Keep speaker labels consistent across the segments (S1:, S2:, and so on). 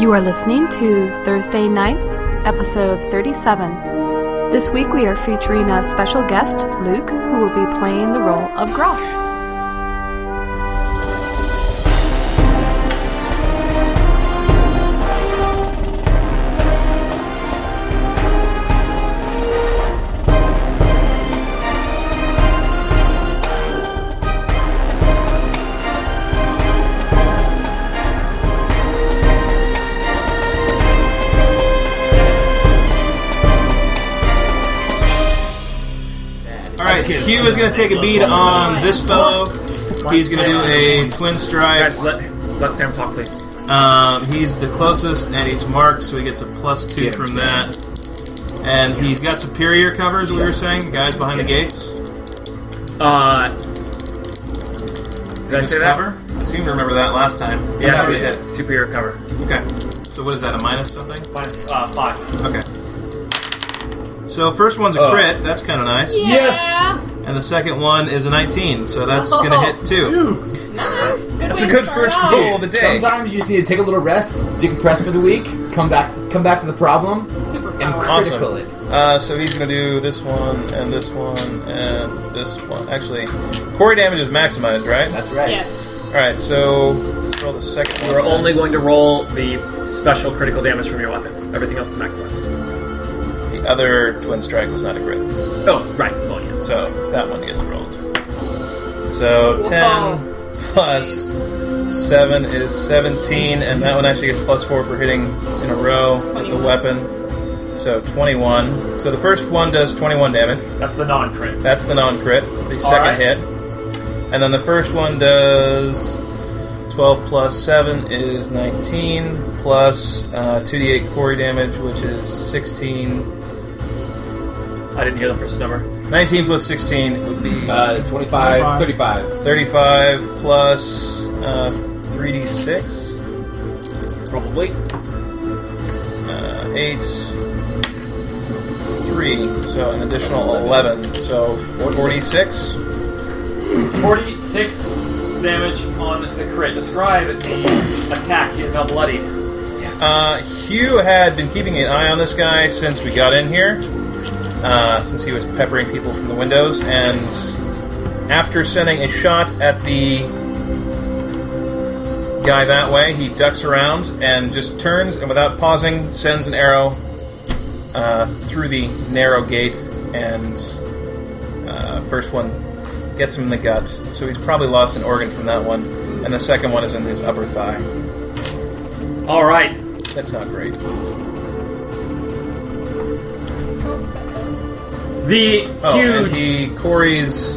S1: You are listening to Thursday Nights, episode 37. This week we are featuring a special guest, Luke, who will be playing the role of Groff.
S2: All right, Q is going to take a beat on this fellow. He's going to do a twin strike.
S3: Guys, let, let Sam talk, please.
S2: Um, he's the closest, and he's marked, so he gets a plus two from that. And he's got superior covers. We were saying, the guys behind the gates.
S3: Uh, did I
S2: His
S3: say that?
S2: cover. I seem to remember that last time.
S3: Yeah,
S2: we
S3: it's
S2: did.
S3: superior cover.
S2: Okay. So what is that? A minus something?
S3: Minus uh, five.
S2: Okay. So first one's a
S3: Oh.
S2: crit. That's kind of nice.
S4: Yes!
S2: And the second one is a 19, so that's going to hit two.
S4: That's
S2: It's a good first roll of the day.
S5: Sometimes you just need to take a little rest, decompress for the week, come back, come back to the problem,
S4: Super
S5: and
S4: power.
S2: Awesome.
S5: critical it.
S2: Uh, so he's gonna do this one and this one and this one. Actually, core damage is maximized, right?
S5: That's right.
S4: Yes.
S2: All right, so let's roll the second one.
S3: We're only going to roll the special critical damage from your weapon. Everything else is maximized.
S2: the other twin strike was not a crit,
S3: Oh, right. Well, yeah.
S2: so that one gets rolled. So
S4: Wow.
S2: ten plus seven is seventeen, and that one actually gets plus four for hitting in a row with the
S4: 21.
S2: weapon. So twenty-one. So the first one does twenty-one damage.
S3: That's the non-crit.
S2: That's the non crit, the second
S3: right.
S2: hit. And then the first one does 12 plus 7 is 19, plus uh, 2d8 quarry damage, which is 16.
S3: I didn't hear the first number.
S2: 19 plus 16 would be
S5: Uh, 25, 35.
S2: 35 plus uh, 3d6,
S3: Probably.
S2: uh, 8, 3, so an additional 11. So 46.
S3: Forty-six damage on the crit. Describe the attack. He's now bloodied.
S2: Uh, Hugh had been keeping an eye on this guy since we got in here, uh, since he was peppering people from the windows, and after sending a shot at the guy that way, he ducks around and just turns and without pausing sends an arrow uh, through the narrow gate, and uh, first one gets him in the gut, so he's probably lost an organ from that one, and the second one is in his upper thigh.
S3: All right.
S2: That's not great.
S3: The
S2: Oh,
S3: huge.
S2: and he Corey's.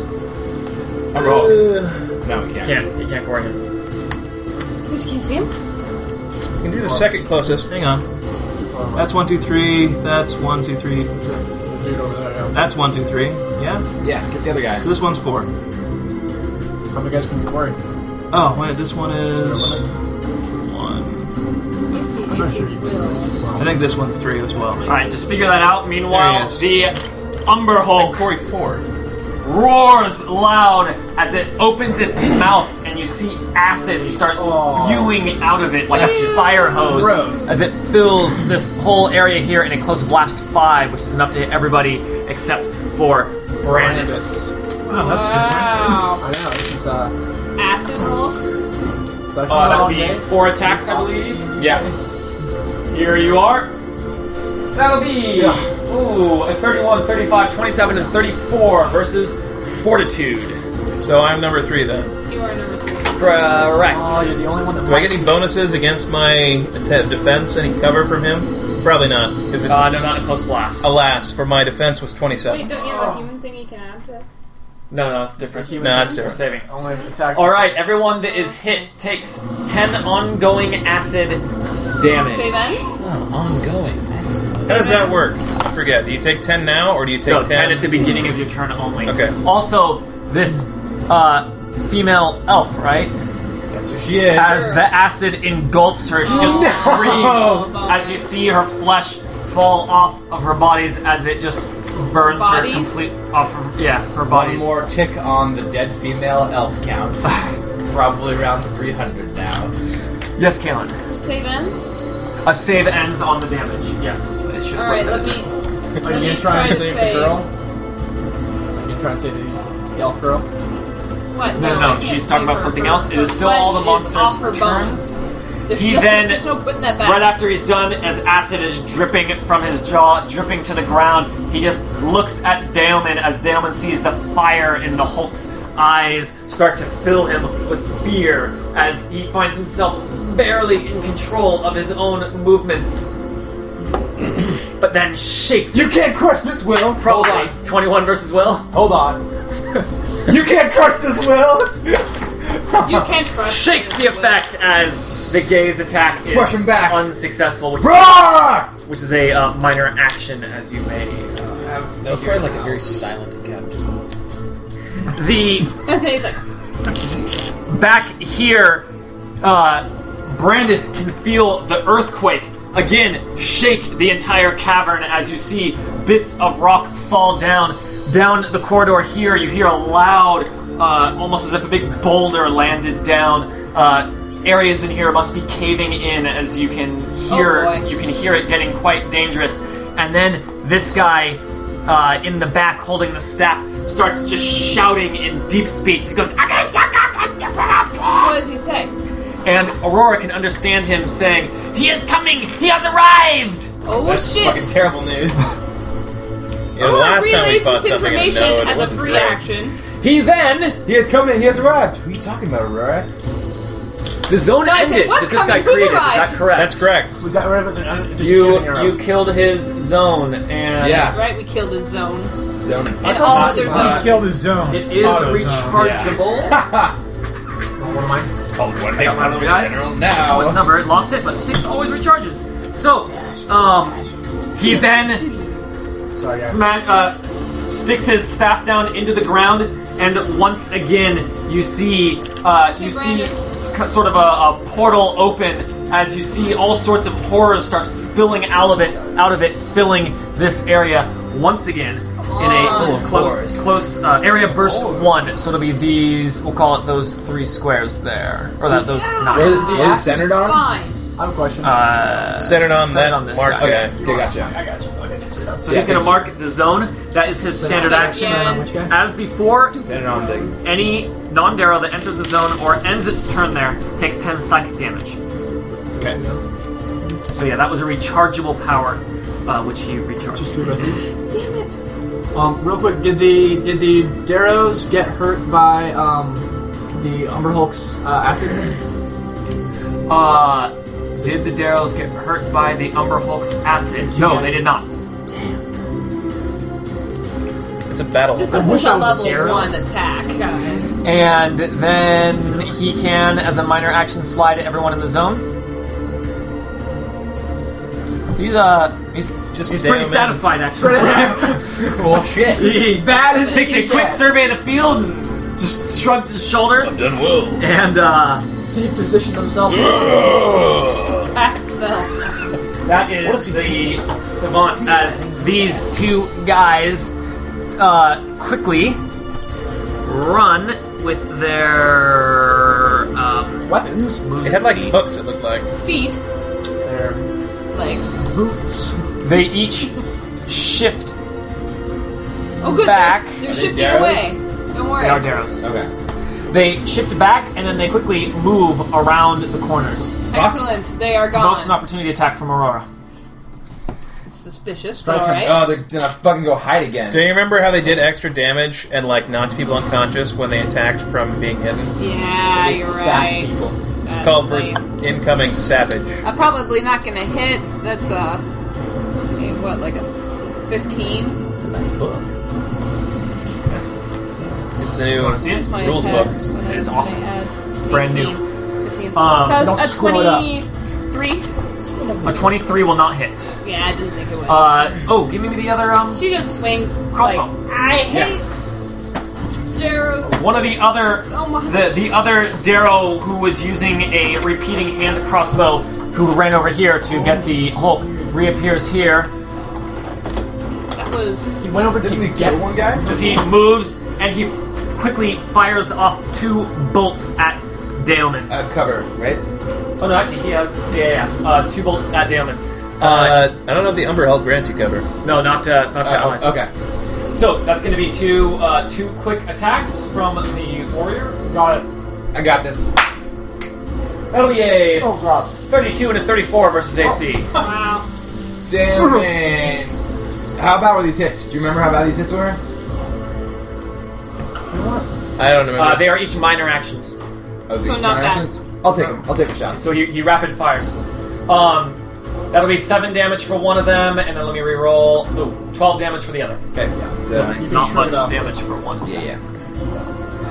S5: I roll. No, we can't.
S3: Can't. You can't gore him.
S4: You can't see him?
S2: You can do the second closest. Hang on. That's one, two, three. That's one, two, three. That's one, two, three. Yeah.
S5: Yeah, get the other guy.
S2: So this one's four.
S6: How many guys can be worried?
S2: Oh wait, this one is one.
S4: Yes, he
S6: I'm not sure you
S2: I think this one's three as well.
S3: All right. Just figure that out. Meanwhile,
S2: There
S3: the Umber Hulk
S2: Corey four.
S3: roars loud as it opens its mouth and you see acid start spewing out of it like a fire hose
S6: Gross.
S3: as it fills this whole area here in a close blast 5 which is enough to hit everybody except for Brandis.
S2: Oh,
S4: Wow.
S6: I know, this is, uh...
S4: Acid roll?
S3: Uh,
S5: Oh,
S3: that would be 4 attacks I believe.
S5: Yeah.
S3: Here you are. That'll be ooh, a 31, 35, 27 and 34 versus Fortitude.
S2: So I'm number three then.
S4: You are number three.
S3: Correct.
S6: Oh, you're the only one that...
S2: Do I get any bonuses against my att- defense? Any cover from him? Probably not, because
S3: Uh, no, not a close blast.
S2: alas, for my defense was
S4: Wait,
S2: twenty-seven.
S4: don't you have a human thing you can add to?
S3: No, no, it's different.
S6: No,
S2: that's
S3: We're
S2: different.
S3: saving.
S6: Only attack.
S3: All right, everyone that is hit takes ten ongoing acid damage.
S4: Save ends?
S5: Oh, ongoing.
S2: How does that work? I forget. Do you take ten now, or do you take
S3: No, ten at the beginning of your turn only.
S2: Okay.
S3: Also, this uh, female elf, right?
S5: That's who she is.
S3: As the acid engulfs her, she just screams as you see her flesh fall off of her bodies as it just burns her
S4: Bodies?
S3: complete off. Her, yeah, her
S5: One
S3: bodies.
S5: more tick on the dead female elf count. Probably around 300 now.
S3: Yes, Kaelin.
S4: So save ends?
S3: A save ends on the damage. Yes, it should.
S4: Alright,
S3: work.
S4: let me.
S6: Are
S4: let
S6: you
S4: me
S6: gonna try and save,
S4: save.
S6: the girl? Are you gonna try and save the elf girl?
S4: What?
S3: No,
S4: I
S3: no,
S4: can't
S3: she's talking
S4: save
S3: about
S4: her.
S3: something
S4: Her-
S3: else. It
S4: her
S3: is still
S4: flesh
S3: all the
S4: is
S3: monster's
S4: off her
S3: turns.
S4: bones. There's
S3: He
S4: no,
S3: then-
S4: There's no putting that back.
S3: Right after he's done, as acid is dripping from his jaw, dripping to the ground, he just looks at Daemon as Daemon sees the fire in the Hulk's eyes start to fill him with fear as he finds himself barely in control of his own movements. but then shakes.
S5: You can't crush this will.
S3: probably 21 versus Will.
S6: Hold on.
S5: You can't crush this will.
S4: You can't crush.
S3: Shakes the effect as the gaze attack is
S5: Crush him back.
S3: unsuccessful, which,
S5: Roar!
S3: which is a uh, minor action as you may uh, have.
S7: That was probably like a very silent encounter.
S3: The
S4: And he's like,
S3: back here, uh, Brandis can feel the earthquake again shake the entire cavern as you see bits of rock fall down. Down the corridor here, you hear a loud, uh, almost as if a big boulder landed down. Uh, areas in here must be caving in as you can hear
S4: boy.
S3: you can hear it getting quite dangerous. And then this guy uh, in the back holding the staff starts just shouting in deep speech. He goes,
S4: what does he say?
S3: and Aurora can understand him saying, "He is coming! He has arrived!"
S4: Oh shit!
S5: Fucking terrible news.
S2: Yeah, the last time we
S4: release
S2: fought
S4: this
S2: something in
S4: information
S2: no, and it
S4: as a
S2: wasn't
S4: free
S2: great.
S4: action.
S3: He then
S5: He has come in. He has arrived. Who are you talking about, Aurora?
S3: the zone
S4: No, I said,
S3: ended.
S4: "What's
S3: that this guy
S4: coming? Who's
S3: created? Is
S4: arrived?"
S3: that correct?
S2: That's correct.
S6: We got rid of the un- just
S3: You
S6: shooting arrow.
S3: you killed his zone, and
S5: Yeah.
S4: That's right, we killed his zone.
S5: Zone and
S4: And all other
S3: Uh,
S4: zones.
S8: Kill the zone.
S3: it is
S8: Auto zone.
S3: rechargeable.
S6: Oh, what am I?
S7: One
S3: I got my little guys.
S5: now.
S3: What number? It lost it, but six always recharges. So, um, he then
S6: Sorry, guys.
S3: smack, uh, sticks his staff down into the ground, and once again you see uh, you see
S4: Brandis.
S3: c- sort of a, a portal open as you see all sorts of horrors start spilling out of it, out of it, filling this area once again in a clo- close uh, area burst one. So it'll be these. We'll call it those three squares there, or that those
S5: Where
S3: nine.
S5: is, where is it centered on?
S4: Fine.
S6: I have a question.
S3: Uh,
S2: Centered on
S3: centered
S2: that
S3: on this
S2: mark
S3: guy.
S2: guy.
S5: Okay, gotcha.
S6: I got you. Okay.
S3: so he's going to mark the zone. That is his standard action.
S4: Centered on
S6: which guy?
S3: As before,
S5: Centered on the.
S3: Any non Darrow that enters the zone or ends its turn there takes 10 psychic damage.
S5: Okay.
S3: So, yeah, that was a rechargeable power, uh, which he recharged.
S6: Just do it. Damn it. Um, real quick, did the did the Darrows get hurt by um the Umber Hulk's uh, acid?
S3: Uh, did the Darrows get hurt by the Umber Hulk's acid? No, they did not.
S2: It's a battle.
S4: This
S6: I
S4: is
S6: wish
S4: a
S6: I was a
S4: level
S6: Darrow.
S4: one attack, guys.
S3: And then he can, as a minor action, slide at everyone in the zone. He's, uh, he's,
S2: Just
S3: he's pretty
S2: damn it.
S3: satisfied, actually.
S5: Oh shit.
S3: he
S6: Bad as
S3: takes a quick survey of the field and just shrugs his shoulders.
S7: Done well.
S3: And, uh,.
S6: They position themselves.
S4: Act spell.
S3: That is the savant as these two guys uh, quickly run with their um,
S6: weapons.
S2: It had like hooks. It looked like.
S4: Feet,
S6: Their
S4: legs.
S6: boots.
S3: They each shift
S4: Oh, good.
S3: Back.
S4: They're,
S5: Are
S4: they're
S5: they
S4: shifting
S5: Darrows?
S4: away. Don't worry.
S3: they are Darrows.
S5: Okay.
S3: They shift back and then they quickly move around the corners.
S4: Excellent. They are gone.
S3: Evokes an opportunity attack from Aurora.
S4: Suspicious, but
S6: Strike
S4: all
S6: him.
S4: right.
S3: Uh,
S5: Oh, they're gonna fucking go hide again.
S2: Do you remember how they did extra damage and like knocked people unconscious when they attacked from being hidden?
S4: yeah, you're
S5: Sack
S4: right.
S5: people.
S2: This is called
S4: nice.
S2: incoming savage.
S4: I'm probably not gonna hit. so That's uh, okay, what like a 15.
S7: It's a nice book.
S3: Yes.
S2: It's the
S3: You
S2: new.
S3: want to see
S4: That's
S3: it?
S4: my
S2: Rules
S4: attack.
S2: book.
S4: What
S3: It is
S4: I
S3: awesome.
S4: had.
S3: Brand new.
S4: 18, 15.
S3: Um,
S4: so I
S6: don't
S4: was a
S6: screw it up.
S4: 23.
S3: A 23 will not hit.
S4: Yeah, I didn't think it would.
S3: Uh, oh, give me the other um,
S4: she just swings.
S3: Crossbow.
S4: Like, I hate Darrow's
S3: One of the other
S4: so much.
S3: the the other Darrow who was using a repeating hand crossbow who ran over here to get the Hulk reappears here
S4: that was
S6: He went over to
S5: Didn't we
S6: get
S5: kill one guy?
S3: as he moves and he quickly fires off two bolts at Daemon.
S5: Uh, cover, right?
S3: Oh no, actually he has yeah, yeah, yeah. Uh, two bolts at damage.
S2: Uh, I don't know if the Umber Held grants you cover.
S3: No, not to, not to
S9: Uh,
S5: Oh,
S3: allies.
S5: okay.
S3: So that's going to be two uh, two quick attacks from the warrior. Got it.
S5: I got this.
S3: Oh yay!
S6: Oh god.
S3: 32 and a 34 versus AC.
S4: Wow.
S5: Damn it. How about were these hits? Do you remember how bad these hits were?
S2: I don't remember.
S3: Uh, they are each minor actions,
S5: Oh, these
S4: So not
S5: minor
S4: bad.
S5: actions? I'll take them. I'll take the shots.
S3: so he, he rapid fires. Um, that'll be seven damage for one of them, and then let me reroll. Ooh, 12 damage for the other.
S5: Okay. So,
S3: Not much
S6: enough.
S3: damage for one.
S5: yeah, yeah.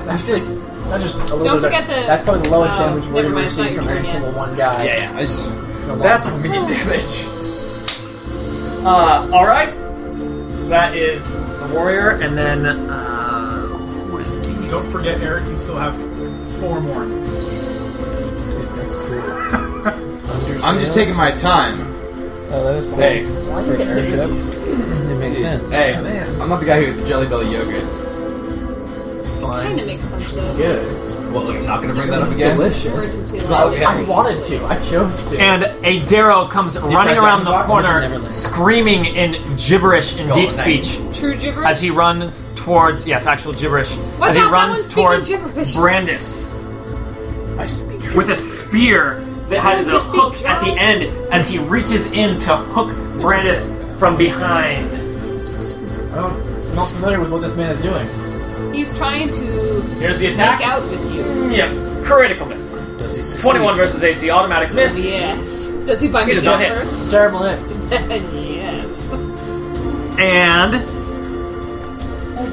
S6: That's just, that's just a little
S4: Don't
S6: bit
S4: forget
S6: of,
S4: the-
S6: That's probably the lowest
S4: oh,
S6: damage we're
S4: never
S6: going to
S4: mind, it's not
S6: receive
S4: your
S6: from
S4: turn
S6: any
S4: yet.
S6: single one guy.
S3: Yeah, yeah.
S5: I just,
S6: It's a lot.
S3: That's me damage. Uh, all right. That is the warrior, and then uh, who is it?
S8: Don't forget, Eric, you still have four more.
S7: Dude, that's cool.
S5: I'm just taking my time.
S7: Oh, that is cool.
S5: Hey,
S6: Why you getting hit?
S7: It makes sense.
S5: hey, I'm not the guy who ate the Jelly Belly yogurt.
S7: It's fine.
S4: Kind of makes sense though.
S5: Well, I'm not gonna bring that up
S7: It's
S5: again.
S7: delicious.
S4: Emergency
S5: not
S4: landing.
S5: okay.
S6: I wanted to. I chose to.
S3: And a Darrow comes running
S5: fried
S3: around
S5: diamond
S3: the
S5: box?
S7: Never
S3: corner,
S7: listen.
S3: screaming in gibberish in
S5: night.
S3: deep speech.
S4: True gibberish.
S3: as he runs towards yes, actual gibberish.
S4: Watch
S3: as he
S4: out, that one's
S3: runs
S4: speaking
S3: towards
S4: gibberish.
S3: Brandis
S7: I speak.
S3: with a spear that has a
S4: Brandis being
S3: hook at the
S4: drunk.
S3: end as he reaches in to hook Brandis from behind.
S6: I don't, I'm not familiar with what this man is doing.
S4: He's trying to
S3: Here's the
S4: make
S3: attack.
S4: out with you.
S3: Yeah, critical miss.
S7: Does he succeed?
S3: Twenty-one versus AC, automatic
S4: Oh,
S3: miss.
S4: Yes. Does he bungee
S3: It is not
S4: jump
S3: hit.
S4: first?
S6: Terrible hit.
S4: yes.
S3: And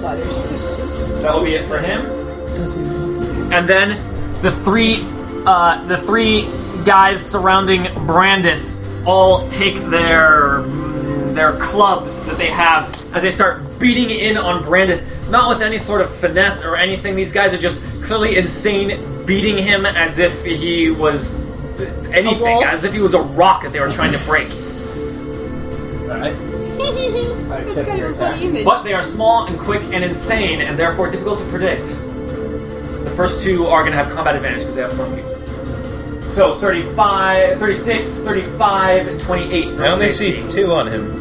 S3: that will be it for him.
S7: Does he?
S3: And then the three, uh, the three guys surrounding Brandis all take their their clubs that they have as they start beating in on Brandis. Not with any sort of finesse or anything. These guys are just clearly insane, beating him as if he was anything,
S6: wolf?
S3: as if he was a rock that they were trying to break.
S6: Alright. I
S4: That's
S6: accept
S4: kind
S6: your
S4: of a funny
S6: attack.
S4: image.
S3: But they are small and quick and insane, and therefore difficult to predict. The first two are going to have combat advantage because they have flanking. So 35, 36, 35, 28.
S2: I only
S3: versus
S2: see
S3: 18.
S2: two on him.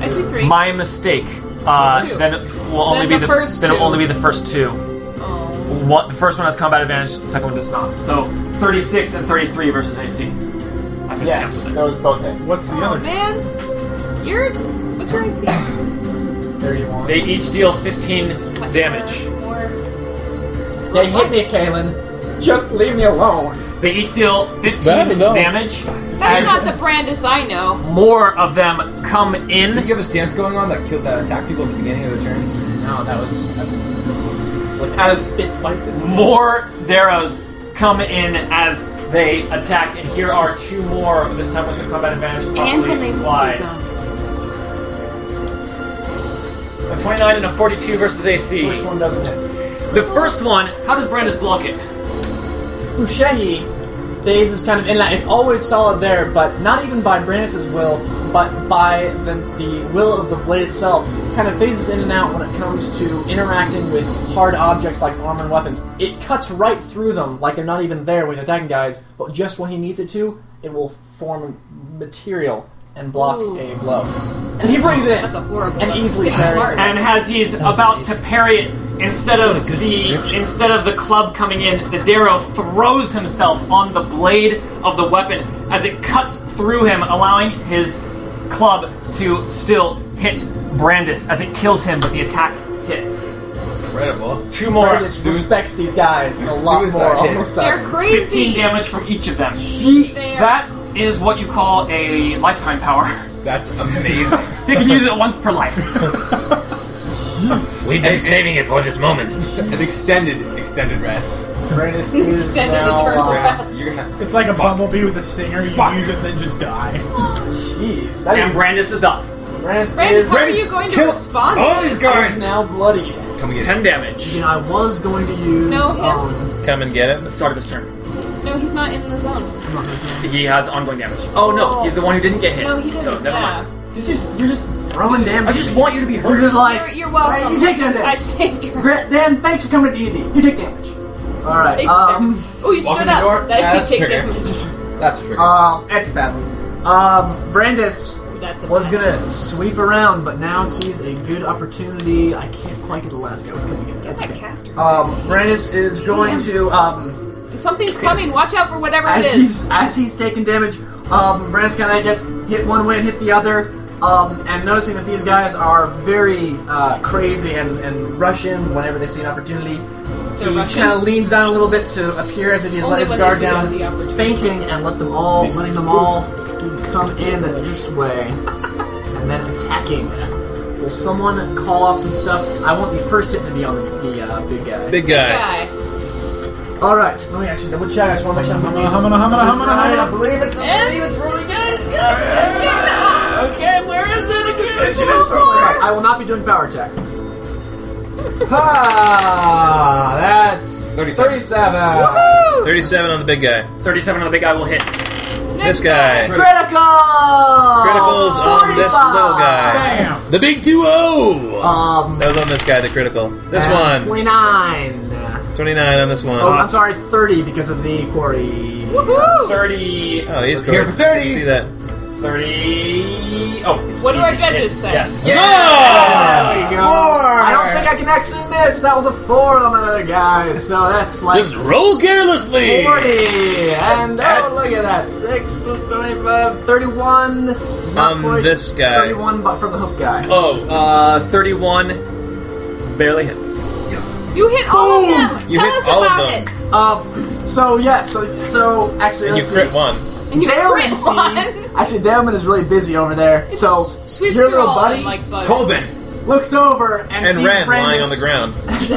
S4: I see three.
S3: My mistake. Uh,
S4: Two.
S3: then it will
S4: Then
S3: only be
S4: the
S3: the
S4: first
S3: then
S4: two.
S3: it'll only be the first two.
S4: oh.
S3: One, the first one has combat advantage. The second one does not. So 36 and 33 versus AC. I miscounted
S6: Yes,
S3: it.
S6: those both hit.
S8: What's the
S4: oh
S8: other?
S4: man, you're. What's your IC?
S6: 31.
S3: They each deal 15
S4: What,
S3: damage.
S4: More, more.
S6: They hit me, Kalen. Just leave me alone.
S3: They each deal 15
S7: Better know.
S3: damage.
S4: That's not the Brandis I know.
S3: More of them come in.
S5: Did you have a stance going on that killed that attack people at the beginning of their turns?
S6: No, that was. It's like out of spit like this.
S3: More Darrows come in as they attack, and here are two more, this time with the combat advantage properly
S4: And when they move
S3: applied.
S4: the zone.
S3: A 29 and a 42 versus AC.
S6: Which one doesn't hit?
S3: The first one, how does Brandis block it?
S6: Ushahi stays is kind of in that. It's always solid there, but not even by Brandis' will, but by the, the will of the blade itself. Kind of phases in and out when it comes to interacting with hard objects like armor and weapons. It cuts right through them like they're not even there when attacking guys, but just when he needs it to, it will form material and block
S4: Ooh.
S6: a blow. And he brings it in.
S4: That's a horrible.
S6: And
S4: weapon.
S6: easily
S4: It's
S6: parries.
S4: smart.
S3: And as he's about to parry it, instead of
S7: What a good
S3: the
S7: description.
S3: instead of the club coming in, the Darrow throws himself on the blade of the weapon as it cuts through him, allowing his club to still hit Brandis as it kills him, but the attack hits.
S5: Incredible.
S3: Two more.
S6: Brandis respects these guys a lot
S5: Suicide
S6: more all of
S5: hit.
S6: a
S4: They're
S6: sudden.
S4: crazy.
S3: 15 damage from each of them.
S6: Jeez.
S3: That is what you call a lifetime power.
S5: That's amazing.
S3: You can use it once per life.
S7: We've been saving it for this moment.
S5: An extended, extended rest.
S6: Brandis is
S4: Extended
S6: now
S4: eternal
S6: uh,
S4: rest.
S5: You're gonna
S8: It's like a bumblebee with a stinger. You use it, then just die.
S6: Jeez, that
S3: and
S6: is
S3: Brandis is up.
S6: Brandis,
S4: Brandis,
S6: is, Oh!
S4: how are you going to
S5: kill
S4: respond?
S5: all
S4: to
S5: these
S4: this?
S5: guys.
S6: is now bloodied.
S5: come and get it.
S3: 10 damage.
S6: You know, I was going to use.
S4: No, him?
S6: um,
S2: Come and get it.
S3: Start of his turn.
S4: No, he's not in the zone.
S6: I'm not gonna say-
S3: He has ongoing damage. Oh no, he's the one who didn't get hit.
S4: No, he didn't.
S3: So never
S4: yeah.
S3: mind.
S6: You're just, you're just throwing damage.
S3: I just want you to be
S6: We're
S3: hurt.
S6: just like,
S4: You're, you're welcome.
S6: You take that
S4: I
S6: damage.
S4: saved your.
S6: Brett, Dan, thanks for coming to D&D. You take damage. All right.
S4: Take
S6: Um,
S4: them. Oh, you
S5: walk in
S4: stood
S5: the
S4: up.
S5: door,
S4: that,
S5: that's
S4: you take
S5: trigger.
S4: them.
S5: That's a trigger.
S6: uh, that's bad. Um, Brandis
S4: That's a
S6: was
S4: bad
S6: gonna
S4: one.
S6: sweep around, but now sees a good opportunity. I can't quite get the last guy. We're gonna get
S4: Get
S6: that's
S4: that
S6: okay.
S4: caster.
S6: Um, Brandis is going to um,
S4: Something's coming. Watch out for whatever it
S6: as
S4: is.
S6: he's as he's taking damage. Um, Brandis kind of gets hit one way and hit the other. Um, and noticing that these guys are very uh, crazy and, and rush in whenever they see an opportunity,
S4: They're
S6: he
S4: rushing?
S6: kind of leans down a little bit to appear as if he's
S4: Only
S6: let his
S4: when
S6: guard
S4: they see
S6: down,
S4: the opportunity.
S6: fainting, and let them all, letting them all come in this way, and then attacking. Will someone call off some stuff? I want the first hit to be on the, the uh, big guy.
S2: Big guy.
S4: Guy.
S6: All right, let me actually double check. I just want to make sure I'm
S8: Humana, humana, humana, humana,
S6: Right, I
S8: humana.
S6: believe it's. I believe it's really good. It's good.
S4: Okay, where is it again?
S8: It's just
S6: Alright, I will not be doing power attack. ha! That's
S5: 37.
S6: 37.
S2: 37 on the big guy.
S3: 37 on the big guy will hit.
S2: This guy.
S6: Critical.
S2: Criticals on this
S6: 45.
S2: little guy.
S8: Bam!
S2: The big 2 0!
S6: Um,
S2: That was on this guy, the critical. This
S6: and
S2: one.
S6: 29.
S2: 29 on this one.
S6: Oh, I'm sorry, 30 because of the quarry.
S4: Woohoo!
S3: 30.
S2: Oh, he's
S5: Let's hear
S2: good.
S5: it for 30.
S2: See that?
S3: 30. Oh.
S4: What do
S3: easy
S4: our judges
S3: hits.
S4: say?
S3: Yes.
S6: There we go. I don't think I can actually miss. That was a 4 on that other guy, so that's like.
S7: roll carelessly.
S6: 40! And oh, look at that. 6 plus 25, 31. It's not
S2: On
S6: quite
S2: Um, this guy.
S6: 31, but from the hook guy.
S3: Oh, uh, 31 barely hits.
S4: You hit all of them.
S2: You
S4: Tell
S2: hit
S4: us
S2: all of
S4: about
S2: them.
S4: it.
S6: Um, so, yeah, so, so actually,
S2: And you
S6: let's
S2: crit
S6: see.
S2: one.
S4: And you
S6: Daemon
S4: crit
S6: sees-
S4: one.
S6: Actually, Daemon is really busy over there. So,
S4: Sweeps
S6: your
S4: through
S6: little
S4: all of
S6: buddy
S4: them like butter.
S5: Colbin.
S6: looks over and,
S2: And
S6: sees
S2: Ren
S6: Brandis,
S2: lying on the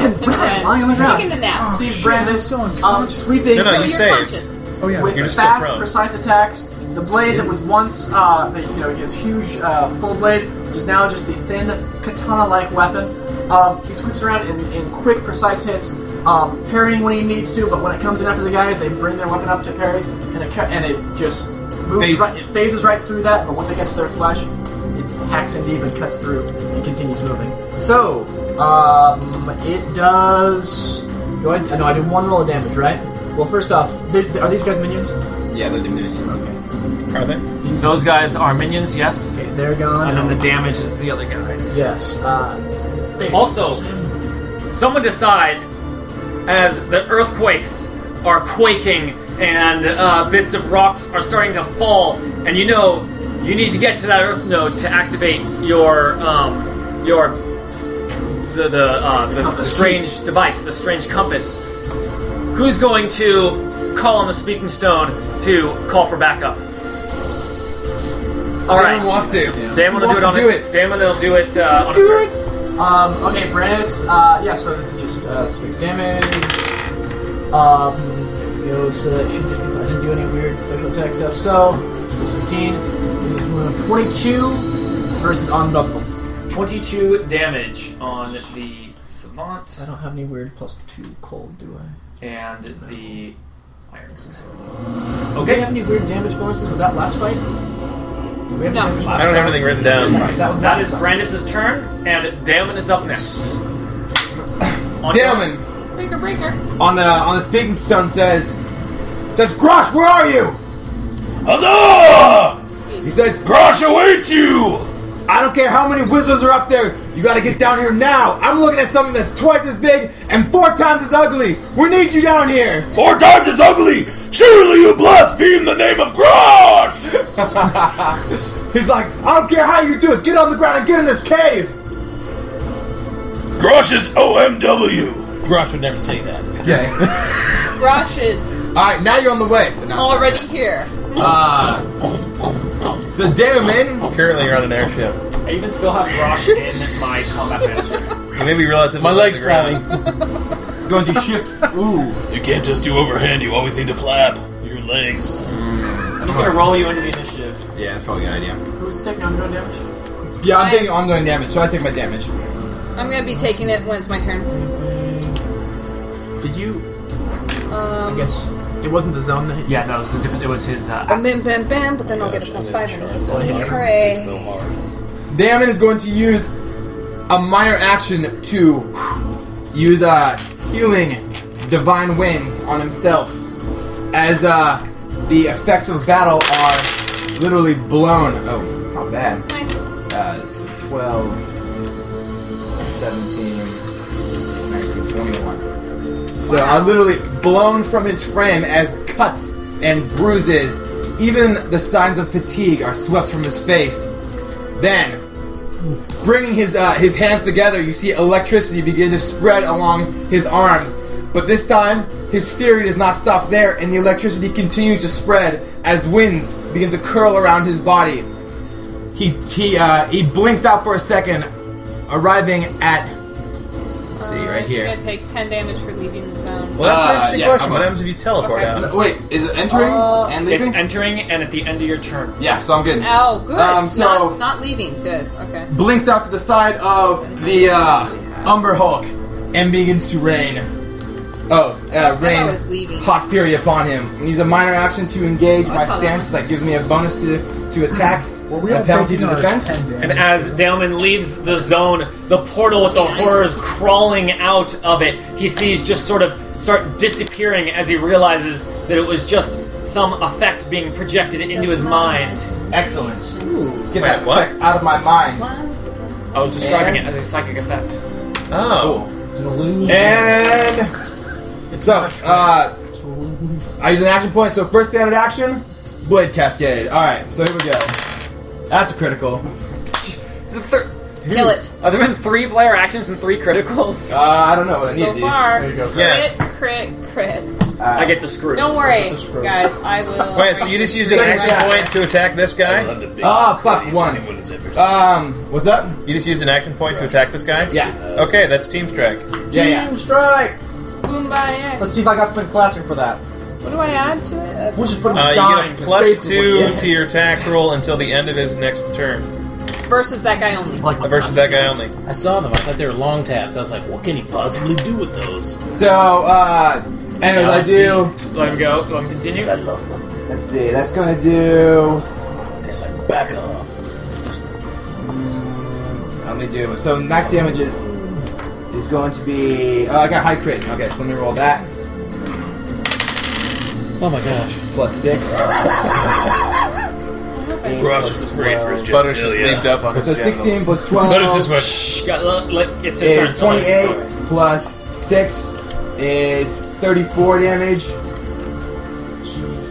S2: ground.
S6: and Ren lying on the
S4: Taking a
S6: ground.
S4: nap.
S8: Oh,
S6: Sees
S8: shit,
S6: Brandis
S8: I'm still
S6: um,
S8: unconscious.
S6: sweeping
S2: No, no,
S4: But
S2: you
S4: you're
S2: saved.
S4: conscious.
S8: Oh yeah.
S6: with
S2: You're just still
S6: fast,
S2: prone.
S6: precise attacks. The blade that was once, uh, the, you know, his huge uh, full blade is now just a thin katana-like weapon. Um, he sweeps around in, in quick, precise hits, um, parrying when he needs to. But when it comes in after the guys, they bring their weapon up to parry, and it, ca- and it just moves
S2: Phases.
S6: Right, it phases right through that. But once it gets to their flesh, it hacks in deep and cuts through and continues moving. So um, it does. Do I? No, I did one roll of damage, right? Well, first off, th- are these guys minions?
S5: Yeah, they're diminished.
S2: Are they?
S3: Those guys are minions, yes.
S6: They're gone.
S3: And then the damage is the other guys.
S6: Yes. Uh, they-
S3: Also, someone decide as the earthquakes are quaking and uh, bits of rocks are starting to fall, and you know you need to get to that earth node to activate your um, your the the, uh, the, the strange device, the strange compass. Who's going to call on the speaking stone to call for backup? All right,
S5: Everyone wants to.
S3: Dan will do
S5: wants
S3: it on
S5: to do
S3: it. Damon will do it. Uh, on
S5: Do
S3: a-
S5: it.
S6: um, okay, Brandis. Uh, yeah. So this is just uh, straight damage. Um, you know, so that should just be. I didn't do any weird special attack stuff. So fifteen, twenty-two versus unbuckle.
S3: 22 damage on the Savant
S6: I don't have any weird plus two cold, do I?
S3: and the Iron
S6: Do we have
S3: Okay,
S6: any weird damage bonuses with that last fight? Do we have
S4: No.
S6: damage
S2: I don't have anything written down.
S6: bonuses? That was
S3: that
S6: last
S3: is
S6: time.
S3: Brandis' turn, and Damon is up next. On
S5: Damon
S4: Breaker, breaker.
S5: on the on the speaking stone says says Grosh, where are you? Huzzah! He says Grosh awaits you. I don't care how many wizards are up there. You got to get down here now. I'm looking at something that's twice as big and four times as ugly. We need you down here. Four times as ugly. Surely you blaspheme the name of Grosh. He's like, I don't care how you do it. Get on the ground and get in this cave. Grosh is OMW. Grosh would never say that. Okay.
S4: Rush is
S5: All right, now you're on the way.
S4: already here.
S5: So Damon,
S2: Currently, you're on an airship.
S3: I even still have Rosh in my combat manager.
S2: You may be relatively.
S5: my leg's
S2: underground.
S5: falling. It's going to shift. Ooh,
S10: You can't just do overhand, you always need to flap your legs.
S3: I'm just gonna roll you into the initiative.
S5: yeah, that's probably a good idea.
S6: Who's taking ongoing damage?
S5: Yeah, I'm
S4: I-
S5: taking ongoing damage, so I take my damage.
S4: I'm gonna be taking it when it's my turn.
S6: Did you? Um, I guess it wasn't the zone that hit.
S3: Yeah, no, it was a different. It was his. Uh,
S4: Bam, bam,
S3: assets.
S4: bam, bam, but then I'll get a plus five. when it hits.
S6: hit.
S4: Hooray.
S5: Damon is going to use a minor action to use a healing
S9: uh, divine winds on himself as uh, the effects of battle are literally blown. Oh, not bad.
S4: Nice.
S9: Uh, it's 12, 17, 19, 21. So I literally blown from his frame as cuts and bruises, even the signs of fatigue are swept from his face. Then, bringing his uh, his hands together, you see electricity begin to spread along his arms. But this time, his fury does not stop there, and the electricity continues to spread as winds begin to curl around his body. He he uh, he blinks out for a second, arriving at. Let's see right
S4: You're
S9: here.
S4: gonna take 10 damage for leaving the zone.
S2: Well, that's
S9: Uh,
S2: actually
S9: yeah,
S2: a question.
S9: I'm
S2: What
S9: a-
S2: happens if you teleport
S4: Okay.
S2: out?
S9: Wait, is it entering
S6: Uh,
S9: and
S3: It's
S9: leaving?
S3: entering, and at the end of your turn,
S9: yeah, so I'm good.
S4: Oh, good.
S9: Um, so-
S4: not, not leaving. Good. Okay.
S9: blinks out to the side of the uh, Umber Hulk and begins to rain. Oh, uh, rain!
S4: was leaving.
S9: Hot fury upon him. And use a minor action to engage my
S4: I saw that.
S9: stance. That gives me a bonus to, to attacks, a penalty to defense.
S3: And as Dalman leaves the zone, the portal with the horrors crawling out of it, he sees just sort of start disappearing as he realizes that it was just some effect being projected into his mind.
S9: Excellent. Get
S2: Wait,
S9: that
S2: what?
S9: effect out of my mind.
S3: I was describing it as a psychic effect.
S2: Oh,
S9: And so, uh, I use an action point. So first standard action, blade cascade. All right, so here we go. That's a critical.
S3: Is it thir-
S4: Kill it.
S3: Are there been three player actions and three criticals?
S9: Uh, I don't know what I need
S4: So
S9: these. Uh,
S4: far,
S9: There you go.
S2: yes.
S4: Crit, crit, crit.
S3: I get the screw.
S4: Don't worry, guys. I will.
S2: Wait, so you just used an
S9: Yeah.
S2: action point to attack this guy?
S11: the big
S9: Ah, fuck, one. Um, what's up?
S2: You just used an action point to attack this guy?
S9: Yeah.
S2: Okay, that's team strike.
S9: Yeah, yeah.
S6: Team strike!
S4: Boom, bye.
S9: Let's see if I got something classic for that.
S4: What do I add to it?
S6: We'll just put him
S2: Uh, you
S6: dying.
S2: get a plus
S6: Faithful,
S2: two
S6: yes.
S2: to your attack roll until the end of his next turn.
S4: Uh, Versus that guy only.
S7: Like
S2: Versus that guy only.
S7: I saw them. I thought they were long tabs. I was like, what can he possibly do with those?
S9: So, uh, and
S7: Yeah,
S9: I
S7: I see.
S9: do.
S3: Let him go. Let him continue.
S7: I love them.
S9: Let's see. That's gonna do.
S7: It's like, back off.
S9: Let me Hmm, do. So max damage is, is going to be. Oh, I got high crit. Okay, so let me roll that.
S7: Oh my gosh.
S9: Plus six.
S11: Ross was afraid for his
S2: Butters just leaped
S11: genitalia.
S2: up on his
S9: So
S2: genitals.
S9: sixteen plus twelve
S11: Butters just went, "Shh."
S3: Shh, got- let- let- it's his turn.
S9: is
S3: sorry.
S9: twenty-eight. Plus six is thirty-four damage.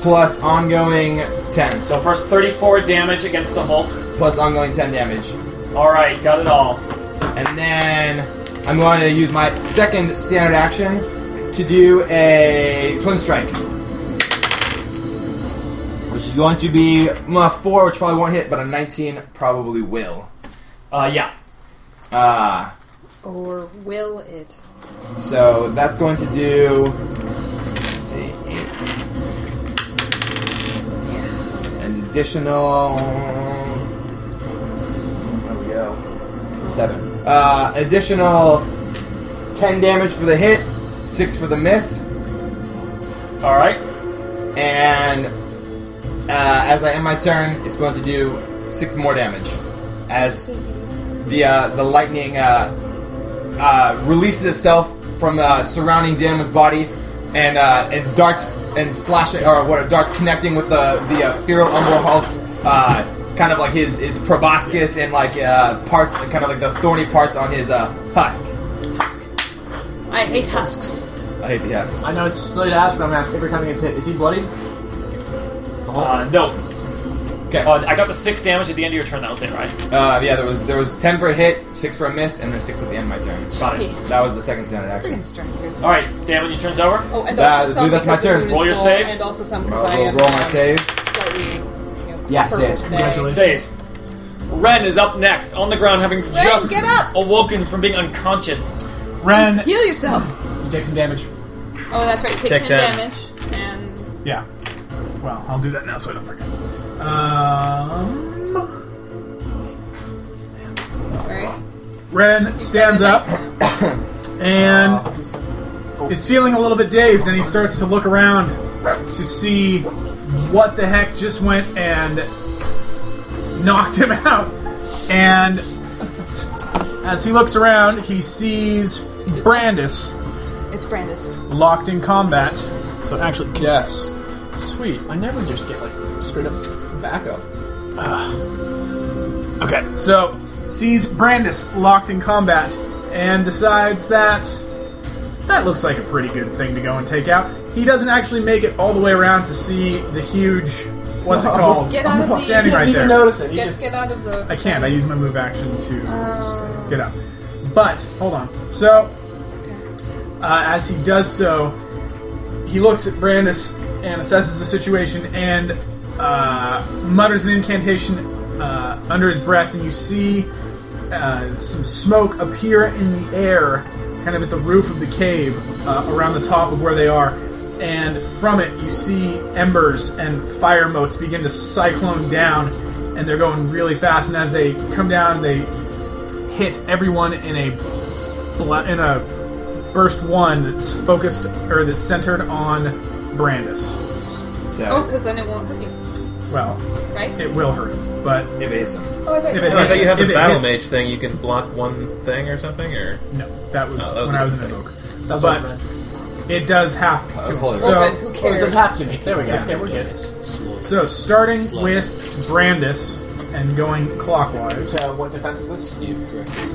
S9: Plus ongoing ten.
S3: So first 34 damage against the Hulk.
S9: Plus ongoing ten damage.
S3: Alright, got it all.
S9: And then I'm going to use my second standard action to do a twin strike. Which is going to be my four, which probably won't hit, but a 19 probably will.
S3: Uh, yeah.
S9: Uh,
S4: Or will it?
S9: so that's going to do. Let's see. eight. An additional. There we go. Seven. Uh, additional 10 damage for the hit, 6 for the miss.
S3: Alright.
S9: And uh, as I end my turn, it's going to do six more damage as the uh, the lightning uh, uh, releases itself from the surrounding Damwin's body and uh, and darts and slashing or what darts connecting with the the uh, feral umbral hulk's uh, kind of like his his proboscis and like uh, parts kind of like the thorny parts on his uh, husk.
S4: I hate husks.
S9: I hate the husk.
S6: I know it's silly to ask, but I'm gonna ask every time he gets hit. Is he bloodied?
S3: Uh, no.
S9: Okay.
S3: Uh, I got the six damage at the end of your turn. That was it, right?
S9: Uh, yeah, there was there was ten for a hit, six for a miss, and then six at the end of my turn.
S3: Got it.
S4: Jeez.
S9: That was the second standard action.
S4: Friggin' strikers.
S3: All right, damage. Your turn's over.
S4: Oh, and
S9: That-
S4: also some
S9: dude, that's my
S4: because the
S9: turn.
S4: moon is
S3: Roll your
S4: full,
S3: save.
S4: And also some because I
S9: Uh, Roll,
S4: am
S9: roll my
S4: um,
S9: save.
S4: slightly. You know,
S9: Yeah,
S4: purple
S9: save.
S4: today.
S6: Congratulations.
S3: Save. Ren is up next on the ground, having just
S4: get up!
S3: awoken from being unconscious.
S8: Ren.
S4: Heal yourself.
S6: You take some damage.
S4: Oh, that's right. You
S2: Take
S4: take, 10,
S2: 10.
S4: damage. And
S8: Yeah. Well, I'll do that now so I don't forget. Um,
S4: right.
S8: Ren stands up and is feeling a little bit dazed, and he starts to look around to see what the heck just went and knocked him out. And as he looks around, he sees Brandis
S4: It's Brandis.
S8: locked in combat. So actually,
S6: Yes. Sweet. I never just get like straight up backup.
S8: okay. So sees Brandis locked in combat and decides that that looks like a pretty good thing to go and take out. He doesn't actually make it all the way around to see the huge. What's it called?
S4: Get out of the-
S8: Standing
S4: He
S8: right
S6: Didn't
S8: there.
S6: even notice it. He
S4: Get,
S6: just
S4: get out of the.
S8: I can't. I use my move action to
S4: Oh.
S8: get up. But hold on. So, uh, as he does so, he looks at Brandis and assesses the situation and uh, mutters an incantation uh, under his breath, and you see uh, some smoke appear in the air, kind of at the roof of the cave, uh, around the top of where they are. And from it, you see embers and fire motes begin to cyclone down, and they're going really fast. And as they come down, they hit everyone in a bla- in a burst one that's focused or that's centered on Brandis.
S4: Oh, because then it won't hurt you,
S8: Well,
S4: right?
S8: it will hurt, him, but
S9: Evades him.
S4: oh, I thought
S8: if
S4: you
S8: it-
S2: I thought you have
S8: If
S2: the
S8: it
S2: battle
S8: hits-
S2: mage thing. You can block one thing or something, or
S8: no, that was,
S2: Oh, that was
S8: when
S2: a
S8: I was an
S2: good
S8: invoker. But it does have to.
S9: holding
S8: so,
S4: Open, who
S6: Oh, it doesn't
S4: cares?
S6: have to be. There we go. Okay, we're good.
S8: So starting with Brandis and going clockwise
S6: So what defense is this?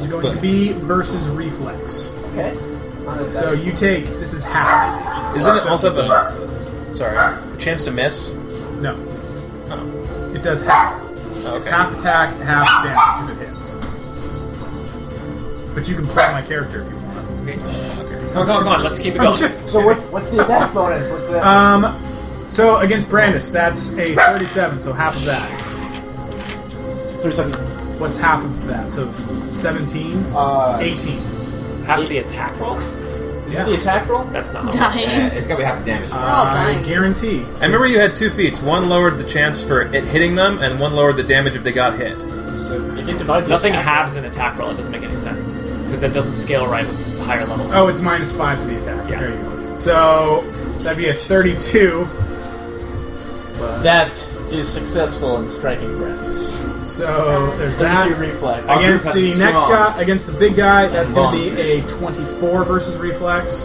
S8: is going to be versus reflex.
S6: Okay.
S8: So you take this is half.
S2: isn't it also the sorry a chance to miss?
S8: No, Uh-huh. it does half. It's
S2: Okay.
S8: half attack, half damage if it hits. But you can play my character if you want.
S3: Come on, come on, come on, let's keep it
S8: I'm
S3: going.
S8: just
S6: So what's what's the attack bonus? What's the
S8: um. So against Brandis, that's a 37. So half of that.
S6: thirty-seven?
S8: What's half of that? So 17,
S6: Uh,
S8: 18.
S3: Half of the attack roll?
S6: Is
S8: yeah.
S6: this the attack roll?
S3: That's not how
S4: Dying.
S9: it's gotta be half the damage.
S4: We're all
S8: I
S4: dying.
S8: guarantee.
S2: I remember you had two feats. One lowered the chance for it hitting them, and one lowered the damage if they got hit.
S6: You get divided.
S3: Nothing halves an attack roll. It doesn't make any sense. Because that doesn't scale right with higher levels.
S8: Oh, it's minus five to the attack.
S3: Yeah.
S8: There you go. So that'd be a 32.
S6: That is successful in striking breath.
S8: So there's
S6: Seventy-two
S8: that.
S6: reflex.
S8: Against the
S9: That's
S8: next
S9: strong.
S8: guy, against the big guy, that's going to
S9: long.
S8: be a 24 versus reflex.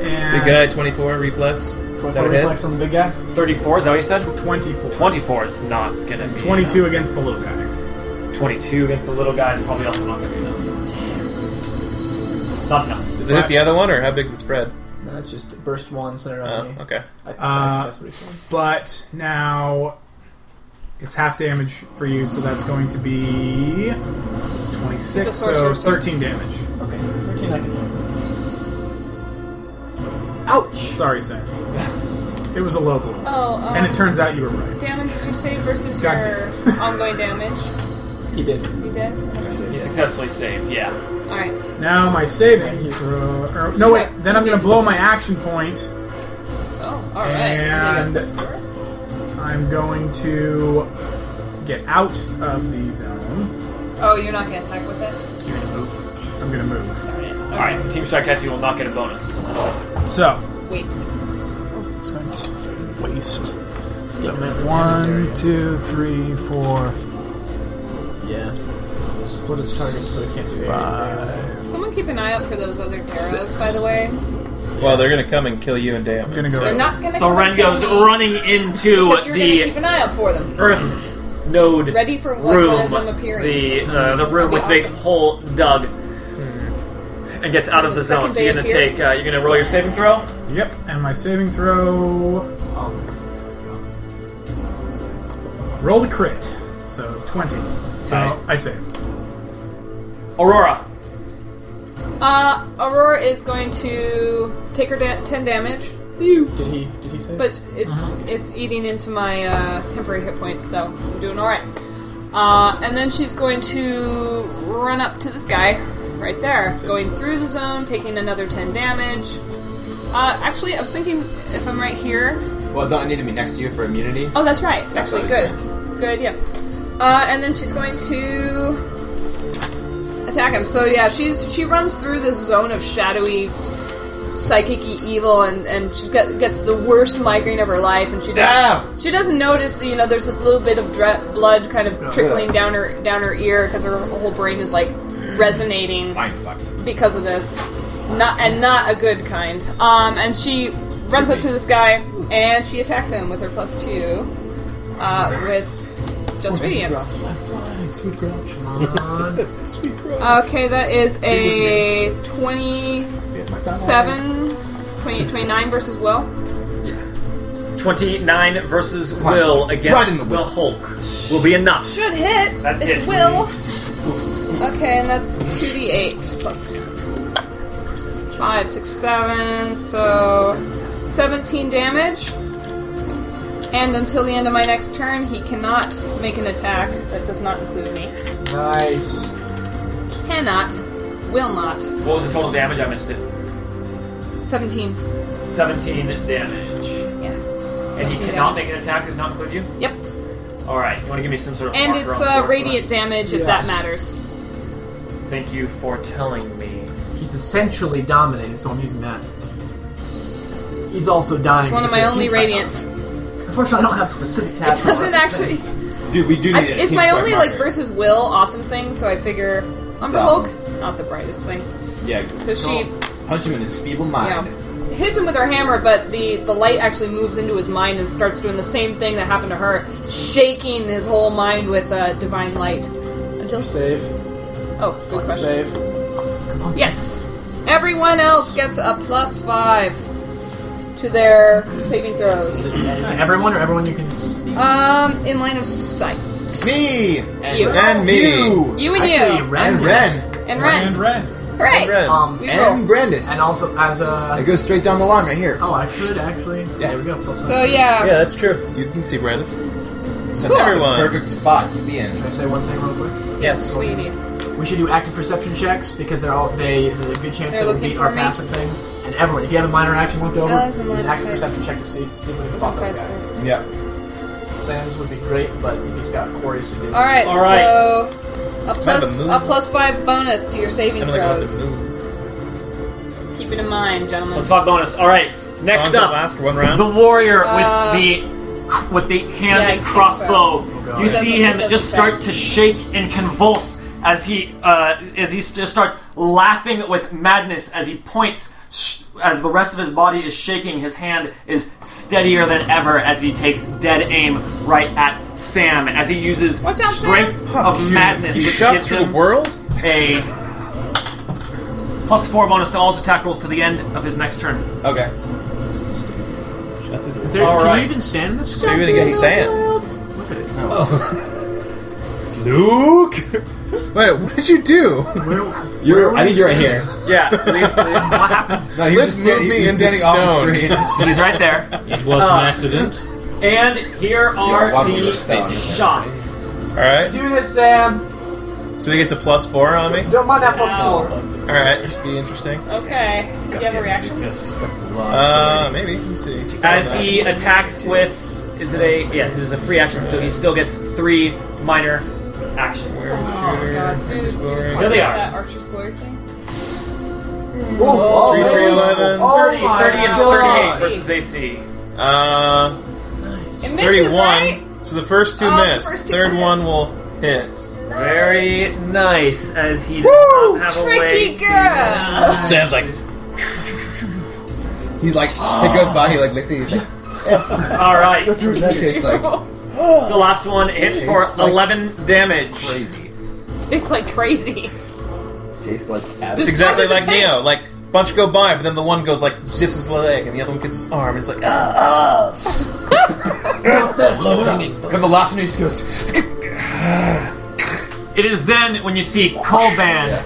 S8: And
S2: Big
S8: Ah.
S2: guy, twenty-four reflex. Is that a hit?
S6: reflex on the big guy.
S3: 34, is that what you said?
S8: 24.
S3: 24 is not gonna be.
S8: 22 against the little guy.
S3: 22 against the little guy is probably also not gonna be enough. Damn. Not enough.
S2: Does it hit the other one, or how big's the spread?
S6: No, it's just burst one center on
S2: Oh,
S6: me.
S2: okay.
S6: I, I think
S8: Uh,
S6: that's what he's saying.
S8: But now it's half damage for you, so that's going to be it's 26, so
S4: sorcerer, so-
S8: 13 damage.
S6: Okay, thirteen I can handle. Ouch!
S8: Sorry, Sam. It was a low blow.
S4: Oh, um,
S8: And it turns out you were right.
S4: damage did you say versus
S8: God
S4: your ongoing damage?
S6: You did.
S4: You did?
S3: He successfully saved, yeah.
S4: Alright.
S8: Now my saving throw. Or, no, wait. Then I'm going to blow my action point.
S4: Oh, alright.
S8: And- I'm going to get out of the zone.
S4: Oh, you're not gonna attack with it?
S8: You're going to move. I'm going to move.
S3: Alright, Team Strike Tattoo will not get a bonus.
S8: So
S4: Waste.
S8: it's going to waste. One, two, three, four,
S6: Yeah. Split its target so it can't do
S8: five.
S4: Someone keep an eye out for those other Daros, by the way.
S2: Well, they're gonna come and kill you and damage.
S8: Gonna go
S2: so-
S8: right
S4: They're not gonna
S3: So
S4: come
S3: Ren goes
S4: and kill me
S3: running into
S4: because you're gonna keep
S3: the
S4: an eye out for them.
S3: Earth Node
S4: Ready for what
S3: room.
S4: one of them appearing.
S3: The, uh, the room with
S4: That'd be
S3: big
S4: awesome. Hmm.
S3: hole dug. And gets out of
S4: The
S3: the
S4: second
S3: zone. So
S4: they
S3: you're gonna
S4: appear.
S3: take, uh, you're gonna roll your saving throw.
S8: Yep. And my saving throw. Roll the crit. So twenty. So
S3: Okay.
S8: I save.
S3: Aurora,
S4: Uh, Aurora is going to take her da- ten damage,
S6: Did he? Did he say? Uh-huh.
S4: but it's it's eating into my uh, temporary hit points, so I'm doing all right. Uh, and then she's going to run up to this guy right there, going through the zone, taking another ten damage. Uh, actually, I was thinking if I'm right here,
S9: Well, don't I need to be next to you for immunity?
S4: Oh, that's right.
S9: That's
S4: Actually,
S9: what I
S4: good. Good, yeah. Uh, and then she's going to attack him. So yeah, she's she runs through this zone of shadowy, psychic-y evil, and and she get, gets the worst migraine of her life, and she
S9: Ah!
S4: doesn't, she doesn't notice. that, You know, there's this little bit of dre- blood kind of trickling down her down her ear because her whole brain is like resonating
S9: Mind fucked.
S4: because of this. not and not a good kind. Um, and she runs up to this guy and she attacks him with her plus two, uh, with just radiance.
S5: Sweet grouch. Sweet grouch.
S4: Okay, that is a twenty-seven, 28, 29 versus Will.
S3: 29 versus
S9: Punch.
S3: Will
S9: Right
S3: against
S9: in the
S3: the Will Hulk will be enough.
S4: Should hit.
S3: That
S4: it's
S3: hits.
S4: Will. Okay, and that's 2d8 plus 2. 5, six, seven, so 17 damage. And until the end of my next turn, he cannot make an attack that does not include me.
S6: Nice.
S4: Cannot, will not.
S3: What was the total damage? I missed it.
S4: 17.
S3: 17 damage.
S4: Yeah.
S3: And he
S4: 17
S3: cannot
S4: damage.
S3: make an attack, does not include you?
S4: Yep.
S3: Alright, you want to give me some sort of
S4: And
S3: marker
S4: it's
S3: on the
S4: uh,
S3: board for
S4: radiant damage if that
S6: Yes.
S4: matters.
S3: that? Thank you for telling me.
S6: He's essentially dominating, so I'm using that. He's also dying.
S4: It's one of
S6: because we
S4: my
S6: have
S4: only
S6: teams right now.
S4: radiants.
S6: Unfortunately, I don't have specific tabs.
S4: It
S6: for
S4: doesn't
S6: this
S4: actually.
S6: thing.
S9: Dude, we do need
S4: I,
S9: a
S4: it's
S9: team
S4: my
S9: start
S4: only like
S9: marker.
S4: versus will awesome thing, so I figure Umber
S9: awesome.
S4: Hulk, not the brightest thing.
S9: Yeah,
S4: So she
S9: punch him in his feeble
S4: you know,
S9: mind.
S4: hits him with her hammer, but the the light actually moves into his mind and starts doing the same thing that happened to her, shaking his whole mind with uh, divine light. Until
S6: Save.
S4: oh, good question.
S6: Save.
S4: Yes, everyone else gets a plus five to their saving throws.
S6: To everyone or everyone you can see?
S4: Um, in line of sight.
S9: Me and,
S4: You.
S9: and me
S5: You.
S4: You and
S6: Actually,
S4: you.
S9: and
S6: Ren.
S9: Ren
S4: And Ren.
S8: And red.
S4: Hooray!
S2: Red.
S6: Um,
S4: We roll.
S9: and Brandis.
S6: and also as
S9: It
S6: a.
S9: goes straight down the line right here.
S6: Oh, I should actually. There we go. Plus
S4: So
S6: one.
S4: yeah,
S2: Yeah, that's true. You can see Brandis.
S9: It's
S2: cool.
S9: a
S2: Everyone.
S9: perfect spot to be in.
S6: Can I say one thing real quick?
S4: yes, we need.
S6: We should do active perception checks because they're all they. There's a good chance
S4: They're
S6: that we
S4: looking
S6: beat our
S4: for me.
S6: passive thing. And everyone, if you have a minor action left over,
S4: Alex and
S6: you can
S4: minor
S6: active
S4: side.
S6: perception check to see see if we can spot those guys.
S9: Yeah.
S6: Sam's would be great, but he's got quarries to do.
S4: All right,
S3: All right.
S4: so a plus
S2: moon.
S4: a plus five bonus to your saving
S2: Kind of like what
S4: throws.
S2: the moon.
S4: Keep it in mind, gentlemen.
S3: Plus five bonus. Alright, next
S2: Lonzo
S3: up.
S2: last for one round.
S3: The warrior
S4: Uh,
S3: with the with the
S4: yeah, I
S3: hand
S4: think
S3: crossbow.
S2: Oh,
S6: God.
S3: You see
S4: Doesn't-
S3: him
S4: doesn't
S3: just
S4: sound-
S3: start to shake and convulse as he uh, as he just starts laughing with madness as he points. Sh- as the rest of his body is shaking, his hand is steadier than ever as he takes dead aim right at Sam. As he uses
S4: Watch out, Sam.
S3: strength of madness,
S2: You
S3: which
S2: shot
S3: gives
S2: through the
S3: him
S2: world?
S3: a plus four bonus to all his attack rolls to the end of his next turn.
S9: Okay.
S6: Is there?
S3: All
S6: can
S3: right.
S6: you even stand in this?
S2: So you're gonna get sand.
S6: Look at it.
S9: Luke! Wait, what did you do?
S6: Where-
S9: You're, I think you're right here.
S3: Yeah, leave-
S6: what happened?
S9: No, he
S2: Let's
S9: was just sta-
S2: move me
S9: he was
S2: into
S9: standing off the
S2: stone.
S9: screen.
S3: leave. he's right there.
S7: It was an accident.
S3: And here are
S9: Yeah, one we
S3: the
S9: were facing.
S3: shots.
S2: Alright.
S6: Do this, Sam.
S2: So he gets a plus four on me?
S6: Don't mind that plus
S4: Ow.
S6: four.
S2: Alright. This be interesting.
S4: okay, do you have a reaction?
S10: Yes, respect the law.
S2: Uh, maybe. Let's see.
S3: As he attacks with, is it a yes? It is a free action, so he still gets three minor actions.
S4: Oh god, dude, dude,
S3: There they are.
S4: That Archer's glory thing.
S6: Ooh, oh,
S2: Three, three,
S6: oh,
S2: eleven.
S6: Oh
S3: 30,
S6: my
S3: 30 and
S6: God.
S3: 38 versus AC.
S2: Uh,
S4: It misses,
S2: 31.
S4: right?
S2: So the first two
S4: Oh, the
S2: missed.
S4: first two
S2: Third
S4: missed.
S2: one will hit.
S3: Very nice, as he does not have a
S4: Tricky
S3: way. to-
S4: girl.
S7: Sam's like,
S9: He's like, he goes by, he like licks it, he's like,
S3: All right,
S9: what does that taste like?
S3: the last one hits for
S9: It's like-
S3: 11 damage.
S9: Crazy.
S4: It's like crazy.
S9: Tastes like
S2: It's
S9: Adam.
S4: Just-
S2: exactly
S4: what does
S2: like
S4: it taste?
S2: Neo. Like bunch go by, but then the one goes like zips his leg, and the other one gets his arm. And it's like ah.
S9: And the last one he just goes,
S3: It is then when you see Colban,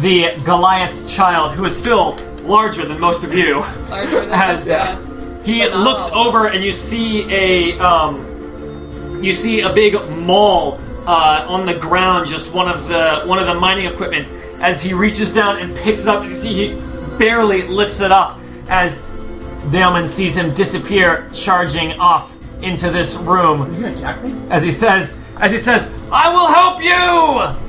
S3: the Goliath child, who is still larger than most of you.
S4: Larger than
S3: Has-
S4: most of us.
S3: He
S4: But not
S3: looks
S4: all of
S3: over
S4: us.
S3: and you see a um, you see a big maul uh, on the ground, just one of the one of the mining equipment. As he reaches down and picks it up, you see he barely lifts it up as Dailman sees him disappear, charging off into this room.
S6: You gonna attack me?
S3: As he says, as he says, "I will help you."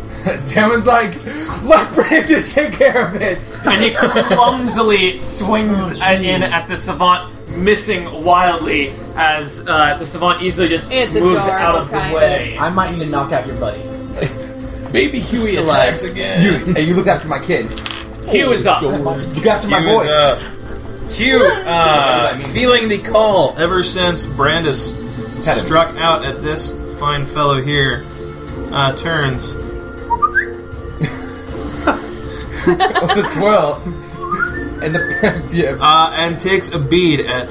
S9: Damon's like, let Brandis take care of it.
S3: and he clumsily swings
S2: Oh,
S3: in at the savant, missing wildly as uh, the savant easily just
S4: It's a
S3: moves
S4: adorable
S3: out of the
S4: kind of-
S3: way.
S6: I might need to knock out your buddy.
S7: baby Huey attacks again.
S9: Hey, you look after my kid.
S3: Hugh is up.
S2: You got to my boy. Hugh, uh, feeling the call ever since Brandis struck out at this fine fellow here, uh, turns.
S5: With a twirl.
S2: And the uh, and takes a bead at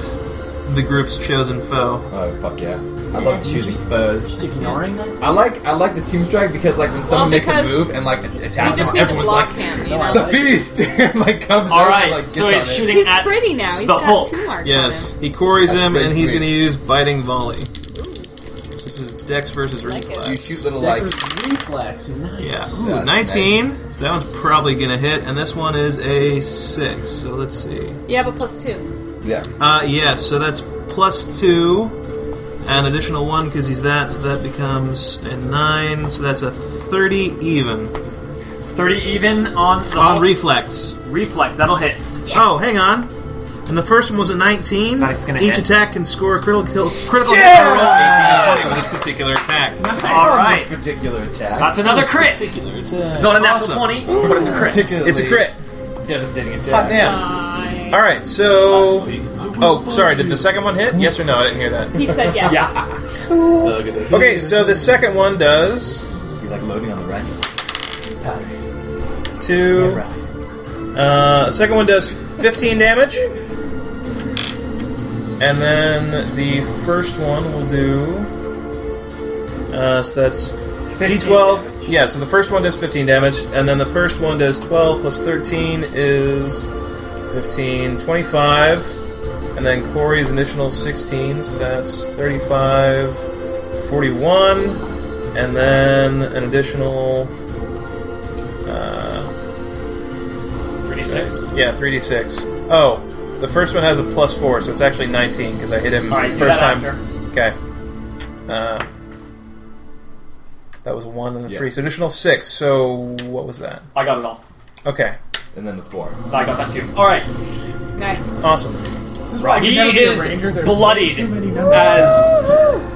S2: the group's chosen foe.
S5: Oh fuck yeah! I love choosing foes.
S6: ignoring
S5: I like I like the team strike because like when someone makes a
S4: because
S5: move and like it-
S4: We
S5: attacks someone,
S4: just need to
S5: everyone's
S4: block
S5: like "Oh,
S4: him. You know?
S5: the feast and like comes
S3: All
S5: out
S3: right,
S5: and, like, gets
S3: so he's
S5: on it.
S3: shooting
S4: He's
S3: at
S4: pretty now. He's
S3: the
S4: got
S3: Hulk.
S4: two marks.
S2: Yes, he quarries
S5: That's
S2: him,
S5: pretty
S2: and he's
S5: sweet.
S2: going to use biting volley. This is Dex versus reflex.
S5: You shoot little like
S6: Dexter's reflex. Nice.
S2: Yeah,
S5: That's
S2: Ooh, 19. So that one's probably going to hit, and this one is a six. So let's see.
S4: You have a plus two.
S5: yeah.
S2: Uh, yes, so that's plus two, an additional one because he's that, so that becomes a nine, so that's a 30 even.
S3: 30 even on the
S2: On
S3: Hulk.
S2: reflex.
S3: reflex. That'll hit.
S2: Oh, hang on. And the first one was a 19.
S3: That's gonna
S2: Each
S3: hit.
S2: attack can score a critical kill, critical hit
S5: Yeah!
S2: per roll 18 and 20 with this particular attack.
S3: All right,
S5: this particular attack.
S3: that's another crit.
S2: uh,
S3: Not a natural 20, but it's a crit.
S5: particularly
S2: It's a crit.
S5: devastating
S2: Hot
S5: attack.
S2: damn. All right, so. Oh, sorry. Did the second one hit? Yes or no? I didn't hear that.
S4: He said yes.
S3: Yeah.
S2: Okay, so the second one does
S5: You're like loading on the right. Powder.
S2: two. Uh, second one does 15 damage. And then the first one will do. Uh, so that's
S3: 15
S2: D12. Yeah, so the first one does 15 damage. And then the first one does 12 plus 13 is 15, 25. And then Corey's initial 16, so that's 35, 41. And then an additional. Uh,
S3: 36.
S2: yeah, 3d6. Oh, the first one has a plus 4, so it's actually 19 because I hit him
S3: All right, do
S2: first
S3: that
S2: time. Okay. Uh, that was 1 and the
S5: Yeah.
S2: 3. So additional 6. So what was that?
S3: I got it all.
S2: Okay.
S5: And then the four.
S3: I got that too. All right,
S4: Nice.
S2: Awesome.
S8: This is why I could
S3: He
S8: never be a
S3: is
S8: ranger. There's
S3: bloodied
S8: too many numbers.
S3: as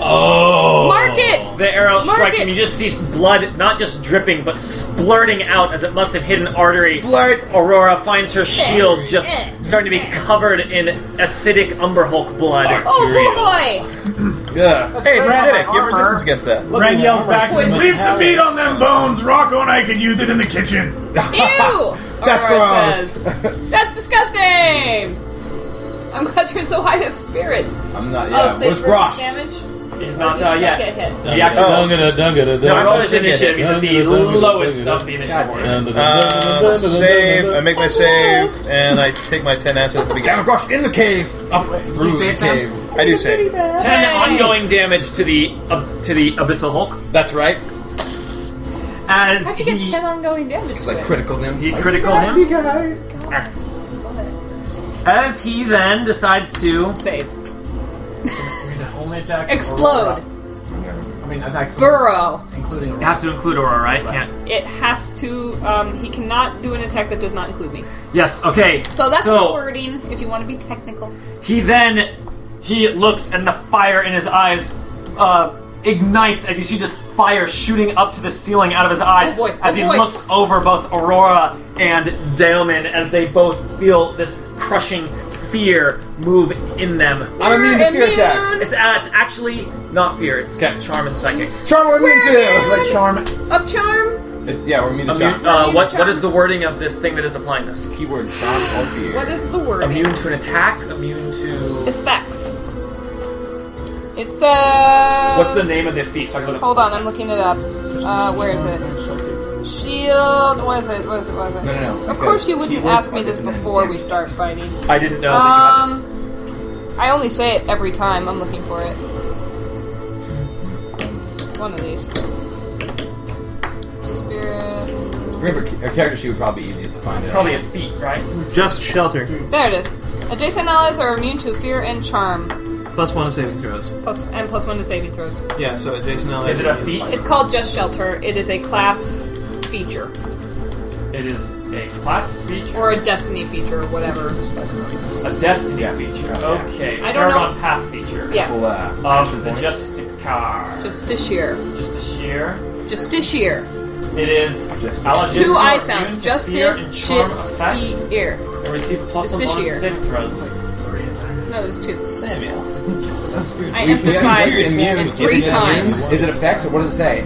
S10: Oh!
S4: Mark it!
S3: the arrow
S4: Mark
S3: strikes
S4: it.
S3: him, you just see blood not just dripping but splurting out as it must have hit an artery.
S5: Splurt.
S3: Aurora finds her shield just starting to be covered in acidic Umber Hulk blood.
S4: Oh, boy boy!
S2: Hey, it's
S8: Grab my
S2: acidic. You have resistance against that.
S8: Ren yells back.
S10: Leave some meat on them bones. Rocco and I could use it in the kitchen.
S4: Ew!
S5: That's
S4: Aurora
S5: gross.
S4: Says. That's disgusting! I'm glad you're in so high of spirits.
S5: I'm not. Yeah.
S4: oh, save
S5: Where's
S4: versus
S5: Grosh?
S4: damage?
S3: He's
S4: Or
S3: not
S4: did you
S3: uh,
S4: not
S3: yet.
S4: get hit?
S3: He actually
S2: I
S3: I
S2: thought it
S3: rolled
S2: did
S3: his
S2: get
S3: initiative.
S2: hit.
S3: He's at the lowest of the initiative order.
S2: Uh, save. I make my save, and I take my 10 acid at the
S5: Damn it,
S2: beginning.
S5: Grosh in the cave. Up through the cave.
S2: I do save.
S3: Ten ongoing damage to the uh, to the abyssal Hulk
S5: That's right.
S3: as
S4: How'd you get
S3: he,
S4: 10 ongoing damage?
S5: It's
S4: to
S5: like
S4: it?
S5: critical them.
S3: he critical him.
S5: guy.
S3: As he then decides to
S4: Save.
S6: Only attack.
S4: Explode.
S6: Aurora. I mean, attacks.
S4: Burrow.
S6: Including.
S3: It has to include Aurora, right? Can't.
S4: It has to. Um, he cannot do an attack that does not include me.
S3: Yes. Okay.
S4: So that's the wording. If you want to be technical,
S3: He then he looks, and the fire in his eyes uh, ignites as you see just fire shooting up to the ceiling out of his eyes.
S4: Oh boy, oh
S3: as he
S4: boy.
S3: looks over both Aurora and Daemon, as they both feel this crushing fear move in them.
S5: I'm immune to fear
S4: Immune.
S5: attacks.
S3: It's, uh, it's actually not fear. It's charm and psychic.
S5: Charm, we're immune
S4: We're
S5: to.
S6: Charm.
S4: up charm.
S5: It's, yeah, we're immune to charm.
S3: Immune, uh, what, what
S4: charm.
S3: is the wording of the thing that is applying this?
S5: Keyword charm or fear.
S4: What is the wording?
S3: Immune to an attack. Immune to
S4: Effects. It says.
S3: what's the name of the feat? So I can look up-
S4: Hold on, I'm looking it up. Uh, where is it? Shield. What is it? What is it? What is it?
S5: No, no, no.
S4: Of course, you wouldn't
S5: Keywords
S4: ask me this
S5: are in there.
S4: before we start fighting.
S5: Oh,
S3: I didn't know. that you had this.
S4: Um, I only say it every time. I'm looking for it. It's one of these. Spirit.
S5: A character sheet would probably be easiest to find out.
S3: Probably a feat, right?
S2: Just shelter.
S4: There it is. Adjacent allies are immune to fear and charm,
S2: Plus one to saving throws.
S4: plus and plus one to saving throws.
S2: Yeah, so Jason L.
S3: Is it a feat?
S4: It's called Just Shelter. It is a class feature
S3: It is a class feature
S4: or a destiny feature, or whatever.
S3: a destiny feature. Okay,
S4: I don't
S3: Paragon
S4: know.
S3: Path feature.
S4: Yes.
S5: Uh,
S3: Of the Justicar.
S4: Justiciar.
S3: Just a sheer.
S4: Justiciar.
S3: It is allergies
S4: Two
S3: are
S4: eye
S3: immune
S4: sounds.
S3: to fear
S4: Justin,
S3: and
S4: shit,
S3: charm effects,
S4: e, ear.
S3: and receive plus
S4: It's
S3: one
S4: this
S3: bonus to
S4: year.
S3: saving throws.
S4: No, there's two.
S7: Samuel.
S4: I emphasized it three times.
S9: Is it effects or what does it say?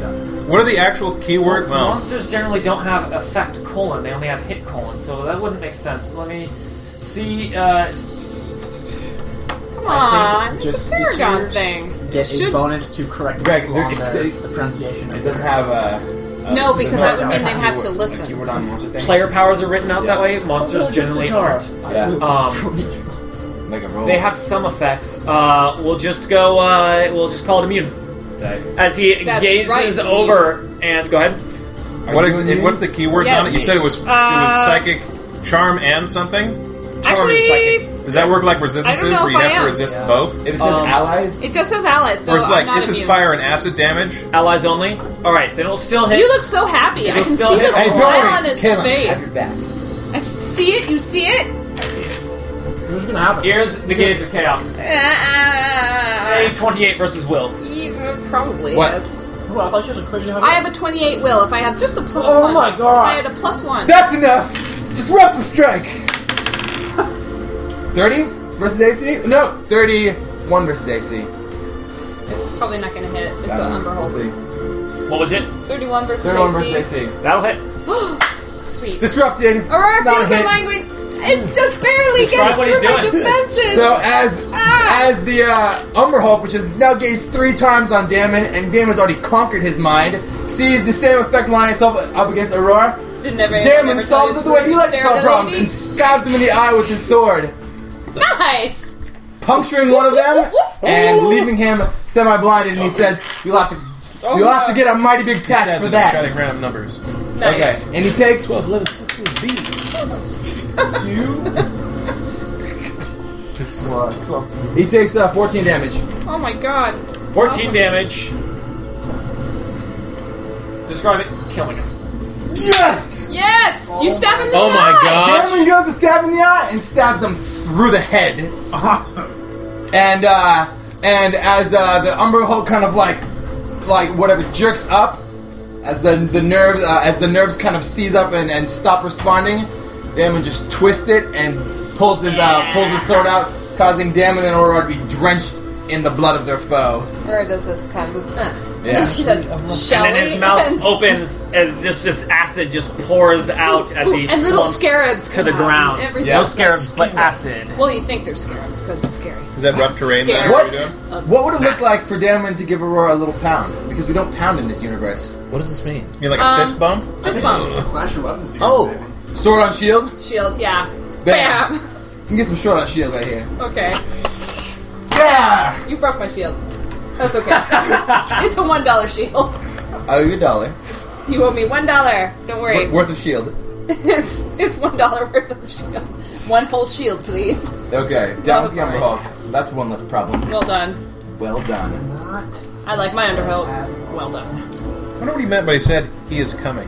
S2: What are the actual keyword? Well,
S3: Monsters generally don't have effect colon; they only have hit colon, so that wouldn't make sense. Let me see. Uh,
S4: Come on,
S6: think
S4: it's
S6: just
S4: a
S6: this
S4: Paragon
S6: year's
S4: thing. It
S6: Get a
S4: should.
S6: bonus to correct
S9: Greg,
S6: people on
S9: it-
S6: their-
S9: it-
S6: the pronunciation.
S9: It
S6: of
S9: doesn't
S6: it.
S9: have
S5: uh,
S9: a.
S4: No, because that would
S6: no,
S4: mean they'd
S6: no,
S4: have to
S9: keyword- a
S4: listen.
S9: Keyword on monster thing.
S3: player powers are written out that way. Monsters
S6: Just
S3: generally
S6: a card.
S3: aren't.
S9: Yeah.
S3: Um,
S9: Like a roll.
S3: they have some effects. Uh, we'll just go. Uh, we'll just call it immune. As he
S4: That's
S3: gazes
S4: right, immune.
S3: over and go ahead.
S2: what
S9: you
S2: ex-
S9: immune?
S2: what's the keywords
S4: Yes.
S2: on it? You said it was it
S4: Uh,
S2: was psychic, charm, and something.
S3: Charm and
S4: Actually,
S3: psychic.
S2: Does that work like resistances,
S4: know
S2: where
S4: if
S2: you
S4: I
S2: have
S4: am.
S2: to resist both?
S9: If it says
S3: Um,
S9: allies,
S4: it just says allies, so
S2: Or it's
S4: I'm
S2: like
S4: not
S2: this is
S4: immune.
S2: fire and acid damage.
S3: Allies only. All right, then it'll still hit.
S4: You look so happy. I
S3: It'll
S4: can see
S3: still
S4: the
S3: hit. Hey,
S4: smile
S3: don't
S9: worry,
S4: on his
S9: Tim, I
S4: face.
S9: have your
S4: I can see it. You see it.
S6: Who's gonna have it?
S3: Here's the gaze of chaos. A
S4: Ah,
S3: twenty-eight versus will.
S4: yeah, probably
S9: What?
S4: is.
S6: Ooh, I thought she was a crazy.
S4: I have a 28 will. If I have just a plus
S6: Oh
S4: one.
S6: my God.
S4: If I had a plus one.
S9: That's enough! Disruptive strike! 30 versus AC? No, 31 versus AC.
S4: it's probably not going to hit it. It's
S9: I
S4: an
S9: don't
S4: umber
S9: know,
S4: hole.
S9: we'll see.
S3: What was it?
S4: 31 versus
S9: 31
S4: AC.
S9: versus AC.
S3: That'll hit.
S4: Sweet.
S9: Disrupted.
S4: or
S9: not a
S4: if it's
S9: hit.
S4: a language, it's just barely
S3: Describe what
S4: getting
S3: he's
S4: through my
S3: doing.
S4: defenses.
S9: So as
S4: Ah!
S9: as the uh, Umber Hulk, which is now gazed three times on Damon, and Damon's already conquered his mind, sees the same effect line itself up against Aurora.
S4: Didn't ever,
S9: Damon
S4: ever
S9: solves it the way he likes to solve problems and stabs him in the eye with his sword,
S4: Nice.
S9: puncturing one of them and leaving him semi-blinded. And he said, "You'll have
S4: Oh
S9: to, you'll have to get a mighty big patch
S2: Stabs
S9: for
S2: it,
S9: that."
S2: Shouting random numbers.
S9: Okay,
S4: Nice.
S9: and he takes
S7: 12, 11, 16, B.
S9: plus 12. He takes uh, 14 damage.
S4: Oh my god.
S3: 14 damage. Describe it killing him.
S9: Yes.
S4: Yes! You stab him in the
S7: Oh my
S4: eye!
S7: gosh.
S9: Damon goes to stab him in the eye and stabs him through the head.
S8: Awesome.
S9: and uh, and as uh, the Umber Hulk kind of like like whatever jerks up, as the the nerves uh, as the nerves kind of seize up and, and stop responding, Damon just twists it and pulls his uh, pulls his sword out, causing Damon and Aurora to be drenched in the blood of their foe.
S4: Where does this kind of
S9: Yeah.
S4: Shall
S3: And
S4: we?
S3: then his mouth
S4: And-
S3: opens as this just acid just pours out as he
S4: and little
S3: slumps
S4: scarabs
S3: to the
S4: come out
S3: ground.
S4: and everything.
S9: Yeah.
S3: No scarabs, but acid.
S4: Well, you think they're scarabs because it's scary.
S2: Is that rough terrain?
S4: Scary.
S2: Then?
S9: What
S2: What? Doing?
S9: what would it look like for Damon to give Aurora a little pound? Because we don't pound in this universe.
S7: What does this mean?
S2: You mean like a
S4: Um,
S2: fist bump?
S4: Fist bump,
S12: Flash your weapons. again, baby.
S9: sword on shield.
S4: shield, yeah.
S9: Bam.
S4: Bam.
S9: You can get some sword on shield right here.
S4: Okay,
S9: Yeah.
S4: you broke my shield. That's okay. it's a one dollar shield.
S9: I owe you Oh, a dollar
S4: You owe me one dollar. Don't worry.
S9: wor- worth of shield.
S4: it's it's one dollar worth of shield. One whole shield, please.
S9: Okay, down with the
S4: Oh,
S9: Umber
S4: sorry.
S9: Hulk. That's one less problem.
S4: Well done.
S9: Well done.
S4: I like my underhook. Well done.
S2: I wonder what he meant by he said he is coming.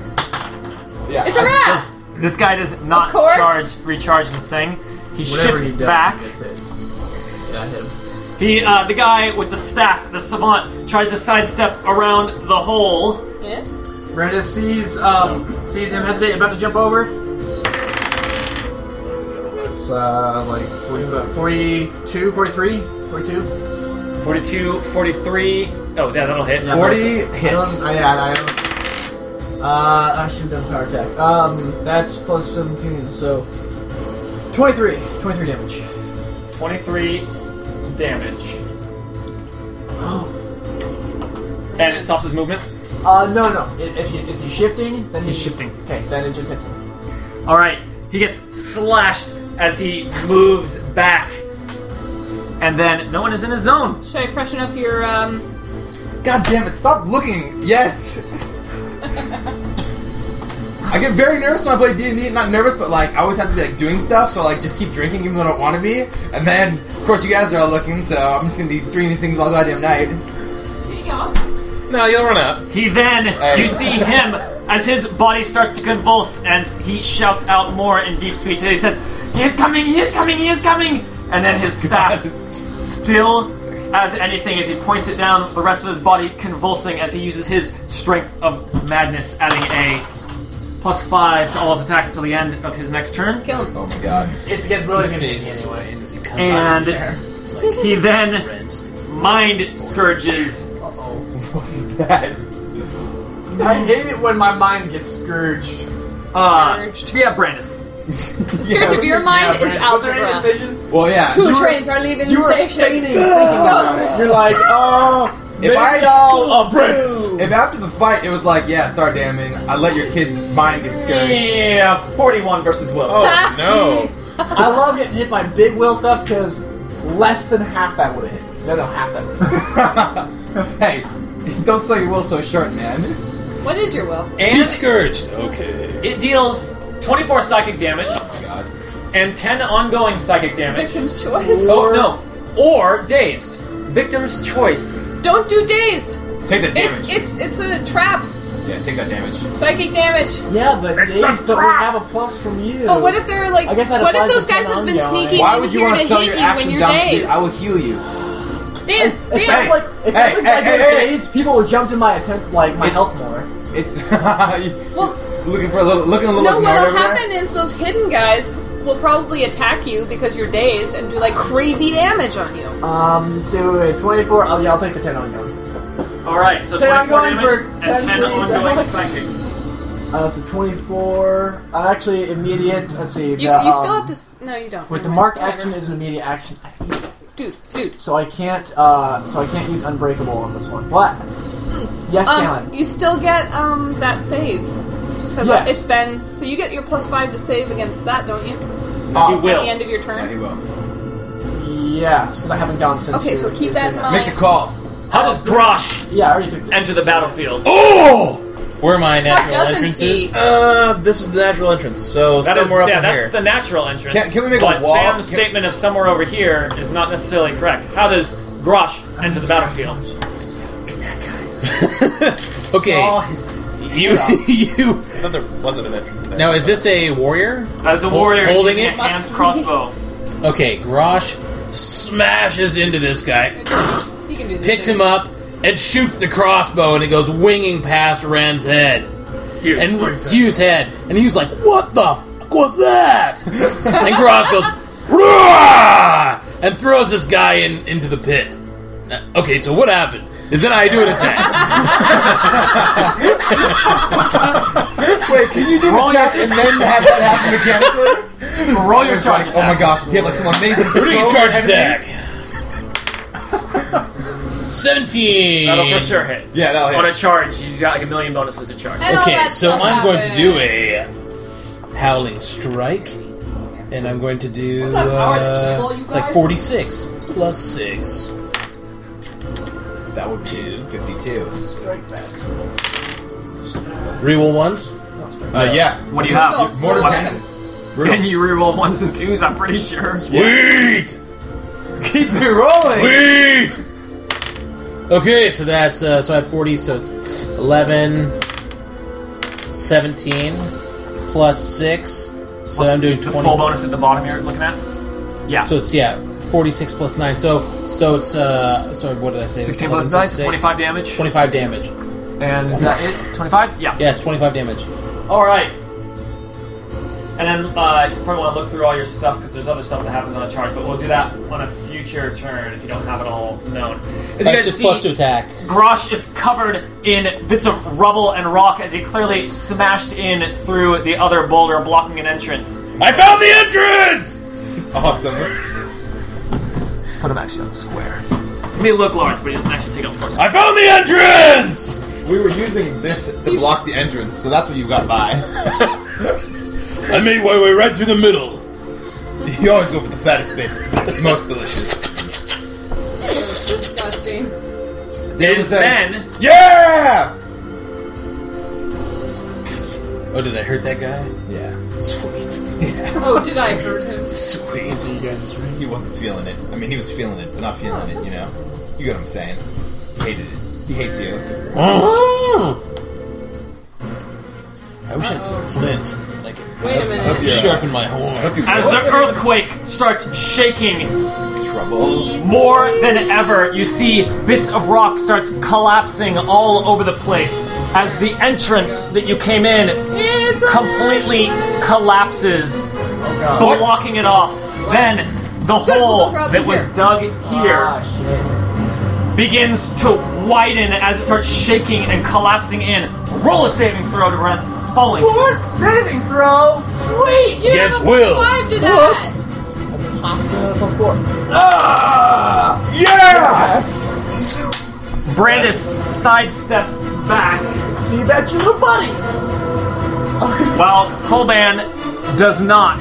S9: Yeah.
S4: It's a wrap.
S3: This guy does not
S4: Of course.
S3: charge, recharge his thing. He
S6: Whatever
S3: shifts
S6: he does,
S3: back.
S6: he gets hit. Yeah, I hit him.
S3: He, uh, the guy with the staff, the savant, tries to sidestep around the hole.
S4: Yeah.
S6: Brandis sees um, sees him hesitate, about to jump over. It's uh, like 40, 42, 43, 42.
S3: 42, 43. Oh, yeah, that'll hit.
S6: Yeah,
S9: 40
S6: I don't-
S9: hit.
S6: I, yeah, I don't. Uh, I should have done power attack. Um, that's plus 17, so 23, 23 damage.
S3: 23 damage. Oh. And it stops his movement?
S6: Uh, no, no. If, if he, is he shifting? Then he-
S3: He's shifting.
S6: Okay, then it just hits him.
S3: All right, he gets slashed as he moves back, and then no one is in his zone.
S4: Should I freshen up your um?
S9: God damn it! Stop looking. Yes. I get very nervous when I play D and D. Not nervous, but like I always have to be like doing stuff. So like just keep drinking even though I don't want to be. And then of course you guys are all looking, so I'm just gonna be drinking these things all goddamn night.
S4: Here you go.
S2: No, you'll run up.
S3: He then
S9: Hey.
S3: you see him as his body starts to convulse, and he shouts out more in deep speech. And he says, "He is coming! He is coming! He is coming!" And then his staff, still as anything as he points it down, the rest of his body convulsing as he uses his strength of madness, adding a plus five to all his attacks till the end of his next turn.
S4: Kill him.
S5: Oh my god.
S6: It's against Willie's
S7: Phases away as he comes
S3: And
S7: out of
S3: he then mind scourges.
S6: I hate it when my mind gets scourged.
S3: Uh,
S4: Scourged.
S3: yeah, Brandis.
S4: The scourge of your mind
S3: Yeah,
S4: is
S3: right.
S6: Was there any
S4: algebra.
S6: decision?
S5: Well, yeah.
S4: Two trains are leaving
S6: You were
S4: the
S6: feigning.
S4: station.
S6: thinking about it. You're like, oh, maybe
S5: I-
S6: I'll
S5: If after the fight it was like, yeah, sorry, damning, I let your kid's mind get scourged.
S3: Yeah, 41 versus Will.
S2: Oh no!
S6: I love getting hit by big wheel stuff because less than half that would have hit. me. No, no, half that. would've hit me.
S5: hey, don't sell your will so short, man.
S4: What is your will?
S7: Be
S3: And
S7: scourged. Okay.
S3: it deals 24 psychic damage and 10 ongoing psychic damage.
S4: Victim's choice.
S3: Oh no. Or dazed. Victim's choice.
S4: Don't do dazed.
S5: Take that
S4: It's
S5: damage.
S4: it's it's a trap.
S5: yeah, take that damage.
S4: Psychic damage.
S6: Yeah, but Dave's, but we have a plus from you.
S4: But what if they're like?
S6: I guess that
S4: What if
S6: applies
S4: those
S6: to
S4: guys
S6: Ken
S4: have been
S6: Ongai.
S4: sneaking
S5: Why
S4: in
S5: would you
S4: here
S5: want to
S4: to
S5: sell
S4: hate you
S5: your
S4: when
S5: action
S4: you're
S5: down? Dude,
S4: dazed?
S5: I will heal you.
S4: Dan,
S6: It
S4: Dan,
S6: sounds like it sounds
S5: Hey,
S6: like back
S5: hey,
S6: in the
S5: hey, hey.
S6: days, people would jump to my attempt, like my
S5: It's-
S6: health more.
S5: It's
S4: Well-
S5: looking for a little, looking a little.
S4: No,
S5: nerd
S4: what'll
S5: over there?
S4: happen is those hidden guys will probably attack you because you're dazed and do like crazy damage on you.
S6: Um, so wait, 24. Oh yeah, I'll take the 10 on you.
S3: Alright, so
S6: Ten
S3: 24
S6: ongoing
S3: damage
S6: for
S3: and
S6: 10
S3: 10
S6: freeze
S3: ongoing
S6: attacks.
S3: psychic.
S6: Uh, so 24. Uh, actually, immediate. Let's see.
S4: You,
S6: the,
S4: you still
S6: um,
S4: have to. s- No, you don't.
S6: With the
S4: Never
S6: mark
S4: mind.
S6: action is an immediate action, I hate it.
S4: dude, dude.
S6: so I can't. Uh, so I can't use unbreakable on this one. What? Yes,
S4: Um,
S6: Talon.
S4: you still get um that save because
S6: Yes.
S4: it's been so you get your plus five to save against that, don't you?
S3: You
S4: At the
S3: will.
S4: end of your
S5: Yeah, he
S4: turn.
S5: will.
S6: Yes, because I haven't gone since.
S4: Okay,
S6: your-
S4: so keep
S6: your
S4: that
S6: thing.
S4: in mind.
S5: Make the call.
S3: How does Grosh
S6: Yeah, I already took. The,
S3: enter the battlefield?
S5: Oh,
S7: Where my natural
S4: doesn't
S7: entrances?
S4: he?
S2: Uh, this is the natural entrance, so
S3: That is,
S2: somewhere up
S3: yeah,
S2: in
S3: that's
S2: here.
S3: the natural entrance.
S5: Can- can we make a
S3: but
S5: wall?
S3: Sam's
S5: Can-
S3: statement of somewhere over here is not necessarily correct. How does Grosh enter the battlefield?
S7: Okay. You. You.
S2: I thought there wasn't an entrance there.
S7: Now, is this a warrior?
S3: As a
S7: Hol-
S3: warrior, he's
S7: holding
S3: using a
S7: it.
S3: hand crossbow.
S7: Okay. Grosh smashes into this guy.
S4: You can do this.
S7: picks him up and shoots the crossbow and it goes winging past Ren's head
S3: Huge.
S7: and Hugh's head and Hugh's like what the fuck was that and Grosh goes "Roar!" and throws this guy in into the pit Uh, okay so what happened is then I do an attack
S5: Wait, can you do an
S3: Roll
S5: attack and then have that happen mechanically?
S3: roll your
S5: It's like,
S3: charge
S5: oh my gosh, does he have like some amazing?
S7: we're doing a
S5: throw
S7: charge
S5: enemy?
S7: attack 17
S3: That'll for sure hit.
S5: Yeah, that'll hit.
S3: On a charge, he's got like a million bonuses to charge.
S4: And all
S7: Okay,
S4: that
S7: so
S4: stuff
S7: I'm going to
S4: happens.
S7: do a howling strike, and I'm going to do
S4: What's that power that
S7: uh,
S4: control you
S7: it's like
S4: guys?
S7: 46 plus six.
S5: That would be fifty-two.
S7: Reroll ones.
S5: Uh, yeah.
S3: What do you have?
S4: No,
S3: You-
S4: mortar
S3: what-
S4: cannon.
S3: Can you reroll ones and twos? I'm pretty sure.
S7: Sweet,
S5: Keep it rolling.
S7: sweet. Okay, so that's uh, so I have 40, so it's 11, 17 plus six. So I'm doing
S3: The full
S7: 20.
S3: bonus at the bottom here, looking at. Yeah.
S7: So it's yeah, 46 plus nine. So so it's uh, so what did I say?
S3: 16 plus
S7: 11
S3: 9,
S7: six.
S3: 25 damage.
S7: 25 damage.
S3: And is that it? 25? Yeah.
S7: Yes, 25 damage.
S3: All right. And then uh, you probably want to look through all your stuff because there's other stuff that happens on a charge, but we'll do that on a future turn if you don't have it all known. As you
S7: That's
S3: guys
S7: just
S3: see,
S7: plus to attack.
S3: Grosh is covered in bits of rubble and rock as he clearly smashed in through the other boulder, blocking an entrance.
S7: I found the entrance!
S5: Awesome.
S3: Put him actually on the square. I mean, look, Lawrence, but he doesn't actually take up force.
S7: I found the entrance!
S5: We were using this to block the entrance, so that's what you got by.
S7: I made my way right through the middle.
S5: You always go for the fattest bit. It's most delicious.
S4: Disgusting.
S5: was
S3: It is
S5: that-
S3: then
S5: Yeah.
S7: Oh, did I hurt that guy?
S5: Yeah.
S7: Sweet.
S4: Oh, did I hurt him?
S7: Sweet.
S5: He wasn't feeling it. I mean, he was feeling it, but not feeling it. You know. You get what I'm saying? He hated it. He hates you.
S7: Uh-huh. Oh! I wish I had some flint. Like a
S4: Wait a minute.
S10: Sharpen my horn.
S3: As the earthquake starts shaking more than ever, you see bits of rock starts collapsing all over the place as the entrance that you came in completely collapses, blocking it off. Then the hole
S4: we'll go
S3: that was dug
S6: Ah,
S3: here begins to widen as it starts shaking and collapsing in. Roll a saving throw to prevent falling.
S6: What? Saving throw? Sweet!
S4: You
S7: Yes,
S4: have
S7: Will.
S4: Five to that.
S6: Hospital plus four.
S3: Brandis sidesteps back
S6: See you bet you the buddy!
S3: Well, Colban does not.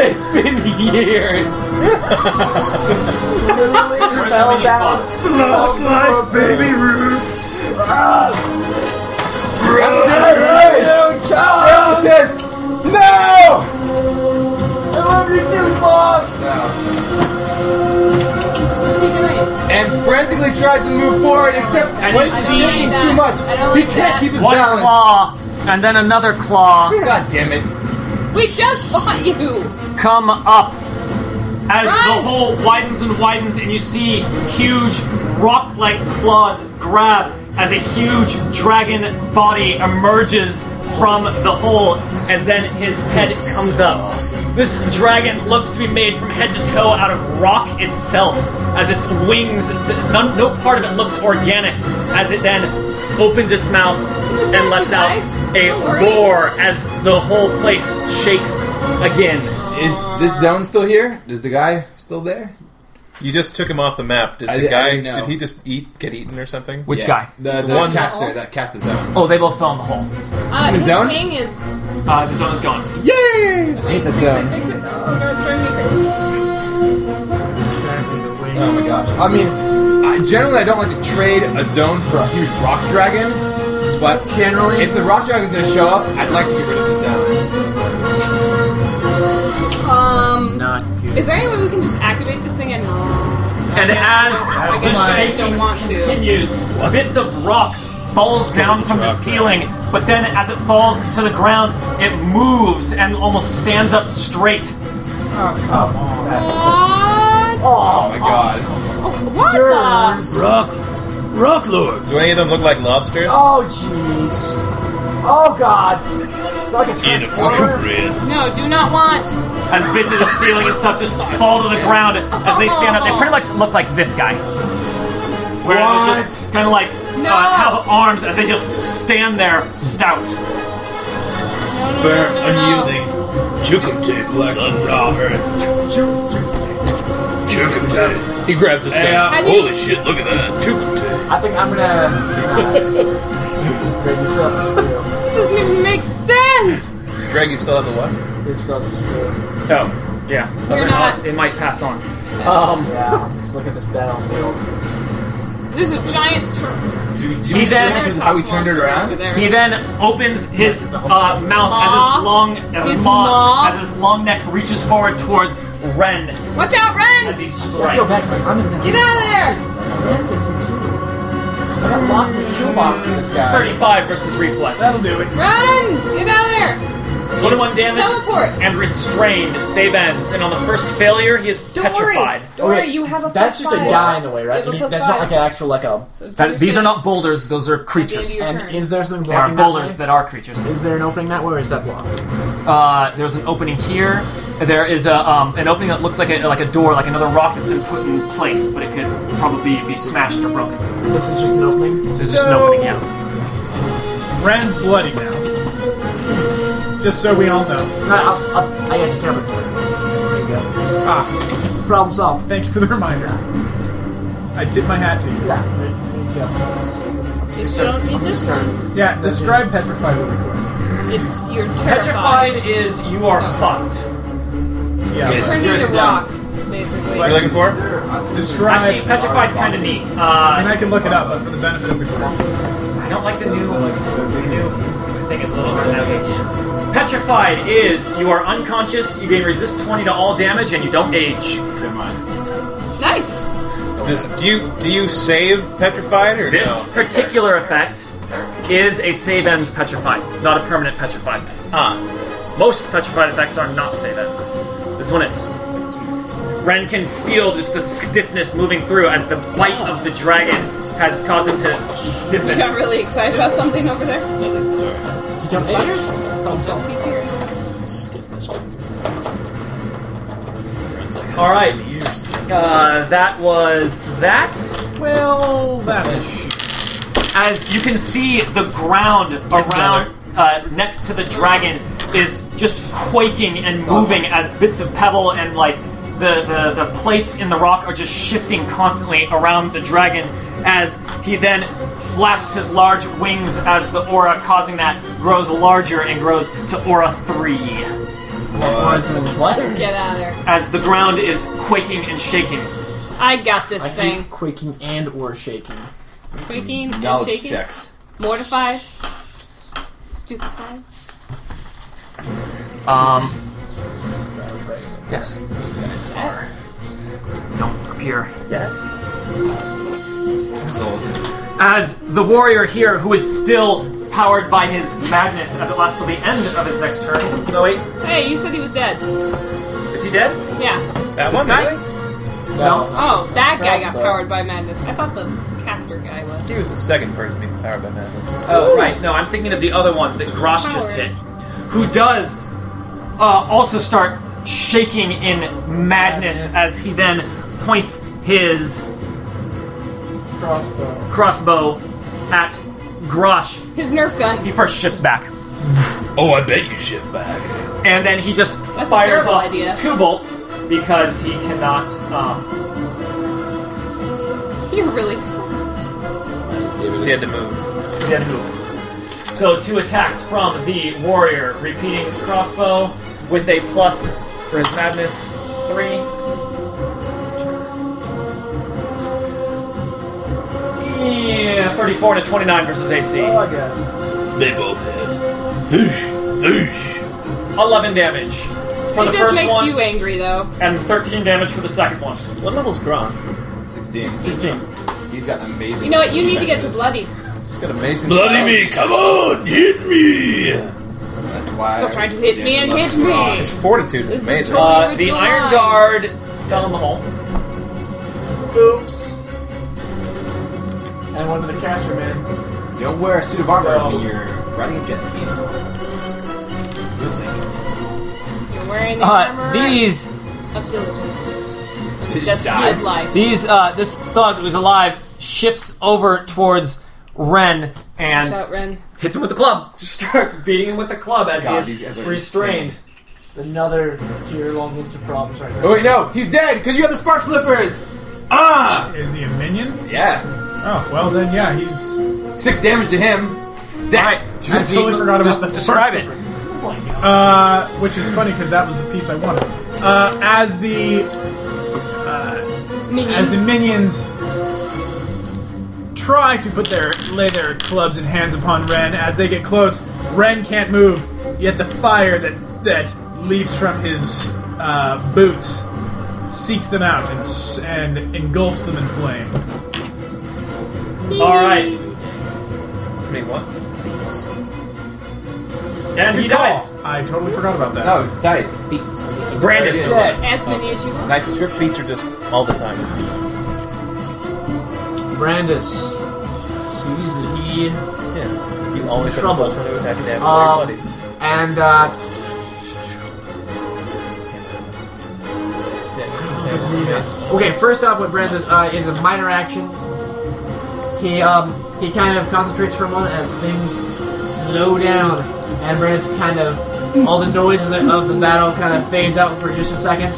S9: It's been years.
S6: Literally fell
S3: these
S6: down.
S3: bugs?
S6: Fell down.
S8: baby Ruth.
S5: Ah! It says, no!
S6: I love you too, Slog!
S4: What's he doing?
S5: And frantically tries to move forward, except
S3: And you
S5: when
S3: see-
S5: he's shaking too much,
S4: I don't
S5: he can't
S4: like that.
S5: keep his
S3: One
S5: balance.
S3: claw and then another claw
S5: God damn it.
S4: We just fought you.
S3: come up as
S4: Run!
S3: the hole widens and widens, and you see huge rock like claws grab as a huge dragon body emerges from the hole as then his head comes up. This dragon looks to be made from head to toe out of rock itself, as its wings, th- none, no part of it looks organic, as it then opens its mouth
S4: just
S3: and
S4: not
S3: lets
S4: you
S3: out
S4: guys.
S3: a
S4: Don't worry.
S3: roar as the whole place shakes again.
S5: Is this zone still here? Is the guy still there?
S2: You just took him off the map. Does
S5: I di-
S2: the
S5: I
S2: guy
S5: didn't know.
S2: did he just eat get eaten or something?
S3: Which
S5: Yeah.
S3: guy?
S5: The, the,
S2: one-
S5: caster that cast the zone.
S3: Oh, they both fell in the hole.
S4: Uh, his
S5: zone?
S4: wing is.
S3: Uh, the zone is gone.
S5: Yay! I hate that zone.
S4: Fix it. Oh no, it's driving me crazy.
S5: Oh my gosh. I mean, I, generally I don't like to trade a zone for a huge rock dragon, but
S6: Generally,
S5: if the rock dragon's gonna show up, I'd like to get rid of the zone.
S4: Um,
S6: not
S4: is there any way we can just activate this thing and?
S3: And as the
S4: I just
S3: shaking
S4: don't want to.
S3: continues, bits of rock falls down from the ceiling, but then as it falls to the ground, it moves and almost stands up straight.
S4: What?
S5: Oh my god.
S4: What the?
S7: Rock, rock lords.
S2: Do any of them look like lobsters?
S6: Oh, jeez. Oh, God. It's like a transformer.
S10: Inappropriate.
S4: No, do not want.
S3: As bits of the ceiling and stuff just fall to the ground as they stand up, they pretty much look like this guy. Where they're just kind of like
S4: No.
S3: uh, have arms as they just stand there stout.
S4: No, no, no, no, no.
S10: Chukum tape, son robber. Chukum tape.
S7: He grabs this guy.
S10: Yeah,
S4: I need-
S10: holy shit, look at that. Chukum tape.
S6: I think I'm gonna. uh, Great Disruptus Screw.
S4: Doesn't even make sense.
S2: Greg, you still have the what?
S6: Great Disruptus Screw.
S3: Oh, yeah.
S4: You're not.
S3: It might pass on.
S6: Yeah, just look at this battlefield.
S4: There's a giant. Tur-
S5: Dude, you
S3: He then
S5: because of
S9: Oh,
S5: how we turned it around?
S3: He then opens his uh, mouth as
S4: Maw.
S3: his long as his,
S4: His
S3: maw,
S4: maw.
S3: as his long neck reaches forward towards Ren
S4: Watch out, Ren!
S3: as he
S6: Go back,
S3: strikes.
S6: like, I'm in the
S4: Get out of there!
S6: That's a cute too. I got locked in the shoebox in this guy.
S3: Thirty-five versus reflex.
S8: That'll do it.
S4: Run! Get out of there!
S3: Twenty-one damage.
S4: Teleport.
S3: And restrained save ends. And on the first failure, he is
S4: Don't
S3: petrified.
S4: worry. Don't
S6: Okay,
S4: worry. You have a.
S6: That's
S4: plus
S6: just a
S4: five.
S6: guy in the way, right?
S4: You have a
S6: You-
S4: plus
S6: That's not
S4: five.
S6: like an actual like a.
S4: So if you're
S3: That- these are
S4: saying-
S3: not boulders; those are
S4: At
S3: creatures.
S4: the end
S6: And
S4: of your
S6: is there something
S3: They are
S6: blocking
S3: boulders
S6: that?
S3: that are creatures.
S6: way? Is there an opening that way, or is that blocked?
S3: Uh, there's an opening here. There is a um, an opening that looks like a like a door, like another rock that's been put in place, but it could probably be smashed or broken.
S6: This is just an opening.
S3: There's just an
S5: So-
S3: opening. Yes.
S8: Ren's bloody now. Just so we all know.
S6: No, up, up, I guess you can't open the door. There you go. Ah, problem solved.
S8: Thank you for the reminder. I tip my hat to you.
S6: Yeah, there you go.
S4: turn. Just you don't need this one.
S8: Yeah, describe petrified really
S4: It's you're terrified.
S3: Petrified is you are fucked.
S8: quick. Yeah.
S4: Turn into a rock, basically.
S2: What are you looking for?
S8: Describe.
S3: Actually, petrified's kind of neat. Uh,
S8: and I can look it up, but for the benefit of the group.
S3: I don't like the new, the new thing is a little hard to navigate. Petrified is you are unconscious, you gain resist 20 to all damage, and you don't age.
S4: Nice.
S2: Does, do you do you save petrified or
S3: This
S2: no?
S3: particular effect is a save ends petrified, not a permanent petrified.
S2: Ah,
S3: Most petrified effects are not save ends. This one is. Ren can feel just the stiffness moving through as the bite of the dragon has caused him to
S4: You
S3: stiffen.
S4: got really excited about something over there.
S7: Nothing, sorry.
S4: Haters? Hope so. He's here.
S7: Stiffness going through. Friends like,
S3: All right.
S7: It's been years since I-
S3: Uh, that was that.
S8: Well, that's a shit.
S3: As you can see, the ground around uh, next to the dragon is just quaking and moving as bits of pebble and like the, the, the plates in the rock are just shifting constantly around the dragon as he then flaps his large wings as the aura causing that grows larger and grows to aura 3
S6: What?
S4: Get out of there.
S3: as the ground is quaking and shaking.
S4: I got this
S6: I
S4: thing.
S6: hate quaking and or shaking.
S4: Quaking and
S5: Knowledge
S4: shaking.
S5: Oh, checks.
S4: Mortified. Stupefied.
S3: Um. Yes, these guys are. Don't appear.
S5: Souls.
S3: As the warrior here, who is still powered by his madness as it lasts till the end of his next turn. No, wait,
S4: Hey, you said he was dead.
S3: is he dead?
S4: Yeah.
S2: that one.
S3: This guy? No.
S4: Oh, that guy
S6: That's
S4: got
S6: bad.
S4: powered by madness. I thought the caster guy was.
S2: He was the second person being powered by madness.
S3: Oh, right. No, I'm thinking of the other one that Grosh just
S4: Powered.
S3: hit, who does uh, also start shaking in madness as he then points his
S6: Crossbow.
S3: crossbow at Grosh.
S4: His Nerf gun.
S3: He first shifts back,
S7: Oh, I bet you shift back.
S3: and then he just
S4: That's a
S3: fires
S4: terrible
S3: off
S4: idea.
S3: two bolts because he cannot. Um,
S4: You're really excited.
S2: Because he had to move.
S3: he had to move. So two attacks from the warrior, repeating crossbow with a plus for his madness three. Yeah, 34 to 29 versus AC.
S6: Oh, I got it.
S7: They both hit. Zoosh, zoosh.
S3: 11 damage for
S4: He
S3: the
S4: just
S3: first
S4: makes
S3: one,
S4: you angry though.
S3: and 13 damage for the second one.
S2: What level's Gron?
S5: 16.
S3: 16.
S5: He's got amazing.
S4: You know what? You need to get to
S5: defenses.
S4: bloody.
S5: He's got amazing.
S7: Bloody
S5: style.
S7: me, come on, hit me!
S5: That's why.
S4: Stop trying to hit me and hit
S5: Gron.
S4: me.
S2: His fortitude
S4: This
S2: is
S4: is
S2: amazing.
S4: cool.
S3: Uh, the
S4: Original
S3: Iron
S4: line.
S3: Guard fell in the hole.
S6: Oops. And one to the caster man.
S5: Don't wear a suit of armor
S3: So-
S5: when you're riding a jet ski. Losing.
S4: You're wearing the
S3: Uh,
S4: armor
S3: these
S4: of diligence.
S5: Did
S4: That's
S5: you die?
S4: good life.
S3: these uh, this thug who's alive shifts over towards Ren
S4: Watch
S3: and
S4: out, Ren.
S3: hits him with the club. Starts beating him with the club as
S5: God,
S3: he
S5: these guys
S3: is
S5: are
S3: restrained.
S6: Another tier long list of problems right now.
S5: Oh wait, no, he's dead because you have the spark slippers. Ah,
S8: Is he a minion?
S5: yeah,
S8: Oh, well then, yeah, he's.
S5: six damage to him. He's dead.
S3: Alright,
S8: I totally forgot about
S3: just
S8: the
S3: describe
S8: spark
S3: it.
S8: Uh, which is funny because that was the piece I wanted. Uh, as the uh,
S4: Minion.
S8: as the minions try to put their lay their clubs and hands upon Ren as they get close, Ren can't move. Yet the fire that that leaps from his uh, boots seeks them out and, s- and engulfs them in flame.
S3: All right,
S2: Wait, what?
S3: and he
S8: Good call.
S3: dies.
S8: I totally forgot about that.
S5: No, it's tight.
S3: Brandis.
S5: Yeah.
S4: As many as you want.
S2: Nice script feats are just all the time.
S6: Brandis sees that he
S2: Yeah. You always
S6: He's in
S2: have a
S6: trouble.
S2: plus one to attack and damage
S6: Um,
S2: everybody.
S6: and uh, okay. First off, what Brand does uh, is a minor action. He um he kind of concentrates for a moment as things slow down, and Brand's kind of all the noise of the, of the battle kind of fades out for just a second,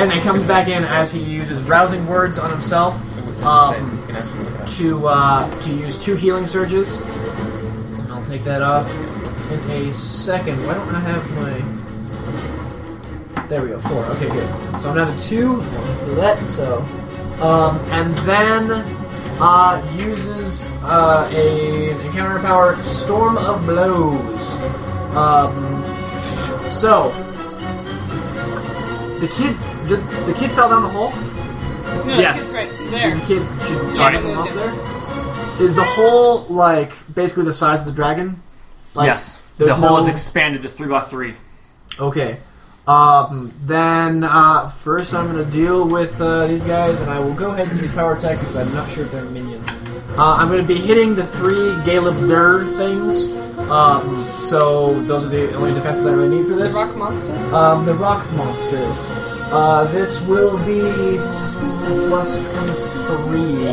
S6: and then comes back in as he uses rousing words on himself.
S5: uh,
S6: Um,
S2: You can ask him to look it up.
S6: to uh, to use two healing surges. And I'll take that off in a second. Why don't I have my? There we go. Four. Okay, good. So another two. Do that. So, um, and then uh, uses uh, a an encounter power, storm of blows. Um, so the kid, the, the kid fell down the hole.
S4: No,
S3: Yes.
S4: it's Right
S6: Is
S4: there.
S6: The kid should
S4: Sorry.
S6: him up there. Is the hole like basically the size of the dragon? Like,
S3: yes. The
S6: there's
S3: hole
S6: no-
S3: is expanded to three by three.
S6: Okay. Um, then uh, first I'm gonna deal with uh, these guys, and I will go ahead and use power attack because I'm not sure if they're minions. Uh, I'm gonna be hitting the three Galibdur things. Um, so those are the only defenses I really need for
S4: The
S6: this.
S4: rock monsters.
S6: Um, the rock monsters. Uh, this will be plus three.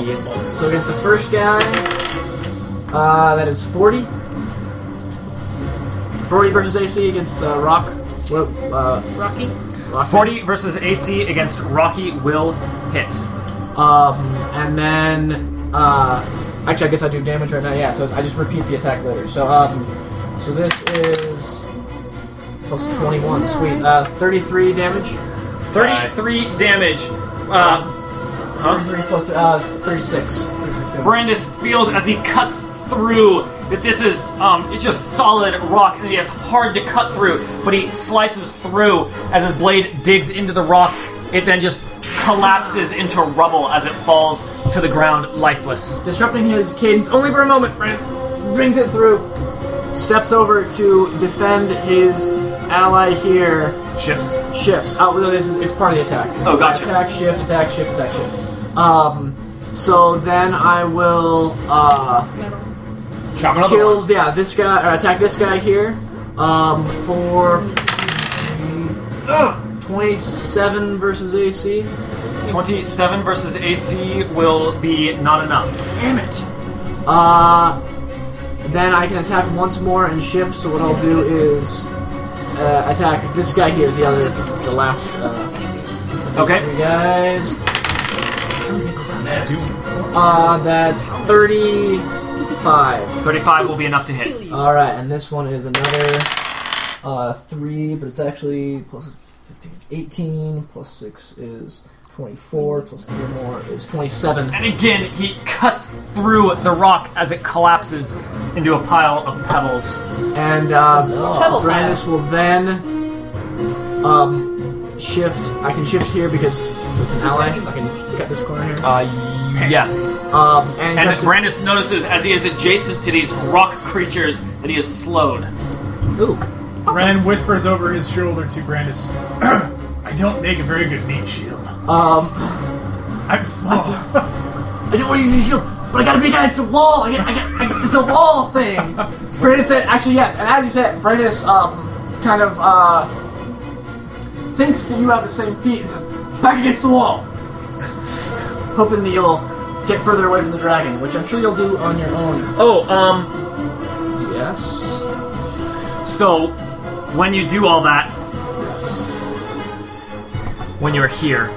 S6: So against the first guy, uh, that is 40. 40 versus AC against uh, rock. What, uh,
S4: Rocky.
S6: rock.
S3: Forty versus AC against Rocky will hit.
S6: Um, and then, uh, actually, I guess I do damage right now. Yeah, so I just repeat the attack later. So, um, so this is plus 21. Sweet. Uh, 33 damage.
S3: Thirty-three damage. Uh,
S6: 33 plus uh, 36. 36 damage.
S3: Brandis feels as he cuts through that this is um, it's just solid rock and it's hard to cut through, but he slices through as his blade digs into the rock. It then just collapses into rubble as it falls to the ground, lifeless.
S6: disrupting his cadence only for a moment. Brandis brings it through, steps over to defend his ally here.
S3: Shifts.
S6: Shifts. Oh no, this is it's part of the attack.
S3: Oh, gotcha.
S6: Attack, shift, attack, shift, attack, shift. Um, so then I will uh,
S4: Metal.
S5: Chop another one.
S6: kill yeah this guy or attack this guy here um, for Ugh, twenty-seven versus AC.
S3: Twenty-seven versus AC will be not enough. Damn it.
S6: Uh, then I can attack once more and shift. So what I'll do is uh, attack this guy here, the other, the last uh,
S3: Okay.
S6: three guys. Uh, that's thirty-five.
S3: Thirty-five will be enough to hit.
S6: All right, and this one is another uh, three, but it's actually plus fifteen is eighteen, plus six is twenty-four, plus three more is twenty-seven.
S3: And again, he cuts through the rock as it collapses into a pile of pebbles.
S6: And uh,
S4: Pebble
S6: Brandis will then um, shift. I can shift here because it's an ally. I can cut this corner here.
S3: Uh, yes.
S6: Um, and
S3: And
S6: that's-
S3: Brandis notices as he is adjacent to these rock creatures that he is slowed.
S6: ooh,
S8: Ren whispers over his shoulder to Brandis. I don't make a very good meat shield.
S6: um,
S8: I'm small.
S6: I don't want to use this shield, but I gotta make that it's a wall. I got, I got, I got, it's a wall thing. Brandis said, actually yes, and as you said, Brandis um, kind of uh, thinks that you have the same feet and says, back against the wall, hoping that you'll get further away from the dragon, which I'm sure you'll do on your own.
S3: Oh, um,
S6: Yes.
S3: so when you do all that,
S6: Yes.
S3: when you're here,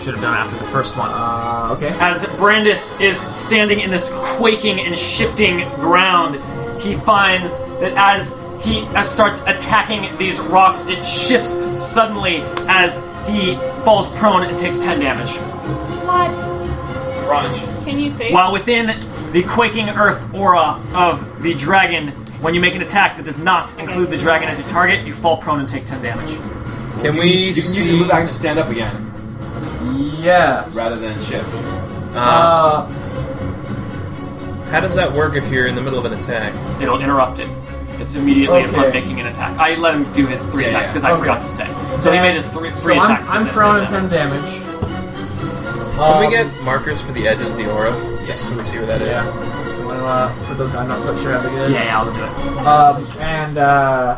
S3: should have done after the first one.
S6: Uh, okay.
S3: As Brandis is standing in this quaking and shifting ground, he finds that as he uh, starts attacking these rocks, it shifts suddenly as he falls prone and takes 10 damage.
S4: What?
S2: Crunch.
S4: Can you say?
S3: While within the quaking earth aura of the dragon, when you make an attack that does not include the dragon as your target, you fall prone and take 10 damage.
S2: Can we
S5: You can usually
S2: see?
S5: move back to stand up again
S6: Yes.
S5: rather than shift.
S2: Uh,
S6: Uh,
S2: how does that work if you're in the middle of an attack?
S3: It'll interrupt it. It's immediately upon
S6: Okay.
S3: making an attack. I let him do his three
S2: Yeah,
S3: attacks
S2: yeah.
S3: because I
S6: Okay.
S3: forgot to say. So he made his three,
S6: so
S3: three
S6: I'm,
S3: attacks.
S6: I'm
S3: with it.
S6: prone on 10 damage.
S2: Can we
S6: Um,
S2: get markers for the edges of the aura? Yes. So we see where that is.
S6: Yeah. Wanna, uh, put those, I'm not quite sure how big it
S3: Yeah,
S6: is.
S3: yeah, I'll do it.
S6: Um, and, uh,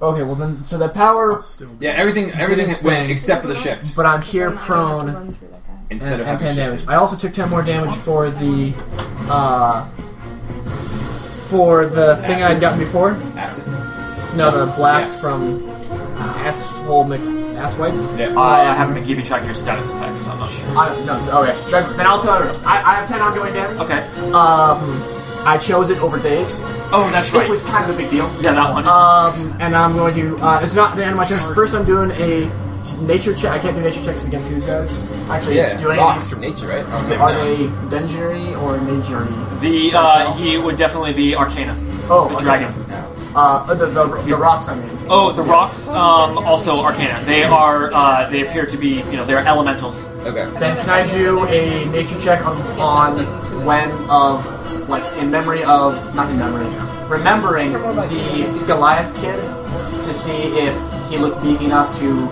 S6: okay, well then, so the power,
S5: Yeah, everything everything
S6: this
S5: went
S6: thing.
S5: except for the shift
S6: but I'm here
S4: I'm not gonna have to
S6: prone
S4: run through that guy.
S5: instead
S6: and,
S5: of
S6: and
S5: having
S6: 10
S5: shifted.
S6: damage. I also took 10 more damage for the, uh, for the thing I'd gotten before.
S5: Acid.
S6: No, the blast
S5: Yeah.
S6: from uh, asshole Mc, asswipe.
S5: Yeah.
S3: I haven't been keeping track of your status effects, so I'm not sure.
S6: I, no, okay. Then I'll tell you. I, I have 10 ongoing damage.
S3: Okay.
S6: Um, I chose it over days.
S3: Oh, that's
S6: It
S3: right.
S6: was kind of a big deal.
S3: Yeah, that one.
S6: Um, and I'm going to. Uh, it's not the end of my turn. First, I'm doing a nature check. I can't do nature checks against these guys. Actually,
S5: Yeah.
S6: do any of
S5: Rocks
S6: these?
S5: from nature, right? Okay.
S6: Are they dungeonary or magery?
S3: the
S6: Don't tell.
S3: uh, he would definitely be Arcana,
S6: Oh,
S3: the
S6: okay.
S3: dragon.
S5: No.
S6: Uh, the, the, the rocks, I mean.
S3: Oh, the rocks. Um, also Arcana. They are. Uh, they appear to be. You know, they're elementals.
S2: Okay.
S6: Then can I do a nature check on, on when of like in memory of not in memory, remembering the Goliath kid to see if he looked beefy enough to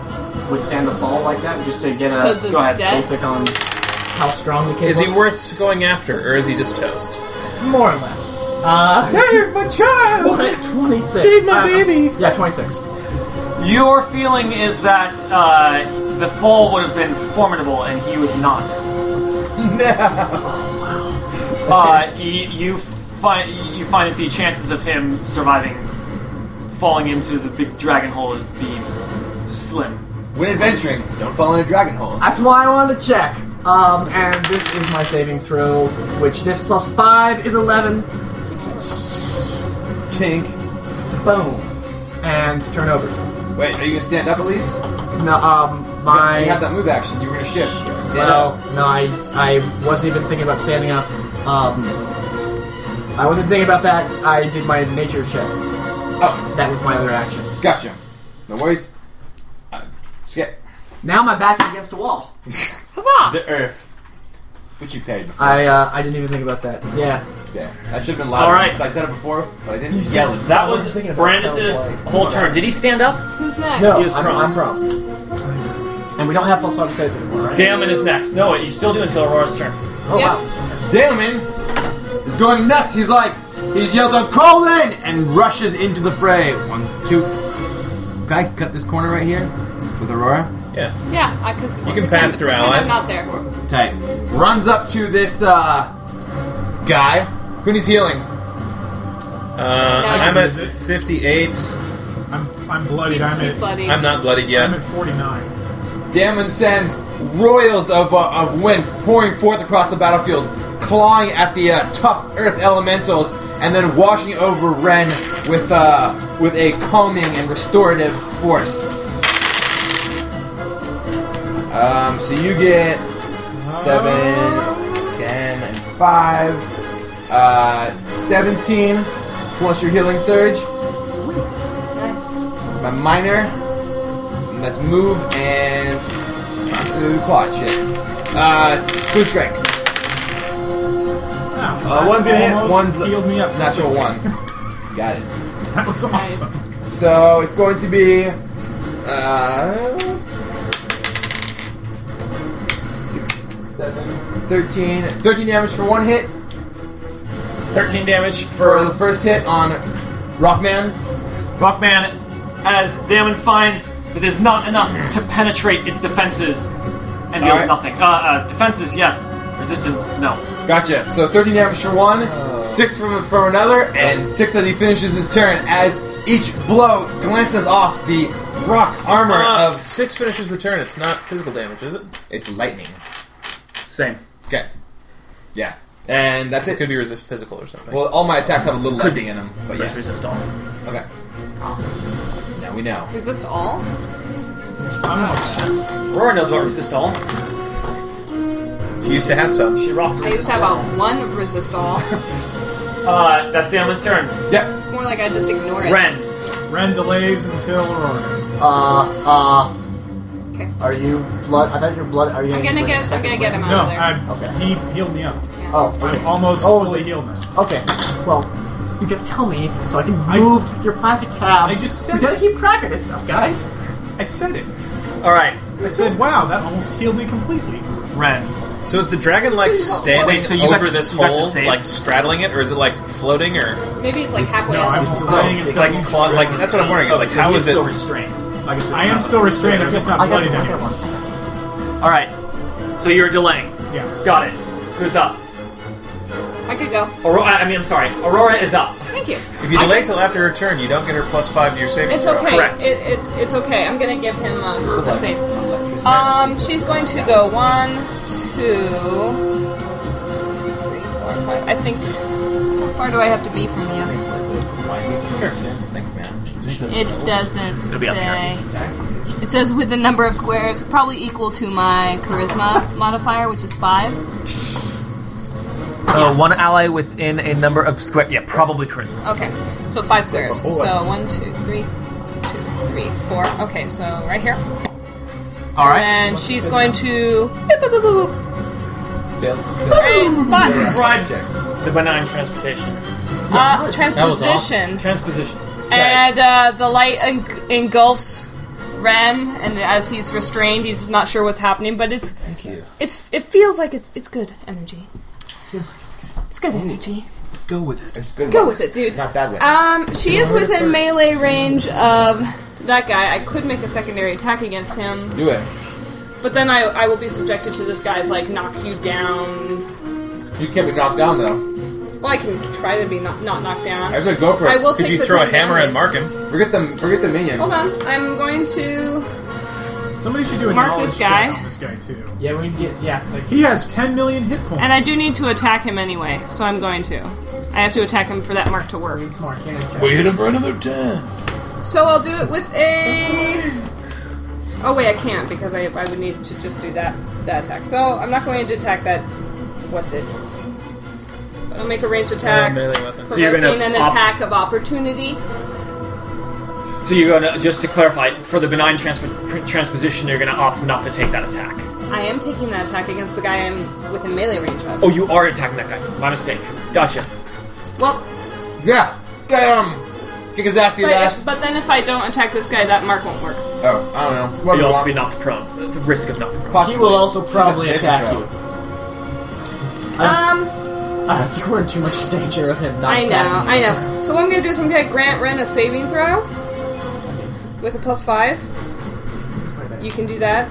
S6: withstand the fall like that, just to get
S4: So
S6: a
S4: the
S3: go ahead,
S4: death-
S6: basic on how strong the kid
S2: Is he
S6: was.
S2: worth going after, or is he just toast?
S6: more or less? Uh,
S5: Save my child!
S6: twenty six.
S5: Save my baby!
S6: Yeah, twenty six.
S3: Your feeling is that uh, the fall would have been formidable, and he was not. No. uh, you, you find you find that the chances of him surviving falling into the big dragon hole would be slim.
S9: When adventuring, don't fall in a dragon hole.
S6: That's why I wanted to check. Um, and this is my saving throw, which this plus five is eleven. Success.
S9: Kink.
S6: Boom. And turn over.
S9: Wait, are you gonna stand up, Elise?
S6: No, um, my.
S9: you have that move action. You were gonna shift. Uh, Stand
S6: Well,
S9: up.
S6: no, I, I wasn't even thinking about standing up. Um, I wasn't thinking about that. I did my nature check.
S9: Oh,
S6: That was my other action.
S9: gotcha. No worries. Uh, skip.
S6: Now my back is against a wall.
S4: Huzzah!
S9: The earth. Which you paid before.
S6: I uh, I didn't even think about that. Yeah.
S9: Yeah, that should have been louder.
S3: All right.
S9: because I said it before, but I didn't yell it.
S3: That
S6: I
S3: was
S6: wasn't thinking about it, sounds
S3: Brandis's
S6: like-
S3: whole turn. Did he stand up?
S4: Who's next?
S6: No,
S3: He is
S6: I'm,
S3: prone.
S6: I'm prone. And we don't have plus five saves anymore, right?
S3: Damon is next. No, you still do until Aurora's turn.
S6: Oh
S4: Yep.
S6: wow.
S9: Damon is going nuts. He's like, he's yelled out, call in, and rushes into the fray. One, two. Can I cut this corner right here with Aurora?
S2: Yeah.
S4: Yeah, because
S2: You can pass through allies.
S4: I'm not there.
S9: Tight. Runs up to this uh, guy. Who needs healing?
S2: Uh,
S4: No.
S2: I'm at 58.
S8: I'm, I'm bloodied. I'm
S4: He's
S8: at,
S4: bloody.
S2: I'm not bloodied
S8: I'm
S2: yet.
S8: at 49.
S9: Damon sends royals of, uh, of wind pouring forth across the battlefield, clawing at the uh, tough earth elementals, and then washing over Ren with, uh, with a calming and restorative force. Um, so you get 7, 10, and 5, uh, 17 plus your healing surge.
S4: Nice.
S9: My minor. And Let's move and to claw shit. Uh, food strike.
S8: Oh,
S9: one's gonna hit,
S8: almost
S9: one's the-
S8: healed me up.
S9: Natural one. Got it.
S8: That was awesome.
S9: So it's going to be uh, six, seven, 13, 13 damage for one hit
S3: 13 damage
S9: for
S3: for
S9: the first hit on Rockman.
S3: Rockman as Damon finds that is not enough to penetrate its defenses and deals
S9: right.
S3: nothing. Uh, uh, defenses, yes. Resistance, no.
S9: Gotcha. So 13 damage for one, six from from another, and six as he finishes his turn. As each blow glances off the rock armor
S2: Uh,
S9: of
S2: six finishes the turn. It's not physical damage, is it?
S9: it's lightning.
S3: Same.
S9: Okay. Yeah. And that's
S2: It
S9: it.
S2: could be resist physical or something.
S9: Well, all my attacks have a little lightning in them, but yes.
S3: Resist all.
S9: Okay. Now we know.
S4: Resist all?
S3: Aurora knows about resist all.
S2: She used to have some.
S3: She rocked
S4: I used
S3: resist
S4: to have
S3: all.
S4: a one resist all.
S3: Uh, that's Damon's turn.
S9: Yep.
S4: It's more like I just ignore it.
S3: Ren.
S8: Ren delays until Aurora.
S6: Uh, uh,
S4: Okay.
S6: are you blood? I thought your blood. Are you?
S4: I'm
S6: use,
S4: gonna
S6: like,
S4: get I'm
S6: second
S4: gonna get
S6: wind?
S4: him
S8: No,
S4: out of
S8: I'm,
S6: Okay.
S8: he healed me up.
S4: there. Yeah.
S6: Oh,
S8: I'm
S6: okay.
S8: almost
S6: Oh,
S8: fully healed now.
S6: okay. Well, you can tell me so I can
S8: I-
S6: move your plastic tab.
S8: I just said
S6: we gotta keep track of this stuff, guys.
S8: I said it.
S3: All right,
S8: I said, wow, that almost healed me completely.
S3: Ren.
S2: So is the dragon like standing
S3: Wait, so you got
S2: over
S3: to-
S2: this
S3: you got to
S2: hole,
S3: save?
S2: like straddling it, or is it like floating, or
S4: Maybe it's like halfway
S8: No,
S4: up.
S8: I'm delaying until
S2: it's like claw, like that's what I'm wondering. Oh, Like
S3: Oh, So
S2: how
S3: he
S2: is it?
S3: still restrained? I,
S8: I am still restrained. I'm just not
S6: I got
S8: bloodied
S6: one. I got
S8: anymore.
S6: one.
S3: All right. So you're delaying.
S8: Yeah.
S3: Got it. Who's up?
S4: I could go.
S3: Aurora. I mean, I'm sorry. Aurora is up.
S4: Thank you.
S2: If you delay till after her turn, you don't get her plus five to your saving.
S4: It's
S2: throw.
S4: okay.
S3: Correct.
S4: It, it's it's okay. I'm gonna give him a, a save. Um, she's going to go one, two, three, four, five. I think. How far do I have to be from you?
S9: Thanks, man.
S4: It doesn't
S3: be up
S4: say. It says with the number of squares probably equal to my charisma modifier, which is five.
S3: Uh, one ally within a number of square. Yeah, probably charisma.
S4: Okay, so five squares. So one, two, three, one, two, three, four. Okay, so right here.
S3: All right.
S4: And she's going to. boop, boop, boop, boop, boop. Trains, bus,
S3: Describe the benign transportation.
S4: uh, transposition.
S3: Transposition.
S4: And uh, the light en- engulfs Ren, and as he's restrained, he's not sure what's happening, but it's
S9: Thank you.
S4: it's it feels like it's it's good energy. It's good energy.
S9: Go with it. Good
S4: Go
S9: one.
S4: with it, dude.
S9: Not bad. one.
S4: Um, she is within melee range of that guy. I could make a secondary attack against him,
S9: Do it.
S4: but then I, I will be subjected to this guy's like knock you down.
S9: You can't be knocked down though.
S4: Well, I can try to be not, not knocked down.
S9: I said go for it.
S4: I will
S2: Could
S4: take
S2: you
S4: the
S2: throw a
S4: 10
S2: hammer and
S4: damage.
S2: mark him?
S9: Forget the forget the minion.
S4: Hold on, I'm going to.
S8: Somebody should do a
S4: Mark
S8: knowledge
S4: this guy.
S8: check on this guy too.
S6: Yeah, we get yeah. Like,
S8: He has 10 million hit points.
S4: And I do need to attack him anyway, so I'm going to. I have to attack him for that mark to work.
S6: smart. Yeah, check.
S10: We hit him for another 10.
S4: So I'll do it with a. Oh wait, I can't because I, I would need to just do that that attack. So I'm not going to attack that. What's it? But I'll make a ranged attack,
S2: Uh, melee weapon.
S3: So you're gonna
S4: provoking an
S3: op-
S4: attack of opportunity.
S3: So you're gonna just to clarify for the benign transpo- transposition, you're gonna opt not to take that attack.
S4: I am taking that attack against the guy I'm within melee range of.
S3: Oh, you are attacking that guy. My mistake. Gotcha.
S4: Well,
S9: Yeah. Get him. Kick his ass to your
S4: but,
S9: last.
S4: but then if I don't attack this guy, that mark won't work.
S9: Oh, I don't know. What
S3: You'll
S9: do you
S3: also
S9: want?
S3: be knocked prone. The risk of knocked prone.
S9: Possibly.
S6: He will also probably
S9: Saving
S6: attack
S9: throw.
S6: you.
S4: Um,
S6: I think we're Uh, in too much danger of him not
S4: I know,
S6: attacking.
S4: I know. So what I'm gonna do is I'm gonna grant Ren a saving throw with a plus five. You can do that.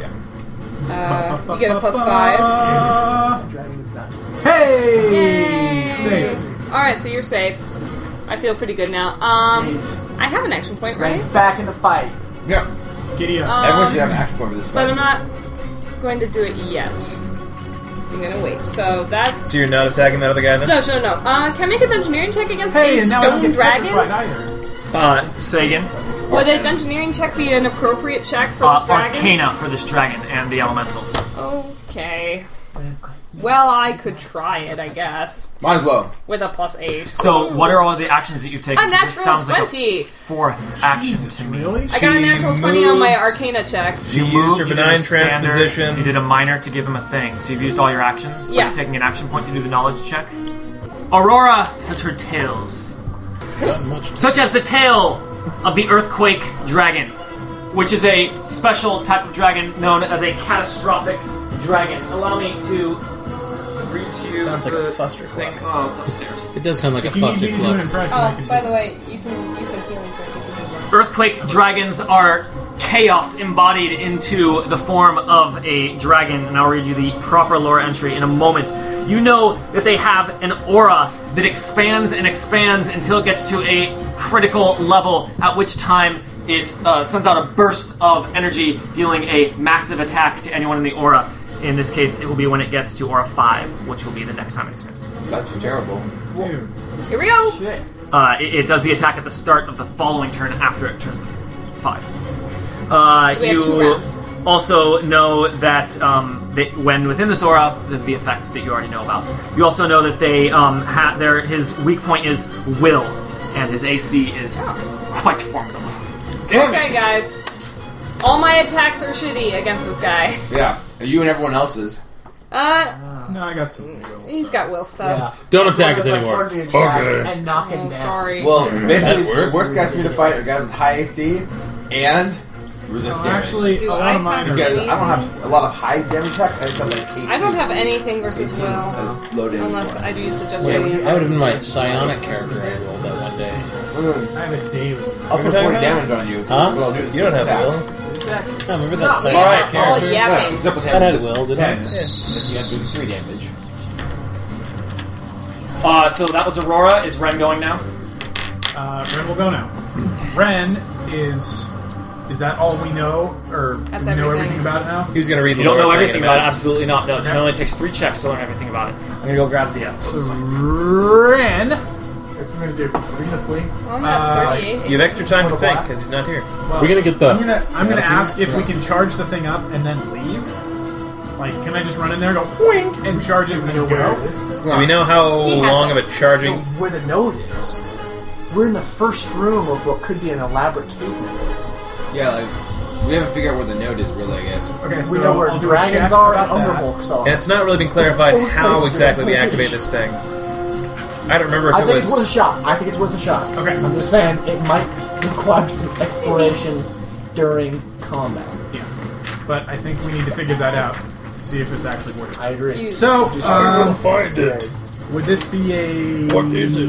S4: Yeah. Uh, you get a plus five.
S8: five.
S6: Dragon's not.
S8: Hey!
S4: Yay.
S8: Safe.
S4: All right, so you're safe. I feel pretty good now. Um, I have an action point, right?
S6: Ren's back in the fight.
S9: Yeah.
S8: Giddy up.
S4: Um,
S9: Everyone should have an action point for this.
S4: But I'm
S9: fight.
S4: not going to do it yet. I'm gonna wait. So that's.
S2: So you're not attacking that other guy then?
S4: no, no, no. Uh, can I make an engineering check against
S8: hey,
S4: a
S8: and now I don't
S4: stone
S8: get petrified
S4: dragon?
S8: either.
S3: Uh, say again.
S4: Would an engineering check be an appropriate check for
S3: Uh,
S4: this dragon?
S3: Arcana for this dragon and the elementals.
S4: Okay. Well, I could try it, I guess,
S9: Might as well.
S4: with a plus eight.
S3: So, what are all the actions that you've taken?
S4: A
S3: This
S4: natural
S3: sounds like
S4: twenty.
S3: a fourth action to me.
S8: Really?
S4: I got a
S2: She
S4: natural twenty on my
S2: moved.
S4: Arcana check.
S2: You used
S3: moved,
S2: your
S3: you did
S2: benign
S3: a standard,
S2: transposition.
S3: You did a minor to give him a thing, so you've used all your actions. Are
S4: Yeah.
S3: you taking an action point to do the knowledge check? Aurora has heard tales, such as the tale of the earthquake dragon, which is a special type of dragon known as a catastrophic dragon. Allow me to read to you.
S2: Sounds like
S3: the
S2: a fluster
S3: thing. Oh, it's upstairs.
S7: It does sound like a
S8: If you need me
S7: flustered
S8: to do an
S7: club.
S8: impression, I
S4: Oh,
S8: can
S4: by
S8: do
S4: the way, you can use a healing check if you
S3: Earthquake dragons are chaos embodied into the form of a dragon, and I'll read you the proper lore entry in a moment. You know that they have an aura that expands and expands until it gets to a critical level, at which time it uh, sends out a burst of energy, dealing a massive attack to anyone in the aura. In this case, it will be when it gets to aura 5, which will be the next time it expands.
S9: That's terrible.
S8: it. Dude.
S4: want. Here we go.
S3: Uh, it, it does the attack at the start of the following turn after it turns five. Uh,
S4: So we have
S3: you
S4: two rounds.
S3: also know that, um, that when within this aura, the, the effect that you already know about. You also know that they um, ha- their his weak point is will, and his AC is
S4: Oh.
S3: quite formidable.
S9: Damn
S4: Okay,
S9: it.
S4: guys. All my attacks are shitty against this guy.
S9: Yeah. You and everyone else's.
S4: Uh,
S8: No, I got some.
S4: he's got will
S6: Yeah.
S4: stuff.
S7: Don't attack us
S6: Like,
S7: anymore.
S6: forward to your
S10: Okay.
S6: shot And knock him
S4: Oh,
S6: down.
S4: sorry.
S9: Well, basically,
S7: That
S9: the
S7: worked.
S9: worst guys for you to fight are guys with high AC and resist
S8: Oh,
S9: damage.
S8: actually,
S4: Do
S8: a
S4: I
S8: lot of mine
S4: have-
S8: are.
S9: because I don't have a lot of high damage attacks. I just have like 18.
S4: I don't have anything versus
S9: 18
S4: will,
S9: as low damage.
S4: unless
S9: ones.
S4: I do use a just
S7: Wait,
S4: Wait,
S7: that would have been my psionic character I rolled that one day.
S9: Mm,
S8: I have a daily.
S9: I'll put 40 damage on you.
S7: Huh?
S9: Well, dude,
S2: You don't have
S9: attacks.
S2: will.
S7: I remember that
S4: we
S7: psionic
S4: are all
S7: character.
S9: Yeah,
S4: yapping.
S9: except with
S7: That had
S9: just
S7: will, didn't
S9: 10.
S7: it?
S9: But you have to do 3 damage.
S3: Uh, so that was Aurora. Is Ren going now?
S8: Uh, Ren will go now. Ren is. Is that all we know? Or
S4: That's
S8: we know
S4: everything.
S8: everything about it now?
S2: He was going to read the
S3: You don't know
S2: lore thing in a
S3: everything about it.
S2: minute.
S3: Absolutely not. No, it only takes three checks to learn everything about it. I'm gonna go grab the. Uh,
S8: Ren!
S6: That's what we're gonna do. We're gonna flee.
S4: Well, I'm at
S8: Uh,
S4: 38.
S2: You have extra time to
S6: Total
S2: think
S6: blast.
S2: because he's not here.
S7: We're gonna get
S8: I'm
S7: the.
S8: gonna, I'm gonna
S9: Yeah,
S8: ask if we
S9: yeah.
S8: can charge the thing up and then leave. Like, can I just run in there, go wink, and charge it, and then go?
S2: Do we know how
S4: He has
S2: long
S4: it.
S2: of a charging?
S6: where the node is. We're in the first room of what could be an elaborate cave.
S9: Yeah, like, we haven't figured out where the note is, really, I guess.
S8: Okay, so
S6: We know where
S8: I'll do a check
S6: dragons are and
S8: about that.
S6: underhulks are.
S2: And it's not really been clarified
S6: Oh,
S2: how
S6: that's
S2: exactly we
S6: right.
S2: activate this thing. I don't remember if
S6: I
S2: it
S6: think it's worth a
S2: was.
S6: shot. I think it's worth a shot.
S8: Okay.
S6: I'm just saying it might require some exploration during combat.
S8: Yeah, but I think we need to figure that out to see if it's actually worth it.
S6: I agree.
S8: So, um,
S10: Find it.
S8: would this be a?
S10: What is it?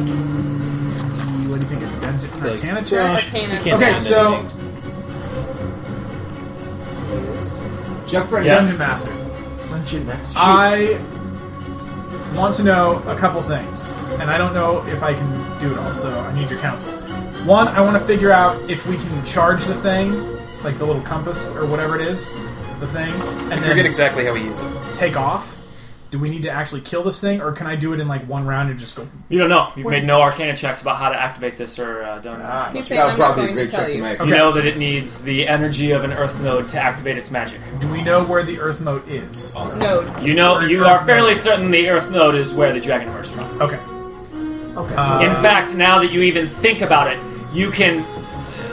S8: What do you think? A dungeon
S7: Like,
S8: Arcana check?
S4: Arcana.
S7: You can't
S8: Okay,
S7: find
S8: so-
S7: anything.
S9: Jump for
S3: Yes.
S8: Dungeon master.
S6: Dungeon next.
S8: I want to know a couple things, and I don't know if I can do it all, so I need your counsel. One, I want to figure out if we can charge the thing, like the little compass or whatever it is, the thing, and
S2: I
S8: then
S2: forget exactly how we use it.
S8: take off. Do we need to actually kill this thing, or can I do it in like one round and just go?
S3: You don't know. You've made no arcana checks about how to activate this or uh, don't. know.
S4: He's saying
S9: That
S4: I'm
S9: was
S4: not
S9: probably a
S4: going to
S9: great
S4: tell
S9: check to
S4: you.
S9: make.
S3: You know that it needs the energy of an earth node to activate its magic.
S8: Do we know where the Earth Mote is?
S4: Node.
S3: You know, you are fairly certain the earth node is where the dragon emerged from.
S8: Okay.
S6: okay.
S4: Uh,
S3: In fact, now that you even think about it, you can,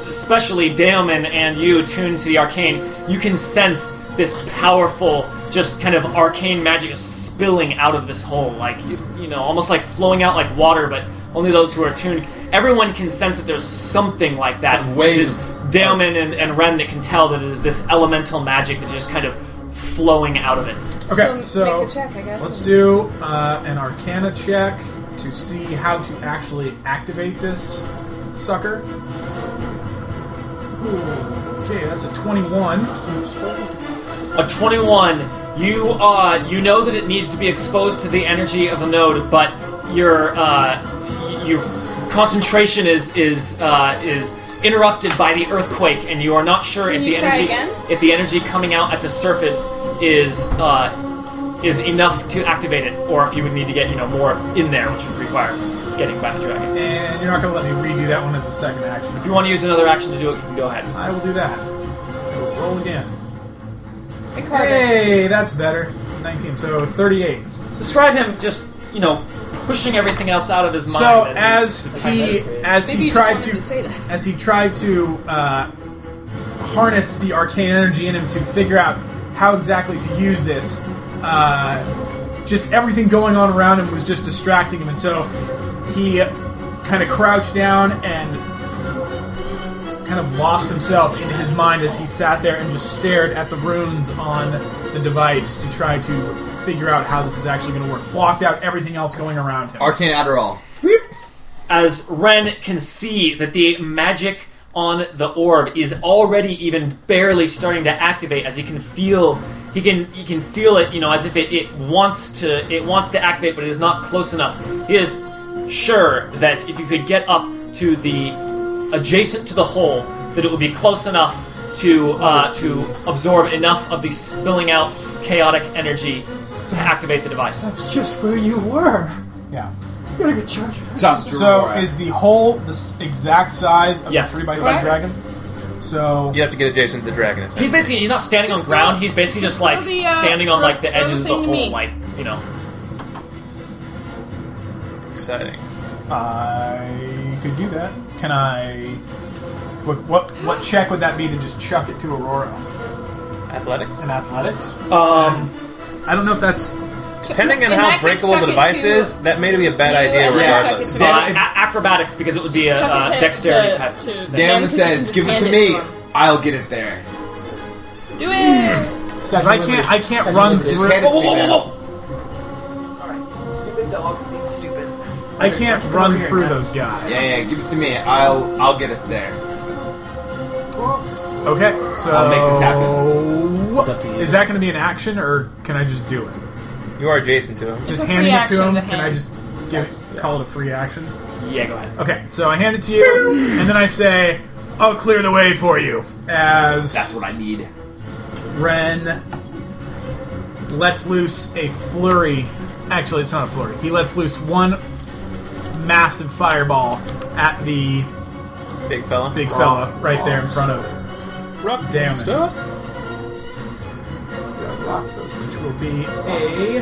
S3: especially Daemon and you tuned to the arcane, you can sense this powerful, just kind of arcane magic spilling out of this hole, like you, you know, almost like flowing out like water, but only those who are tuned. Everyone can sense that there's something like that.
S9: Like waves
S3: It's Daemon and, and Ren that can tell that it is this elemental magic that's just kind of flowing out of it.
S8: Okay. So,
S4: make the check, I guess.
S8: let's do uh, an Arcana check to see how to actually activate this sucker. Ooh, Okay, that's a twenty-one.
S3: A 21, you uh, you know that it needs to be exposed to the energy of the node, but your uh, y- your concentration is is uh, is interrupted by the earthquake, and you are not sure
S4: Can
S3: if
S4: you
S3: the
S4: try
S3: energy
S4: again?
S3: if the energy coming out at the surface is uh, is enough to activate it, or if you would need to get you know more in there, which would require getting by the dragon.
S8: And you're not gonna let me redo that one as a second action.
S3: If you want to use another action to do it, you can go ahead.
S8: I will do that. I will roll again.
S4: I caught it.
S8: Hey, that's better. Nineteen. So thirty-eight.
S3: Describe him just you know pushing everything else out of his mind.
S8: So
S3: as he-
S8: as he as
S4: Maybe
S8: he
S4: you just
S8: tried
S4: wanted
S8: to,
S4: him to say that.
S8: as he tried to uh, harness the arcane energy in him to figure out how exactly to use this, uh, just everything going on around him was just distracting him, and so he kind of crouched down and kind of lost himself into his mind as he sat there and just stared at the runes on the device to try to figure out how this is actually going to work. Blocked out everything else going around him.
S9: Arcane Adderall.
S3: as Ren can see that the magic on the orb is already even barely starting to activate as he can feel he can he can feel it you know as if it, it wants to it wants to activate but it is not close enough he is sure that if you could get up to the adjacent to the hole that it would be close enough to uh, to absorb enough of the spilling out chaotic energy to activate the device
S6: That's just where you were.
S8: Yeah.
S6: You're gonna get charged.
S8: So is the hole the s- exact size of
S3: Yes.
S8: the three by five
S4: Right.
S8: dragon? So
S2: You have to get adjacent to the dragon. essentially.
S3: He's basically he's not standing on ground. He's basically just like
S4: throw the, uh,
S3: standing on
S4: throw-
S3: like the
S4: throw the
S3: edges of the
S4: thing to
S3: hole,
S4: me.
S3: like you know.
S2: Exciting.
S8: I could do that. Can I? What, what what check would that be to just chuck it to Aurora?
S2: Athletics.
S8: In athletics?
S3: Um,
S8: I don't know if that's
S2: Depending on
S4: In that
S2: how
S4: case,
S2: breakable
S4: chuck
S2: the
S4: it
S2: device
S4: to-
S2: is, that may be a bad
S4: Yeah,
S2: idea
S4: yeah,
S2: regardless.
S4: chuck it
S3: uh, a- acrobatics because it would be a
S4: Chuck
S3: uh,
S4: it to-
S3: dexterity
S4: to-
S3: type.
S4: to them,
S9: Damon
S4: 'cause you can
S9: says,
S4: just
S9: "Give it
S4: hand
S9: to me.
S4: him.
S9: I'll get it there."
S4: Do it!
S8: because I can't I can't run
S6: Just
S8: through
S9: hand it to me now.
S6: Stupid dog, being stupid.
S8: I can't run through those guys.
S9: Yeah, yeah, give it to me. I'll I'll get us there.
S8: Okay, so
S9: I'll make this
S8: happen.
S7: It's up to you.
S8: Is that going to be an action or can I just do it?
S2: You are adjacent to him.
S8: Just
S4: a free
S8: handing it to
S4: action
S8: him.
S4: to
S8: Can I
S4: hand.
S8: just give it, call it a free action?
S3: Yeah, go ahead.
S8: Okay, so I hand it to you, and then I say, "I'll clear the way for you." As
S9: That's what I need.
S8: Ren lets loose a flurry. Actually, it's not a flurry. He lets loose one massive fireball at the
S2: Big fella.
S8: big fella right there in front of.
S2: rock
S8: Damn it.
S2: stuff.
S8: would be a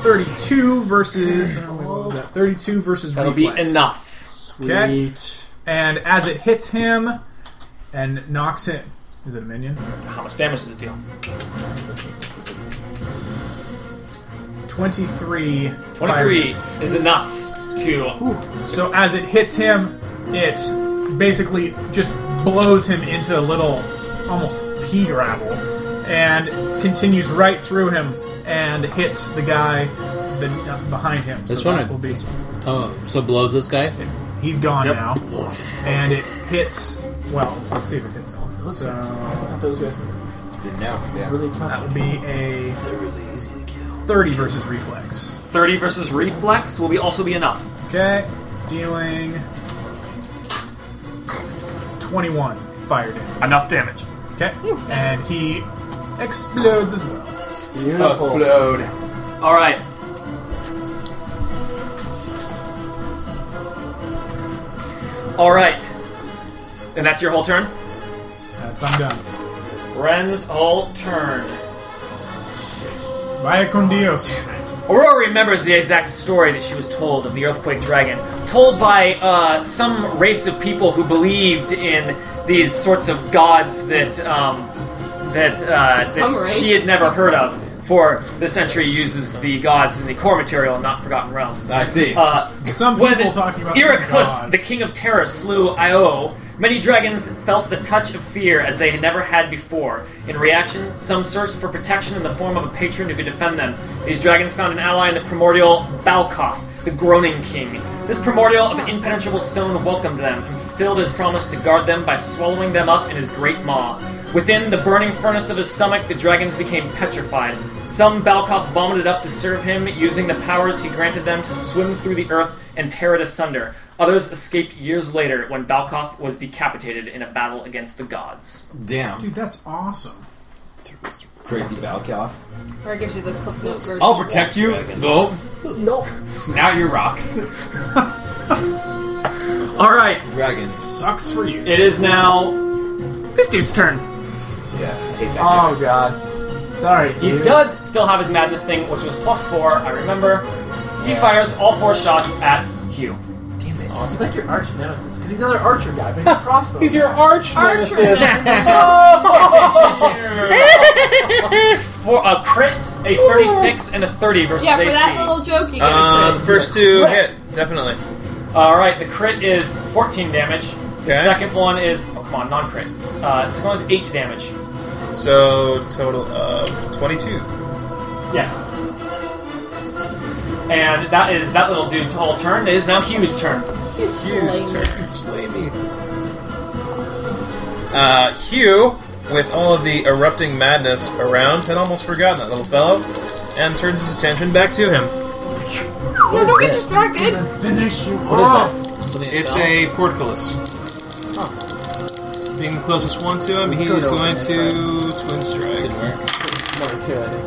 S8: 32 versus. oh, wait, what was that? 32 versus
S3: That'll be
S8: reflex.
S3: enough.
S8: Okay.
S6: Sweet.
S8: And as it hits him and knocks him. Is it a minion?
S3: How much damage does it deal?
S8: 23.
S3: 23 is enough to.
S8: So as it hits him, it basically just blows him into a little, almost pea gravel, and continues right through him and hits the guy ben- uh, behind him.
S7: This
S8: so
S7: one
S8: that
S7: I-
S8: will be.
S7: Oh, so blows this guy?
S8: He's gone
S3: Yep.
S8: now, and it hits. Well, let's see if it hits. him. So
S6: Those guys
S9: Didn't know. Yeah.
S6: really
S8: that
S6: tough.
S8: would be a thirty versus reflex.
S3: 30 versus reflex will be also be enough.
S8: Okay, dealing twenty-one fire damage.
S3: Enough damage.
S8: Okay. And he explodes as well.
S6: Beautiful.
S9: Explode.
S3: All right. All right. And that's your whole turn?
S8: That's I'm done.
S3: Ren's whole turn.
S8: Vaya con Dios.
S3: Aurora remembers the exact story that she was told of the earthquake dragon, told by uh, some race of people who believed in these sorts of gods that um, that, uh,
S4: Some
S3: that
S4: race.
S3: she had never heard of. For the century uses the gods in the core material and not forgotten realms.
S9: I see.
S3: Uh,
S8: Some people
S3: when
S8: talking about some
S3: Irakus,
S8: gods.
S3: the king of terror, slew Io, many dragons felt the touch of fear as they had never had before. In reaction, some searched for protection in the form of a patron who could defend them. These dragons found an ally in the primordial Balkoth, the groaning king. This primordial of impenetrable stone welcomed them and fulfilled his promise to guard them by swallowing them up in his great maw. Within the burning furnace of his stomach, the dragons became petrified. Some Balkoth vomited up to serve him, using the powers he granted them to swim through the earth and tear it asunder. Others escaped years later when Balkoth was decapitated in a battle against the gods.
S9: Damn.
S8: Dude, that's awesome.
S9: Crazy Valkoff.
S4: Or I guess you the cliff notes version.
S9: I'll protect you. Nope.
S6: No.
S9: Now you're rocks.
S3: All right,
S9: Dragons.
S8: Sucks for you.
S3: it is now this dude's turn.
S9: Yeah. I hate that guy.
S6: Oh god. Sorry.
S3: He
S6: dude.
S3: does still have his madness thing, which was plus four. I remember. He fires all four shots at Hugh.
S6: He's like your arch nemesis because he's another archer guy, but he's a crossbow. he's your
S4: Archer.
S3: For a crit, a thirty-six, and a thirty versus
S4: yeah, for
S3: AC.
S4: that little joke you get.
S2: Uh, the
S4: a
S2: first two hit, definitely.
S3: All right, the crit is 14 damage. The
S2: Okay.
S3: second one is oh come on, non-crit. Uh, the second one is eight damage.
S2: So total of twenty-two.
S3: Yes. And that is that little dude's whole turn. It is now Hugh's turn.
S4: crit. You slay
S2: Hugh's
S4: me.
S2: turn. Uh, Hugh, with all of the erupting madness around, had almost forgotten that little fellow, and turns his attention back to him.
S4: No, don't get
S7: this?
S4: distracted.
S6: finish you
S7: What
S6: off.
S7: is that? Something
S2: It's
S7: fell?
S2: a portcullis. Being the closest one to him, he's going to twin strike.
S6: No, good.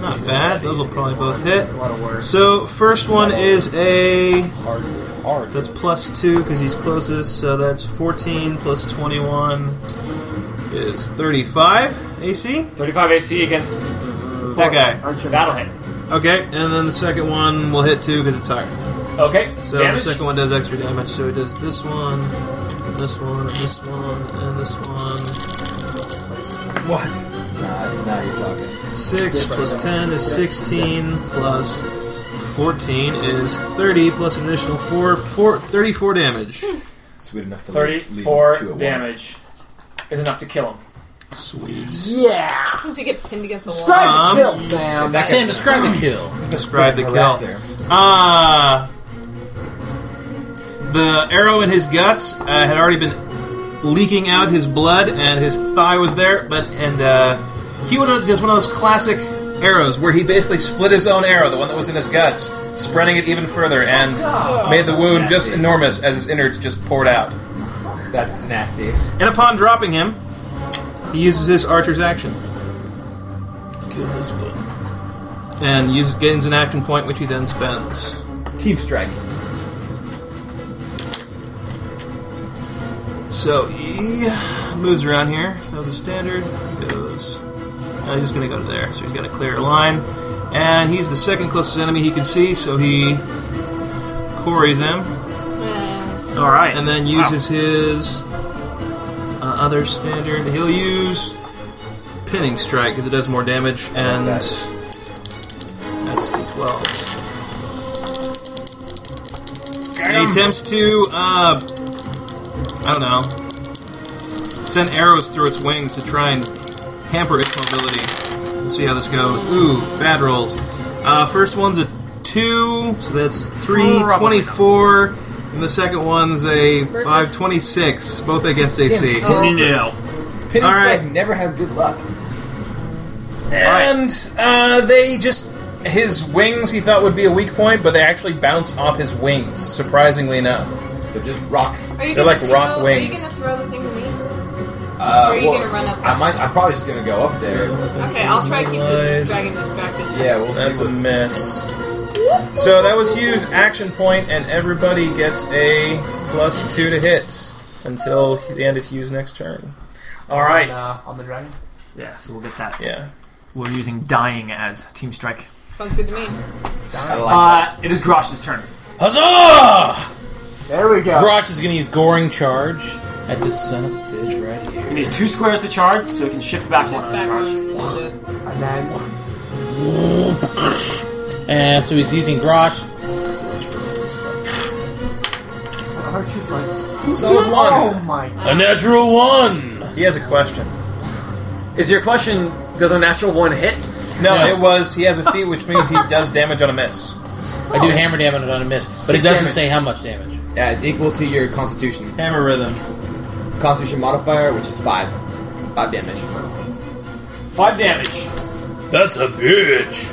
S2: Not bad. Those will probably both hit.
S6: That's a lot of work.
S2: So first one is a So that's plus two because he's closest. So that's fourteen plus twenty-one is thirty-five AC.
S3: 35 AC against
S2: That guy.
S6: Archer.
S3: battle hit.
S2: Okay, and then the second one will hit two because it's higher.
S3: Okay.
S2: So
S3: damage.
S2: the second one does extra damage. So it does this one, and this one, and this one, and this one. What?
S9: Nah, now you're talking.
S2: Six plus ten is sixteen plus. 14 is 30 plus an additional 4, four 34 damage.
S9: Sweet enough to lead- lead two at
S3: 34
S9: once.
S3: damage is enough to kill him.
S2: Sweet.
S6: Yeah.
S4: Does he get pinned against the wall?
S6: Describe
S2: Um,
S6: the kill, Sam.
S9: That
S7: Sam,
S9: guy-
S7: describe the kill.
S2: Describe the
S9: Relax
S2: kill.
S9: there.
S2: Ah. The arrow in his guts uh, had already been leaking out his blood, and his thigh was there. But and uh, he would have just one of those classic arrows where he basically split his own arrow, the one that was in his guts, spreading it even further, and made the wound just enormous as his innards just poured out.
S9: That's nasty.
S2: And upon dropping him, he uses his archer's action
S10: Kill this one.
S2: and uses, gains an action point, which he then spends.
S9: Team strike.
S2: So he moves around here. So that was a standard. He goes. Uh, he's just going to go to there. So he's got a clear line. And he's the second closest enemy he can see, so he quarries him.
S3: All right.
S2: And then uses his uh, other standard. He'll use pinning strike because it does more damage, and that's the 12s. And
S3: Um,
S2: he attempts to, uh, I don't know, send arrows through its wings to try and hamper its mobility. Let's see how this goes. Ooh, bad rolls. Uh, first one's a 2, so that's
S3: Probably
S2: 324. And the second one's a
S4: Versus-
S2: 526, both against AC.
S4: Oh.
S3: No.
S9: Pin and
S2: All right.
S9: Spud never has good luck.
S2: And uh, they just. His wings he thought would be a weak point, but they actually bounce off his wings, surprisingly enough.
S9: They're just rock.
S4: Are you
S2: They're
S4: gonna
S2: like rock
S4: throw, Are you
S2: wings.
S4: gonna throw the thing to me?
S9: Uh,
S4: Or are you
S9: well,
S4: gonna run up
S9: I might. I'm probably just gonna go up there.
S4: Okay, I'll try to keep the
S2: Nice.
S4: dragon distracted.
S9: Yeah, we'll
S2: That's
S9: see.
S2: a
S9: what's-
S2: miss. So that was Hugh's action point, and everybody gets a plus two to hit until the end of Hugh's next turn.
S3: All right.
S6: uh, on the dragon.
S3: Yeah, so we'll get that.
S2: Yeah.
S3: We're using dying as team strike.
S4: Sounds good to me.
S9: I don't like
S3: Uh, it is Grosh's turn.
S7: Huzzah!
S6: There we go.
S7: Grosh is gonna use Goring Charge at this son of a bitch right here.
S3: It needs two squares to charge, so it can shift back one on a
S4: Back
S3: charge.
S4: on.
S6: And then
S7: And so he's using Grosh.
S6: her two's oh, like,
S2: Solid
S6: oh
S2: one.
S6: my
S7: A natural one!
S2: He has a question.
S3: Is your question does a natural one hit?
S2: No,
S7: No.
S2: it was he has a feat, which means he does damage on a miss.
S7: I do hammer damage on a miss, but
S9: Six
S7: it doesn't
S9: damage.
S7: say how much damage.
S9: that. Yeah, it's equal to your Constitution.
S2: Hammer rhythm.
S9: Constitution modifier, which is five. Five damage.
S3: Five damage.
S7: That's a bitch!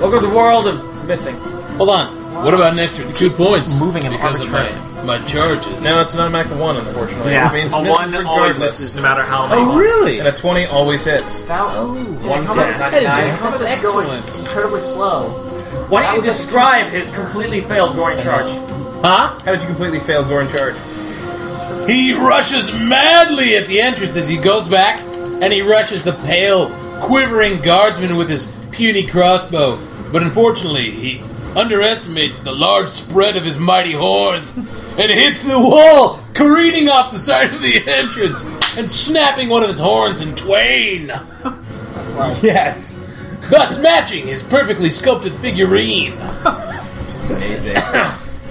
S3: Welcome to the world of missing.
S7: Hold on. What about an extra two points?
S3: moving him
S7: because of my, my charges.
S2: No, it's not a Mac 1, unfortunately.
S3: Yeah,
S2: It means
S3: a
S2: misses
S3: one always
S2: regardless.
S3: misses no matter how many.
S7: oh,
S3: ones.
S7: really?
S2: And a 20 always hits.
S9: One
S6: how
S9: plus
S6: much-
S7: Hey, man,
S9: ninety-nine.
S7: That's
S6: It's going
S7: excellent.
S6: Incredibly slow.
S3: Why don't you
S6: That was a-
S3: describe his completely failed going charge?
S7: Huh?
S2: How did you completely fail Gorin Charge?
S7: He rushes madly at the entrance as he goes back, and he rushes the pale, quivering guardsman with his puny crossbow. But unfortunately, he underestimates the large spread of his mighty horns and hits the wall, careening off the side of the entrance and snapping one of his horns in twain,
S9: Yes.
S7: thus matching his perfectly sculpted figurine.
S9: Amazing.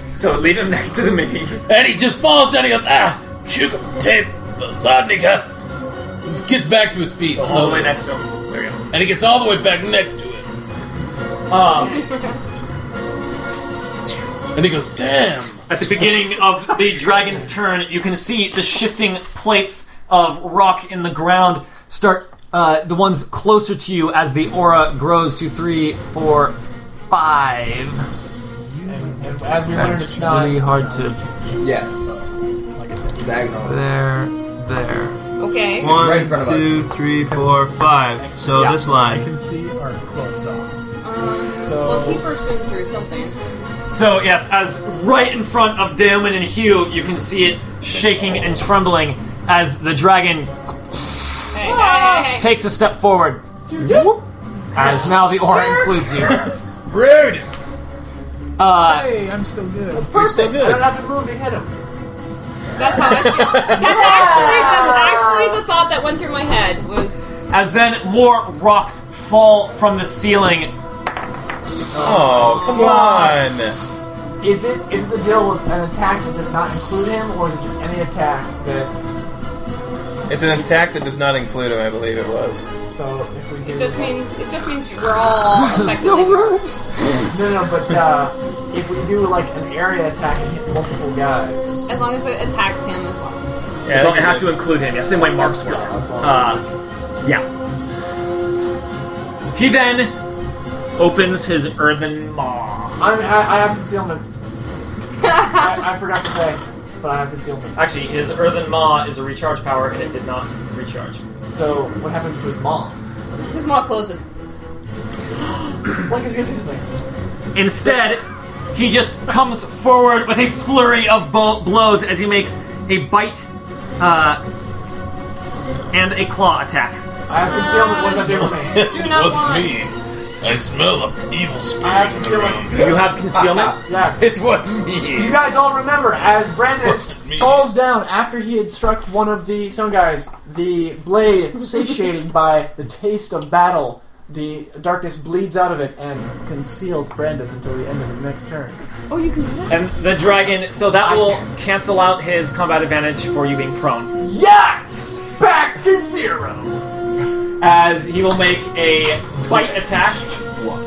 S3: So leave him next to the mini.
S7: And he just falls down. He goes, ah, chukum tape, bazadnika. Gets back to his feet
S3: All the way
S7: slowly,
S3: next to him. There you go.
S7: and he gets all the way back next to it.
S3: Um,
S7: And he goes, damn.
S3: at the beginning of the dragon's turn, you can see the shifting plates of rock in the ground start. Uh, the ones closer to you as the aura grows to three, four, five.
S6: And, and as we learned, it's not.
S3: really hard to.
S9: yeah. Diagonal.
S3: There, there.
S4: Okay.
S2: One,
S9: right in front of us.
S2: two, three, four, five. So this
S8: I
S2: line.
S8: can see are closed off.
S4: Well, keep her swing through something.
S3: So yes, as right in front of Daemon and Hugh, you can see it shaking and trembling as the dragon
S4: Hey, hey, hey, hey.
S3: takes a step forward. As now the aura includes you.
S9: Rude.
S8: Hey, I'm still good.
S7: We're still
S6: I don't
S7: good.
S6: have to move to hit him.
S4: That's how I feel. That's actually that's actually the thought that went through my head was
S3: As then more rocks fall from the ceiling.
S2: Oh, come on!
S6: Is it is it the deal with an attack that does not include him, or is it just any attack that?
S2: It's an attack that does not include him, I believe it was.
S6: So if we do,
S4: it just means it just means we're all effectively
S6: no, no, but uh, if we do like an area attack and hit multiple guys,
S4: as long as it attacks him as well.
S2: Yeah,
S3: So it has to include him, yeah, same way marks were. Uh, yeah. He then opens his earthen maw.
S6: I'm, I, I have concealment. I, I forgot to say, but I have concealment.
S3: Actually, his earthen maw is a recharge power, and it did not recharge.
S6: So what happens to his mom?
S4: His maw closes.
S6: Like, he's gonna say something.
S3: Instead, He just comes forward with a flurry of bo- blows as he makes a bite uh, and a claw attack.
S6: I have concealment. What does that do for me?
S4: Do not want.
S10: me. I smell an evil
S6: I
S10: spirit
S6: have
S10: in the room.
S6: concealment.
S3: You have concealment.
S6: Yes.
S9: It was me.
S6: You guys all remember as Brandis
S10: Wasn't me.
S6: falls down after he had struck one of the stone guys, the blade satiated by the taste of battle, the darkness bleeds out of it and conceals Brandis until the end of his next turn.
S4: Oh, you can do that.
S3: And the dragon, so that will cancel out his combat advantage for you being prone.
S6: Yes! Back to zero!
S3: As he will make a bite attack.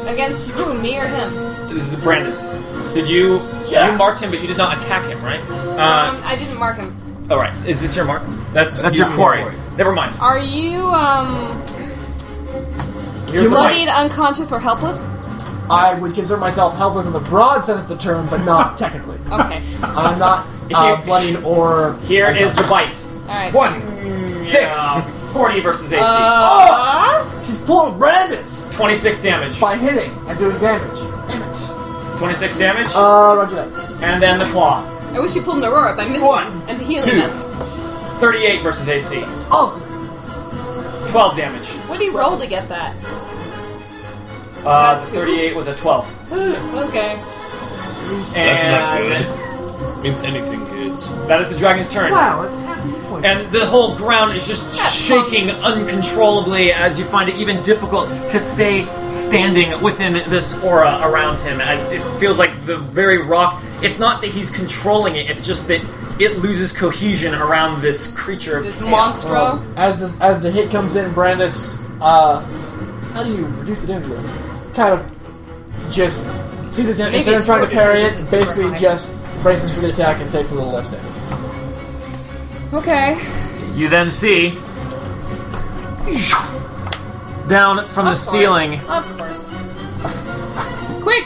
S4: Against who? Me or him?
S3: This is Brandis. Did you you marked him, but you did not attack him, right?
S9: Uh,
S4: um, I didn't mark him.
S3: All right. Is this your mark?
S2: That's
S3: That's your quarry. Never mind.
S4: Are you um
S3: Here's the bite.
S4: bloodied, unconscious, or helpless?
S6: I would consider myself helpless in the broad sense of the term, but not technically.
S4: Okay.
S6: I'm not uh,
S3: Here-
S6: bloodied or.
S3: Here is the bite.
S4: All right.
S9: One. Six.
S3: Yeah, 40 versus AC.
S4: Uh,
S6: Oh! He's pulling Brandis
S3: 26 damage.
S6: by hitting and doing damage. Damn it.
S3: 26 damage,
S6: Uh, roger that.
S3: and then the claw.
S4: I wish you pulled an aurora by missing
S9: One,
S4: and healing
S9: two.
S4: us.
S3: 38 versus AC.
S6: Awesome.
S3: 12 damage.
S4: What do you roll to get that?
S3: Uh,
S4: two.
S3: 38 was a 12.
S4: okay.
S3: And
S10: That's not good. means anything hits.
S3: That is the dragon's turn.
S6: Wow, that's half a hit point.
S3: And the whole ground is just shaking uncontrollably as you find it even difficult to stay standing within this aura around him, as it feels like the very rock. It's not that he's controlling it, it's just that it loses cohesion around this creature. of
S4: This
S3: chaos.
S4: monstro.
S6: As the, as the hit comes in, Brandis, uh, how do you reduce the damage of this? Kind of just sees his
S4: Maybe
S6: instead of
S4: it's
S6: trying to
S4: fortitude,
S6: parry it,
S4: isn't super
S6: basically
S4: high.
S6: just braces for the attack and takes a little less damage.
S4: Okay.
S3: You then see down from the
S4: Of course.
S3: ceiling
S4: Of course. Quick!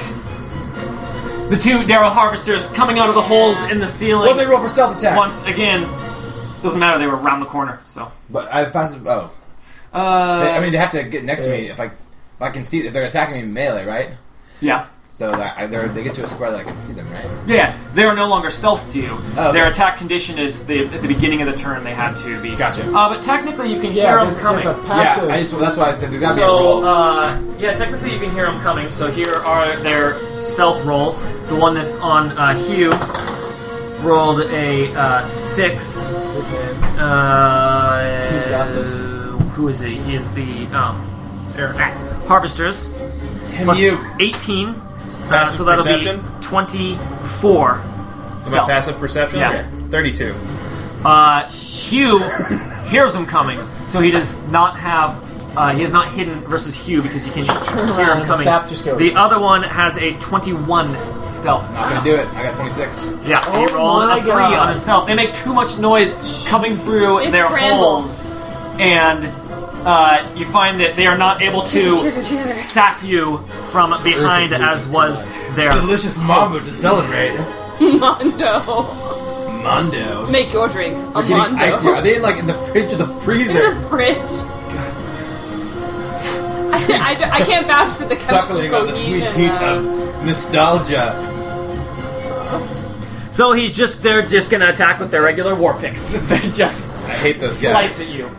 S3: the two Darrow harvesters coming out of the holes in the
S9: What did
S3: ceiling
S9: they roll for self attack?
S3: once again. Doesn't matter, they were around the corner, so.
S9: But I passed. Oh,
S3: Uh,
S9: They- I mean they have to get next to me if I if I can see if they're attacking me melee, right?
S3: yeah.
S9: So that I, they're, they get to a square that I can see them, right?
S3: Yeah, they are no longer stealth to you.
S6: Oh,
S9: okay.
S3: Their attack condition is the, at the beginning of the turn they had to be.
S9: Gotcha.
S3: Uh, but technically you can hear
S6: Yeah,
S3: them
S6: there's,
S3: coming.
S6: there's a passive.
S9: Yeah, I just that's why I said there's gotta be a
S3: So,
S9: roll.
S3: uh, yeah, technically you can hear them coming. So here are their stealth rolls. The one that's on uh, Hugh rolled a uh, six. Uh,
S6: Who's got this?
S3: Who is he? He is the um, they're- ah, harvesters.
S9: Him,
S3: Plus
S9: you.
S3: eighteen. Uh,
S2: Passive
S3: so that'll
S2: perception?
S3: be twenty-four.
S2: My
S3: Stealth.
S2: passive perception?
S3: Yeah.
S2: Okay. 32.
S3: Uh, Hugh hears him coming, so he does not have. Uh, he is not hidden versus Hugh because he can hear
S6: around
S3: him
S6: and
S3: coming.
S6: Sap just goes.
S3: The other one has a 21 stealth.
S9: Not gonna do it. I got 26.
S3: Yeah,
S6: Oh
S3: he rolled
S6: my
S3: a 3
S6: God.
S3: on a stealth. They make too much noise coming through
S4: They
S3: their
S4: scramble.
S3: holes, and uh, you find that they are not able
S4: Chitter,
S3: to
S4: chitter.
S3: sap you from behind as was their.
S9: Delicious mambo to celebrate.
S4: Mondo.
S9: Mondo.
S4: Make your drink. A
S9: They're getting
S4: Mondo.
S9: icy. Are they like in the fridge or the
S4: in
S9: freezer?
S4: the fridge. I, I, I can't vouch for the
S9: Suckling on the sweet
S4: cohesion,
S9: teeth
S4: uh,
S9: of nostalgia.
S3: So he's just they're just gonna attack with their regular war picks. they just
S9: I hate those guys.
S3: slice at you.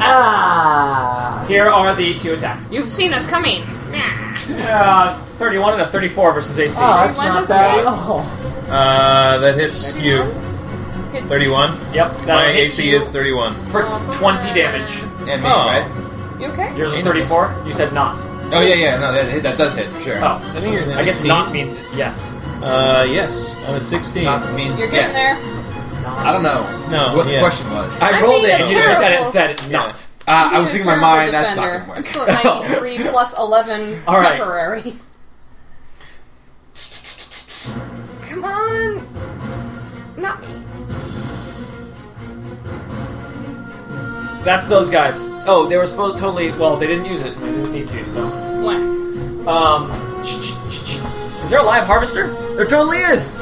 S6: ah!
S3: Here are the two attacks.
S4: You've seen us coming.
S3: Uh, 31 and a 34 versus AC.
S6: Oh, that's
S4: One
S6: not
S4: doesn't
S6: bad
S4: hit.
S6: at all.
S2: Uh, that hits you.
S4: Hits
S2: 31.
S3: yep, that'll
S2: My
S3: hit
S2: AC
S3: you
S2: is 31.
S3: for 20 damage.
S9: And me,
S2: Oh.
S9: right?
S4: You okay?
S3: Yours is 34. You said not.
S9: Oh yeah, yeah. No, that, that does hit for sure.
S3: Oh,
S7: I think you're at
S3: I guess
S7: 16.
S3: not means yes.
S2: Uh, yes. I'm at 16.
S9: Not means
S4: You're getting
S9: yes.
S4: there.
S9: I don't know.
S2: No,
S9: What the
S2: yeah.
S9: question was?
S3: I
S4: I'm
S3: rolled
S4: being
S3: it,
S4: a
S3: and you just looked at it and
S4: terrible-
S3: said not.
S9: Uh, I
S4: You're
S9: was
S4: a
S9: thinking in my
S4: terrible
S9: mind that's not
S4: defender.
S9: gonna
S4: I'm
S9: work.
S4: still at 93 plus 11
S3: All right.
S4: temporary. Come on. Not me.
S3: That's those guys. Oh, they were supposed totally. Well, they didn't use it. They didn't need to. So,
S4: One.
S3: um, is there a live harvester? There totally is.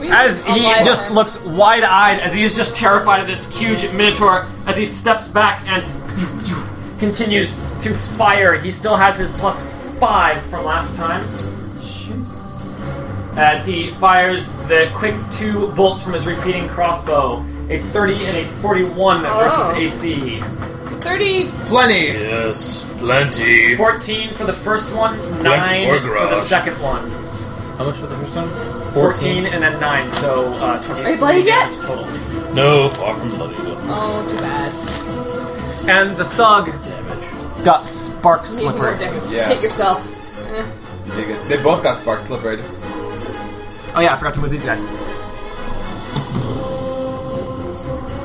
S4: We
S3: As
S4: have a
S3: he
S4: live
S3: just
S4: arm.
S3: looks wide eyed, as he is just terrified of this huge minotaur, as he steps back and continues to fire. He still has his plus five from last time. as he fires the quick two bolts from his repeating crossbow a 30 and a 41 versus
S4: Oh.
S3: AC.
S4: 30.
S9: Plenty.
S7: Yes, plenty.
S3: 14 for the first one,
S7: Plenty
S3: 9
S7: for
S3: for the
S7: garage.
S3: second one.
S7: How much for the first time?
S3: 14 and then 9, so uh, 20.
S4: Are you bloodied yet?
S3: Total.
S7: No, far from bloody. though.
S4: Oh, too bad.
S3: And the thug got spark
S4: You need more
S3: slippered.
S4: dick.
S9: Yeah.
S4: Hit yourself.
S9: Dig it. They both got spark slippered.
S3: Oh yeah, I forgot to move these guys.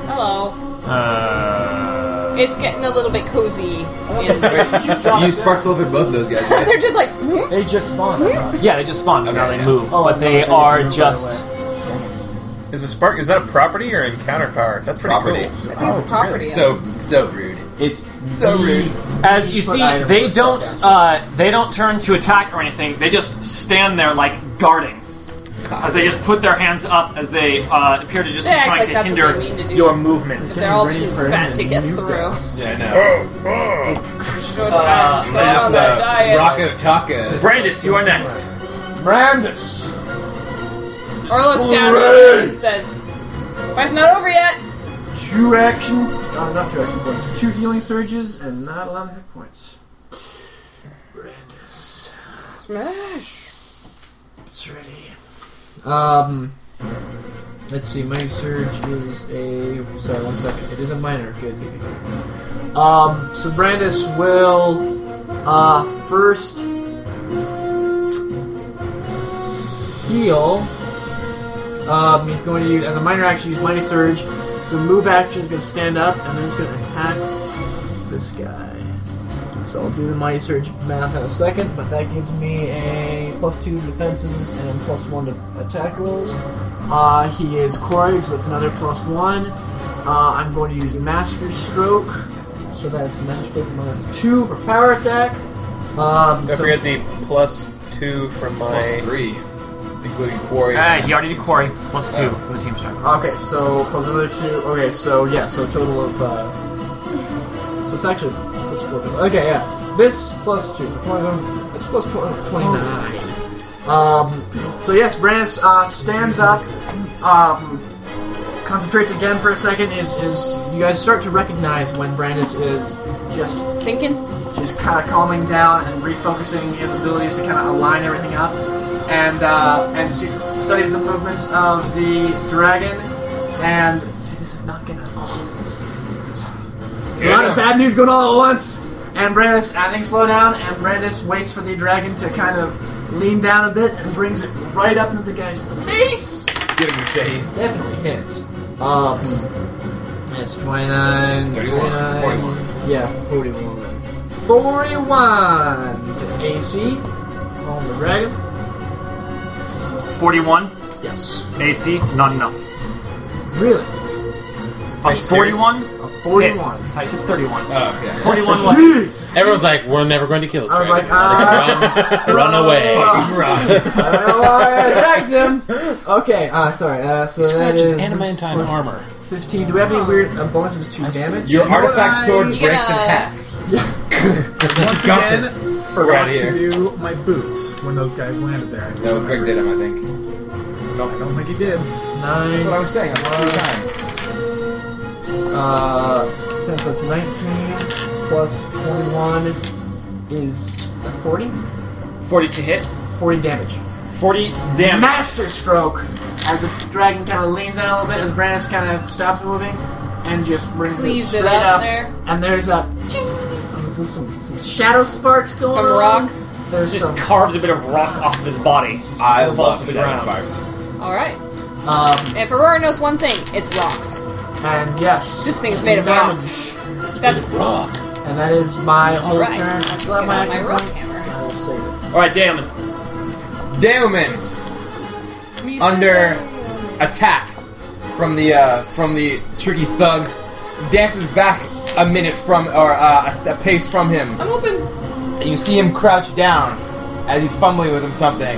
S4: Hello.
S3: Uh,
S4: It's getting a little bit cozy. in there.
S9: You spark slippered both those guys. Right?
S4: They're just like, "Hmm?"
S6: They just spawned. I thought.
S3: yeah, they just spawned, but now
S9: Okay,
S3: they
S9: yeah.
S3: move.
S6: Oh,
S3: but
S6: no,
S3: they
S6: they
S3: are
S6: can move
S3: just.
S2: Is a spark? Is that a property or encounter power? That's pretty
S9: Property.
S2: cool.
S4: I think it's a property.
S9: So so rude.
S6: It's
S9: So
S6: the-
S9: rude.
S3: As you see,
S6: item
S3: they
S6: was
S3: don't.
S6: stuck
S3: Uh, they don't turn to attack or anything. They just stand there like guarding, as they just put their hands up as they uh, appear to just
S4: They
S3: be
S4: act
S3: trying
S4: like
S3: to
S4: that's what
S3: hinder
S4: they mean to do.
S3: your movement.
S4: They're all too
S6: Ready for
S4: fat to
S6: him.
S4: get
S6: You
S4: through.
S6: guys.
S9: Yeah, I know.
S4: Go to diet. Go
S3: that's
S4: on
S9: the
S4: that diet.
S9: Rocco tacos.
S3: Brandis, you are next.
S6: Brandis.
S4: Or looks down at him and says, Fight's not over yet!
S6: Two action. Uh, not two action points. Two healing surges and not a lot of hit points. Brandis.
S4: Smash!
S6: It's ready. Um. Let's see. My surge is a. Sorry, one second. It is a minor. Good. good. Um. So Brandis will. Uh. First. Heal. Um, he's going to use as a minor action use mighty surge. So move action is going to stand up and then he's going to attack this guy. So I'll do the mighty surge math in a second, but that gives me a plus two defenses and plus one to attack rolls. Uh, he is quarried, so that's another plus one. Uh, I'm going to use master stroke, so that's master stroke minus two for power attack. Um,
S2: Don't
S6: so-
S2: forget the plus two from my.
S9: Plus three, including quarry.
S3: Uh, you already did Corey. Plus two for the team strike.
S6: Okay, so plus another two. Okay, so yeah, so a total of. Uh, so it's actually plus four. Okay, yeah, this plus two, twenty-one. It's plus tw- twenty-nine. Um, so yes, Brandis uh, stands up, um, concentrates again for a second. Is is you guys start to recognize when Brandis is just
S4: Thinking?
S6: just kind of calming down and refocusing his abilities to kind of align everything up, and uh, and see, studies the movements of the dragon. And see, this is not gonna. Oh, this is- it's a lot of bad news going all at once. And Brandis, I think, slow down. And Brandis waits for the dragon to kind of lean down a bit and brings it right up into the guy's face.
S9: Give him a shade.
S6: Definitely hits. Um, it's
S9: 31,
S6: 29, 29,
S9: 41.
S6: Yeah, 41. 41 to AC on the dragon.
S3: Forty-one
S6: Yes.
S3: AC, not enough.
S6: Really?
S3: A forty-one
S6: A 41.
S3: hits. I said thirty-one.
S9: Oh,
S3: Forty-one was.
S7: Everyone's like, we're never going to kill this
S6: I was
S7: dragon.
S6: like, ah.
S7: run, run away.
S6: I don't know why I attacked him. Okay, uh, sorry. Uh, so that is
S7: adamantine
S6: plus
S7: armor.
S6: 15. Do we have any weird uh, bonuses to damage?
S9: Your artifact sword
S4: You
S9: breaks
S4: gotta-
S9: in half.
S8: Once
S9: got
S8: again,
S9: this. We're
S8: forgot
S9: outta here.
S8: to do my boots when those guys landed there.
S9: No, Greg did him, I think.
S8: No, I don't think he did.
S9: That's what I
S6: Nine.
S9: was saying. I'm like three times.
S6: Uh, since that's 19 plus 21 is 40?
S3: Forty to hit.
S6: 40 damage.
S3: Forty damage.
S6: Master stroke! As the dragon kind of leans out a little bit, as Brandis kind of stops moving, and just brings it
S4: Cleaves
S6: straight
S4: it up there.
S6: And there's a. There's some, some shadow sparks going
S4: Some
S6: on.
S4: rock.
S6: There's
S3: just
S6: some.
S3: carves a bit of rock off of his body.
S9: I
S3: Just
S9: love
S3: falls to the
S9: shadow
S3: ground.
S9: sparks.
S4: Alright.
S6: Um,
S4: If Aurora knows one thing, it's rocks.
S6: and yes.
S4: This thing's made of
S6: damage.
S4: rocks. That's
S7: Rock.
S6: And that is my whole
S4: right.
S6: turn.
S4: I'm
S6: I
S4: just
S6: still have
S4: gonna
S6: my
S4: have my
S6: action
S4: rock
S6: point.
S4: hammer.
S6: I will save it.
S3: All right, Damon.
S9: Daemon under attack from the uh, from the tricky thugs dances back a minute from or uh, a, st- a pace from him.
S4: I'm open.
S9: and you see him crouch down as he's fumbling with him something.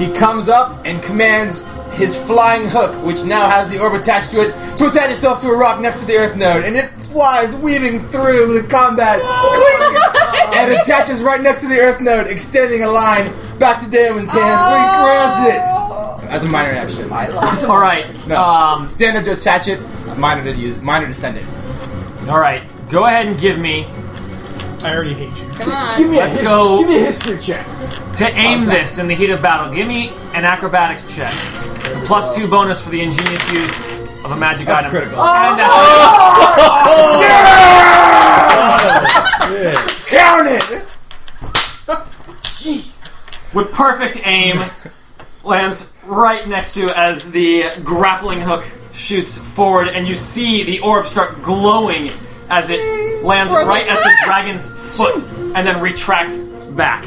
S9: He comes up and commands his flying hook, which now has the orb attached to it, to attach itself to a rock next to the earth node, and it flies weaving through the combat Clink! and attaches right next to the earth node, extending a line back to Damon's hand
S4: Oh.
S9: where he grabs it. As a minor action.
S3: All right.
S9: No.
S3: Um,
S9: Standard to attach it, minor to use, minor to send it.
S3: all right. Go ahead and give me
S8: I already hate you.
S4: Come on.
S6: Give me, a
S3: Let's
S6: his-
S3: go.
S6: give me a history check.
S3: to aim this in the heat of battle. Give me an acrobatics check. Plus two bonus for the ingenious use of a magic item.
S9: critical.
S3: And that's-
S9: Count it!
S3: with perfect aim, lands right next to as the grappling hook shoots forward, and you see the orb start glowing as it lands
S4: Or's
S3: right
S4: like,
S3: at the
S4: "Ah!"
S3: dragon's foot and then retracts back.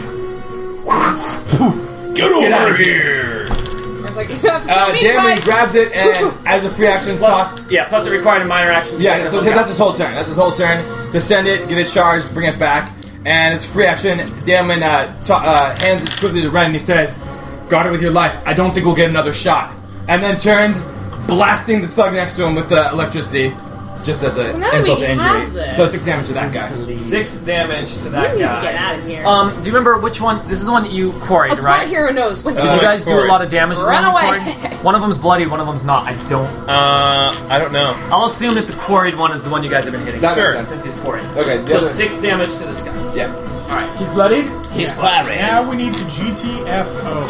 S10: Get over here!
S4: I was like, you have to tell
S9: Uh,
S4: me
S9: Damon
S4: twice.
S9: grabs it and as a free action toss.
S3: Plus, yeah, plus it required a minor action. to
S9: Yeah,
S3: get the
S9: so
S3: hook
S9: okay,
S3: out.
S9: that's his whole turn. That's his whole turn. To send it, get it charged, bring it back, and it's free action. Damon uh, ta uh, hands it quickly to Ren, and he says, "Guard it with your life. I don't think we'll get another shot." And then turns, blasting the thug next to him with the electricity, just as
S13: So
S9: an
S13: now that
S9: insult
S13: we
S9: to injury.
S13: have this-
S9: So six damage to that guy.
S3: six damage to
S13: We
S3: that
S13: need
S3: guy.
S13: to get out of here.
S3: Um, do you remember which one? This is the one that you quarried,
S4: Uh, A smart
S3: right?
S4: hero knows when to
S3: Did you
S9: Uh,
S3: guys do a
S9: quarried.
S3: lot of damage? to the
S4: Run
S3: one you
S4: away.
S3: quarried? One of them's bloody, one of them's not. I don't.
S2: Uh, I don't know.
S3: I'll assume that the quarried one is the one you guys have been hitting.
S9: That
S2: Sure.
S9: makes
S3: Since
S9: sense.
S3: he's quarried.
S9: Okay, the
S3: So
S9: other-
S3: six damage to this guy.
S9: yeah.
S6: He's bloodied.
S7: He's clapping.
S8: Now we need to GTFO.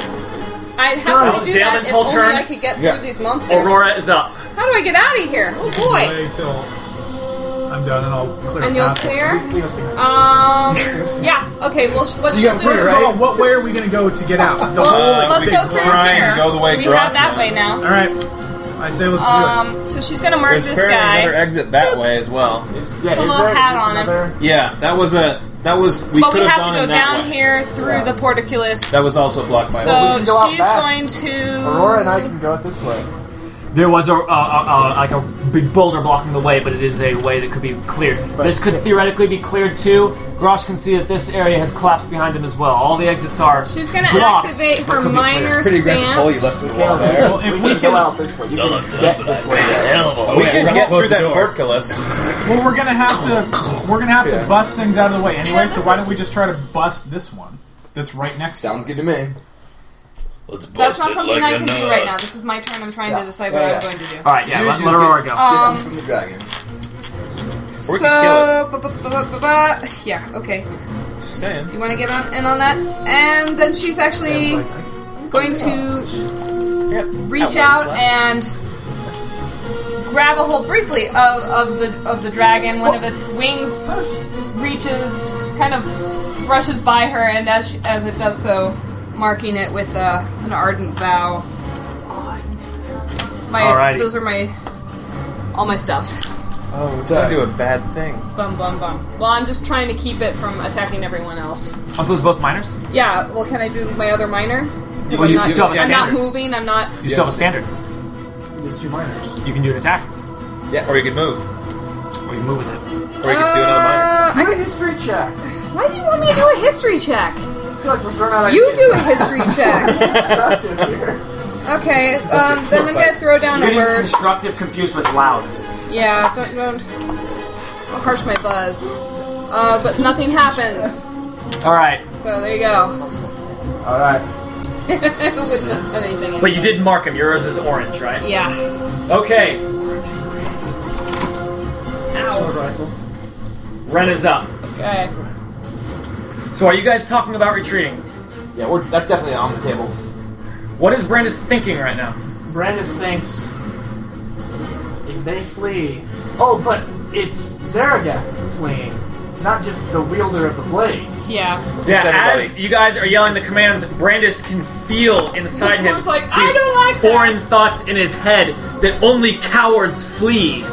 S4: I'd have
S3: Oh,
S4: to do
S3: Damon's
S4: that if
S3: whole
S4: only
S3: turn?
S4: I could get
S9: Yeah.
S4: through these monsters.
S3: Aurora is up.
S4: How do I get out of here? Oh boy.
S8: Wait till I'm done and I'll clear.
S4: And you'll
S8: path.
S4: clear?
S6: Leave us behind.
S4: Um. yeah. Okay. Well, sh- what
S9: you
S4: she'll
S9: got
S4: do
S9: free,
S4: is
S9: right?
S8: Oh, what way are we gonna go to get out? The whole-
S4: Well,
S2: Uh,
S4: let's
S2: we
S4: go
S2: could
S4: through
S2: try
S4: here.
S2: and go the way
S4: we
S2: Groth
S4: have that
S2: went.
S4: way now.
S8: All right, I say let's
S4: Um. So she's gonna mark
S2: There's
S4: this
S2: apparently another
S4: guy.
S2: exit that way as well.
S6: Is, yeah,
S4: Put a
S6: is
S4: little
S6: there-
S4: hat
S6: is
S4: on him.
S6: another-
S2: Yeah, that was a that was we
S4: But
S2: could
S4: we have to
S2: gone
S4: go
S2: in that
S4: down
S2: way.
S4: here through the porticulus.
S2: That was also blocked by.
S4: So
S6: Well, we can go out
S4: she's
S6: back.
S4: going to.
S6: Aurora and I can go out this way.
S3: There was a, a, a, a like a big boulder blocking the way, but it is a way that could be cleared. this could theoretically be cleared too. Grosh can see that this area has collapsed behind him as well. All the exits are.
S4: She's gonna
S3: blocked,
S4: activate
S3: but
S4: her
S3: could be cleared.
S4: minor
S9: Pretty aggressive hole you left
S4: stance.
S9: in the wall there.
S6: Well,
S8: if
S6: we,
S8: we
S6: can
S8: can-
S6: go out this way. You
S10: All
S6: can
S10: I'm done,
S6: get
S10: but
S6: this
S10: I
S6: way.
S10: played a hell of a
S2: we
S10: way.
S2: can
S9: Close
S2: get
S9: the
S2: through that
S9: door.
S2: portcullis.
S8: Well, we're gonna have to we're gonna have to
S9: Yeah.
S8: bust things out of the way anyway.
S4: Yeah,
S8: so
S4: this
S8: why
S4: is-
S8: don't we just try to bust this one that's right next?
S9: Sounds
S8: to
S9: good
S8: us?
S9: to me.
S10: Let's bust
S4: That's not
S10: it
S4: something
S10: like
S4: I can
S10: a
S4: do
S10: nut.
S4: right now. This is my turn. I'm trying to decide what
S9: Yeah.
S4: I'm going to do.
S3: All right, yeah.
S9: You
S3: Let,
S9: just
S3: let
S9: get
S3: Aurora go.
S4: Oh.
S13: Um,
S9: Distance from the dragon.
S2: Or we
S4: so,
S2: can kill it.
S4: bu- bu- bu- bu- bu- bu- yeah, okay.
S2: Just saying.
S4: You want to get on in on that? And then she's actually going to reach out and grab a hold briefly of, of the of the dragon. One of its wings reaches, kind of brushes by her, and as she, as it does so, marking it with uh an ardent vow. My
S3: Alrighty.
S4: those are my all my stuffs.
S9: Oh, it's
S2: I do a bad thing.
S4: Bum bum bum. Well, I'm just trying to keep it from attacking everyone else.
S3: Are those both minors?
S4: Yeah. Well, can I do my other minor? 'Cause
S3: Well,
S4: I'm,
S3: you-
S4: not,
S3: you still have a
S4: I'm not
S3: standard.
S4: moving. I'm not.
S3: You still have a standard.
S6: The two minors.
S3: You can do an attack,
S2: Or you could move.
S3: or you move with it.
S2: Or you could do another minor.
S4: Uh,
S6: Do a history check.
S4: why do you want me to do a history check?
S6: I feel like we're throwing out
S4: You
S6: ideas.
S4: do a history check.
S6: Constructive here.
S4: Okay. Um, then I'm gonna throw down a
S3: Getting
S4: word.
S3: constructive confused with loud.
S4: Yeah. Don't don't. I'll harsh my buzz. Uh, but nothing happens.
S3: All right,
S4: So there you go.
S6: All right.
S4: I wouldn't have done anything.
S3: but you did mark him. Yours is orange, right?
S4: Yeah.
S3: Okay. Ow. Ren is up.
S4: Okay.
S3: So are you guys talking about retreating?
S9: Yeah, we're, that's definitely on the table.
S3: What is Brandis thinking right now?
S6: Brandis thinks if they flee. Oh, but it's Zaragath fleeing. It's not just the wielder of the blade.
S4: Yeah.
S3: Yeah,
S2: everybody.
S3: as you guys are yelling the commands, Brandis can feel inside
S4: This
S3: him
S4: one's like,
S3: these
S4: "I don't like this."
S3: foreign thoughts in his head that only cowards flee.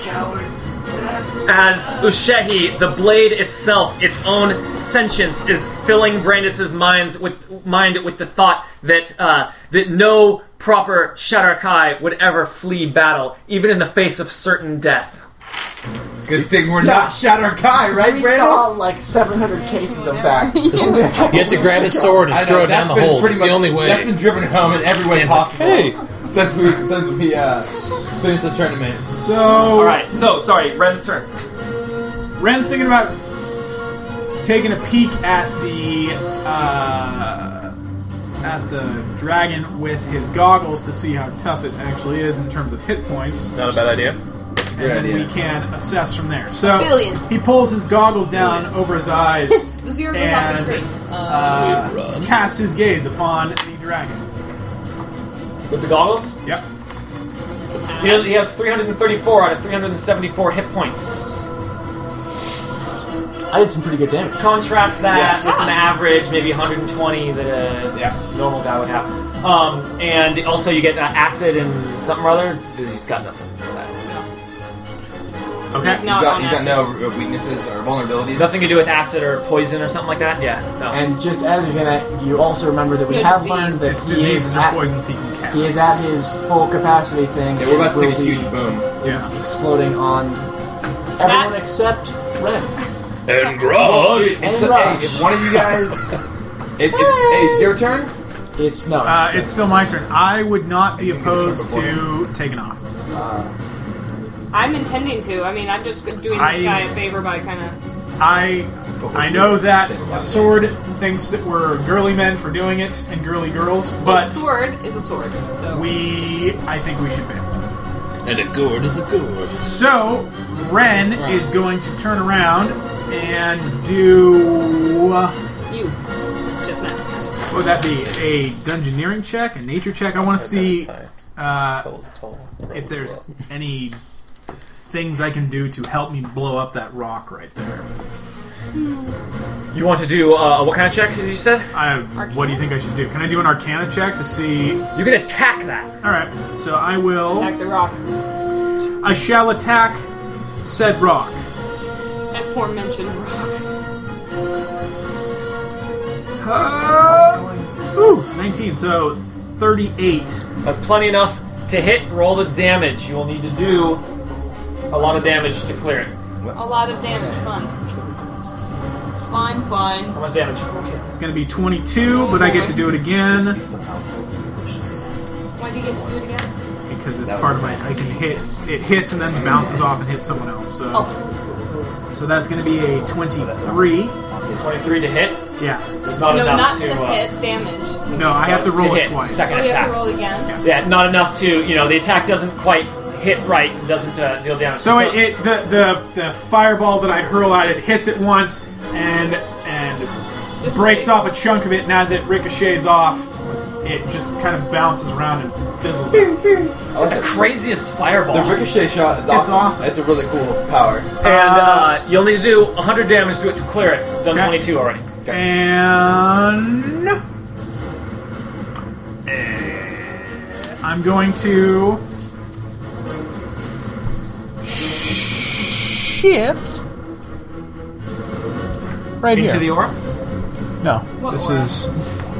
S6: Cowards. Dead.
S3: As Ushehi, the blade itself, its own sentience, is filling Brandis's minds with mind with the thought that uh, that no proper Shadarakai would ever flee battle, even in the face of certain death.
S9: Good thing we're not Shatter Kai, right,
S6: We saw
S9: Brandis?
S6: like 700 cases of that.
S7: You have to grab his sword
S9: I
S7: and
S9: know,
S7: throw it
S9: that's
S7: down the
S9: been
S7: hole.
S9: pretty
S7: It's the
S9: much-
S7: only way.
S9: That's been driven home in every way
S7: Dan's like,
S9: possible.
S7: "Hey."
S9: Since we since we uh, finished the tournament.
S8: So
S3: All right, so sorry, Ren's turn.
S8: Ren's thinking about taking a peek at the uh, at the dragon with his goggles to see how tough it actually is in terms of hit points.
S2: Not a bad idea.
S8: and then
S9: idea.
S8: we can assess from there. So
S4: Billion.
S8: he pulls his goggles down over his eyes
S4: The zero goes off the
S8: And,
S4: screen. Uh,
S8: uh, casts his gaze upon the dragon.
S3: With the goggles?
S8: Yep.
S3: He has, he has 334 out of 374 hit points.
S6: I did some pretty good damage.
S3: Contrast that with an average, maybe 120 that a normal guy would have. Um, and also you get uh, acid and something or other. Dude, He's got nothing. for that.
S8: Okay.
S4: he's not on
S9: he's got
S4: acid.
S9: no uh, weaknesses or vulnerabilities.
S3: Nothing to do with acid or poison or something like that. Yeah, no.
S6: And just as you're gonna, you also remember that we
S4: No
S6: have
S4: disease.
S6: learned that
S8: It's
S6: he is,
S8: diseases or
S6: at,
S8: poisons he can cast.
S6: he is at his full capacity thing.
S9: Yeah, we're about to
S6: and
S9: see a
S6: will be
S9: huge boom.
S8: Yeah.
S6: exploding on everyone
S4: That's-
S6: except Ren.
S10: And Grosh!
S9: It's
S6: And
S9: the, hey,
S6: rush.
S9: if one of you guys, it, it, hey, it's your turn.
S6: It's no.
S8: Uh, it's still my turn. I would not be opposed to taking off.
S4: I'm intending to. I mean, I'm just doing this
S8: I-
S4: guy a favor by kind of.
S8: I I know that the sword thinks that we're girly men for doing it and girly girls,
S4: But
S8: but
S4: sword is a sword, so
S8: we I think we should ban.
S10: And a gourd is a gourd.
S8: So Ren is going to turn around and do uh,
S4: you just now.
S8: what would that be? A dungeoneering check, a nature check. I want to see uh, if there's any things I can do to help me blow up that rock right there.
S3: You want to do uh, what kind of check? You said
S8: I, what do you think I should do? Can I do an Arcana check to see?
S3: you can attack that.
S8: All right, so I will.
S4: Attack the rock.
S8: I shall attack said rock.
S4: Aforementioned rock.
S8: Uh, ooh, 19, so 38.
S3: That's plenty enough to hit. Roll the damage. You will need to do a lot of damage to clear it.
S4: A lot of damage. Fun. Fun, fun.
S3: How much damage?
S8: It's going to be 22, but I get to do it again
S4: Why do you get to do it again?
S8: because it's part of my. I can hit. It hits and then bounces off and hits someone else. So,
S4: Oh,
S8: so that's going to be a 23.
S3: Twenty-three to hit.
S8: Yeah.
S3: It's not
S4: no,
S3: enough
S4: not to
S3: uh,
S4: hit damage.
S8: No, I have to
S3: it's
S8: roll
S3: hit.
S8: it
S3: It's
S8: twice.
S3: Second
S4: Oh, you have
S3: attack.
S4: to roll again.
S3: Yeah, not enough to you know the attack doesn't quite hit right. Doesn't uh, deal damage.
S8: So it, it the, the the fireball that I hurl at it hits it once and and
S4: Just
S8: breaks
S4: breaks.
S8: off a chunk of it, and as it ricochets off, it just kind of bounces around and fizzles. out.
S3: the craziest fireball.
S9: The ricochet shot is awesome.
S8: awesome.
S9: It's a really cool power.
S3: and uh, you'll need to do 100 damage to it to clear it. Done
S8: Okay.
S3: 22 already.
S8: And eh, I'm going to
S6: shift right
S3: Into the aura.
S8: no. This is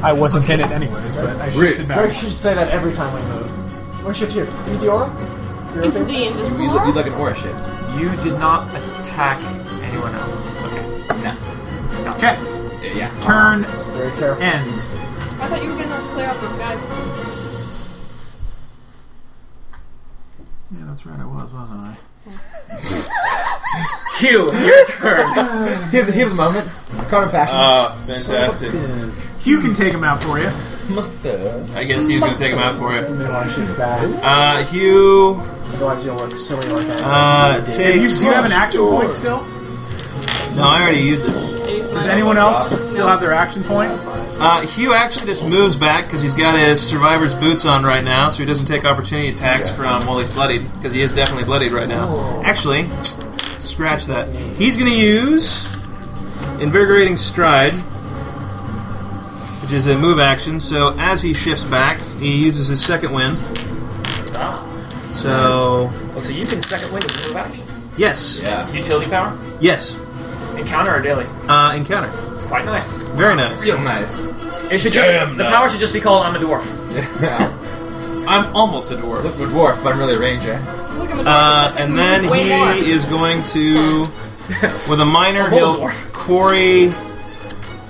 S8: I wasn't in it anyways, but I shifted
S6: We
S8: back.
S6: should say that every time we move. Where shift here? Meteora? You're
S4: Into
S6: okay?
S4: the invisible
S9: You look, you
S4: rock.
S9: look an aura shift.
S3: You did not attack anyone else. Okay.
S8: Okay,
S9: Yeah.
S8: turn
S6: Very careful.
S8: ends.
S4: I thought you were gonna clear up those guys.
S8: Yeah, that's right. I was, wasn't I?
S3: Q, your turn.
S9: Hear the, hear the moment. Carter passion.
S2: Ah, fantastic.
S8: Hugh can take him out for you.
S2: I guess he's gonna take him out for you.
S6: You may want to shift back.
S2: Uh, Hugh
S6: Otherwise, you'll look silly like that.
S2: uh,
S8: You,
S2: takes.
S8: you have an action point still.
S2: No, I already used it.
S8: Does anyone else still have their action point?
S2: Uh, Hugh actually just moves back because he's got his survivor's boots on right now, so he doesn't take opportunity attacks from while he's bloodied because he is definitely bloodied right now. Actually, scratch that. He's gonna use invigorating stride, which is a move action. So as he shifts back, he uses his second wind. So
S3: Well, so you can second wind as a move action.
S2: yes,
S9: yeah.
S3: Utility power,
S2: yes,
S3: encounter or daily.
S2: uh, encounter.
S3: It's quite nice.
S2: Very nice.
S9: Nice.
S3: It should
S10: Damn
S3: just, the
S10: nice.
S3: power should just be called I'm a dwarf.
S2: I'm almost a dwarf.
S9: Look, we're dwarf, but I'm really a ranger.
S4: Look, I'm a
S2: Uh,
S4: dwarf.
S2: and then
S4: Way more.
S2: he is going to, with a minor,
S3: A
S2: he'll
S3: Voldemort.
S2: quarry.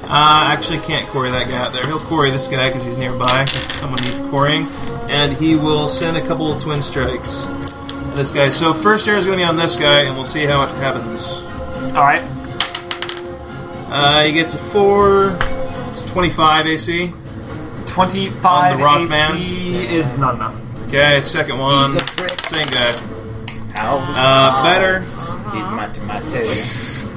S2: Uh, actually, can't quarry that guy out there. He'll quarry this guy because he's nearby. If someone needs quarrying, and he will send a couple of twin strikes. at This guy. So first air is going to be on this guy, and we'll see how it happens.
S3: All right.
S2: Uh, he gets a four. It's twenty-five AC.
S3: 25
S2: On the rock
S3: AC is not enough.
S2: Okay, second one.
S9: He's a brick.
S2: Same guy.
S9: Ow.
S2: Uh, better.
S9: He's my tomato.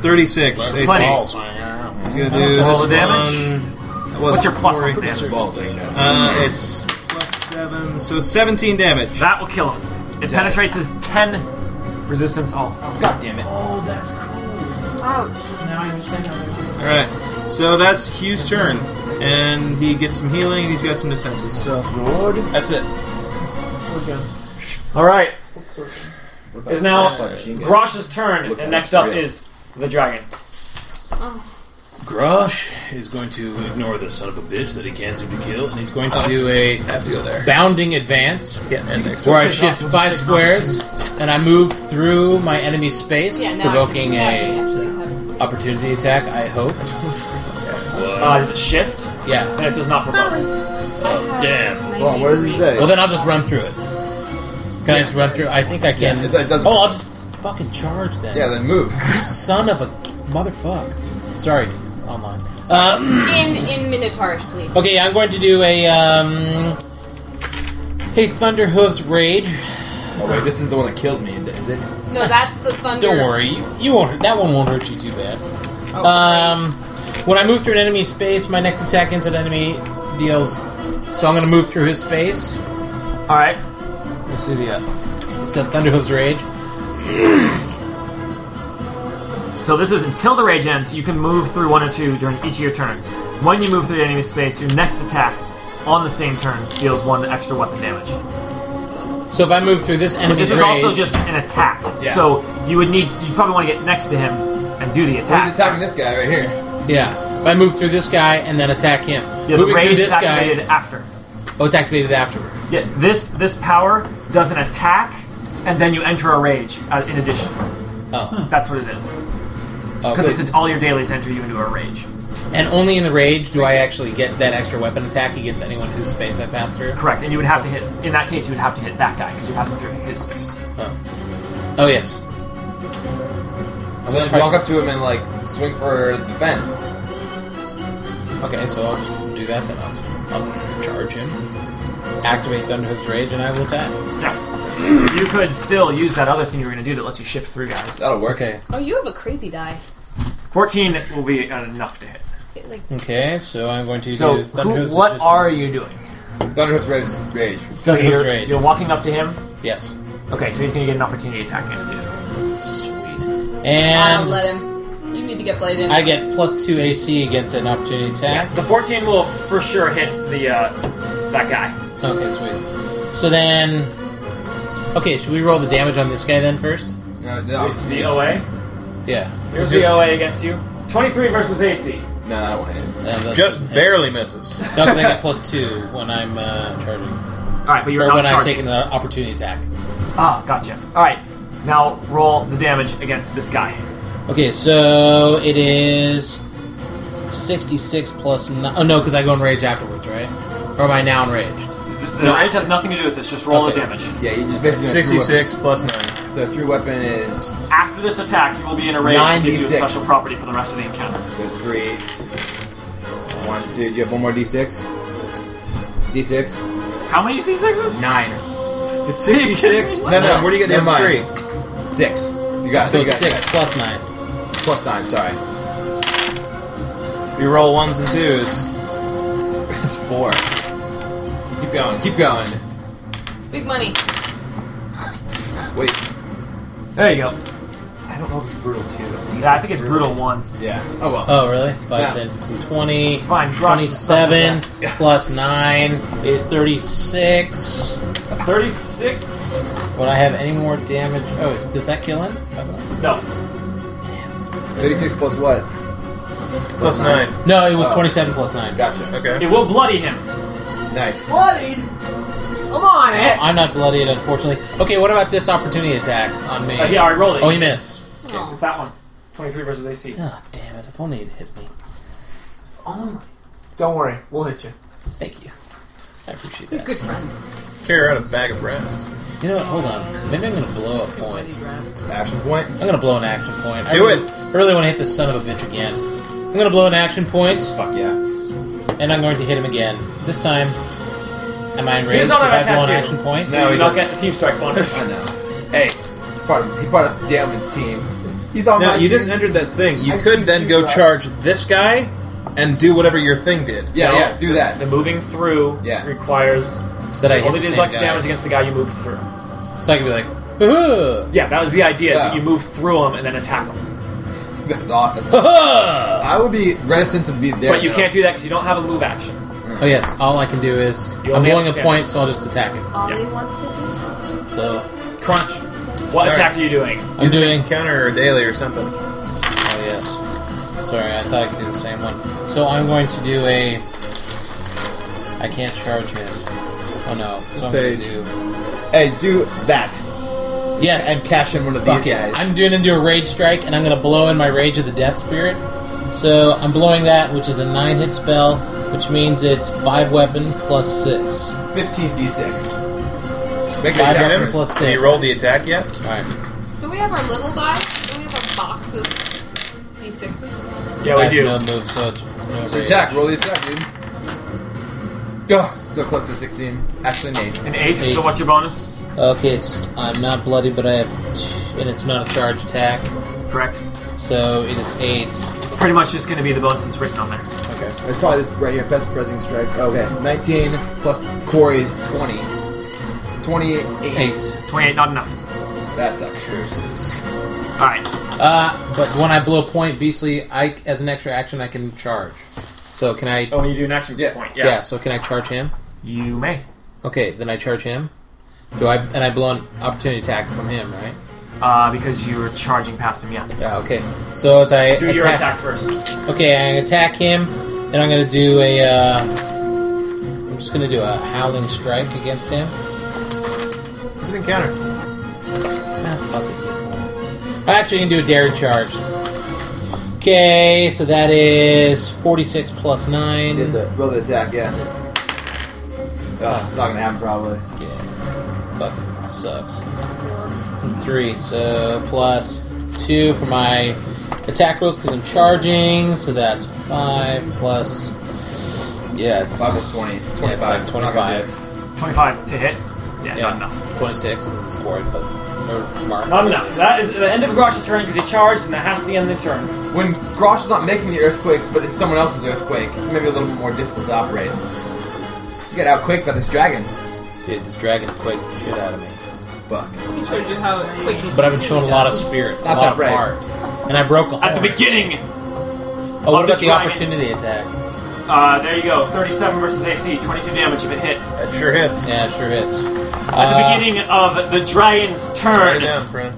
S2: 36. AC.
S3: Plenty.
S2: He's gonna do
S3: All the
S2: this
S3: damage?
S2: one. That wasn't
S3: What's your plus
S2: glory.
S3: on damage?
S2: Uh, it's plus 7, so it's 17 damage.
S3: That will kill him. It penetrates his 10 resistance all.
S9: God damn it.
S14: Oh, that's cool.
S4: Oh, Ouch.
S14: Now I understand. how
S2: Alright, so that's Hugh's turn. And he gets some healing and he's got some defenses. So that's it.
S3: All right. It's now Grosh's turn, and next up is the dragon.
S6: Grosh is going to ignore this son of a bitch that he can't seem to kill, and he's going to do a
S2: have to go there.
S6: bounding advance
S2: Yeah, and next
S6: where I shift five squares and I move through my enemy's space,
S4: Yeah, now
S6: provoking
S4: I can-
S6: a
S4: now I can actually
S6: opportunity attack. I hoped.
S3: Uh, does it shift?
S6: Yeah.
S3: And it does not
S4: have-
S3: provoke.
S4: Sorry.
S6: Damn.
S15: Well, what does it say?
S6: Well, then I'll just run through it. Can I just run through? I think I can.
S9: Yeah, it- it doesn't-
S6: oh, I'll just fucking charge then.
S9: Yeah, then move.
S6: Son of a motherfuck. Sorry, online. Uh,
S4: In in Minotaurish, please.
S6: okay, I'm going to do a um, hey Thunderhoof's rage.
S9: Oh wait, this is the one that kills me. Is it?
S4: No, that's the thunder.
S6: Don't worry, you, you won't. That one won't hurt you too bad.
S4: Oh,
S6: Um, when I move through an enemy space, my next attack against an enemy deals. So I'm going to move through his space.
S3: All right. Let's see the. Uh,
S6: It's a Thunderhoof's rage.
S3: so this is until the rage ends. You can move through one or two during each of your turns. When you move through the enemy's space, your next attack on the same turn deals one extra weapon damage.
S6: So if I move through this enemy's
S3: This is
S6: rage,
S3: also just an attack. So you would need. You probably want to get next to him and do the
S9: He's
S3: attack.
S9: attacking this guy right here.
S6: yeah. If I move through this guy and then attack him,
S3: Yeah, the
S6: moving through
S3: rage
S6: this
S3: is activated
S6: guy,
S3: after.
S6: oh, it's activated afterward.
S3: Yeah, this this power does an attack, and then you enter a rage uh, in addition.
S6: Oh,
S3: That's what it is.
S6: oh,
S3: Because Hmm. it's all your dailies enter you into a rage.
S6: and only in the rage do I actually get that extra weapon attack against anyone whose space I pass through.
S3: Correct, and you would have to hit. In that case, you would have to hit that guy because you're passing through his space.
S6: Oh, oh yes.
S9: So then
S6: try-
S9: walk up to him and like swing for the fence.
S6: Okay, so I'll just do that then. I'll, I'll charge him, activate Thunderhoof's rage, and I will attack.
S3: Yeah. You could still use that other thing you were going to do that lets you shift through guys.
S9: That'll work.
S6: Okay.
S4: Oh, you have a crazy die.
S3: Fourteen will be enough to hit.
S4: It, like,
S6: Okay, so I'm going to
S3: So,
S6: do
S3: who,
S6: Thunderhoof's
S3: what
S6: just-
S3: are you doing?
S9: Thunderhoof's Rave's rage.
S3: So
S6: Thunderhoof's
S3: you're,
S6: rage.
S3: you're walking up to him.
S6: Yes.
S3: Okay, so he's going to get an opportunity attack against you.
S6: Sweet.
S4: I don't let
S6: And
S4: him. You need to get bladed.
S6: I get plus two AC against an opportunity attack.
S3: The fourteen will for sure hit the uh, that guy.
S6: Okay, sweet. So then, okay, should we roll the damage on this guy then first?
S9: No,
S6: Oh,
S9: no,
S3: The OA.
S6: Yeah.
S3: Here's the OA against you. Twenty-three versus AC.
S9: no, that won't hit.
S6: Uh, that-
S2: Just barely misses.
S6: no, because I get plus two when I'm uh, charging,
S3: All right, but you're
S6: or
S3: not
S6: when I'm
S3: charged.
S6: taking an opportunity attack.
S3: Ah, gotcha. All right, now roll the damage against this guy.
S6: Okay, so it is sixty-six plus. Ni- oh no, because I go in rage afterwards, right? Or am I now enraged?
S3: The
S6: No.
S3: rage has nothing to do with this. Just roll
S6: Okay.
S3: the damage.
S9: Yeah, you just basically have three
S2: 66 plus 9.
S9: weapons. So three weapon is
S3: After this attack, you will be in a rage that gives you a
S9: 96.
S3: special property for the rest of the encounter.
S9: there's three. One, two. Do you have one more d6? D6.
S3: How many d6s?
S9: Nine.
S2: It's 66? no, no, where do you get
S9: Never
S2: the
S9: mind.
S2: other 3?
S9: Six. You got
S6: So
S9: you got
S6: six plus nine.
S9: plus nine. Sorry,
S2: We roll 1s and 2s.
S9: it's four. Keep going. Keep going.
S4: Big money.
S9: Wait.
S3: There you go.
S9: I don't know if it's brutal two.
S3: Yeah, I think it's brutal one.
S9: Yeah. Oh well.
S6: Oh really? Five,
S9: Yeah.
S6: ten, twenty.
S3: Fine, Grosh is such a
S6: 27
S3: best.
S6: plus 9 is 36.
S3: Thirty-six.
S6: Would I have any more damage? Oh, is, does that kill him?
S3: No.
S9: Thirty-six plus what?
S2: Plus 9.
S6: No, it was
S9: Oh.
S6: 27 plus 9.
S9: Gotcha.
S2: Okay.
S3: It will bloody him.
S9: Nice.
S14: Bloodied. Come on, it.
S6: I'm not bloodied, unfortunately. Okay, what about this opportunity attack on me?
S3: Uh, yeah, I rolled it.
S6: Oh, you missed.
S3: It's that one. Twenty-three versus AC.
S6: Oh, damn it. If only it hit me.
S14: Only. Don't worry, we'll hit you.
S6: Thank you. I appreciate that.
S4: Good friend.
S2: Carry out a bag of rats.
S6: You know what? Hold on. Maybe I'm going to blow a point.
S9: Action point.
S6: I'm going to blow an action point. I
S2: Do
S6: really-
S2: it.
S6: I really want to hit this son of a bitch again. I'm going to blow an action point,
S9: Fuck yeah.
S6: and I'm going to hit him again. This time, am I enraged
S3: He's
S6: if
S3: not
S6: I
S3: on
S6: blow an
S3: attack
S6: action
S3: too.
S6: point?
S3: So you don't get the team strike bonus.
S9: I know. Hey, he's part of, he part of Damned's team. He's on
S2: No,
S9: my
S2: you
S9: team.
S2: just entered that thing. You
S16: I
S2: could
S16: choose
S2: then
S16: you,
S2: go
S16: Rob.
S2: charge this guy and do whatever your thing did.
S9: Yeah,
S2: No.
S9: yeah, do that.
S3: The moving through
S9: Yeah.
S3: requires
S6: That I hit
S3: only
S6: the
S3: do
S6: same
S3: as much
S6: guy.
S3: damage against the guy you moved through.
S6: So I can be like, "Hoo-hoo,
S3: Yeah, that was the idea: is that
S9: Yeah.
S3: you move through him and then attack him.
S9: That's off. That's off.
S6: hoo-hoo."
S9: I would be reticent to be there.
S3: But you
S9: though.
S3: can't do that because you don't have a move action.
S6: Oh yes, all I can do is
S3: You
S6: I'm
S3: only
S6: blowing a
S3: have
S6: point, so I'll just attack him.
S17: All he
S3: Yeah.
S17: wants to do.
S6: So
S3: Crunch. What attack are you doing?
S6: I'm doing.
S2: Counter or daily or something.
S6: Oh yes. Sorry, I thought I could do the same one. So I'm going to do a. I can't charge him. Oh no. So I'm going
S9: page.
S6: to do.
S9: Hey, do that
S6: Yes.
S9: and cash in one of
S6: Fuck
S9: these
S6: it.
S9: guys.
S6: I'm going to do a rage strike, and I'm going to blow in my rage of the death spirit. So I'm blowing that, which is a nine hit spell, which means it's five weapon plus six.
S9: Fifteen d six.
S2: Make
S6: Five
S2: attack
S6: weapon
S2: first.
S6: plus
S2: Have
S6: six.
S2: you rolled the attack yet?
S6: All right.
S4: Do we have our little die? Do we have a box of d6s?
S3: Yeah,
S6: I
S3: we do.
S6: have no move, so it's no rage.
S9: Attack. Roll the attack, dude. Oh, so close to sixteen. Actually, Nate.
S3: An eight.
S6: Eight.
S3: So what's your bonus?
S6: Okay, it's I'm not bloody, but I have, two, and it's not a charge attack,
S3: Correct.
S6: so it is eight.
S3: Pretty much just going to be the bonus that's written on there.
S9: Okay. It's probably this right here. Best pressing strike. Okay. Nineteen plus Corey's twenty. Twenty-eight.
S6: Eight.
S3: Twenty-eight, not enough.
S9: That's not true.
S3: All right.
S6: Uh, but when I blow a point, Beastly, I as an extra action I can charge. So can I?
S3: Oh, when you do an action
S9: Yeah.
S3: point,
S6: yeah.
S3: yeah.
S6: So can I charge him?
S3: You may.
S6: Okay, then I charge him. Do I? And I blow an opportunity attack from him, right?
S3: Uh, because you were charging past him, yeah.
S6: Yeah. Okay. So as I
S3: Do your attack first.
S6: Okay, I attack him, and I'm gonna do a. Uh, I'm just gonna do a howling strike against him.
S2: It's an encounter.
S6: Ah, fuck it. I actually can do a daring charge. Okay, so that is 46 plus 9.
S9: Did the roll the attack? Yeah. Oh, it's not gonna happen probably.
S6: Yeah. Fuck, it sucks. Three, so plus two for my attack rolls because I'm charging, so that's five plus. Yeah, it's.
S9: Five plus 20.
S6: yeah, it's
S9: 25.
S6: like
S9: Not gonna
S6: 25.
S3: 25 to hit. Yeah, not enough.
S6: 26 because it's Corey, but. Or Mark.
S3: Not enough. That is the end of Grosh's turn because he charged and that has to end the turn.
S9: When Grosh is not making the earthquakes, but it's someone else's earthquake, it's maybe a little more difficult to operate. You got out quick by this dragon.
S6: Dude, this dragon quaked the shit out of me.
S9: Fuck.
S4: He showed you how quick he
S6: But I've been showing a lot of spirit, a
S9: Not
S6: lot
S9: that
S6: of
S9: brave.
S6: heart. And I broke a
S3: At
S6: horn.
S3: the beginning,
S6: Oh, what
S3: of the
S6: about the
S3: tridents.
S6: opportunity attack?
S3: uh, there you go. 37 versus AC, 22 damage if it hit.
S2: That sure hits.
S6: Yeah, it sure hits.
S3: At the beginning of the dragon's
S2: Right
S3: turn,
S2: down, friend.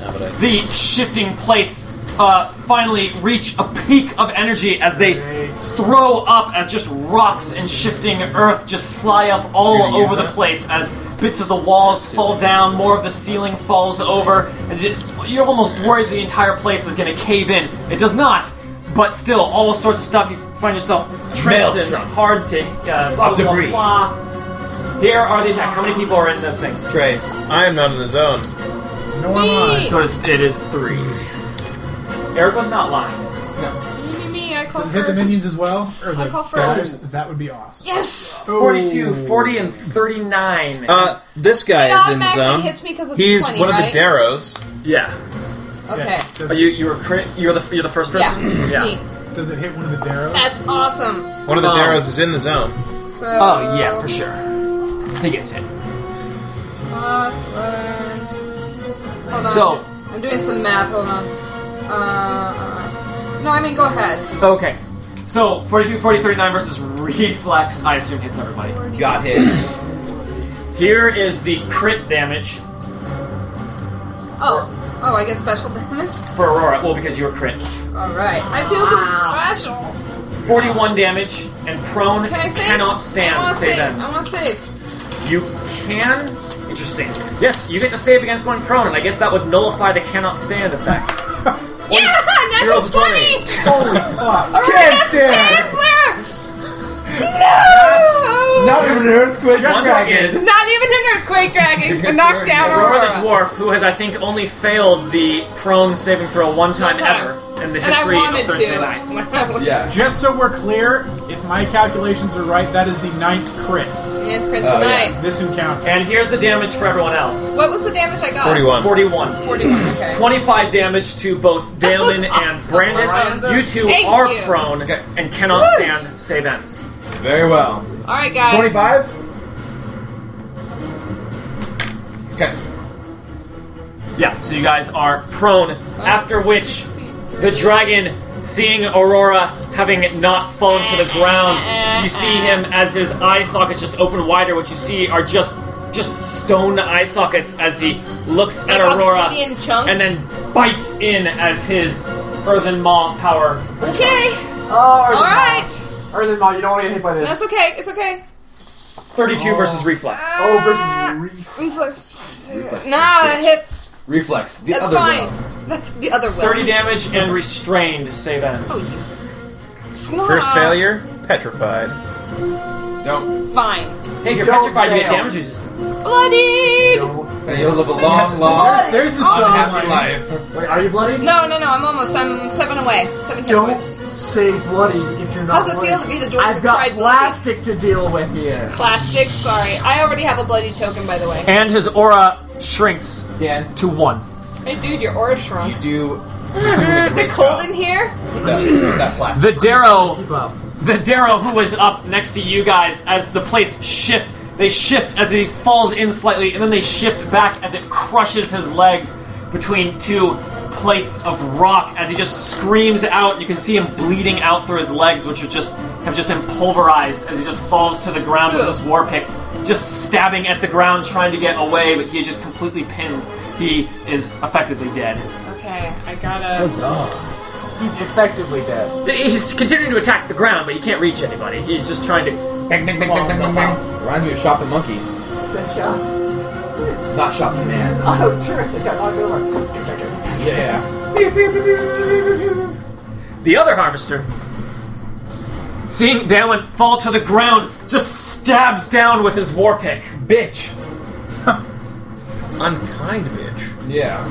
S6: No, but I,
S3: the shifting plates uh, finally reach a peak of energy as they throw up as just rocks and shifting earth just fly up all
S2: gonna use
S3: over the
S2: that.
S3: place as bits of the walls fall down, more of the ceiling falls over. As it, you're almost worried the entire place is going to cave in. It does not, but still, all sorts of stuff. You find yourself trapped and
S9: Maelstrom.
S3: hard to uh, blah, blah,
S9: debris.
S3: blah, blah. Here are the attack. How many people are in the thing?
S2: Trey, I am not in the zone.
S8: No, I'm not.
S3: So it's, it is three. Eric was not lying.
S4: Me, me, I call
S8: Does it hit the
S4: first.
S8: minions as well? Or the
S4: I'll call first.
S8: guys? That would be awesome.
S4: Yes!
S3: 42, 40, and 39.
S2: Uh, this guy
S4: It
S2: is in the
S4: automatically
S2: zone.
S4: hits me 'cause it's a
S2: He's
S4: 20,
S2: one of the
S4: right?
S2: Darrows.
S3: yeah.
S4: Okay.
S8: Does,
S3: Are you you were crit, you're the you're the first
S4: Yeah.
S3: person.
S4: Neat.
S8: does it hit one of the Darrows?
S4: That's awesome.
S2: One of the
S3: Um,
S2: Darrows is in the zone.
S4: So.
S3: Oh yeah, for sure. He gets hit.
S4: Uh, uh, just- hold on.
S3: So-
S4: I'm doing some math. Hold on. Uh, uh, no, I mean go ahead.
S3: Okay. So 42, 40, 39 versus reflex. I assume hits everybody.
S9: Got hit.
S3: Here is the crit damage
S4: Oh, oh, I get special damage.
S3: for Aurora. Well, because you were crit.
S4: All right, I feel so special.
S3: 41 damage and prone.
S4: Can I save?
S3: Cannot stand.
S4: I want to
S3: save
S4: save.
S3: ends.
S4: I want to save.
S3: You can. Interesting. Yes, you get to save against one prone, and I guess that would nullify the cannot stand effect.
S4: Yeah, natural
S2: Girls
S4: 20.
S8: Holy fuck.
S4: All right,
S9: Can't
S4: yes, answer. No.
S9: Not even an earthquake
S3: Once
S9: dragon.
S3: again,
S4: Not even an earthquake dragon can knock down
S3: Aurora the
S4: Aurora.
S3: Dwarf, who has, I think, only failed the prone saving throw one time ever, in the
S4: And I
S3: history of
S4: wanted
S3: Thursday
S4: to. uh,
S3: nights.
S9: Yeah.
S8: Just so we're clear, if my calculations are right, that is the ninth crit
S4: And print
S9: Oh, yeah.
S4: tonight.
S8: this encounter.
S3: And here's the damage for everyone else.
S4: What was the damage I got?
S2: 41.
S3: 41.
S4: 41, okay.
S3: 25 damage to both Dalen
S4: That was
S3: and Brandis.
S4: Brandis.
S3: You two
S4: Thank
S3: are
S4: you.
S3: prone
S9: Okay.
S3: and cannot stand save ends.
S9: Very well.
S4: Alright, guys.
S9: 25? Okay.
S3: Yeah, so you guys are prone. After which, the dragon, seeing Aurora having not fallen to the ground, you see him as his eye sockets just open wider. What you see are just just stone eye sockets as he looks
S13: Like
S3: at Aurora
S13: obsidian chunks?
S3: and then bites in as his earthen maw power.
S4: Okay.
S6: Oh, Earthen
S4: Alright.
S6: Maw. Earthen Maw, you don't want to get hit by this.
S4: That's okay. It's okay.
S3: 32 versus reflex.
S6: Oh, versus
S4: Reflex.
S9: Reflex.
S4: Nah, that hits.
S9: Reflex. The
S4: That's
S9: other
S4: fine.
S9: one.
S4: That's the other way.
S3: 30 damage and restrained save ends.
S4: Snarl.
S2: First failure, petrified.
S9: Don't.
S4: Fine.
S3: Hey, if you're
S6: Don't
S3: petrified, you get
S6: fail.
S3: damage resistance.
S4: Bloody.
S9: And you'll live a long, long,
S8: There's the
S9: happy
S8: silver line.
S9: life.
S6: Re- Wait, are you bloody?
S4: No, no, no. I'm almost. I'm seven away. Seven hit
S6: Don't
S4: points.
S6: say bloody if you're not
S4: How's it
S6: bloody.
S4: feel to be the Jordan
S6: I've
S4: who
S6: got
S4: cried bloody?
S6: plastic to deal with here.
S4: Plastic. Sorry. I already have a bloody token, by the way.
S3: And his aura shrinks
S9: Dan,
S3: to 1.
S4: Hey, dude, your aura
S9: you
S4: shrunk.
S9: do
S4: Is it cold in here?
S9: with that, with that plastic.
S3: The Darrow
S6: Keep up.
S3: The Darrow, who was up next to you guys, as the plates shift, they shift as he falls in slightly, and then they shift back as it crushes his legs between two plates of rock as he just screams out. You can see him bleeding out through his legs, which are just have just been pulverized as he just falls to the ground with his war pick, just stabbing at the ground, trying to get away, but he is just completely pinned. He is effectively dead.
S4: Okay, I gotta.
S7: Huzzah.
S6: He's effectively dead.
S3: He's continuing to attack the ground, but he can't reach anybody. He's just trying to claw himself out.
S9: Reminds me of Shop the Monkey.
S6: It's a shot.
S9: Not Shop the
S6: It's
S9: Man.
S6: an auto turret that got knocked over.
S9: Yeah.
S3: The other harvester, seeing Dalen fall to the ground, just stabs down with his war pick.
S9: Bitch.
S2: Unkind bitch.
S9: Yeah.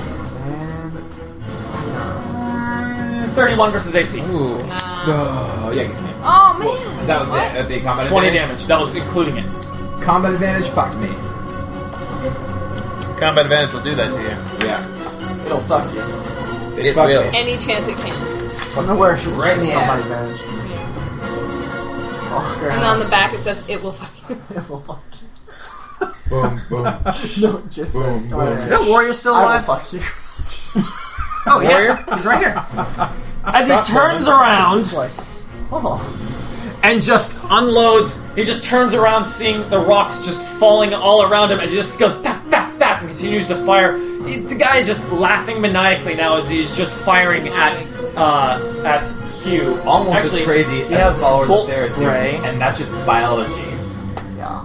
S3: 31 Uh, versus AC.
S9: Ooh. Oh, yeah, I guess me.
S4: Oh man.
S9: That was it. At the combat
S3: 20
S9: advantage.
S3: damage. That was including it.
S9: Combat advantage fucked me.
S2: Combat advantage will do that to you.
S9: Yeah.
S6: It'll fuck you.
S9: It,
S2: fucked
S9: will.
S2: me.
S4: Any chance it can.
S6: From nowhere, she
S9: Right in the
S6: combat
S9: ass.
S6: advantage. Oh,
S4: And on
S6: God.
S4: the back it says it will fucking.
S6: It will fuck you.
S9: Boom, boom.
S6: No, it just
S9: Boom,
S6: says,
S9: boom.
S6: "Alright."
S9: Is
S3: that warrior still
S6: I will
S3: alive?
S6: fuck you.
S3: Oh, warrior? Yeah. He's right here. As he turns around
S6: It's like, oh.
S3: and just unloads, he just turns around, seeing the rocks just falling all around him, and he just goes bap, bap, bap, and continues to fire. He- the guy is just laughing maniacally now as he's just firing at uh, at Hugh.
S9: Almost
S3: Actually,
S9: as crazy
S3: he
S9: as
S3: has
S9: the followers
S3: bolt
S9: up there,
S3: spray.
S9: dude. And that's just biology.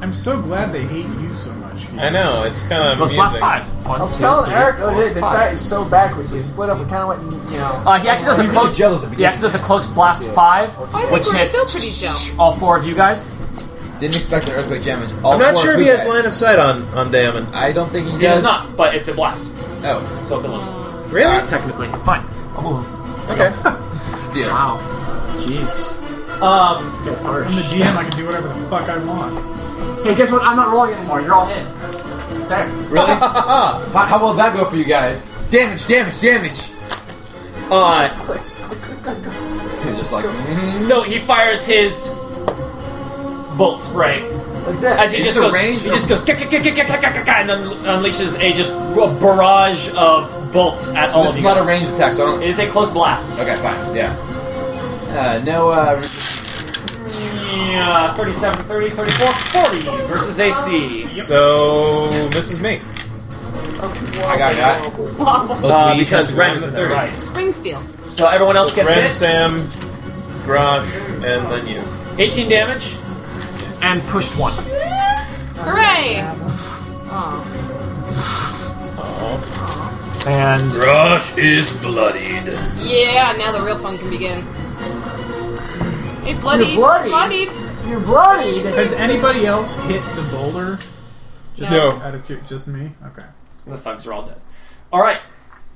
S8: I'm so glad they hate you so much.
S2: I know, it's kind of
S3: Those
S2: amusing.
S3: last five. One,
S6: I was
S3: two,
S6: telling
S3: three,
S6: Eric,
S3: four,
S6: oh, hey, this
S3: five.
S6: guy is so backwards. We split up and kind of went, and, you know.
S3: Uh, he actually does a
S9: really
S3: close.
S9: gel at the
S3: He actually does a close blast five,
S4: I think
S3: which
S4: we're
S3: hits
S4: still pretty gel.
S3: all four of you guys.
S9: Didn't expect an earthquake damage.
S2: I'm not sure if he has line of sight on, on Damon.
S9: I don't think he
S3: He does
S9: does.
S3: not, but it's a blast,
S9: Oh,
S3: so it goes.
S2: Really?
S3: Technically, fine.
S2: Okay.
S9: dear.
S6: Wow. Jeez.
S3: Um,
S6: This guy's
S8: I'm the
S6: harsh.
S8: GM, I can do whatever the fuck I want.
S6: Hey, guess what? I'm not rolling anymore. You're all hit. There.
S9: Really? how, how will that go for you guys? Damage, damage, damage.
S3: uh,
S9: He's just like, mm
S3: so he fires his bolt spray
S6: Like this.
S3: as he
S9: Is
S3: just
S9: the
S3: goes.
S9: range
S3: He just goes "Kick, kick, kick, kick, kick, kick, kick," and then unleashes a just a barrage of bolts at all
S9: this
S3: of
S9: is
S3: you.
S9: not a
S3: guys.
S9: ranged attack, so I don't.
S3: It is a close blast.
S9: Okay, fine. Yeah. Uh, no. Uh,
S3: Yeah, 37, 30, 34, 40 versus AC.
S2: So, this is me.
S9: I got that.
S3: Uh,
S7: Must be
S3: because
S7: each
S3: Ren
S2: one
S3: is
S2: to
S3: in there,
S2: thirty.
S3: right?
S4: Spring steel.
S3: So everyone else gets
S2: Ren,
S3: hit.
S2: Sam, Grosh, and then you.
S3: 18 damage and pushed one.
S4: Hooray!
S3: And
S10: Rush is bloodied.
S4: Yeah, now the real fun can begin. Hey, bloody,
S6: You're bloody.
S4: bloody.
S6: You're bloodied.
S8: Has anybody else hit the boulder? Just
S2: No.
S8: Out of cu- just me. Okay.
S3: the thugs are all dead. All right,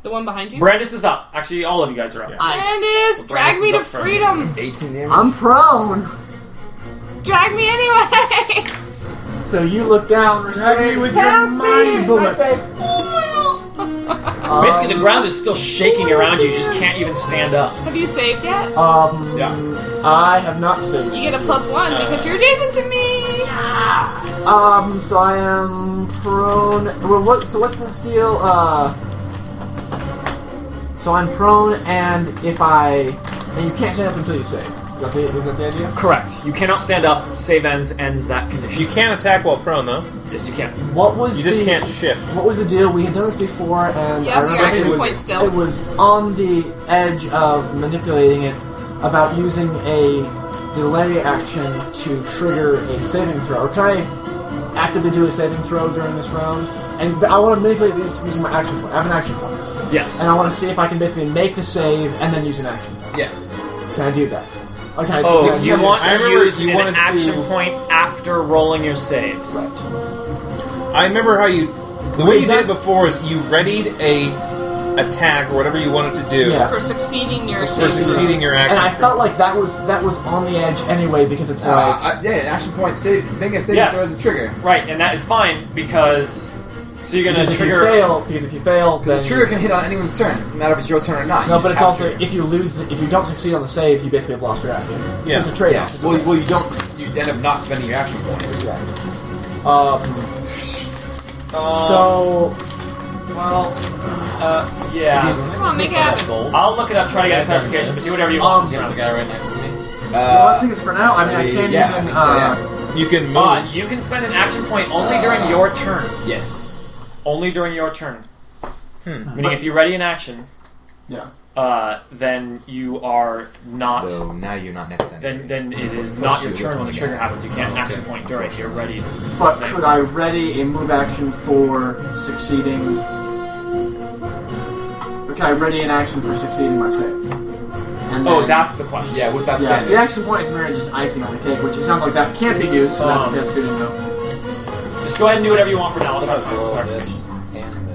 S4: The one behind you?
S3: Brandis is up. Actually, all of you guys are up.
S4: Brandis, drag
S3: Brandis
S4: me
S3: is
S4: to
S3: up first.
S4: freedom.
S5: 18 damage.
S6: I'm prone.
S4: Drag me anyway.
S6: So you look down.
S8: Drag me with your mind bullets.
S3: Basically, the ground is still shaking around you. You just can't even stand up.
S4: Have you saved yet?
S6: Um,
S3: Yeah.
S6: I have not saved.
S4: You get a plus one
S6: Uh,
S4: because you're adjacent to me.
S6: Um, so I am prone. Well, what, so what's this deal? Uh, so I'm prone, and if I and you can't stand up until you save. Is that the, is that the idea?
S3: Correct. You cannot stand up. Save ends ends that condition.
S2: You can attack while prone, though.
S3: yes, you can.
S6: What was
S2: You just
S6: the,
S2: can't shift.
S6: What was the deal? We had done this before, and
S4: Yeah,
S6: I
S4: we
S6: remember
S4: are actually
S6: it
S4: quite
S6: was
S4: still.
S6: it was on the edge of manipulating it about using a delay action to trigger a saving throw. Can I actively do a saving throw during this round? And but I want to manipulate this using my action point. I have an action point,
S3: Yes.
S6: and I want to see if I can basically make the save and then use an action. point.
S9: Yeah.
S6: Can I do that? Okay.
S3: Oh, you want
S2: I
S3: to
S2: remember
S3: use
S2: you
S3: an
S2: wanted to-
S3: action point after rolling your saves.
S6: Right.
S2: I remember how you. The way you did
S6: done-
S2: it before is you readied a attack or whatever you wanted to do
S6: Yeah.
S4: For succeeding your
S2: for succeeding your action.
S6: And I felt like that was that was on the edge anyway because it's
S9: Uh,
S6: like
S9: uh, yeah, an action point save. Make a saving
S3: Yes.
S9: throw as a trigger.
S3: Right, and that is fine because so you're gonna
S6: Because if
S3: trigger.
S6: you fail, because if you fail, then
S9: The trigger can hit on anyone's turn. It doesn't matter if it's your turn or not.
S6: no,
S9: You
S6: but
S9: just
S6: it's
S9: have
S6: also
S9: to.
S6: if you lose, if you don't succeed on the save, you basically have lost your action.
S2: Yeah.
S6: So it's a trade
S9: Yeah.
S6: off.
S9: Well, well, you don't. You end up not spending your action point.
S6: Um,
S9: Uh,
S6: so
S3: Well, uh, yeah.
S4: Come on, make it happen.
S3: I'll look it up, try to get a clarification, but do whatever you
S6: Um,
S3: want.
S6: yes,
S3: But
S9: guy right next to me.
S6: well,
S9: Uh,
S6: that's things for now. I mean, I can't
S9: yeah, I
S6: even.
S9: think so,
S6: uh,
S2: you can move.
S3: you can spend an action point only during your turn.
S9: yes.
S3: Only during your turn. Meaning, if you ready an action,
S6: Yeah.
S3: uh, then you are not.
S9: So now you're not next to
S3: Then,
S9: anybody.
S3: then it is
S9: Mm-hmm. Plus
S3: not your
S9: you
S3: turn
S9: look
S3: when
S9: on
S3: the
S9: the
S3: trigger
S9: guy.
S3: happens. You can't
S9: Okay.
S3: action point during it. You're ready.
S6: But could I ready a move action for succeeding? Or can I ready an action for succeeding my save? And
S3: Oh,
S6: then-
S3: that's the question.
S9: yeah, with that
S6: Yeah,
S9: standard.
S6: the action point is merely just icing on the cake, which it sounds like that can't be used, so that's,
S3: Um,
S6: that's good enough.
S3: Just go ahead and do whatever you want for now. I'll try to find a clarification.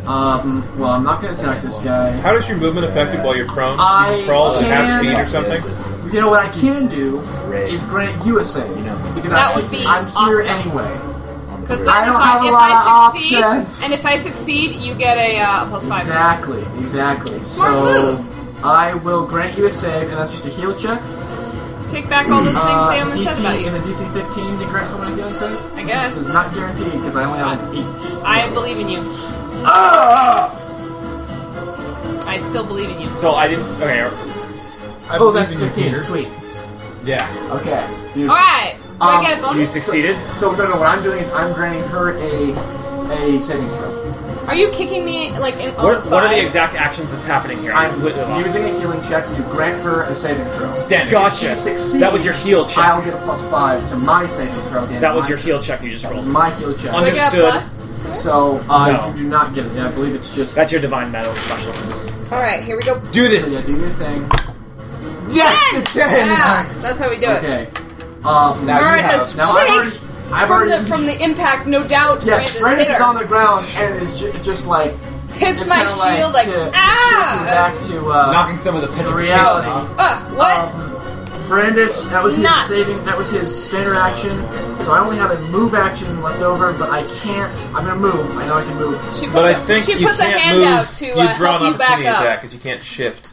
S6: Um, well, I'm not going to attack this guy.
S2: How does your movement affect it while you're prone?
S6: I
S2: you can crawl at half
S6: can-
S2: speed or something?
S6: You know what I can do is grant you a save because
S4: That
S6: I'm,
S4: would be
S6: I'm here
S4: awesome.
S6: anyway.
S4: Because
S6: I
S4: then if
S6: don't
S4: I,
S6: have a
S4: if
S6: lot
S4: I
S6: of
S4: succeed,
S6: options.
S4: and if I succeed, you get a uh, plus five.
S6: Exactly, exactly.
S4: Smart
S6: So
S4: move.
S6: I will grant you a save, and that's just a heal check.
S4: Take back all those things
S6: Uh,
S4: Sam said about
S6: DC
S4: you.
S6: is a DC 15 to grant someone a healing save.
S4: I
S6: This
S4: guess.
S6: is not guaranteed because I only have an eight. so-
S4: I believe in you.
S6: Ah!
S4: I still believe in you.
S3: So I didn't. Okay,
S6: oh, that's 15. Sweet.
S9: Yeah.
S6: Okay. You-
S4: All right. Do
S6: Um,
S4: I get a
S3: you
S4: bonus?
S3: succeeded.
S6: So no, no. What I'm doing is I'm granting her a a saving throw.
S4: Are you kicking me like in, on the
S3: What,
S4: side?
S3: what are the exact actions that's happening here? I completely
S6: I'm
S3: lost.
S6: using a healing check to grant her a saving throw.
S2: Standard.
S3: Gotcha.
S6: succeeds,
S3: That was your heal check.
S6: I'll get a plus five to my saving throw. at the end
S3: That
S6: of
S3: was
S6: my
S3: your
S6: turn.
S3: heal check you just
S6: That was
S3: rolled.
S6: my heal check.
S4: Do I get a
S3: Understood.
S4: plus?
S6: so uh,
S3: No.
S6: you do not get it. I believe it's just.
S3: That's your divine metal specialist.
S4: All right, here we go.
S9: Do
S6: so yeah,
S9: this.
S6: do your thing.
S9: Yes, the ten.
S4: Yeah, that's how we do it.
S6: Okay. Um,
S9: Now-
S4: Burn
S9: you
S4: has
S9: have-
S6: now I've already-
S4: shakes
S6: I've
S4: from
S6: already-
S4: the from the impact, no doubt.
S6: yes,
S4: Brandis
S6: Brandis
S4: hit
S6: is
S4: her.
S6: on the ground and is ju- just like
S4: hits
S6: it's
S4: my
S6: kinda like
S4: shield like,
S6: to, to shoot you
S4: ah.
S6: back to uh,
S9: Knocking some of the
S6: to
S9: petrification
S6: reality.
S9: off.
S4: Ugh, what?
S6: Um, Brandis, that was his
S4: Nuts.
S6: saving. That was his standard action. So I only have a move action left over, but I can't. I'm gonna move. I know I can move.
S4: she puts,
S2: But I
S4: a-
S2: think
S4: she
S2: you
S4: puts a
S2: can't
S4: hand
S2: move.
S4: out to uh,
S2: you draw
S4: help
S2: an
S4: you back
S2: opportunity
S4: up.
S2: attack because you can't shift.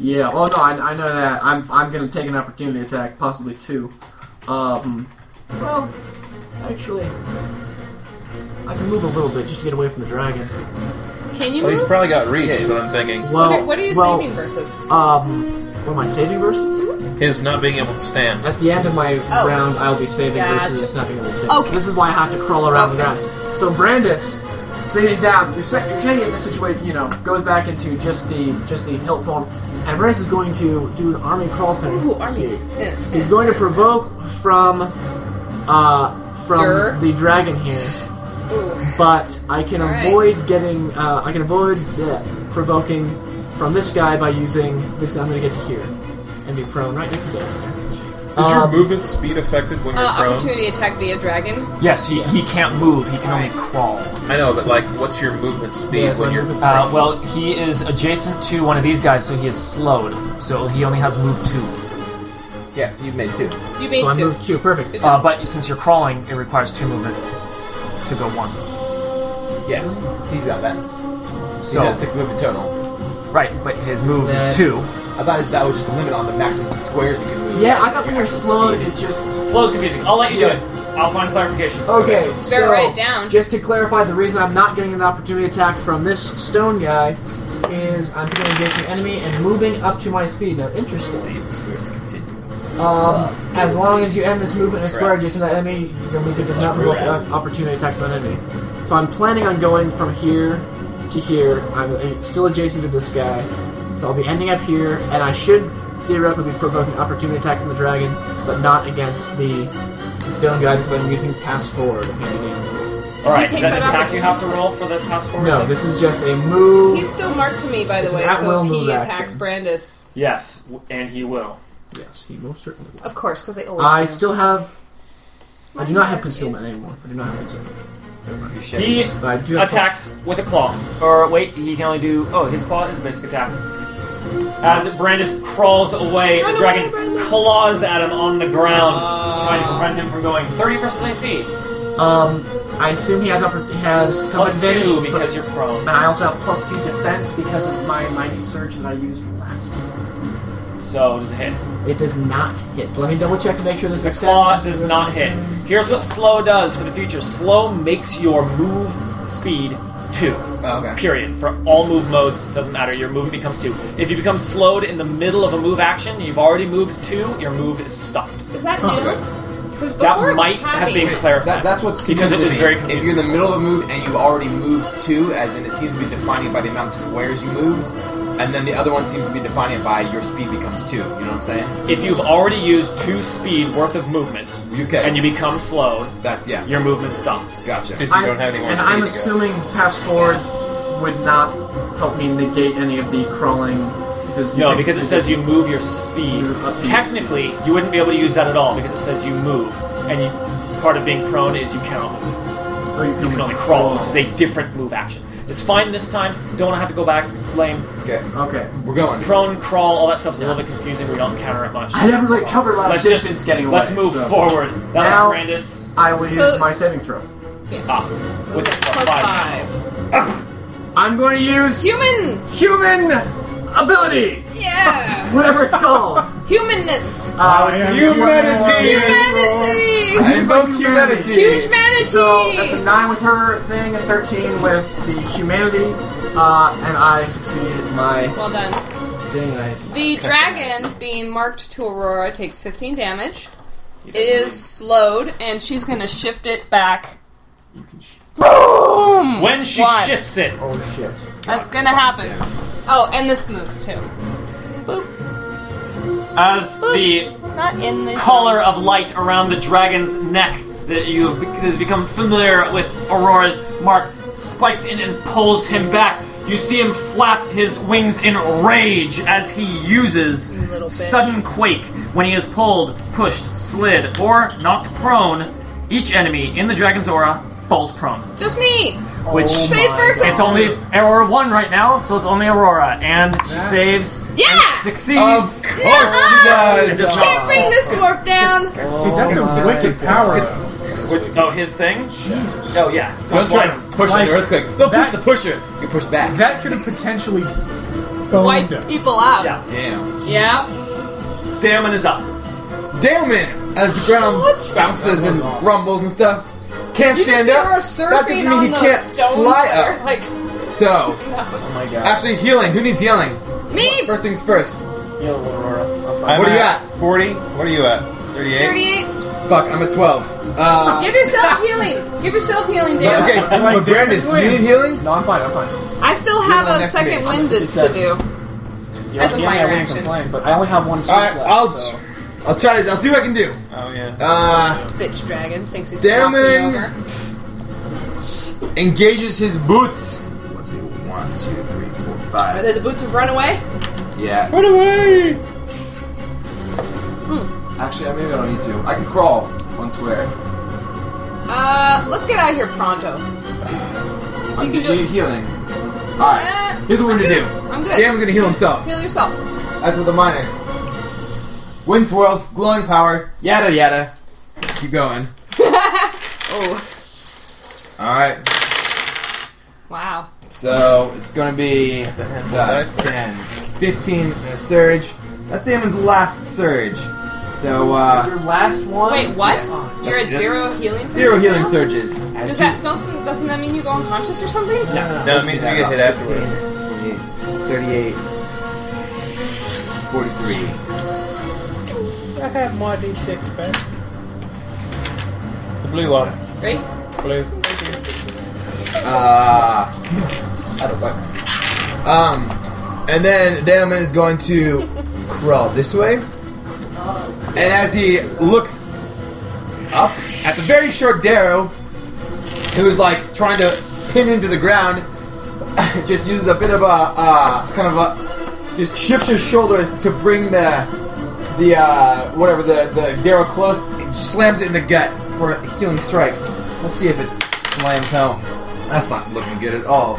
S6: Yeah. Well, no, I, I know that. I'm I'm gonna take an opportunity attack, possibly two. Um. Well, actually, I can move a little bit just to get away from the dragon.
S4: Can you
S2: Well, he's
S4: move?
S2: probably got reach, is what I'm thinking.
S6: Well,
S4: what, are, what are you
S6: well,
S4: saving versus?
S6: Um. What am I saving versus?
S2: His not being able to stand.
S6: At the end of my
S4: Oh.
S6: round, I'll be saving
S4: Gotcha.
S6: versus snapping of the saves.
S4: Okay.
S6: This is why I have to crawl around the ground. So Brandis, sitting down, you're, set, you're trying to get the situation, you know, goes back into just the just the hilt form, and Brandis is going to do an army crawl thing.
S4: Ooh, army. Eh,
S6: He's going to provoke from uh, from
S4: Dur.
S6: the dragon here,
S4: Ooh.
S6: but I can
S4: All right.
S6: avoid getting uh, I can avoid uh, provoking from this guy by using this guy. I'm going to get to here and be prone right next to him.
S2: Is
S9: Um,
S2: your movement speed affected when you're
S4: Uh,
S2: prone?
S4: opportunity attack via dragon.
S3: Yes, he, he can't move. He can only crawl.
S2: I know, but like, what's your movement speed
S9: Yeah,
S2: when
S9: my
S2: you're?
S9: movement speed.
S3: Uh, well, he is adjacent to one of these guys, so he is slowed. So he only has move two.
S9: Yeah, you've made two.
S4: You made
S6: So I
S4: two.
S6: moved two. Perfect.
S3: Uh, but since you're crawling, it requires two movement to go one.
S9: Yeah, he's got that. He's
S3: So
S9: got six movement total.
S3: Uh, right, but his move
S9: Then-
S3: is two.
S9: I thought that was just a limit on the maximum squares you can move.
S6: Yeah, I thought when
S9: Your
S6: you're
S9: actual
S6: slowed,
S9: speed.
S6: it just
S3: Slow's confusing. I'll let you do it. I'll find clarification.
S6: Okay,
S4: Better
S6: so
S4: write it down.
S6: just to clarify, the reason I'm not getting an opportunity attack from this stone guy is I'm getting adjacent enemy and moving up to my speed. Now, interestingly,
S9: Spirits continue.
S4: Uh,
S6: um, as long as you end this movement in a square
S9: Correct.
S6: adjacent to that enemy, your movement does not move up
S9: Correct.
S6: an opportunity attack from an enemy. So I'm planning on going from here to here. I'm uh, still adjacent to this guy, so I'll be ending up here, and I should theoretically be provoking opportunity attack from the dragon, but not against the stone guy because I'm using pass forward.
S3: All right.
S4: He
S3: Is
S4: takes
S3: that
S4: that
S3: attack you
S4: opportunity.
S3: have to roll for the task forward?
S6: No,
S3: thing?
S6: this is just a move.
S4: He's still marked to me, by the
S6: It's an
S4: way,
S6: at-will
S4: so if
S6: move
S4: he
S6: action.
S4: attacks Brandis,
S3: Yes, w- and he will.
S6: yes, he most certainly will.
S4: of course, because they always.
S6: I
S4: do.
S6: still have. I do
S4: Mine
S6: not have
S4: is-
S6: concealment anymore. I do not have concealment.
S3: He
S6: But I do have
S3: attacks with a claw. Or wait, he can only do. Oh, his claw is a basic attack. As Brandis crawls away,
S4: Run
S3: the
S4: away,
S3: dragon
S4: Brandis.
S3: claws at him on the ground,
S6: Uh,
S3: trying to prevent him from going. Thirty percent AC
S6: Um, I assume he has upper, he has combat
S3: plus
S6: advantage,
S3: two
S6: but-
S3: because you're prone.
S6: and I also have plus two defense because of my mighty surge that I used last. game.
S3: So does it hit?
S6: It does not hit. Let me double check to make sure this
S3: The
S6: extends.
S3: claw does not hit. Here's what slow does for the future. Slow makes your move speed two.
S9: Oh, okay.
S3: Period. For all move modes, doesn't matter. Your movement becomes two. If you become slowed in the middle of a move action, you've already moved two. Your move is stopped.
S4: Is that new? Because before it
S3: That
S4: was
S3: might have
S4: happy.
S3: been clarified.
S9: That, that's what's
S3: Because it
S9: confusing
S3: was
S9: to me.
S3: very
S9: If you're
S3: confusing.
S9: in the middle of a move and you've already moved two, as in it seems to be defining by the amount of squares you moved, and then the other one seems to be defining by your speed becomes two. You know what I'm saying?
S3: If you've already used two speed worth of movement
S9: Okay.
S3: and you become slowed,
S9: That's yeah.
S3: your movement stops.
S9: gotcha.
S2: Because
S6: I'm-
S2: you don't have any more
S6: and
S2: speed
S6: I'm
S2: to go.
S6: assuming pass forwards would not help me negate any of the crawling. It says
S3: No, because it says you move your speed.
S6: Move up to your-
S3: Technically, you wouldn't be able to use that at all because it says you move, and you, part of being prone is you cannot move.
S6: or you
S3: You can only crawl, which is a different move action. It's fine this time. Don't have to go back. It's lame.
S9: Okay,
S6: Okay.
S9: we're going.
S3: Prone, crawl, all that stuff's a little bit confusing. We don't counter it much.
S6: I never like covered a lot
S3: Let's
S6: of distance
S3: just
S6: getting away.
S3: let's move
S6: so.
S3: forward. That
S6: Now-
S3: was Brandis.
S6: I will
S4: So-
S6: use my saving throw.
S3: Ah, with a plus,
S4: Plus
S3: five.
S4: five.
S6: I'm going to use
S4: Human!
S6: human ability, Uh,
S4: Yeah!
S6: whatever it's called.
S4: Humanness!
S6: uh,
S8: I
S6: it's
S8: am
S9: Humanity!
S4: Humanity!
S9: Invoke humanity.
S4: Huge manatee!
S6: So that's a nine with her thing, a thirteen with the humanity, uh, and I succeeded in my
S4: well done.
S6: thing. and I
S4: The dragon, being marked to Aurora, takes 15 damage. It is slowed, and she's going to shift it back. Boom!
S3: When she
S4: One.
S3: shifts it,
S6: oh shit!
S4: That's going to happen. Oh, and this moves too.
S3: as the
S4: Not in the
S3: collar of light around the dragon's neck that you have, that has become familiar with Aurora's mark spikes in and pulls him back. You see him flap his wings in rage as he uses
S4: Little bitch.
S3: sudden quake when he is pulled, pushed, slid, or knocked prone. Each enemy in the dragon's aura falls prone.
S4: Just me!
S6: Oh
S3: Which
S4: Save versus!
S3: it's only Aurora one right now, so it's only Aurora, and she saves
S4: Yeah!
S3: and succeeds.
S6: Oh,
S9: Of course he
S3: It
S9: does.
S3: does
S4: ah! Can't
S3: not.
S4: bring this dwarf down!
S8: Dude, that's
S4: "Oh
S8: a wicked power. though.
S3: Oh, his thing.
S8: Jesus.
S3: Oh yeah.
S9: Don't try to push
S8: Like-
S9: the earthquake. Don't push
S8: That-
S9: the pusher. You push back.
S8: That could have potentially
S4: Wipe
S8: boned us.
S4: people out.
S3: Yeah.
S9: Damn.
S4: Yeah.
S3: Damon is up.
S9: Damn it! As the ground bounces and rumbles and stuff. Can't
S4: You just
S9: stand
S4: hear
S9: up.
S4: her
S9: That doesn't
S4: surfing
S9: mean
S4: on
S9: he
S4: the
S9: can't
S4: stones
S9: fly
S4: that
S9: up.
S4: are, Like,
S9: So, oh actually healing. Who needs healing?
S4: me!
S9: First things first.
S2: I'm
S9: What do you
S2: at
S9: got?
S2: Forty. What are you at? Thirty-eight.
S4: 38.
S9: Fuck, I'm at 12. Uh,
S4: Give yourself healing. Give yourself healing,
S9: but
S4: Dan.
S9: okay, but Brandis, you need healing?
S6: No, I'm fine. I'm fine.
S4: I still have
S9: Give him
S4: a
S9: an
S4: second
S9: extra
S4: wind to, to do. As a
S6: Yeah, I
S4: minor
S6: wouldn't
S4: action.
S6: complain, but I only have one speech
S9: Alright,
S6: left.
S9: I'll,
S6: so.
S9: I'll try to, I'll see what I can do.
S2: Oh yeah.
S9: Uh,
S4: Bitch dragon thinks he's
S9: Damn
S4: knocking me
S9: it.
S4: over.
S9: engages his boots. One, two, one, two, three, four,
S4: Are
S9: five.
S4: they the boots of Runaway? Hmm.
S9: Yeah. Run away! Actually, maybe I don't need to. I can crawl one square.
S4: Uh, let's get out of here pronto.
S9: I'm
S4: can do it. Uh,
S9: need healing. Alright. Here's what we're gonna do.
S4: I'm good.
S9: Dam's gonna heal himself.
S4: Heal yourself.
S9: That's with the minor. Wind swirls, glowing power, yada yada. Keep going.
S4: Oh,
S9: Alright.
S4: wow.
S9: So it's gonna be uh, 10, 15 and a surge. That's Damon's last surge. So uh,
S6: Your last one.
S4: Wait, what? You're at
S9: That's-
S4: zero healing.
S9: zero
S4: points
S9: healing
S4: now?
S9: surges. As
S4: Does
S9: you-
S4: that doesn't doesn't that mean you go unconscious or something?
S9: No,
S2: No, it means we get hit afterwards.
S9: 15, 38, 43.
S6: I have more d6 back.
S2: The blue one.
S4: Right?
S2: Blue.
S9: Uh, I don't know. Um, and then Damon is going to crawl this way. And as he looks up at the very short Darrow, who's like trying to pin into the ground, just uses a bit of a uh, kind of a just shifts his shoulders to bring the the uh, whatever the the Darrow close, and slams it in the gut for a healing strike. We'll see if it slams home. That's not looking good at all.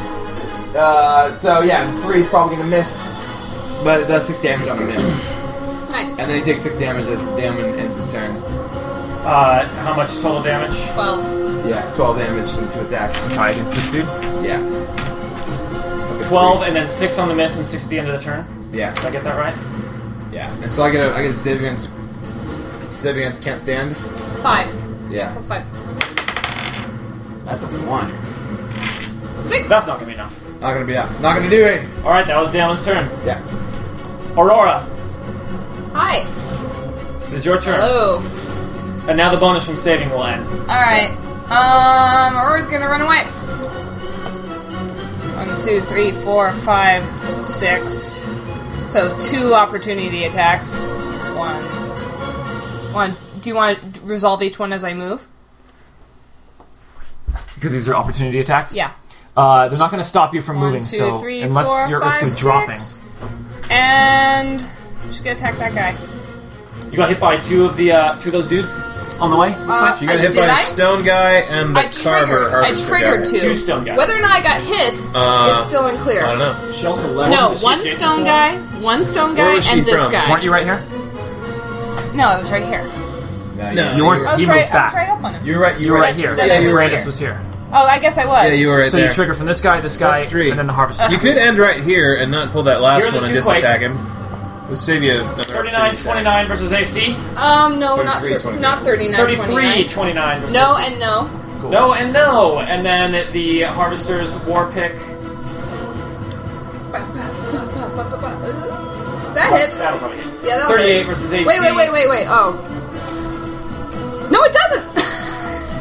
S9: Uh, so yeah, three is probably gonna miss, but it does six damage on a miss,
S4: Nice.
S9: and then he takes six damage as Damon ends his turn.
S3: Uh, how much total damage?
S4: Twelve.
S9: Yeah, twelve damage and two attacks.
S8: Try against this dude.
S9: Yeah.
S3: Twelve, and then six on the miss, and six at the end of the turn.
S9: Yeah.
S3: Did I get that right?
S9: Yeah, and so I get a I get a save against save against can't stand.
S4: Five.
S9: Yeah,
S4: That's five.
S9: that's a one.
S4: Six.
S3: That's not gonna be enough.
S9: Not gonna be enough. Not gonna do it.
S3: All right, that was Damon's turn.
S9: Yeah.
S3: Aurora,
S4: Hi.
S3: it is your turn,
S4: Hello.
S3: and now the bonus from saving will end.
S4: All right. Um, Aurora's gonna run away. One, two, three, four, five, six. So two opportunity attacks. One. One. Do you want to resolve each one as I move?
S3: Because these are opportunity attacks.
S4: Yeah.
S3: Uh, they're not going to stop you from
S4: One,
S3: moving.
S4: two,
S3: so
S4: three,
S3: unless
S4: four,
S3: you're
S4: five,
S3: risking dropping,
S4: six. and she's gonna attack that guy.
S3: you got hit by two of the uh, two of those dudes on the way. looks
S4: Uh,
S3: like.
S2: You got
S4: I-
S2: hit
S4: did
S2: by the
S4: I?
S2: stone guy and the
S4: I
S2: carver
S4: triggered. I
S2: harvester
S4: triggered
S2: guy.
S4: two.
S3: Two stone guys.
S4: Whether or not I got hit
S2: Uh,
S4: is still unclear.
S2: I don't know.
S6: She also left.
S4: No,
S3: Wasn't she
S4: one
S3: adjacent
S4: stone
S3: to
S4: guy, one stone
S2: Where
S4: guy,
S2: was she
S4: and this
S2: from?
S4: guy.
S3: Weren't you right here?
S4: No, it was right here.
S2: No,
S3: You
S4: I
S3: weren't.
S4: was
S3: He
S4: right.
S3: moved
S4: I
S3: back.
S4: was right up on him.
S2: You were right. You
S3: you
S2: were
S3: were
S2: right.
S3: right here.
S4: That
S3: Yeah,
S4: was
S3: Brandis
S4: here.
S3: was here.
S4: oh, I guess I was.
S2: Yeah, you were right
S3: so
S2: there.
S3: you trigger from this guy, this guy,
S2: That's three.
S3: and then the harvester.
S4: Uh,
S2: You could end right here and not pull that last
S3: You're the
S2: one and
S3: two
S2: just
S3: quakes.
S2: attack him. We'll save you another
S3: 39
S2: opportunity.
S3: 29 versus AC.
S4: Um, no, not
S2: 33,
S4: thir- not 39,
S3: 33
S4: 29.
S3: 29 versus
S4: No
S3: AC.
S4: and no.
S3: No and no. And then the harvester's war pick.
S4: That
S3: That'll
S4: hits.
S3: probably hit.
S4: Yeah, that'll
S3: 38
S4: hit.
S3: versus AC.
S4: Wait, wait, wait, wait, wait. Oh. No, it doesn't.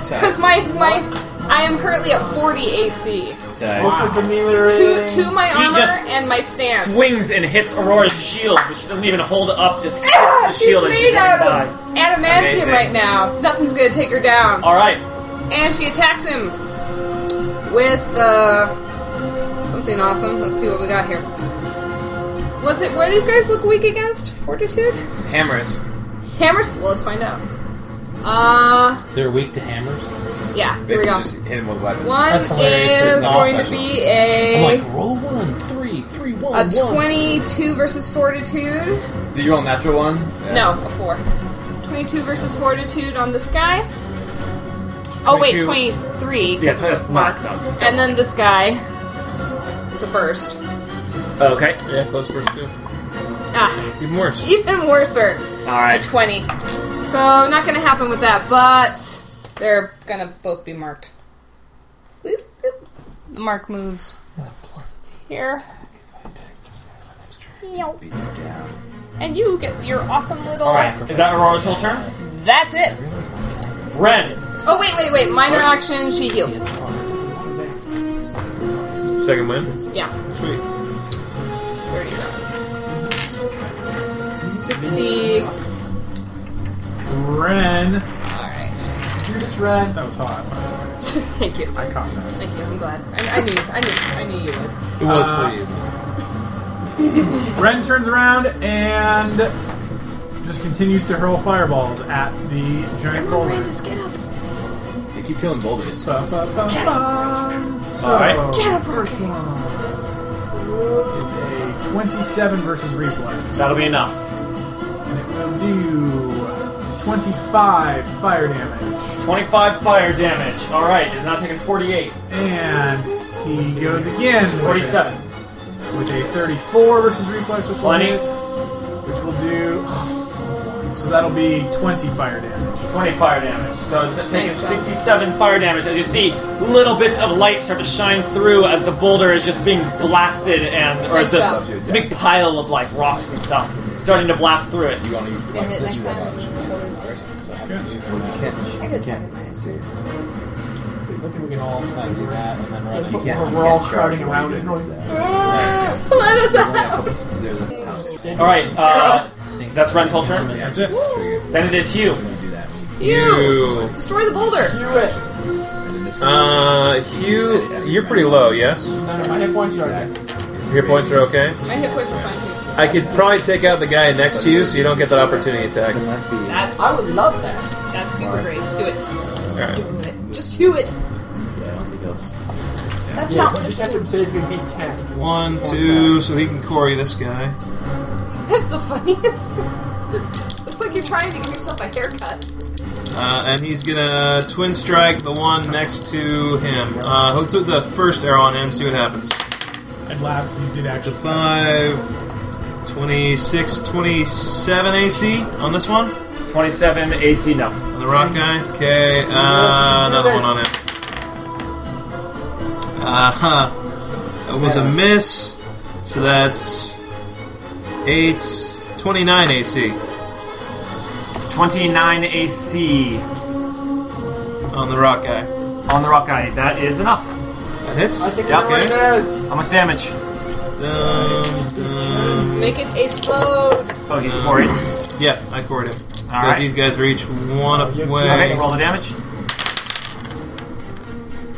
S4: Because my my, I am currently at 40 AC.
S6: Focus ameliorate.
S4: Two to my
S3: He
S4: armor
S3: just
S4: and my stance.
S3: swings and hits Aurora's shield, but she doesn't even hold up. Just hits
S4: Ah,
S3: the
S4: she's
S3: shield as she's
S4: made
S3: running
S4: out
S3: by.
S4: of adamantium
S2: Amazing.
S4: right now. Nothing's gonna take her down.
S3: All right,
S4: And she attacks him with uh, something awesome. Let's see what we got here. What's it? Where these guys look weak against? Fortitude?
S2: Uh, Hammers.
S4: Hammer? Well, let's find out. Uh,
S7: They're weak to hammers.
S4: yeah. Here we
S9: Basically,
S4: go.
S9: just hit him with a weapon.
S4: One
S7: That's hilarious.
S4: is
S7: It's not
S4: going to
S9: special.
S4: be
S7: I'm
S4: a
S7: like, roll one, three, three, one,
S4: a
S7: one.
S4: twenty-two versus fortitude.
S9: Do you roll a natural one? Yeah.
S4: No, a four. 22 versus fortitude on this guy. Oh, wait,
S3: 22.
S4: 23. 'cause
S3: Yes,
S4: of
S3: that's
S4: this
S3: not-
S4: mark.
S3: no, no.
S4: And then this guy is a burst.
S3: okay,
S2: Yeah, close first two.
S4: Ah,
S2: Even worse.
S4: even worser.
S3: all
S4: A
S3: right.
S4: 20. So, not going to happen with that, but they're going to both be marked. Boop, boop. The mark moves here. Meow. And you get your awesome little.
S3: All right, is that Aurora's whole turn?
S4: That's it.
S3: Ren,
S4: Oh wait, wait, wait! Minor action. She heals.
S2: Second win.
S4: Yeah.
S2: Sweet.
S4: 30. 60.
S8: Ren.
S4: Alright.
S6: You're just red.
S8: That was hot.
S4: Thank you.
S8: I caught that.
S4: Thank you. I'm glad. I, I knew. I knew. I knew you would.
S7: It was
S8: Uh,
S7: for you.
S8: Ren turns around and just continues to hurl fireballs at the giant boulder.
S4: get up.
S9: They keep killing boulders.
S8: Ba, ba, ba, ba. So,
S3: Alright.
S8: First one is a 27 versus reflex.
S3: That'll be enough.
S8: And it will do 25 fire damage.
S3: 25 fire damage. All right, is now taking 48.
S8: And he goes again. with a-
S3: 47.
S8: With a 34 versus reflex, which
S3: Plenty.
S8: will hit, which will do. So that'll be 20 fire damage.
S3: 20 fire damage. So it's taking
S4: Thanks, Bob.
S3: 67 fire damage. As you see, little bits of light start to shine through as the boulder is just being blasted and or
S4: Thanks,
S3: the,
S4: Bob.
S3: it's a big pile of like rocks and stuff starting to blast through it.
S9: You want to use the
S4: They hit next time.
S9: So how do you use it?
S4: I could try mine.
S6: I think we can all like, do that, and
S9: You can't-
S6: then
S9: you
S6: we're,
S9: can't
S6: we're all
S9: charge
S6: crowding
S9: when
S6: around
S9: you
S6: it.
S9: use that.
S4: Ah! Let us out.
S9: There's a pounce
S3: All right, uh, that's Ren's whole turn.
S8: That's it.
S9: trigger.
S3: Then it is Hugh.
S9: You do that.
S4: You destroy the boulder.
S6: Do it.
S9: And then this one
S2: Uh, Hugh, you're pretty low, yes?
S6: No, no, my hit points are
S2: Your points are okay.
S4: My hit points are fine
S2: I could probably take out the guy next to you, so you don't get that opportunity attack.
S9: might
S4: too.
S9: be-
S4: That's
S6: I would love that.
S4: that's super great. Do it.
S2: Alright.
S4: Do it. Just do it.
S9: Yeah, I don't think else.
S4: That's
S6: Yeah,
S4: not
S6: but
S4: what
S6: just
S4: it's.
S6: have to basically be ten.
S2: One, two, so he can Corey this guy.
S4: That's the funniest. Looks like you're trying to give yourself a haircut.
S2: Uh, and he's gonna twin strike the one next to him. Uh, he'll put the first arrow on him, see what happens.
S8: I'd laugh if you did
S2: That's a
S8: actually.
S2: 5, 26, 27 AC on this one.
S3: 27 AC, no.
S2: On the rock guy. Okay, uh, another one on him. Uh huh. That Uh-huh. was a miss. So that's 8, 29 AC
S3: 29 AC
S2: on the rock guy.
S3: on the rock guy. That is enough.
S2: That hits?
S6: I think
S3: Yeah,
S6: we know
S2: okay.
S6: what it is.
S3: How much damage?
S2: Um, um,
S4: Make it explode.
S3: Oh, he's Corey.
S2: yeah, I cored him. Because
S3: All right.
S2: these guys are each one
S6: Oh,
S2: up
S3: Okay,
S2: way.
S3: roll the damage.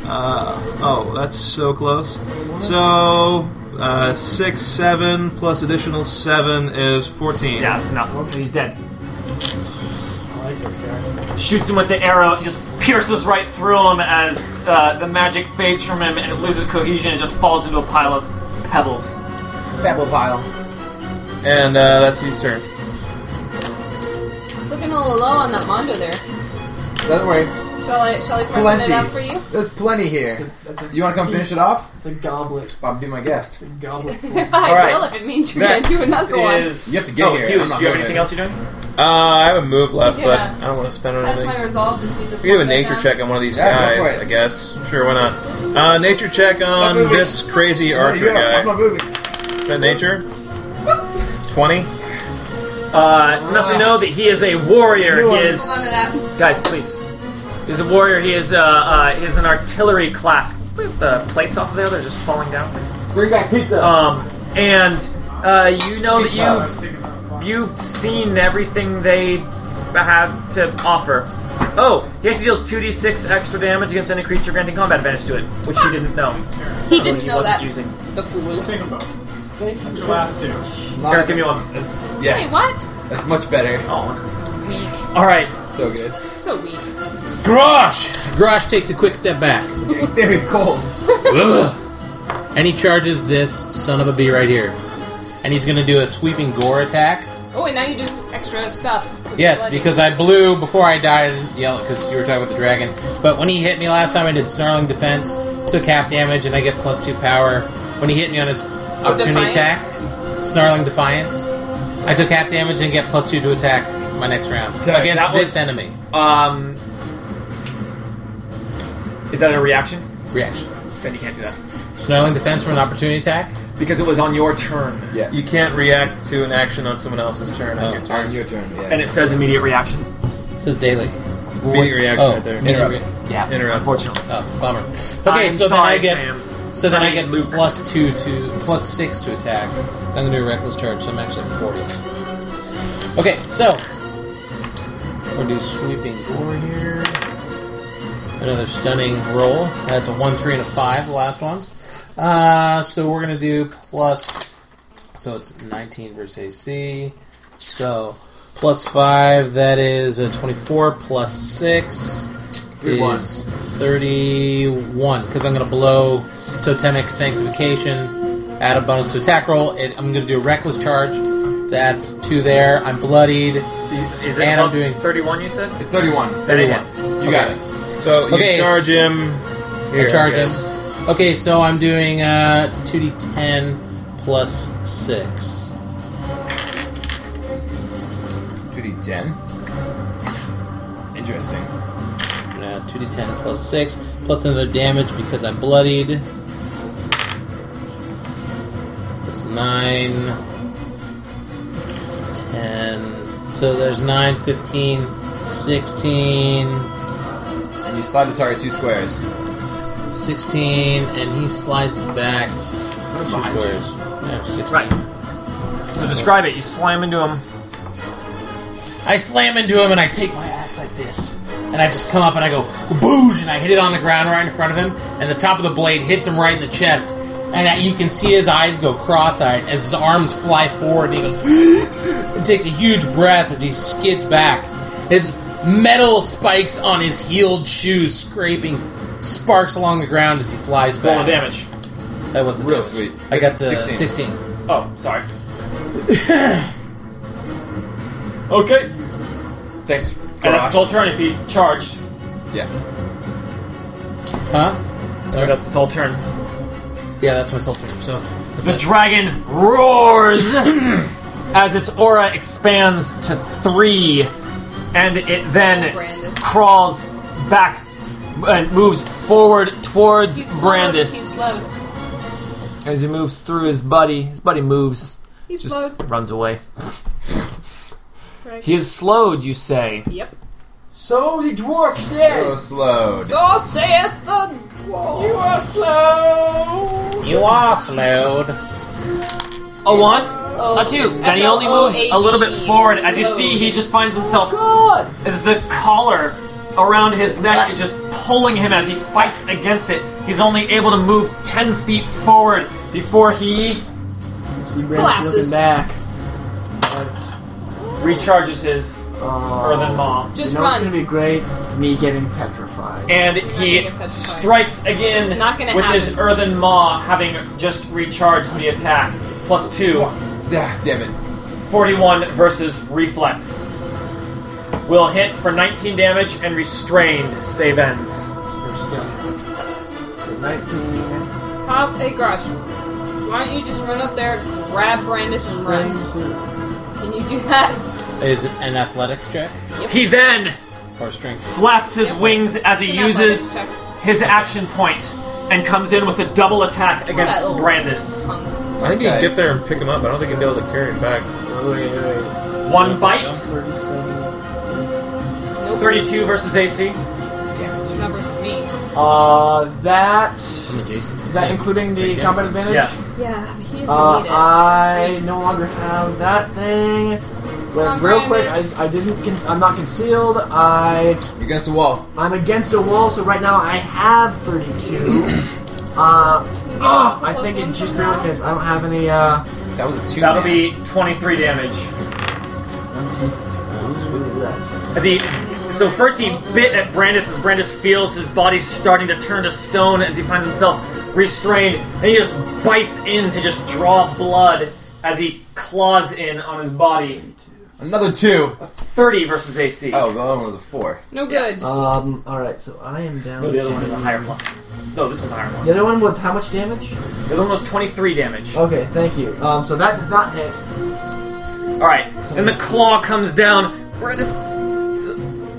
S2: Uh, oh, that's so close. So, uh, 6, 7 plus additional 7 is 14.
S3: Yeah, that's enough. So he's dead.
S6: I like this guy.
S3: shoots him with the arrow, it just pierces right through him as uh, the magic fades from him and it loses cohesion and just falls into a pile of pebbles.
S6: Pebble pile.
S2: And uh, that's his turn.
S4: Looking a little low on that Mondo there.
S9: Don't worry.
S4: Shall I shall I freshen it
S9: Plenty.
S4: up for you?
S9: There's plenty here.
S6: That's a,
S9: You want to come finish it off?
S6: it's a goblet.
S9: Bob, be my guest.
S6: It's a goblet. full.
S4: I
S3: right.
S4: will if it means you're gonna do another one.
S3: is-
S9: You have to get
S3: oh,
S9: here.
S3: Hughes,
S9: I'm not
S3: do you have anything
S9: moving.
S3: else you're doing?
S2: Uh, I have a move left,
S4: Yeah.
S2: but I don't want to spend on
S4: That's
S2: anything.
S4: my resolve to see this.
S2: We can do a
S4: one go
S2: nature
S4: down.
S2: check on one of these
S9: Yeah,
S2: guys,
S9: go for it.
S2: I guess. Sure, why not? Uh, nature check on
S9: moving.
S2: this crazy archer
S9: Yeah,
S2: guy.
S9: I'm not moving.
S2: Is that nature? 20?
S3: Uh, it's enough to know that he is a warrior. He is
S4: Hold on to that.
S3: guys, please. He's a warrior. He is uh, uh, he is an artillery class. Can we have the plates off of there, they're just falling down. Please.
S9: Bring back pizza.
S3: Um, and uh, you know that you've you've seen everything they have to offer. Oh, he actually deals two d six extra damage against any creature granting combat advantage to it, which you didn't know.
S4: He
S3: so
S4: didn't
S3: he
S4: know
S3: wasn't
S4: that.
S3: using.
S4: The fool.
S8: Take them both. That's your last two.
S3: Here, give me one.
S4: Hey,
S9: Yes.
S4: what?
S9: That's much better.
S3: Oh,
S4: Weak.
S3: all right.
S9: So good.
S4: So weak.
S7: Grosh! Grosh takes a quick step back.
S9: Very cold.
S7: Ugh. And he charges this son of a bee right here. And he's gonna do a sweeping gore attack.
S4: Oh, and now you do extra stuff. with
S7: Yes,
S4: bloody-
S7: because I blew before I died. I didn't yell because you were talking about the dragon. But when he hit me last time, I did snarling defense, took half damage, and I get plus two power. When he hit me on his opportunity
S4: defiance.
S7: attack, snarling defiance, I took half damage and get plus two to attack my next round
S9: Attack.
S7: against
S3: That
S7: this
S3: was-
S7: enemy.
S3: Um, is that a reaction?
S7: Reaction:
S3: Then you can't do that
S7: snarling defense from an opportunity attack.
S3: because it was on your turn,
S9: Yeah.
S2: You can't react to an action on someone else's turn on
S7: Oh.
S2: your turn.
S9: On your turn. Yeah.
S3: and it says immediate reaction.
S7: It says daily.
S2: Immediate reaction
S7: Oh,
S2: right there.
S7: interrupt.
S3: Yeah,
S2: Interrupt.
S3: Unfortunately.
S7: Oh, bummer. Okay,
S3: I'm
S7: so then
S3: sorry,
S7: I get
S3: Sam.
S7: so then
S3: I
S7: I,
S3: mean,
S7: get
S3: Luke.
S7: plus two to plus six to attack. So I'm gonna do a reckless charge. So I'm actually at forty. Okay, so we'll do sweeping gore here. Another stunning roll. That's a one, three, and a five. The last ones. Uh, so we're gonna do plus. So it's nineteen versus AC. So plus five. That is a twenty-four plus six
S9: one.
S7: is thirty-one. Because I'm going to blow totemic sanctification, add a bonus to attack roll. It, I'm going to do a reckless charge to add two there. I'm bloodied.
S3: Is it
S7: And I'm
S3: up
S7: doing-
S3: 31 you said?
S9: 31.
S3: 30 hits.
S9: You got it.
S2: So you
S7: Okay,
S2: charge
S7: s-
S2: him.
S7: I
S2: Here,
S7: charge
S2: guess.
S7: him. Okay, so I'm doing uh, 2d10 plus 6.
S9: 2d10. Interesting.
S7: Uh, 2d10 plus 6, plus another damage because I'm bloodied. That's 9, 10. So there's 9, 15, 16,
S9: And you slide the target two squares.
S7: 16, and he slides back. Two squares. Yeah, 16.
S3: Right. So describe it. You slam into him.
S7: I slam into him and I take my axe like this. And I just come up and I go boosh and I hit it on the ground right in front of him. And the top of the blade hits him right in the chest. And I- you can see his eyes go cross-eyed as his arms fly forward and he goes and takes a huge breath as he skids back. His metal spikes on his heeled shoes scraping sparks along the ground as he flies
S3: Roll the
S7: back.
S3: damage.
S7: That was the
S9: Real
S7: damage.
S9: sweet.
S7: I got to
S9: 16.
S7: 16.
S3: Oh, sorry. okay.
S9: Thanks.
S3: And that's his whole turn if he charged.
S9: Yeah.
S7: Huh?
S3: So that's his whole turn.
S7: Yeah, that's my soul turn. So
S3: The dragon roars as its aura expands to three, and it then
S4: Brandis.
S3: crawls back and moves forward towards
S4: He's slowed, He's
S3: Brandis
S4: slowed.
S3: as he moves through his buddy. His buddy moves,
S4: He's
S3: just
S4: slowed.
S3: runs away.
S4: Right.
S3: He is slowed, you say.
S4: Yep.
S6: So the dwarf
S9: So
S6: said,
S9: slowed.
S4: So saith the dwarf.
S6: "You are slow."
S7: you are slowed.
S3: A one,
S4: Oh,
S3: a two. Then he only moves a little bit
S4: SLOAD.
S3: forward. As you see, he just finds himself
S6: God.
S3: as the collar around his neck is just pulling him as he fights against it. He's only able to move 10 feet forward before he
S6: See Brandon's
S4: Collapses.
S6: looking back. That's,
S3: recharges his earthen maw.
S4: Just
S6: you know what's
S4: run.
S6: gonna be great? Me getting petrified.
S3: And
S4: Not
S3: he
S4: gonna
S3: strikes again
S4: It's not gonna
S3: with his
S4: happen.
S3: earthen maw, having just recharged the attack. Plus two,
S9: Ah, damn it.
S3: 41 versus reflex. Will hit for 19 damage and restrained save ends.
S6: So there's still. So 19.
S4: Pop, hey Grosh, why don't you just run up there, grab Brandis, and run? Can you do that?
S7: Is it an athletics check
S3: He then
S7: or strength?
S3: flaps his wings as he
S4: An athletics
S3: uses
S4: check.
S3: his action point and comes in with a double attack against
S4: Well.
S3: Brandis.
S4: Um,
S2: I think you
S9: Okay.
S2: can get there and pick him up. I don't think you'll be able to carry him back.
S3: One bite,
S6: 37.
S4: Nope.
S3: 32 versus AC.
S4: Numbers me.
S6: Uh, that. Is
S7: I'm adjacent. to
S6: that
S7: him.
S6: including the
S7: Okay.
S6: combat advantage?
S3: Yes.
S4: Yeah, but he doesn't
S6: Uh,
S4: need it.
S6: I no longer have that thing. But
S4: on,
S6: real quick,
S4: Brandis.
S6: I, I didn't. Con- I'm not concealed. I
S9: You're against the wall.
S6: I'm against a wall, so right now I have 32. uh, oh, I think it just barely hits. I don't have any. Uh,
S9: That was a two.
S3: That'll
S9: man.
S3: be 23 damage. As he, so first he bit at Brandis as Brandis feels his body starting to turn to stone as he finds himself restrained, and he just bites in to just draw blood as he claws in on his body.
S9: Another two.
S3: 30 versus AC.
S9: Oh, the other one was a four.
S4: No good.
S6: um. All right, so I am down.
S3: No, Oh, the other one
S6: to-
S3: is a higher plus. No, this one's a higher
S6: The
S3: plus.
S6: other one was how much damage?
S3: The other one was 23 damage.
S6: Okay, thank you. Um, so that does not hit.
S3: Alright, and the claw comes down. Brandis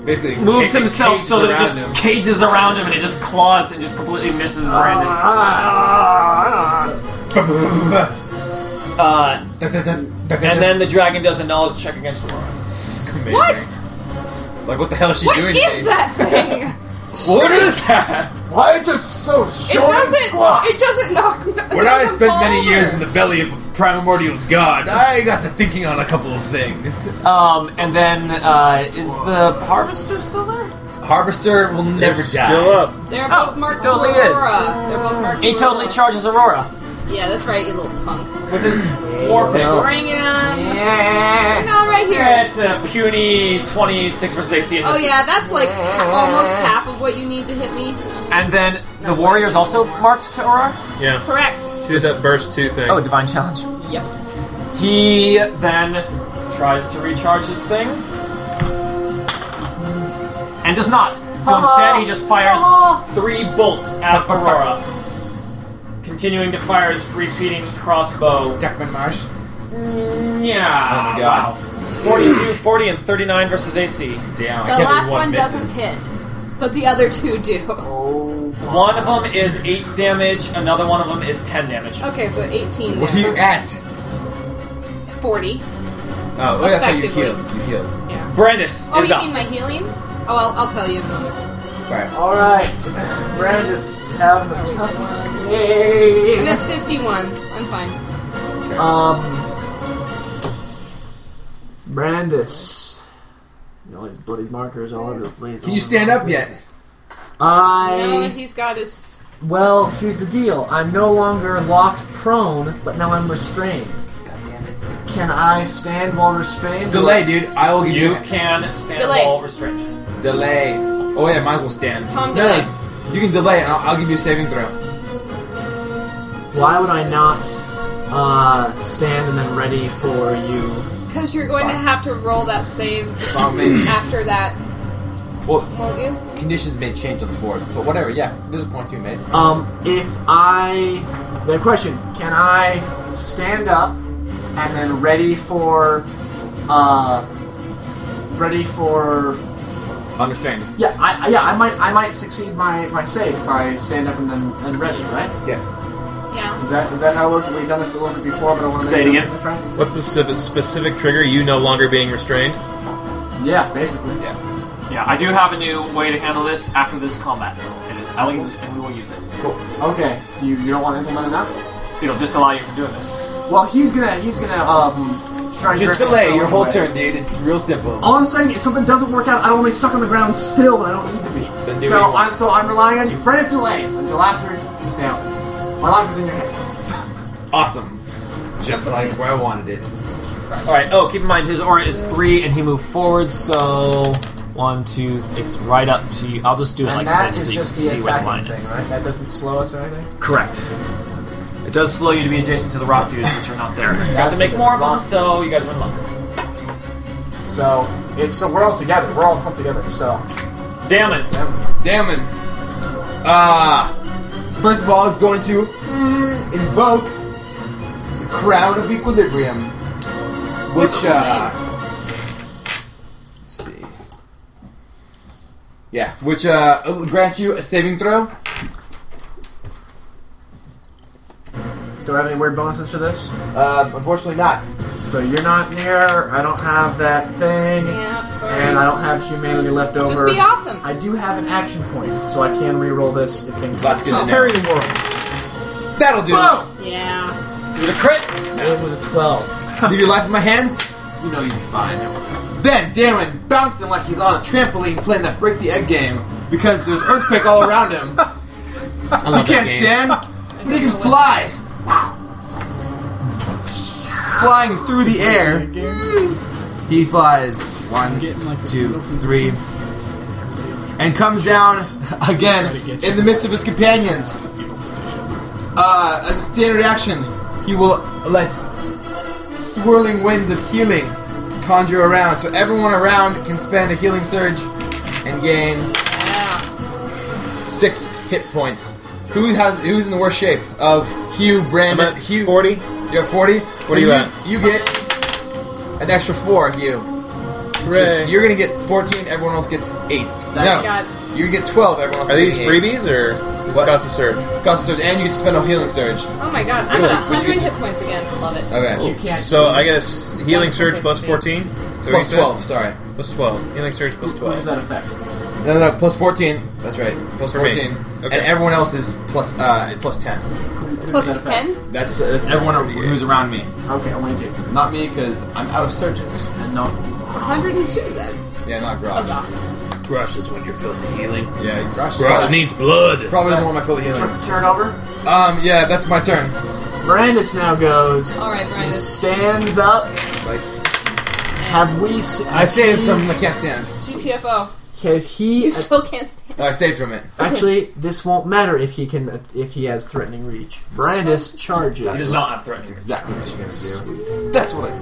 S9: Basically,
S3: moves
S9: ca-
S3: himself
S9: cages
S3: so that it
S9: around
S3: just
S9: him.
S3: cages around him and it just claws and just completely misses Brandis. Uh,
S9: Ah. Da, da, da, da, da,
S3: and then the dragon does a knowledge check against Aurora.
S9: Amazing.
S4: What?
S9: Like, what the hell is she
S4: What
S9: doing?
S4: is that thing?
S9: What is that?
S5: Why is it so
S4: it
S5: short?
S4: doesn't. It doesn't knock.
S10: When I spent many years in the belly of a primordial god, I got to thinking on a couple of things.
S3: Um, and then, uh, is the harvester still there?
S9: Harvester will never
S2: They're
S9: die.
S2: Still up.
S4: They're both marked
S3: totally
S4: to Aurora.
S3: is.
S4: They're both marked.
S3: He
S4: to
S3: totally
S4: Aurora.
S3: charges Aurora.
S4: Yeah, that's right, you little punk.
S3: With his war pick.
S6: No.
S4: Bring it on.
S3: Yeah.
S4: Bring it on right here.
S3: It's a puny 26 versus AC. and
S4: Oh
S3: misses.
S4: yeah, that's like ha- almost half of what you need to hit me.
S3: And then the warrior's also marked to Aura.
S2: Yeah.
S4: Correct.
S2: She did that burst two thing.
S13: Oh, divine challenge.
S4: Yep.
S3: He then tries to recharge his thing. And does not.
S4: Uh-huh.
S3: So instead, he just fires three bolts at Aurora. Continuing to fire his repeating crossbow.
S10: Jackman Marsh.
S3: Yeah.
S9: Oh my God.
S3: Wow. 42, 40, and 39 versus AC.
S9: Damn, I
S4: The
S9: can't
S4: last
S9: believe one,
S4: one
S9: misses.
S4: doesn't hit, but the other two do.
S3: One of them is 8 damage, another one of them is 10 damage.
S4: Okay, so 18
S9: What are you
S4: now.
S9: at?
S4: 40.
S9: Oh, look, that's how you
S4: Effectively.
S9: heal. You heal.
S4: Yeah.
S3: Brandis
S4: Oh,
S3: is
S4: you
S3: up.
S4: mean my healing? Oh, I'll, I'll tell you in a moment.
S9: Right.
S6: Alright, Brandis is having a tough day.
S4: I'm at 51. I'm fine.
S6: Um, Brandis. You know, all these bloody markers all over the place.
S9: Can you stand up yet?
S4: No,
S6: I.
S4: he's got his.
S6: Well, here's the deal. I'm no longer locked prone, but now I'm restrained. Can I stand while restrained?
S9: Delay, dude. I will give
S3: You
S9: you
S3: can stand
S4: Delay.
S3: while restrained.
S9: delay. Oh yeah, might as well stand.
S4: Tom,
S9: no,
S4: delay.
S9: no, you can delay, and I'll, I'll give you a saving throw.
S6: Why would I not uh, stand and then ready for you?
S4: Because you're going to have to roll that save
S9: on me.
S4: after that,
S9: Well,
S4: won't you?
S9: conditions may change on the board, but whatever. Yeah, there's a point to be made.
S6: Um, if I. The question can I stand up and then ready for. Uh, ready for
S9: Understand.
S6: Yeah, I, I- yeah, I might, I might succeed my, my save if I stand up and then and ready, right?
S9: Yeah.
S4: Yeah.
S6: Is that is that how it works? We've done this a little bit before, but I want to
S3: Say it
S6: make
S3: again.
S6: sure again.
S2: What's the specific, specific trigger? You no longer being restrained.
S6: Yeah, basically.
S9: Yeah.
S3: Yeah, I do have a new way to handle this after this combat. It is elegant, and we will use it.
S6: Cool. Okay, you, you don't want to implement it now?
S3: It'll disallow you from doing this.
S6: Well, he's gonna he's gonna um try. and
S9: Just
S6: grip it
S9: delay
S6: the
S9: your
S6: wrong
S9: whole
S6: way.
S9: turn, dude. It's real simple.
S6: All I'm saying is something doesn't work out. I don't want to be stuck on the ground still, but I don't need to be.
S9: Then do what
S6: so
S9: you want.
S6: I'm so I'm relying on you. Brennan's delays until after it's down. My life is in your hands.
S9: Awesome. Just like where I wanted it.
S3: Alright, oh, keep in mind his aura is three and he moved forward, so one, two, th- it's right up to you. I'll just do it
S6: And
S3: like
S6: that
S3: this
S6: is
S3: so you can
S6: just the
S3: see where the line
S6: attacking thing,
S3: is.
S6: right? That doesn't slow us or anything.
S3: Correct. It does slow you to be adjacent to the rock dudes, which are not there. You have
S6: That's
S3: to make
S6: because
S3: more of
S6: the
S3: them,
S6: rock-
S3: so you guys win luck.
S6: So it's so we're all together. We're all clumped together. So
S3: Damn it!
S9: Damn it. Uh, first of all, it's going to mm, invoke the Crown of Equilibrium, which, uh, let's see. Yeah, which uh, grants you a saving throw.
S6: do I have any weird bonuses to this?
S9: Uh, unfortunately, not.
S6: So you're not near. I don't have that thing,
S4: Yeah, sorry.
S6: and I don't have humanity left over.
S4: Just be awesome.
S6: I do have an action point, so I can reroll this if things.
S9: That's good to know.
S8: Parry the world.
S9: That'll do.
S6: Boom!
S4: Yeah.
S3: With a crit!
S6: It was a twelve.
S9: Leave your life in my hands. You know you'll be fine. Then Darren bouncing like he's on a trampoline playing that break the egg game because there's earthquake all around him.
S7: I love
S9: He can't stand, but he can fly. Flying through the air, he flies one, two, three, and comes down again in the midst of his companions. Uh, as a standard action, he will let swirling winds of healing conjure around, so everyone around can spend a healing surge and gain six hit points. Who has who's in the worst shape of Hugh
S2: I'm
S9: Brandon?
S2: at
S9: Hugh,
S2: forty.
S9: You're forty. What
S2: are you
S9: you
S2: at?
S9: You get an extra four, Hugh. So you're gonna get fourteen. Everyone else gets eight. no,
S4: Oh God.
S9: you get twelve. Everyone else.
S2: Are these
S9: getting eight.
S2: freebies or does it
S9: What?
S2: cost a surge?
S9: Cost surge, and you get to spend a healing surge.
S4: Oh my god,
S9: Would you-
S4: I'm at
S9: would you
S4: 100
S9: get
S4: hit points again. Love it.
S9: Okay.
S2: So I get a s- healing surge plus fourteen. So
S9: Plus twelve. Sorry.
S2: Plus twelve. Healing surge plus
S6: What does
S2: twelve.
S6: that affect?
S9: No, no, no. Plus fourteen. That's right. Plus
S2: For me.
S9: fourteen.
S2: Okay.
S9: And everyone else is plus uh plus ten.
S6: that
S4: Plus
S6: affect?
S4: 10?
S9: That's, uh, that's everyone who's around me.
S6: Okay, only Jason.
S9: Not me, because I'm out of surges.
S6: And no.
S4: 102 then.
S9: Yeah, not Grosh.
S4: Huzzah.
S10: Grush is when you're filthy healing.
S9: Yeah, Grosh.
S7: Grosh needs blood.
S9: Probably doesn't want my full healing.
S6: Tur- turn over.
S9: Um, yeah, that's my turn.
S6: Brandis now goes.
S4: All right,
S6: He
S4: Brandis.
S6: stands up. Have we? s-
S9: I
S6: has
S9: saved
S6: he-
S9: from the can't stand.
S4: GTFO.
S6: Has he?
S4: You still can't stand.
S9: I saved from it.
S6: Actually, this won't matter if he can. If he has threatening reach, Brandis
S3: He
S6: charges.
S3: does not have threatening.
S9: Exactly what you're gonna do. That's what I.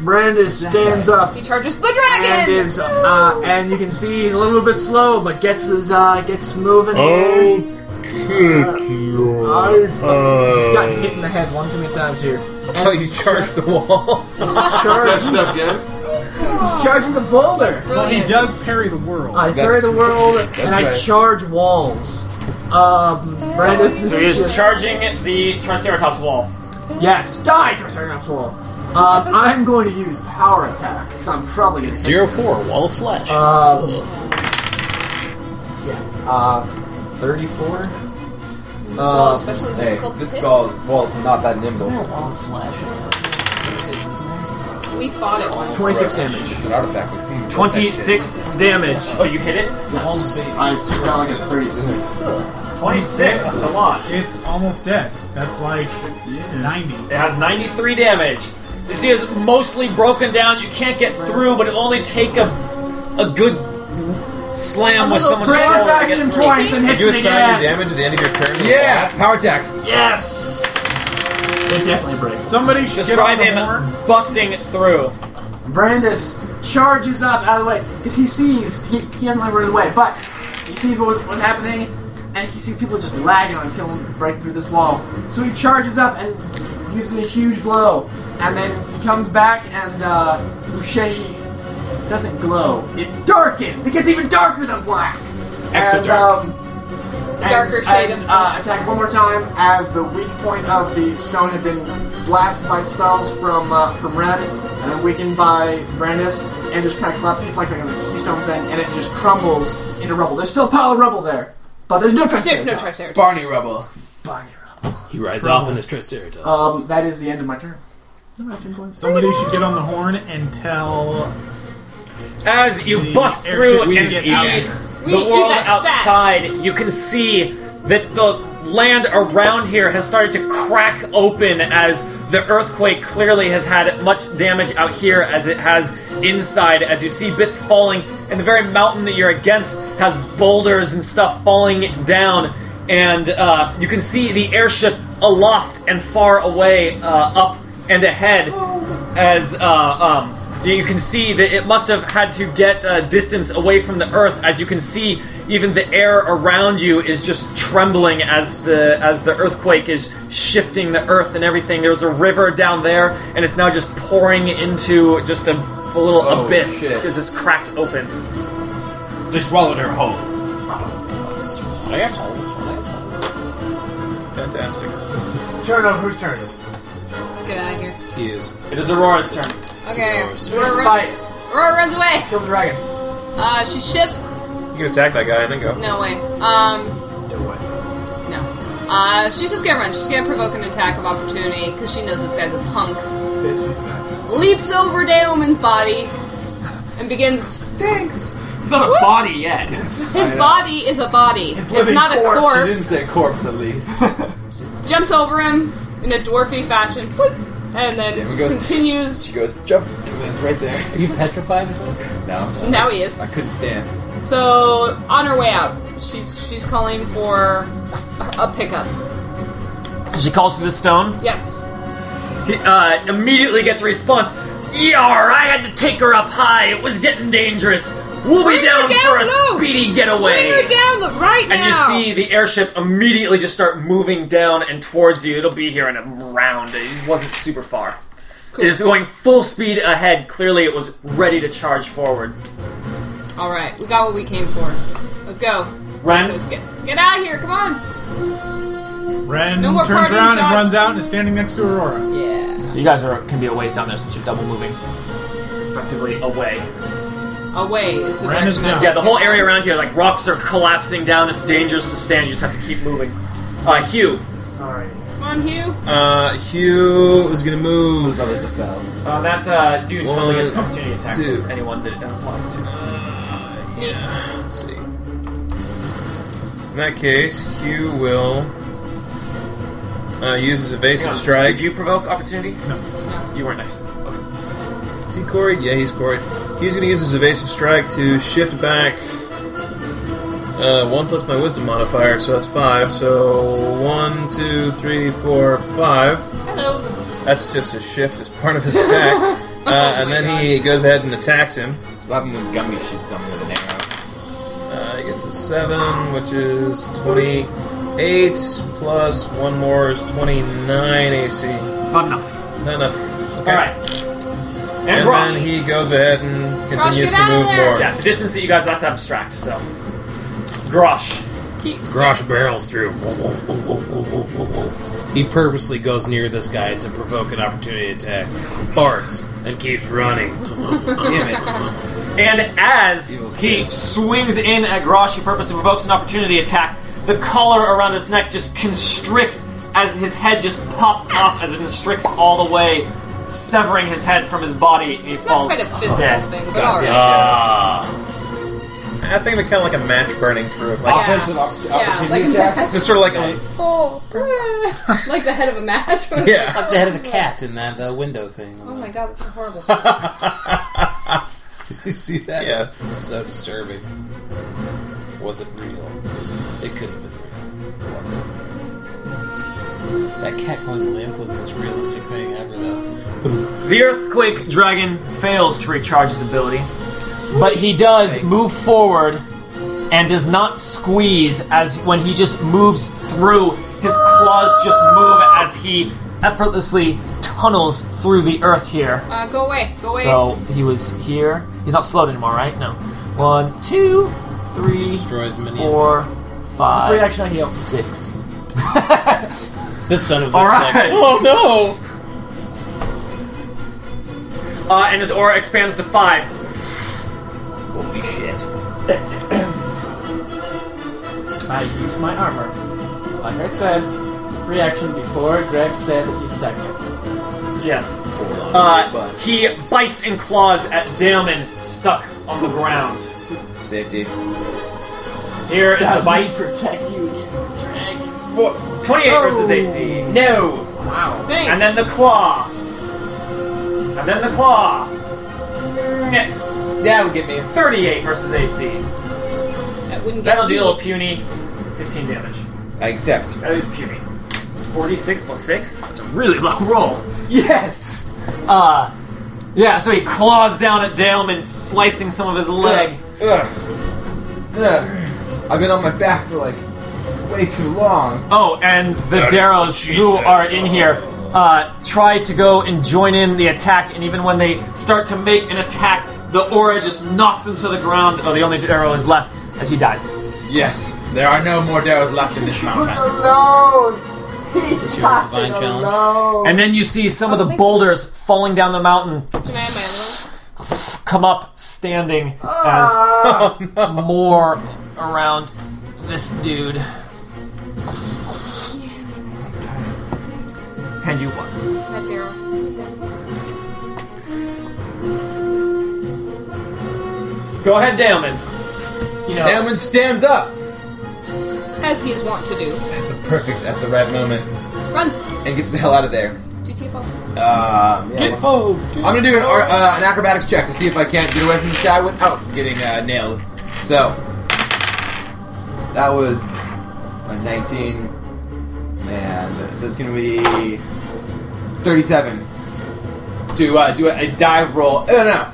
S6: Brandis stands up
S4: He charges the
S6: and
S4: dragon.
S6: is, uh, and you can see he's a little bit slow, but gets his, uh, gets moving.
S7: I'll
S6: here.
S7: kick your
S9: Uh,
S6: He's gotten
S7: ass.
S6: hit in the head one too many times here. And
S2: Oh, you charged the wall.
S6: he's charging,
S9: up, good.
S6: he's charging the boulder.
S8: But he does parry the world.
S6: I carry
S9: That's-
S6: the world and I
S9: right.
S6: charge walls. Um, Brandis
S3: So he
S6: is
S3: is
S6: just,
S3: charging the Triceratops wall.
S6: yes, die, Triceratops wall. Um, I'm going to use power attack because I'm probably gonna
S7: Zero four, wall of flesh.
S6: Yeah, uh, thirty-four.
S4: well, especially
S9: Um, Hey,
S4: difficult
S9: this
S4: to hit.
S9: gall's wall's not that nimble.
S6: wall slash?
S4: We fought it once.
S6: Twenty-six damage.
S9: It's an artifact. It's some-
S3: 26 damage. Oh, you hit it?
S6: I got like a thirty-six.
S3: 26. That's a lot.
S8: It's almost dead. That's like 90.
S3: It has 93 damage. This is mostly broken down. You can't get through, but it'll only take a a good slam
S4: A
S3: with
S4: little
S3: someone's
S4: bonus
S3: shoulder. to get
S4: action
S3: through.
S4: points and
S2: Did you assign your damage at the end of your turn?
S9: Yeah, power attack.
S3: Yes!
S6: It definitely breaks.
S8: Somebody should
S3: Describe
S8: get
S3: him
S8: on the horn.
S3: busting through.
S6: Brandis charges up out of the way because he sees he, he hasn't like run away, but he sees what was what's happening, and he sees people just lagging on killing break through this wall. So he charges up and uses a huge blow, and then he comes back and uh, Ushahi doesn't glow; it darkens. It gets even darker than black.
S9: Extra
S6: and,
S9: dark.
S6: Um,
S4: Darker
S6: and,
S4: shade
S6: and,
S4: of-
S6: uh, attack one more time as the weak point of the stone had been blasted by spells from uh, from Red and then weakened by Brandis and just kind of collapses. It's like a keystone thing, and it just crumbles into rubble. There's still a pile of rubble there, but there's no triceratops.
S4: There's no triceratops.
S9: Barney rubble.
S6: Barney rubble.
S7: He rides off in his triceratops.
S6: Um, that is the end of my turn. No action points.
S8: Somebody should get on the horn and tell.
S3: As you
S8: The
S3: bust
S8: airship
S3: through
S8: we
S3: and
S8: get
S3: see
S8: out.
S4: We
S3: the
S4: need
S3: world
S4: that stat.
S3: outside, you can see that the land around here has started to crack open as the earthquake clearly has had much damage out here as it has inside. As you see bits falling, and the very mountain that you're against has boulders and stuff falling down, and uh, you can see the airship aloft and far away, uh, up and ahead as uh, um, you you can see that it must have had to get uh, distance away from the earth. As you can see, even the air around you is just trembling as the as the earthquake is shifting the earth and everything. There's a river down there, and it's now just pouring into just a, a little
S9: Oh,
S3: abyss
S9: shit.
S3: because it's cracked open.
S10: They swallowed her whole.
S2: Fantastic.
S6: Turn over. Whose turn?
S4: Let's get out of here.
S7: he is.
S3: It is Aurora's turn.
S4: Okay.
S7: It's
S4: Aurora,
S6: Despite
S4: run, Aurora runs away.
S6: kill the dragon.
S4: Uh, she shifts.
S2: You can attack that guy and then go.
S4: No way. Um,
S6: No way.
S4: No. Uh, she's just gonna run. She's gonna provoke an attack of opportunity because she knows this guy's a punk.
S6: This was bad.
S4: Leaps over Daoman's body and begins.
S3: It's not a body yet.
S4: His body is a body. It's, not a
S9: She didn't
S4: corpse.
S9: say corpse at least.
S4: Jumps over him in a dwarfy fashion, boop, and then
S9: Damon goes-
S4: continues.
S9: she goes jump and lands right there.
S7: Are you petrified or something?
S9: No, I'm just-
S4: Now he is.
S9: I couldn't stand.
S4: So on her way out, she's she's calling for a pickup.
S3: She calls to the stone.
S4: Yes.
S3: He, uh, immediately gets a response. Yar, I had to take her up high. It was getting dangerous. We'll
S4: Bring
S3: be
S4: her
S3: down,
S4: down
S3: for a
S4: low.
S3: speedy getaway.
S4: Bring her down look, right
S3: and you
S4: now.
S3: see the airship immediately just start moving down and towards you. It'll be here in a round. It wasn't super far.
S4: Cool.
S3: It is going full speed ahead. Clearly, it was ready to charge forward.
S4: All right, we got what we came for. Let's go.
S3: Ren?
S4: So let's get get out of here. Come on.
S8: Ren
S4: No more
S8: turns
S4: parting
S8: around and
S4: shots.
S8: runs out and is standing next to Aurora.
S4: Yeah.
S3: So you guys are can be a ways down there since you're double moving. Effectively away.
S4: Away is the
S8: Ren is
S4: direction.
S8: down.
S3: Yeah, the whole area around here, like rocks are collapsing down. It's dangerous to stand. You just have to keep moving. Uh, Hugh,
S6: Sorry.
S4: Come on, Hugh.
S2: Uh, Hugh is gonna move.
S3: Uh, that uh, dude totally gets an opportunity attack
S2: two.
S3: against anyone that it applies to.
S2: Let's see. In that case, Hugh will Uh, uses evasive
S3: Hang on.
S2: strike.
S3: Did you provoke opportunity? No. You weren't nice. Okay.
S2: Is he Corey? Yeah, he's Corey. He's going to use his evasive strike to shift back uh, one plus my wisdom modifier, so that's five. So one, two, three, four, five.
S4: Hello.
S2: That's just a shift as part of his attack. Uh, and then he goes ahead and attacks him.
S9: What happened when Gummy shoots someone with an arrow?
S2: Uh, he gets a seven, which is twenty-eight plus one more is twenty-nine AC.
S3: Not enough.
S2: No, no. Okay.
S3: All right. And,
S2: And
S3: Rosh.
S2: then he goes ahead and
S4: Rosh,
S2: continues to
S4: get out of
S2: move
S4: there.
S2: more.
S3: Yeah, the distance that you guys, that's abstract, so. Grosh.
S4: Keep.
S7: Grosh barrels through. He purposely goes near this guy to provoke an opportunity attack. Farts and keeps running. Damn it.
S3: And as he swings in at Grosh, he purposely provokes an opportunity attack. The collar around his neck just constricts as his head just pops off as it constricts all the way, severing his head from his body, and he
S4: Not
S3: falls
S4: quite a physical
S3: dead.
S4: thing, but alright.
S7: Ah.
S2: I think of it kind of like a match burning through it. Like,
S4: Yeah.
S9: Offensive
S4: Yeah,
S9: opp- opportunity attacks.
S2: It's sort of like a,
S4: like, like the head of a match.
S2: yeah.
S7: The head of a cat in that uh, window thing.
S4: Oh my god, this is horrible. Uh,
S7: Did you see that?
S2: Yes.
S7: It's so disturbing. Was it real? It couldn't have been real. Was it? That cat going to limp was the most realistic thing ever, though.
S3: The Earthquake Dragon fails to recharge his ability, but he does move forward and does not squeeze as when he just moves through. His claws just move as he effortlessly tunnels through the earth here.
S4: Uh, go away, go away.
S3: So he was here. He's not slowed anymore, right? No. One, two,
S7: He
S3: three,
S7: destroys minions.
S3: four,
S6: Free
S3: five,
S6: action, I heal.
S3: six.
S7: This son of a
S3: All
S7: bitch is
S3: right.
S7: like, oh no!
S3: Uh, and his aura expands to five. Holy shit.
S6: I use my armor. Like I said, free action before Greg said he's attacking us.
S3: Yes. Uh, he bites and claws at Damon stuck on the ground.
S9: Safety.
S3: Here is the
S6: might
S3: bite.
S6: protect you against the dragon.
S3: 28 versus AC.
S9: No!
S6: Oh.
S4: Thanks.
S3: And then the claw. And then the claw.
S9: That'll get me.
S3: 38 versus AC.
S4: That wouldn't get
S3: That'll
S4: me.
S3: deal a puny 15 damage.
S9: I accept.
S3: That is puny. 46 plus 6? That's a really low roll.
S9: Yes!
S3: Uh, yeah, so he claws down at Damon, slicing some of his leg.
S9: Ugh. Ugh. I've been on my back for like way too long.
S3: Oh, and the Darrows
S7: she
S3: who
S7: said.
S3: are in here uh, try to go and join in the attack, and even when they start to make an attack, the aura just knocks them to the ground. Oh, the only Darrow is left as he dies.
S9: Yes, there are no more arrows left in this mountain.
S6: alone! He's
S7: divine challenge.
S6: alone!
S3: And then you see some of the
S4: thank you.
S3: boulders falling down the mountain
S4: Can I have my little?
S3: come up standing as more around this dude. Hand you one.
S4: That Daryl.
S3: Go ahead, Damon.
S6: You know,
S9: Damon stands up!
S4: As he is wont to do.
S9: Perfect at the right moment.
S4: Run!
S9: And gets the hell out of there.
S4: GT fall.
S9: Um, yeah. I'm gonna do an, ar- uh, an acrobatics check to see if I can't get away from this guy without getting uh, nailed. So that was a 19, and so it's gonna be 37 to uh, do a, a dive roll. No, no,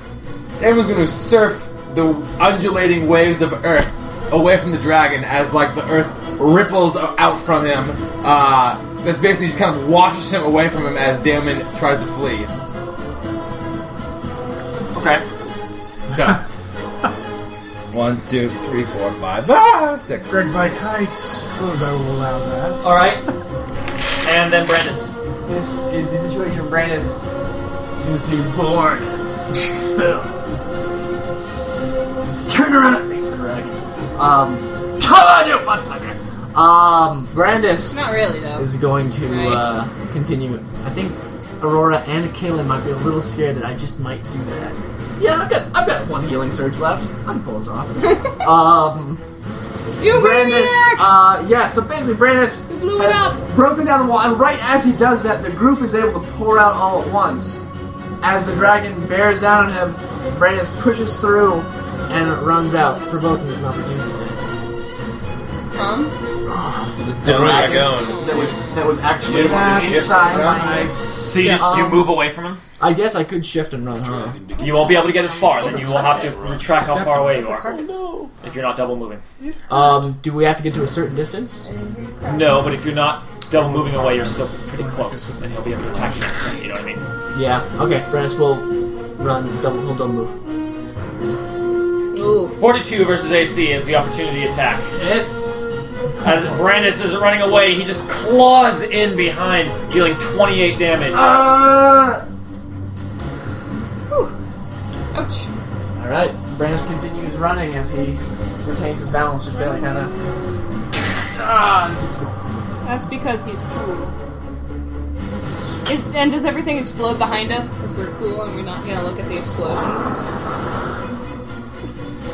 S9: everyone's gonna surf the undulating waves of Earth away from the dragon as like the Earth ripples out from him. Uh, that's basically just kind of washes him away from him as Damon tries to flee.
S3: Okay.
S9: Done. One, two, three, four, five, ah, six.
S8: Greg's like, I suppose I will allow that.
S3: All right. And then Brandis.
S6: this is the situation Brandis seems to be bored. Turn around and face the dragon. Um, come on, you buttsucker! Um, Brandis
S4: Not really, though.
S6: is going to
S4: Right.
S6: uh, continue. I think Aurora and Kaylin might be a little scared that I just might do that. Yeah, I've got I've got one healing surge left. I can pull this off. um,
S4: You
S6: Brandis,
S4: maniac!
S6: uh, yeah, so basically Brandis
S4: You blew it
S6: has
S4: up!
S6: broken down a wall, and right as he does that, the group is able to pour out all at once. As the dragon bears down on him, Brandis pushes through and runs out, provoking an opportunity attack.
S4: From?
S7: The
S2: Right,
S7: dragon.
S2: going.
S6: That was that was actually
S2: Yeah, you
S6: inside
S2: shift.
S6: my
S3: So you,
S6: Yeah,
S3: just, you
S6: um,
S3: move away from him.
S6: I guess I could shift and run, huh?
S3: You won't be able to get as far. Then you will have to retract how far away you are
S4: Carpet.
S3: if you're not double moving.
S6: Um, do we have to get to a certain distance?
S3: No, but if you're not double moving away, you're still pretty close, and he'll be able to attack you. next time, You know what I mean?
S6: Yeah. Okay. Brandis will run double. He'll double move.
S4: Ooh.
S3: 42 versus AC is the opportunity attack.
S6: It's
S3: As Brandis is running away, he just claws in behind, dealing 28 damage.
S6: uh.
S4: Ouch.
S6: All right. Brandis continues running as he retains his balance, just barely kind of.
S4: That's because he's cool. Is, and does everything explode behind us? Because we're cool and we're not gonna look at the explosion.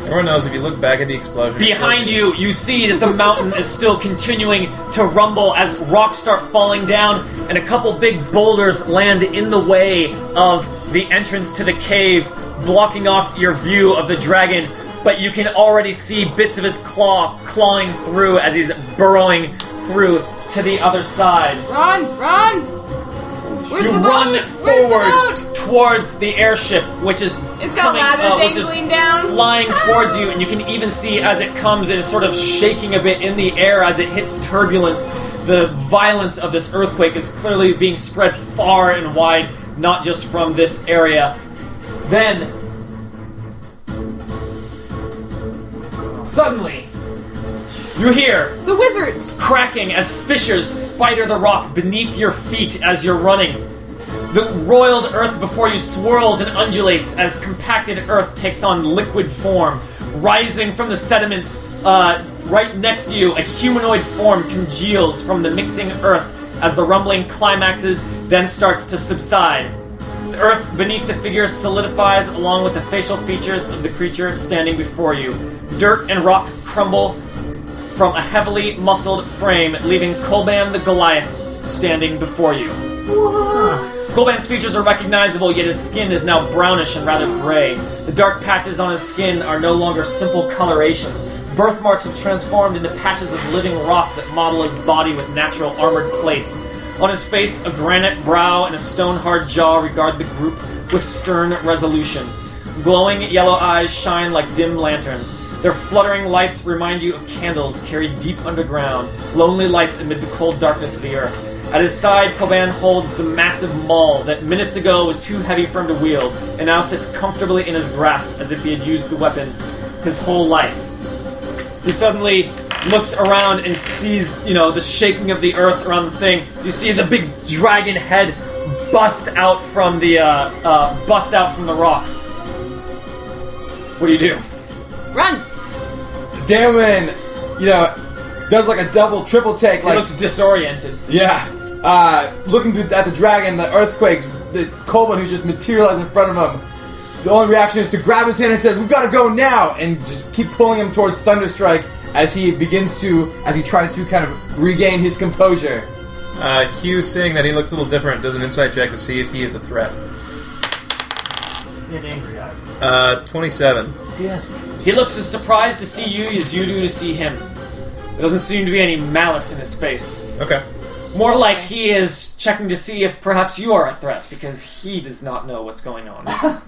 S2: Everyone knows if you look back at the explosion
S3: Behind you, you see that the mountain is still continuing to rumble as rocks start falling down, and a couple big boulders land in the way of the entrance to the cave, blocking off your view of the dragon. But you can already see bits of his claw clawing through as he's burrowing through to the other side.
S4: Run! Run! Where's
S3: you
S4: the
S3: run
S4: boat? Where's the
S3: forward
S4: boat?
S3: towards the airship, which is
S4: It's got
S3: coming,
S4: ladder
S3: uh, which is
S4: dangling down. Ah!
S3: flying towards you, and you can even see as it comes, it is sort of shaking a bit in the air as it hits turbulence. The violence of this earthquake is clearly being spread far and wide, not just from this area. Then, suddenly, you hear
S4: The wizards!
S3: cracking as fissures spider the rock beneath your feet as you're running. The roiled earth before you swirls and undulates as compacted earth takes on liquid form. Rising from the sediments uh, right next to you, a humanoid form congeals from the mixing earth as the rumbling climaxes, then starts to subside. The earth beneath the figure solidifies along with the facial features of the creature standing before you. Dirt and rock crumble from a heavily muscled frame, leaving Kolban the Goliath standing before you. Kolban's features are recognizable, yet his skin is now brownish and rather gray. The dark patches on his skin are no longer simple colorations. Birthmarks have transformed into patches of living rock that model his body with natural armored plates. On his face, a granite brow and a stone hard jaw regard the group with stern resolution. Glowing yellow eyes shine like dim lanterns. Their fluttering lights remind you of candles carried deep underground, lonely lights amid the cold darkness of the earth. At his side, Coban holds the massive maul that minutes ago was too heavy for him to wield, and now sits comfortably in his grasp as if he had used the weapon his whole life. He suddenly looks around and sees, you know, the shaking of the earth around the thing. You see the big dragon head bust out from the uh, uh, bust out from the rock. What do you do?
S4: Run!
S9: Damon, you know, does like a double, triple take,
S3: He
S9: like
S3: looks disoriented.
S9: yeah, uh, looking at the dragon, the earthquake, the Colbin who just materialized in front of him. The only reaction is to grab his hand and says, "We've got to go now," and just keep pulling him towards Thunderstrike as he begins to, as he tries to kind of regain his composure.
S2: Uh, Hugh, seeing that he looks a little different, does an insight check to see if he is a threat.
S6: He's got angry eyes.
S2: Uh, 27.
S6: Yes.
S3: He looks as surprised to see you as you do to see him. There doesn't seem to be any malice in his face.
S2: Okay.
S3: More like he is checking to see if perhaps you are a threat, because he does not know what's going on. the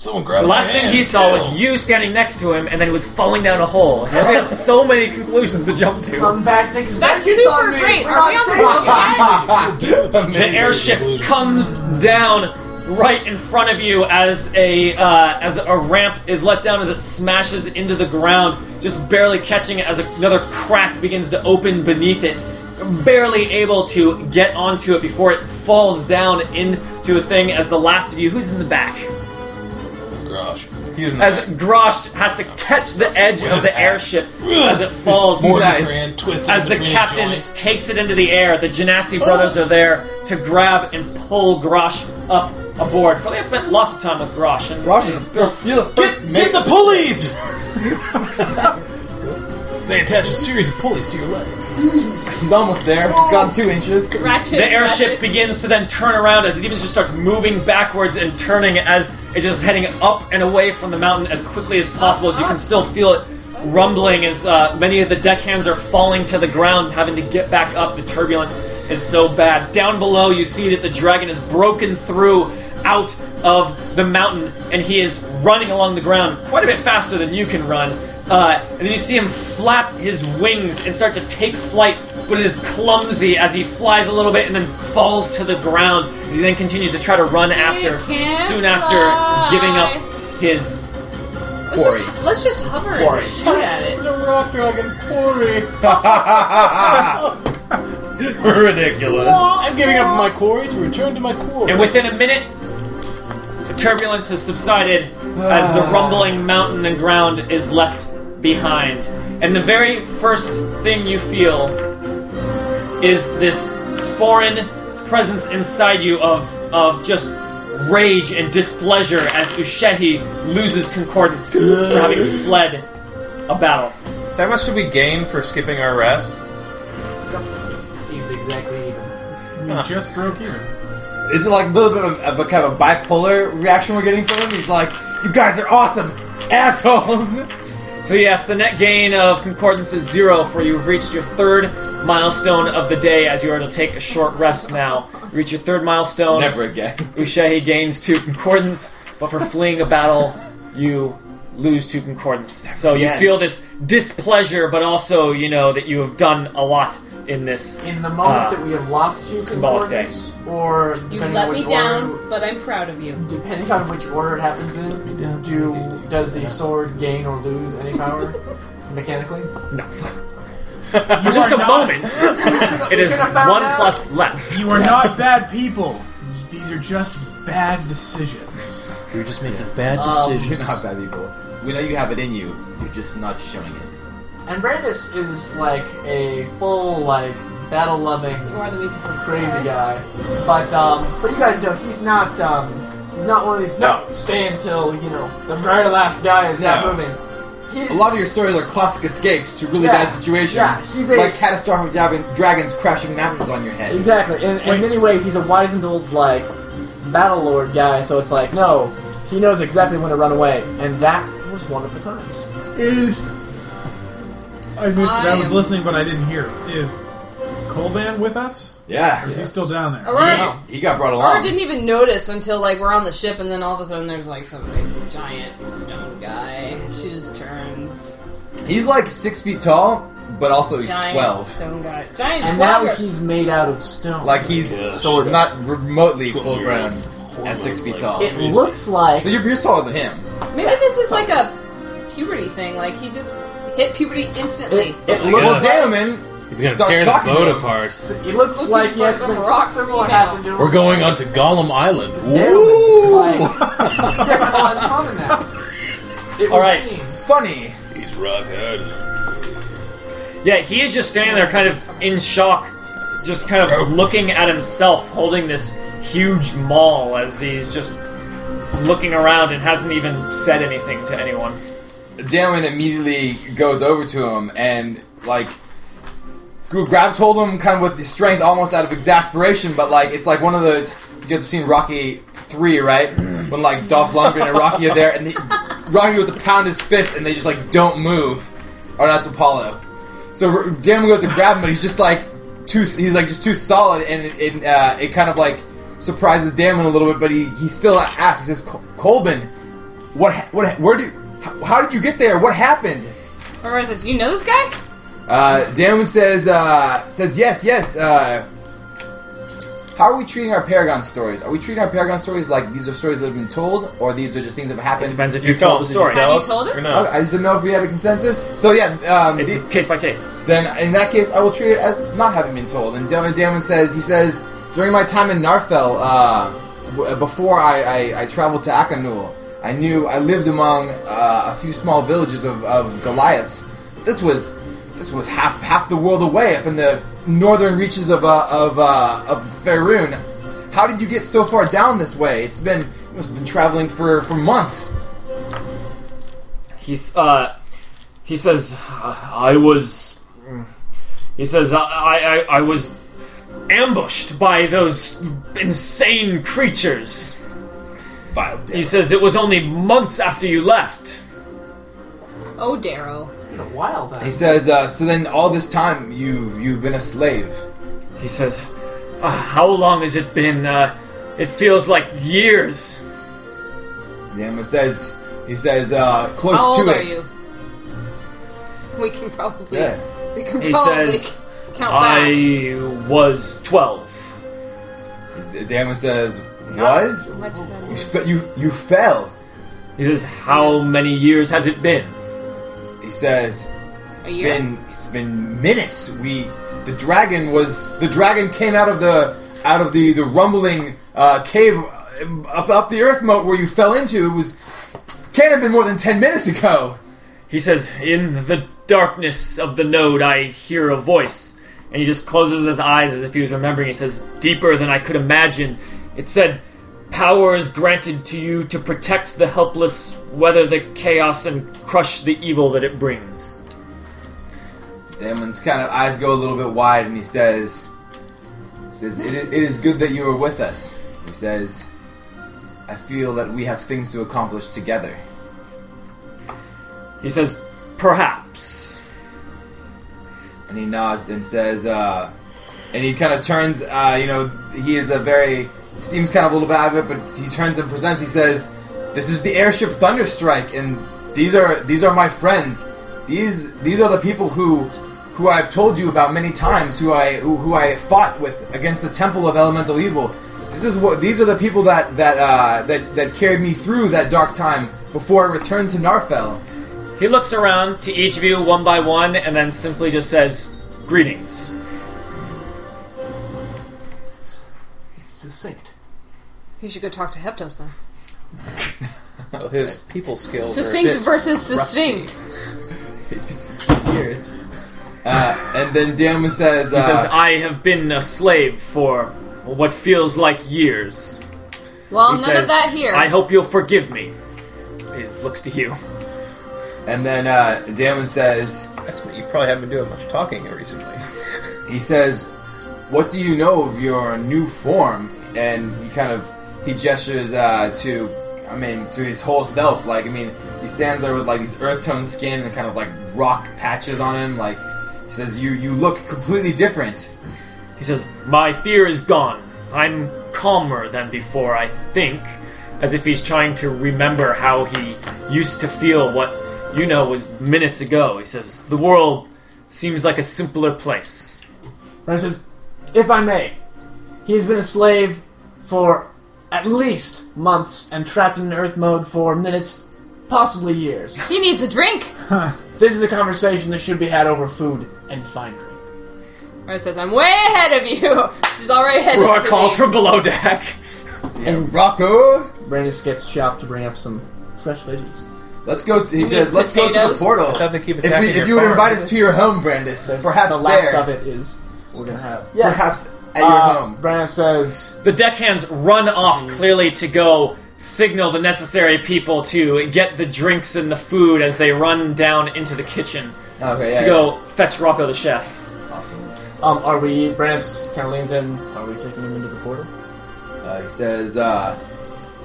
S7: Someone grab my
S3: last thing
S7: hand.
S3: he saw was you standing next to him, and then he was falling down a hole. He had so many conclusions to jump to.
S6: Come back, take his
S4: That's
S6: vengeance
S4: super
S6: on me
S4: great.
S6: for
S4: Are
S6: not
S4: we on the
S6: saving
S4: wrong
S6: him.
S3: The airship comes down right in front of you as a uh, as a ramp is let down as it smashes into the ground, just barely catching it as another crack begins to open beneath it. Barely able to get onto it before it falls down into a thing as the last of you. Who's in the back?
S7: Gosh.
S2: Hughes in the
S3: as Grosh has to catch the edge of
S7: his
S3: the
S7: hat.
S3: airship as it falls.
S7: More
S9: Nice.
S7: than twist
S3: As the captain takes it into the air, the Genasi brothers are there to grab and pull Grosh up aboard. But I spent lots of time with Grosh. And
S9: Rosh, you're the first.
S7: Get the pulleys! They attach a series of pulleys to your legs.
S9: He's almost there. He's gone two inches.
S4: Ratchet.
S3: The airship
S4: ratchet.
S3: begins to then turn around as it even just starts moving backwards and turning as it's just heading up and away from the mountain as quickly as possible. As you can still feel it rumbling as uh, many of the deckhands are falling to the ground, having to get back up. The turbulence is so bad. Down below, you see that the dragon is broken through out of the mountain and he is running along the ground quite a bit faster than you can run. Uh, and then you see him flap his wings and start to take flight, but it is clumsy as he flies a little bit and then falls to the ground. He then continues to try to run after,
S4: can't
S3: soon after
S4: fly.
S3: giving up his.
S4: Let's just, let's just hover
S3: Quarry.
S4: and shoot at it.
S6: a rock dragon, quarry.
S7: Ridiculous. I'm giving up my quarry to return to my quarry.
S3: And within a minute, the turbulence has subsided as the rumbling mountain and ground is left behind. And the very first thing you feel is this foreign presence inside you of of just rage and displeasure as Ushehi loses concordance for having fled a battle.
S2: So how much did we gain for skipping our rest?
S6: He's exactly even.
S8: We just broke even.
S9: Is it like a little bit of, of a kind of a bipolar reaction we're getting from him? He's like, "You guys are awesome, assholes."
S3: So yes, the net gain of concordance is zero, for you've reached your third milestone of the day as you are to take a short rest now. Reach your third milestone.
S9: Never again.
S3: Ushahi gains two concordance, but for fleeing a battle, you lose two concordance. So you
S9: again.
S3: feel this displeasure, but also you know that you have done a lot in this.
S6: In the moment
S3: Uh,
S6: that we have lost you,
S3: symbolic
S6: concordance, or
S4: You
S6: depending on
S4: let
S6: which
S4: me
S6: order,
S4: down, but I'm proud of you.
S6: depending on which order it happens in, do does the sword gain or lose any power mechanically?
S3: For just a
S8: not-
S3: moment, it is
S6: gonna found
S3: one
S6: out.
S3: plus less.
S8: You are not bad people. These are just bad decisions.
S7: You're just making
S6: Um,
S7: bad decisions.
S9: Not bad people. We know you have it in you. You're just not showing it.
S6: And Brandis is like a full like battle loving
S4: You are the weakest link.
S6: crazy guy. But um, but you guys know he's not um, he's not one of these. No, stay until you know the very last guy is
S9: No.
S6: not moving. He's,
S9: A lot of your stories are classic escapes to really
S6: Yeah.
S9: bad situations,
S6: Yeah, he's a-
S9: like catastrophic dragon, dragons crashing mountains on your head.
S6: exactly. In, in many ways, he's a wizened old like battle lord guy. So it's like no, he knows exactly when to run away, and that was one of the times.
S8: Is I missed it. I was
S4: I'm-
S8: listening, but I didn't hear. Is Colban with us?
S9: Yeah,
S8: Or is he still down there?
S4: Or,
S9: He got brought
S4: or
S9: along.
S4: didn't even notice until like we're on the ship, and then all of a sudden there's like some big giant stone guy. She just turns.
S9: He's like six feet tall, but also he's
S4: giant
S9: twelve.
S4: stone guy. Giant
S6: And
S4: twelve.
S6: now he's made out of stone.
S9: Like he's
S7: Yes.
S9: not remotely full grown
S7: years
S9: at six feet
S7: Like-
S9: tall.
S6: it looks like
S9: So you're, you're taller than him.
S4: Maybe this is like a puberty thing. Like he just hit puberty instantly.
S6: it, it
S7: Yeah.
S9: Well,
S6: looks
S9: Damon.
S7: He's gonna
S9: Start
S7: tear the
S9: talking to
S7: boat
S9: him.
S7: apart.
S6: it looks
S4: Looking
S6: like
S4: for
S6: yes,
S4: some
S6: like
S4: rocks
S6: similar
S4: to eat
S6: happened to him.
S7: We're going onto Gollum Island.
S6: Ooh. Like, that's not uncommon now. It
S3: All
S6: would
S3: right.
S6: seem.
S9: Funny.
S7: He's rock hard.
S3: Yeah, he is just standing there, kind of in shock, just kind of looking at himself, holding this huge maul as he's just looking around and hasn't even said anything to anyone.
S9: Damon immediately goes over to him and like gr- grabs hold of him kind of with the strength almost out of exasperation, but like it's like one of those you guys have seen Rocky three, right? When like Dolph Lundgren and Rocky are there and they, Rocky with to pound his fist and they just like don't move. Or that's Apollo. So R- Damon goes to grab him, but he's just like too. He's like just too solid, and it it, uh, it kind of like surprises Damon a little bit. But he, he still asks. He says, "Col- "Colbin, what ha- what ha- where do how, how did you get there? What happened?"
S4: Aurora says, "You know this guy?
S9: Uh, Damon says uh, says yes yes. Uh, how are we treating our Paragon stories? Are we treating our Paragon stories like these are stories that have been told, or these are just things that have happened?
S3: Depends if you
S2: You call
S3: told the
S2: him,
S3: story.
S2: did you tell
S4: Have you
S2: us
S4: told him?
S2: or
S9: Okay,
S2: no?
S9: I just didn't know if we had a consensus. So yeah, um, the-
S3: It's case by case.
S9: Then in that case, I will treat it as not having been told. And Damon, Damon says, he says, during my time in Narfell, uh, w- before I, I, I traveled to Akanul, I knew I lived among uh, a few small villages of, of Goliaths. This was this was half half the world away, up in the northern reaches of uh, of uh, of Faerun. How did you get so far down this way? It's been you must have been traveling for for months.
S3: He's uh He says, "I was." He says, "I I, I was ambushed by those insane creatures." He says, "It was only months after you left."
S4: Oh, Darrow.
S6: It's been a while, though.
S9: He says, uh, so then all this time you've you've been a slave.
S3: He says, "Uh, "How long has it been? Uh, it feels like years."
S9: Yama says he says, uh, close
S4: How old
S9: to
S4: are
S9: it.
S4: you? We can probably.
S9: Yeah.
S4: We can
S3: He
S4: probably
S3: says,
S4: count back.
S3: "I was 12.
S9: Dama says, was?
S4: Much better.
S9: You, fe- you you fell.
S3: He says, "How many years has it been?"
S9: He says,
S4: A
S9: It's
S4: year?
S9: been it's been minutes. We the dragon was the dragon came out of the out of the the rumbling uh, cave uh, up up the earth moat where you fell into. It was can't have been more than ten minutes ago.
S3: He says, In the darkness of the node, I hear a voice. And he just closes his eyes as if he was remembering. He says, Deeper than I could imagine. It said, Power is granted to you to protect the helpless, weather the chaos, and crush the evil that it brings.
S9: Damon's kind of eyes go a little bit wide, and he says, he "says it is, it is good that you are with us." He says, "I feel that we have things to accomplish together."
S3: He says, Perhaps.
S9: and he nods and says, uh, and he kind of turns, uh, you know, he is a very, seems kind of a little bit out of it, but he turns and presents, he says, this is the airship Thunderstrike, and these are, these are my friends. These, these are the people who, who I've told you about many times, who I, who, who I fought with against the Temple of Elemental Evil. This is what, these are the people that, that, uh, that, that carried me through that dark time before I returned to Narfell.
S3: He looks around to each of you one by one and then simply just says, Greetings.
S6: Succinct.
S4: You should go talk to Heptos then.
S2: Well, his people skills. are a
S4: Succinct
S2: bit
S4: versus
S2: rusty.
S4: succinct.
S9: Years. Uh, and then Damon says, uh,
S3: He says, I have been a slave for what feels like years. He
S4: Well, Oh, none
S3: says,
S4: of that here.
S3: I hope you'll forgive me. He looks to you.
S9: And then uh, Damon says,
S2: That's what you probably haven't been doing much talking recently.
S9: he says, "What do you know of your new form?" And he kind of he gestures uh, to, I mean, to his whole self. Like, I mean, he stands there with like these earth tone skin and kind of like rock patches on him. Like, he says, "You you look completely different."
S3: He says, My fear is gone. I'm calmer than before, I think. As if he's trying to remember how he used to feel what you know was minutes ago. He says, The world seems like a simpler place.
S6: Brennan says, if I may, he's been a slave for at least months and trapped in earth mode for minutes, possibly years.
S4: he needs a drink.
S6: This is a conversation that should be had over food and fine drink.
S4: Or says, I'm way ahead of you. She's already ahead
S3: Roar
S4: of me.
S3: calls from below deck.
S6: And
S9: Rocco,
S6: Brandis gets shopped to bring up some fresh veggies.
S9: let's go. To, he says, "Let's go to
S4: potatoes?
S9: the portal."
S2: That's how they keep
S9: If, we,
S2: attacking
S9: if
S2: your
S9: you would
S2: farm.
S9: invite us to your home, Brandis,
S6: That's
S9: perhaps
S6: the last
S9: there,
S6: of it is we're gonna have. Yes.
S9: perhaps at your
S6: Uh,
S9: home.
S6: Brandis says,
S3: The deckhands run off clearly to go signal the necessary people to get the drinks and the food as they run down into the kitchen
S9: Okay, yeah,
S3: to go fetch Rocco the chef.
S9: yeah. Awesome.
S6: um, "Are we?" Brandis kind of leans in. Are we taking him into the portal?
S9: Uh, he says, uh,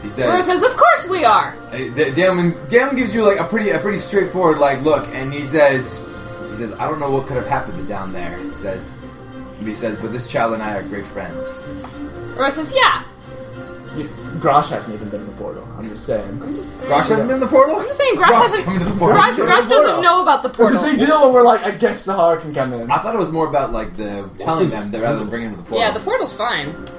S9: he says,
S4: Roar says, Of course we are.
S9: Uh, D- Damon, Damon gives you like a pretty, a pretty straightforward like look, and he says, he says, I don't know what could have happened down there. He says, he says, but this child and I are great friends.
S4: Roar says, Yeah.
S6: You, Grosh hasn't even been in the portal. I'm just saying.
S9: Grosh hasn't been in the portal.
S4: I'm just saying, Grosh hasn't-
S9: coming to the portal.
S4: Grosh, Grosh doesn't
S6: portal.
S4: know about the
S6: There's a
S4: portal.
S6: big deal when we're like, I guess Sahara can come in.
S9: I thought it was more about like the telling them that rather than bringing them to the portal.
S4: Yeah, the portal's fine.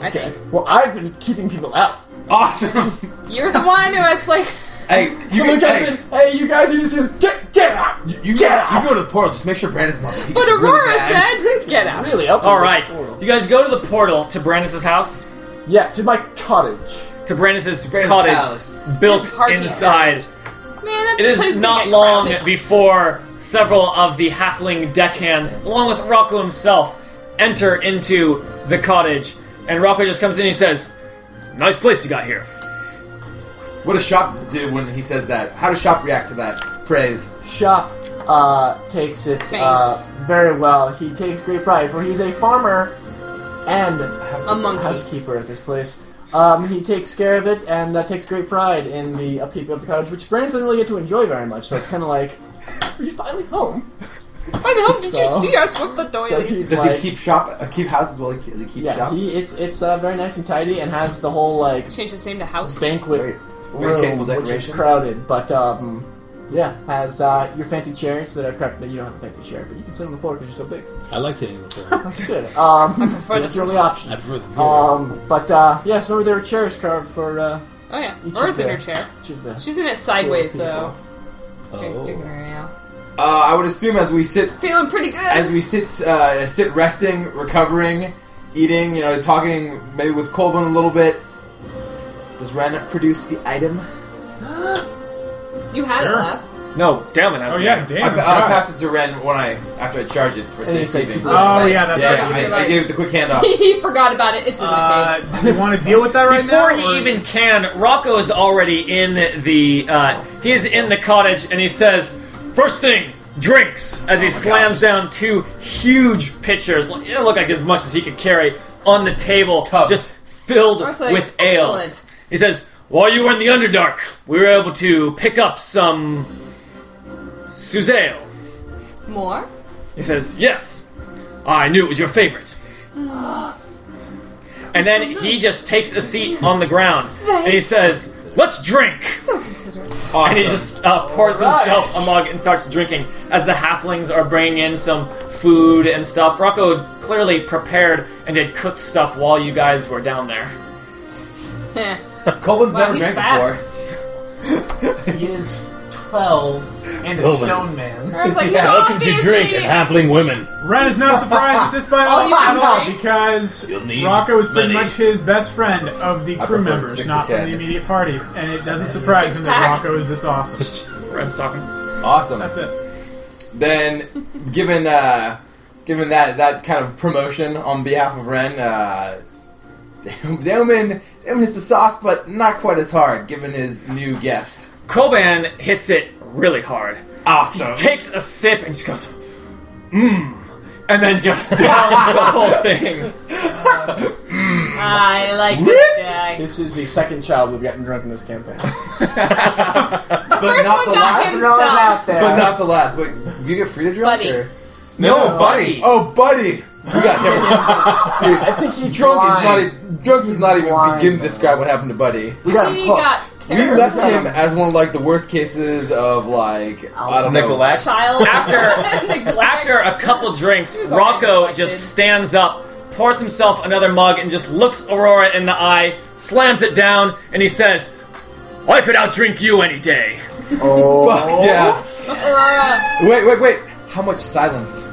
S4: I
S6: Okay.
S4: think.
S6: Well, I've been keeping people out.
S9: awesome.
S4: You're the one who has, like,
S9: hey, you
S6: Someone
S9: can, hey,
S6: comes in, hey, you guys need to see this. Get, get out!
S9: you, you,
S6: get
S9: go,
S6: out!
S9: you go to the portal. Just make sure Brandon's not. there. He
S4: But
S9: gets really
S4: Aurora
S9: mad.
S4: said, Get out.
S6: Really up. in
S3: All
S6: the
S3: right,
S6: portal.
S3: you guys go to the portal to Brandis's house,
S6: Yeah, to my cottage.
S3: to Brandis's
S9: Brandis'
S3: cottage
S9: palace.
S3: built
S4: It's hard to
S3: inside.
S4: Man, that
S3: It
S4: place
S3: is
S4: could
S3: not
S4: get
S3: long
S4: crowded.
S3: before several of the halfling deckhands, along with Rocco himself, enter into the cottage, and Rocco just comes in and he says, "Nice place you got here."
S9: What does Shop do when he says that? How does Shop react to that praise?
S6: Shop uh, takes it uh,
S4: Thanks.
S6: very well. He takes great pride, for he's a farmer and
S4: A monkey.
S6: housekeeper at this place. Um, he takes care of it and uh, takes great pride in the upkeep of the cottage, which Brandon doesn't really get to enjoy very much. So it's kind of like, are you finally home?
S4: Why the hell did you
S6: So-
S4: see us with the
S9: Oh,
S6: So
S4: doilies?
S6: he's
S9: Does
S6: like,
S9: he keep shop? Uh, keep house as well? He, does he keep
S6: yeah,
S9: shop?
S6: he, it's it's uh, very nice and tidy and has the whole like
S4: Change his name to House.
S6: banquet
S9: very tasteful
S6: room, which is
S9: decorations.
S6: crowded, but um, yeah, has uh, your fancy chairs that I've crafted. You don't have a fancy chair, but you can sit on the floor because you're so big.
S7: I like sitting on the floor.
S6: That's good. Um,
S4: prefer
S6: that's
S4: the-
S6: your only option.
S7: I prefer the floor.
S6: Um, but uh, yes, remember there were chairs carved for uh,
S4: Oh yeah,
S6: each
S4: Bird's
S6: of
S4: in her
S6: the,
S4: chair.
S6: Each of the.
S4: She's in it sideways
S6: Poor people.
S4: though. Jig- jigging her out.
S9: Uh, I would assume as we sit
S4: Feeling pretty good.
S9: as we sit uh, sit resting, recovering, eating, you know, talking maybe with Colvin a little bit. Does Ren produce the item?
S4: you had it last.
S2: No, damn it! I
S8: Oh
S2: was
S8: yeah,
S9: I,
S8: damn.
S9: I'll
S8: God.
S9: pass it to Ren when I after I charge it for
S6: And you
S9: safe
S6: say,
S9: keeping.
S6: keep it
S9: Yeah,
S8: Oh yeah, that's
S9: yeah,
S8: right.
S9: I, I gave it the quick handoff.
S4: he forgot about it. It's in the cave.
S8: Uh, do you want to deal with that right
S3: Before
S8: now?
S3: he
S8: or-
S3: even can, Rocco is already in the uh, he is in the cottage, and he says, first thing, drinks." As
S8: Oh
S3: he slams down two huge pitchers, like, it looked like as much as he could carry, on the table,
S9: Tubs.
S3: just filled
S4: I was like,
S3: with ale.
S4: excellent.
S3: He says, "While you were in the Underdark, we were able to pick up some Suzale."
S4: More?
S3: He says, Yes, I knew it was your favorite. And then he just takes a seat on the ground and he says, Let's drink!
S4: So considerate.
S9: Awesome.
S3: And he just uh, pours himself a mug and starts drinking as the halflings are bringing in some food and stuff. Rocco clearly prepared and had cooked stuff while you guys were down there.
S4: Heh.
S9: Colvin's
S4: Wow,
S9: never
S4: he's
S9: drank
S4: fast.
S9: before.
S6: He is twelve and a
S7: Twelve.
S6: stone man.
S4: I was like,
S9: Yeah,
S4: he's
S7: Welcome to
S4: obviously-
S7: drink at Halfling Women.
S8: Ren is not surprised at this by all
S4: you
S8: at
S4: can
S8: all
S4: drink.
S8: because
S7: You'll need
S8: Rocco is pretty
S7: money.
S8: much his best friend of the crew
S9: prefer
S8: members,
S9: six
S8: not
S9: to
S8: from
S9: ten.
S8: the immediate party, and it doesn't surprise him that
S4: Six-pack.
S8: Rocco is this awesome.
S3: Red's talking.
S9: Awesome.
S8: That's it.
S9: Then, given uh, given that that kind of promotion on behalf of Ren, uh, Damon Damon hits the sauce, but not quite as hard given his new guest.
S3: Coban hits it really hard.
S9: Awesome.
S3: takes a sip and just goes, mmm, and then just downs the whole thing.
S4: I like this guy.
S6: This is the second child we've gotten drunk in this campaign.
S9: but not the
S4: one got
S9: last.
S4: him.
S6: Throw it out there.
S9: But not the last. Wait, you get free to drink?
S4: Buddy.
S9: Or?
S3: No, buddy.
S9: Oh, buddy. We got him. Dude,
S6: I think he's
S9: drunk is not.
S6: blind.
S9: e- Drunk does not even
S6: Blind,
S9: begin to
S6: man.
S9: describe what happened to Buddy.
S6: We got him
S4: He
S6: hooked.
S4: got
S9: We
S4: terrible.
S9: left him as one of like the worst cases of like I don't know.
S2: Neglect.
S4: child
S3: After-
S4: neglect.
S3: After a couple drinks,
S4: was already
S3: Rocco
S4: affected.
S3: just stands up, pours himself another mug, and just looks Aurora in the eye, slams it down, and he says, I could outdrink you any day.
S9: Fuck yeah.
S4: Aurora.
S9: Wait, wait, wait. How much silence?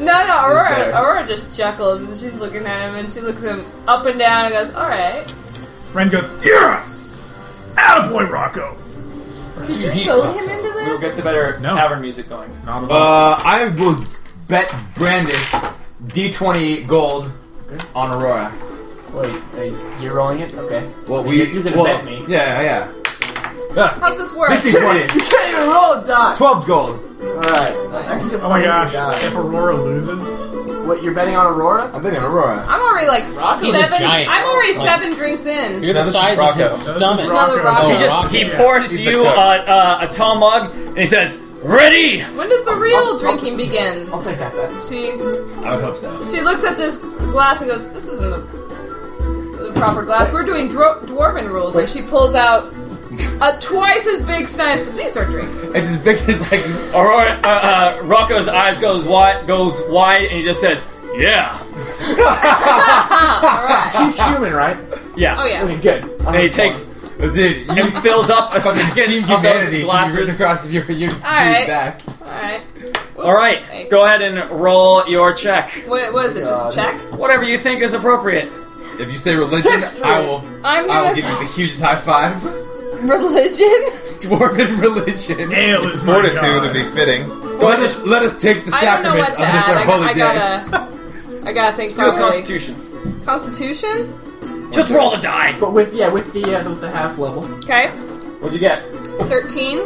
S4: No, no,
S9: there.
S4: Aurora, Aurora just chuckles and she's looking at him and she looks him up and down and goes, Alright.
S8: Ren goes, yes, attaboy, Rocco.
S4: Did you goad him into
S3: We'll get
S4: this?
S3: the better
S8: No.
S3: tavern music going.
S8: Not at all.
S9: Uh, I will bet Brandis D20 gold on Aurora.
S6: Wait, are you rolling it? Okay.
S9: Well,
S6: we- You're- you're gonna well, bet me.
S9: Yeah, yeah.
S4: How's this work?
S9: This D20.
S6: You can't even roll a die.
S9: 12 gold.
S6: All right. Nice.
S8: oh my gosh! If Aurora loses,
S6: What you're betting on Aurora?
S9: I'm betting on Aurora.
S4: I'm already like
S7: He's a
S4: seven.
S7: giant.
S4: I'm already
S9: Oh.
S7: Like-
S4: seven drinks in.
S7: You're the
S2: this is
S7: size of
S2: Rocco.
S7: his
S2: This
S8: is
S7: stomach.
S8: Rocco.
S4: Another rock.
S7: Oh,
S4: He
S3: He just
S7: Rocco.
S3: he pours
S9: He's the
S3: you
S9: cook.
S3: uh, uh, a tall mug, and he says, Ready!
S4: When does the real drinking begin?
S6: I'll take that bet.
S4: She
S2: I would hope so.
S4: she looks at this glass and goes, "This isn't the, the proper glass. We're doing dro- dwarven rules." And she pulls out a twice as big slice. These are drinks.
S9: It's as big as like.
S3: Aurora, uh, uh, Rocco's eyes goes wide, goes wide, and he just says, "Yeah,
S4: Ah, All right.
S6: He's human, right?
S3: yeah."
S4: Oh yeah.
S6: Okay, good. I'm
S3: And he
S6: fine.
S3: takes
S9: Dude, you
S3: and fills up a
S9: team
S3: second of those
S9: humanity should be written
S3: glasses.
S9: across your, your dude's
S4: right.
S9: back.
S4: All right.
S3: All right, go ahead and roll your check.
S4: What was it? Just a check.
S3: Whatever you think is appropriate.
S9: If you say religion, I will. I
S4: I'm
S9: will
S4: gonna
S9: give you the
S4: s-
S9: hugest high five.
S4: religion.
S9: Dwarven religion.
S8: ale is my
S2: Fortitude
S8: god.
S2: would be fitting.
S9: Let us let us take the
S4: I don't
S9: sacrament
S4: know what
S9: of
S4: to
S9: this
S4: add.
S9: our
S4: I, got-
S9: holy
S4: I
S9: day.
S4: gotta. I gotta think
S3: Through
S4: properly.
S3: Constitution.
S4: Constitution.
S3: Just roll the die.
S6: But with yeah, with the uh, with the half level.
S4: Okay.
S3: What'd you get?
S4: Thirteen.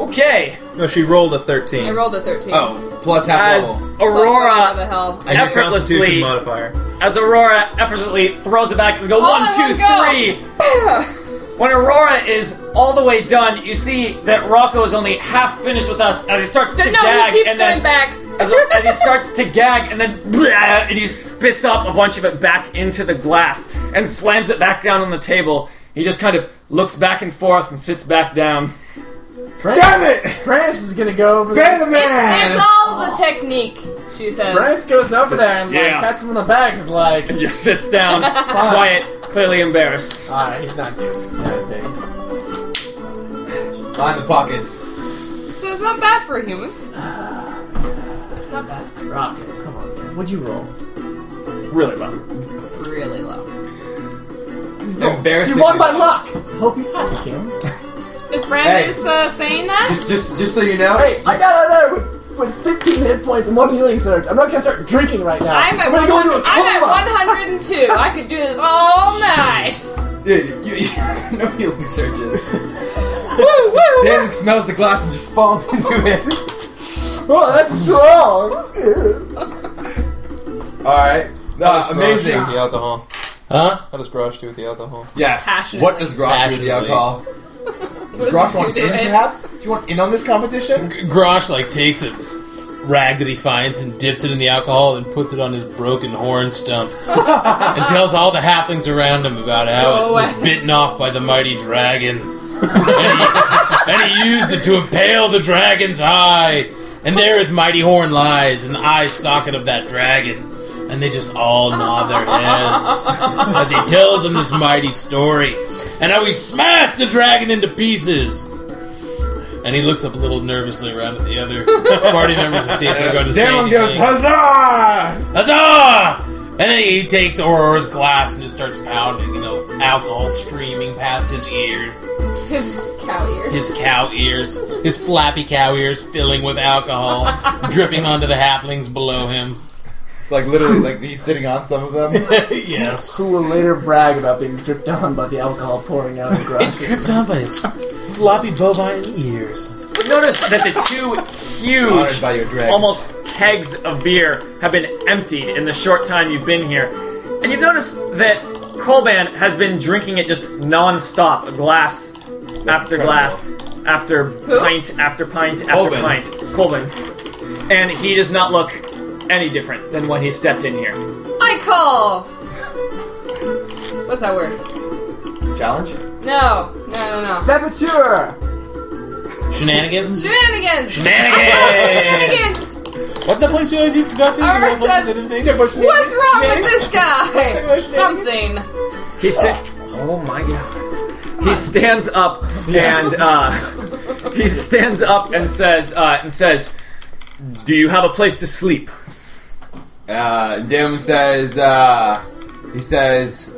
S3: Okay,
S2: No, she rolled a 13.
S4: I rolled a 13.
S2: Oh,
S9: Plus half
S3: as
S9: level.
S4: Plus whatever the
S3: Aurora,
S4: hell.
S2: and your constitution
S3: effortlessly,
S2: modifier.
S3: as Aurora effortlessly throws it back and go
S4: Oh,
S3: one,
S4: I
S3: two,
S4: wanna go.
S3: three. When Aurora is all the way done, you see that Rocco is only half finished with us as he starts
S4: no,
S3: to
S4: he
S3: gag
S4: keeps
S3: and
S4: going
S3: then
S4: back.
S3: as, as he starts to gag and then blah, and he spits up a bunch of it back into the glass and slams it back down on the table. He just kind of looks back and forth and sits back down.
S5: Damn it!
S6: Brannis is gonna go over
S5: Pay
S6: there.
S5: the man!
S4: It's all the technique, she says.
S6: Brannis goes over there and like
S3: Yeah.
S6: pats him on the back. Is like,
S3: He just sits down, quiet, clearly embarrassed.
S6: all right, he's not good. I think.
S9: Line the pockets.
S4: So it's not bad for a human. Not bad.
S6: Rock, come on. man. What'd you roll?
S3: Really well.
S4: Really low.
S9: Embarrassing.
S6: You won by luck. Hope you happy, Kim.
S4: Is Brandis uh, saying that?
S9: Just, just, just so you know.
S6: Hey, I got out of there with, with 15 hit points and one healing surge. I'm not gonna start drinking right now.
S4: I'm at,
S6: gonna go
S4: 100
S6: into a coma.
S4: I'm at 102. I could do this all night.
S9: Dude, you, you no healing surges.
S4: woo, woo, woo.
S9: Dan smells the glass and just falls into it.
S6: Oh, that's strong.
S9: All right. Uh, amazing.
S5: The alcohol.
S7: Huh?
S5: What does Garage do with the alcohol?
S9: Yeah.
S4: Passionately.
S9: What does Grosh do with the
S7: Passionately.
S9: alcohol? Does Grosh want in, perhaps? Do you want in on this competition?
S7: G- Grosh like takes a rag that he finds and dips it in the alcohol and puts it on his broken horn stump and tells all the halflings around him about how
S4: Go
S7: it was
S4: away.
S7: bitten off by the mighty dragon and, he, and he used it to impale the dragon's eye and there his mighty horn lies in the eye socket of that dragon and they just all nod their heads as he tells them this mighty story and how he smashed the dragon into pieces and he looks up a little nervously around at the other party members to see if they're going to say
S5: Down
S7: anything.
S5: goes huzzah!
S7: Huzzah! And then he takes Aurora's glass and just starts pounding, you know, alcohol streaming past his ear,
S4: His cow ear.
S7: his cow ears, his flappy cow ears filling with alcohol, dripping onto the halflings below him.
S9: Like literally, like he's sitting on some of them.
S7: yes.
S6: Who will later brag about being dripped on by the alcohol pouring out of the
S7: It
S6: garage?
S7: dripped on by his floppy bovine ears.
S3: Notice that the two
S9: Honored
S3: huge,
S9: by your dregs.
S3: almost kegs of beer have been emptied in the short time you've been here. And you've noticed that Colban has been drinking it just non-stop, glass after glass, after pint, after pint, after
S9: Colban.
S3: pint. Colban. And he does not look any different than when he stepped in here.
S4: I call. What's that word?
S9: Challenge.
S4: No, no, no, no.
S6: Saboteur.
S7: Shenanigans?
S4: Shenanigans.
S7: Shenanigans!
S4: Shenanigans.
S7: What's that place we always used to go to?
S4: Our
S7: What's
S4: says-
S7: the thing?
S4: What's wrong with this guy? Something.
S3: He sta- Oh my god. He stands up and uh, he stands up and says uh, and says, "Do you have a place to sleep?"
S9: Uh, Dim says, uh, he says,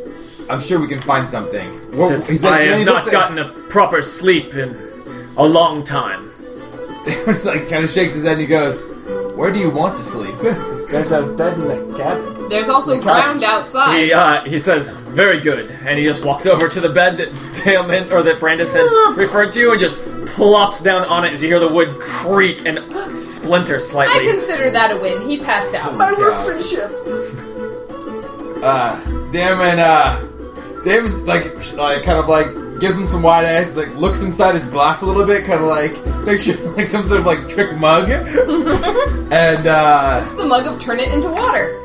S9: I'm sure we can find something. What,
S3: Oh, Says,
S9: he says,
S3: "I
S9: and
S3: have
S9: he
S3: not
S9: looks at-
S3: gotten a proper sleep in a long time."
S9: It's like, kind of shakes his head and he goes, Where do you want to sleep?
S6: There's a bed in the cabin.
S4: There's also ground outside.
S3: He uh, he says, "Very good," and he just walks over to the bed that Damon or that Brandis had referred to and just plops down on it as you hear the wood creak and splinter slightly.
S4: I consider that a win. He passed out.
S6: My workmanship.
S9: Uh, Damon, uh, Damon, like, sh- like, kind of like, gives him some wide eyes, like, looks inside his glass a little bit, kind of like, makes sure, like, some sort of, like, trick mug. and, uh,
S4: It's the mug of turn it into water.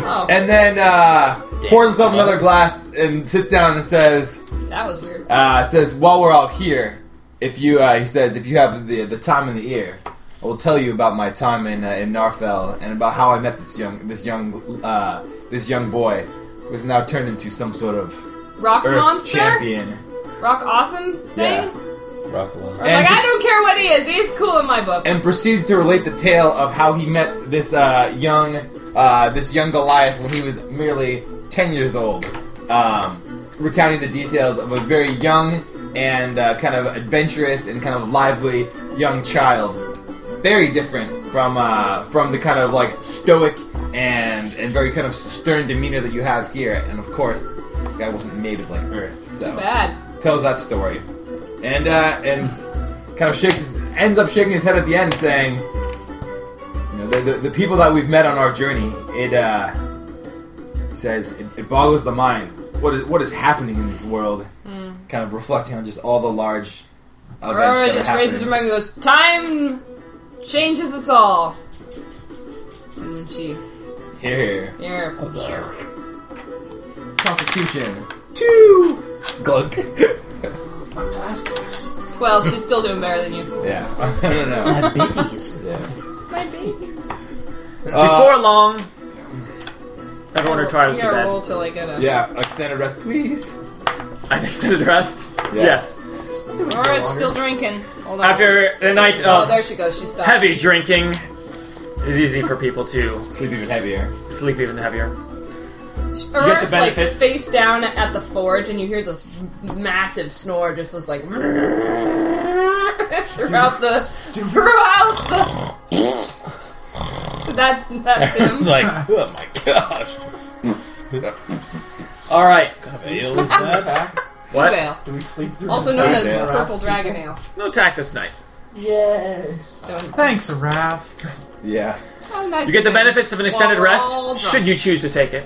S4: Oh,
S9: and then, uh, pours himself another glass and sits down and says,
S4: that was weird.
S9: uh, says, "While we're out here, if you," uh, he says, "if you have the the time in the ear, I will tell you about my time in uh, in Narfell and about how I met this young this young uh, this young boy who is now turned into some sort of
S4: Rock
S9: Earth
S4: monster?
S9: champion."
S4: Rock awesome thing?
S9: Yeah.
S4: I was like, I don't care what he is. He's cool in my book.
S9: and proceeds to relate the tale of how he met this uh, young uh, this young Goliath when he was merely ten years old, um, recounting the details of a very young and uh, kind of adventurous and kind of lively young child, very different from uh, from the kind of like stoic and and very kind of stern demeanor that you have here. And of course, the guy wasn't made of like earth, so
S4: Bad.
S9: tells that story, and uh, and kind of shakes, his, ends up shaking his head at the end, saying, "You know, the, the, the people that we've met on our journey, it uh, he says it, it boggles the mind. What is what is happening in this world?
S4: Hmm.
S9: Kind of reflecting on just all the large events
S4: Aurora
S9: that are
S4: just raises her
S9: happening.
S4: mug and goes, Time changes us all. Mm, And she,
S9: Here,
S4: here.
S9: Constitution two glug.
S4: 12, she's still doing better than you.
S9: yeah, I don't know.
S4: It's my baby.
S9: Uh,
S3: Before long, everyone retires to
S4: Yeah, roll
S3: bed.
S4: till I get up.
S9: Yeah, extended rest, please.
S3: I've extended rest.
S9: Yeah.
S3: Yes.
S4: Aurora's still drinking. Hold on.
S3: After a night
S4: oh,
S3: of
S4: there she goes. She stopped.
S3: heavy drinking, it's easy for people to
S9: Sleep even heavier.
S3: sleep even heavier.
S4: Aurora's like
S3: benefits.
S4: face down at the forge, and you hear this massive snore, just this like throughout the throughout the. That's that's him.
S7: It's like, oh my gosh.
S3: All right.
S7: Ale is that?
S3: What?
S4: Vale,
S6: Do we sleep through
S4: also known as
S9: Vale.
S4: purple dragon ale.
S3: No attack this night.
S4: So,
S8: Thanks, Raph.
S9: Yeah.
S4: how Oh, nice
S3: You get the
S4: of him.
S3: benefits of an extended
S4: While we're
S3: rest
S4: all drunk.
S3: should you choose to take it.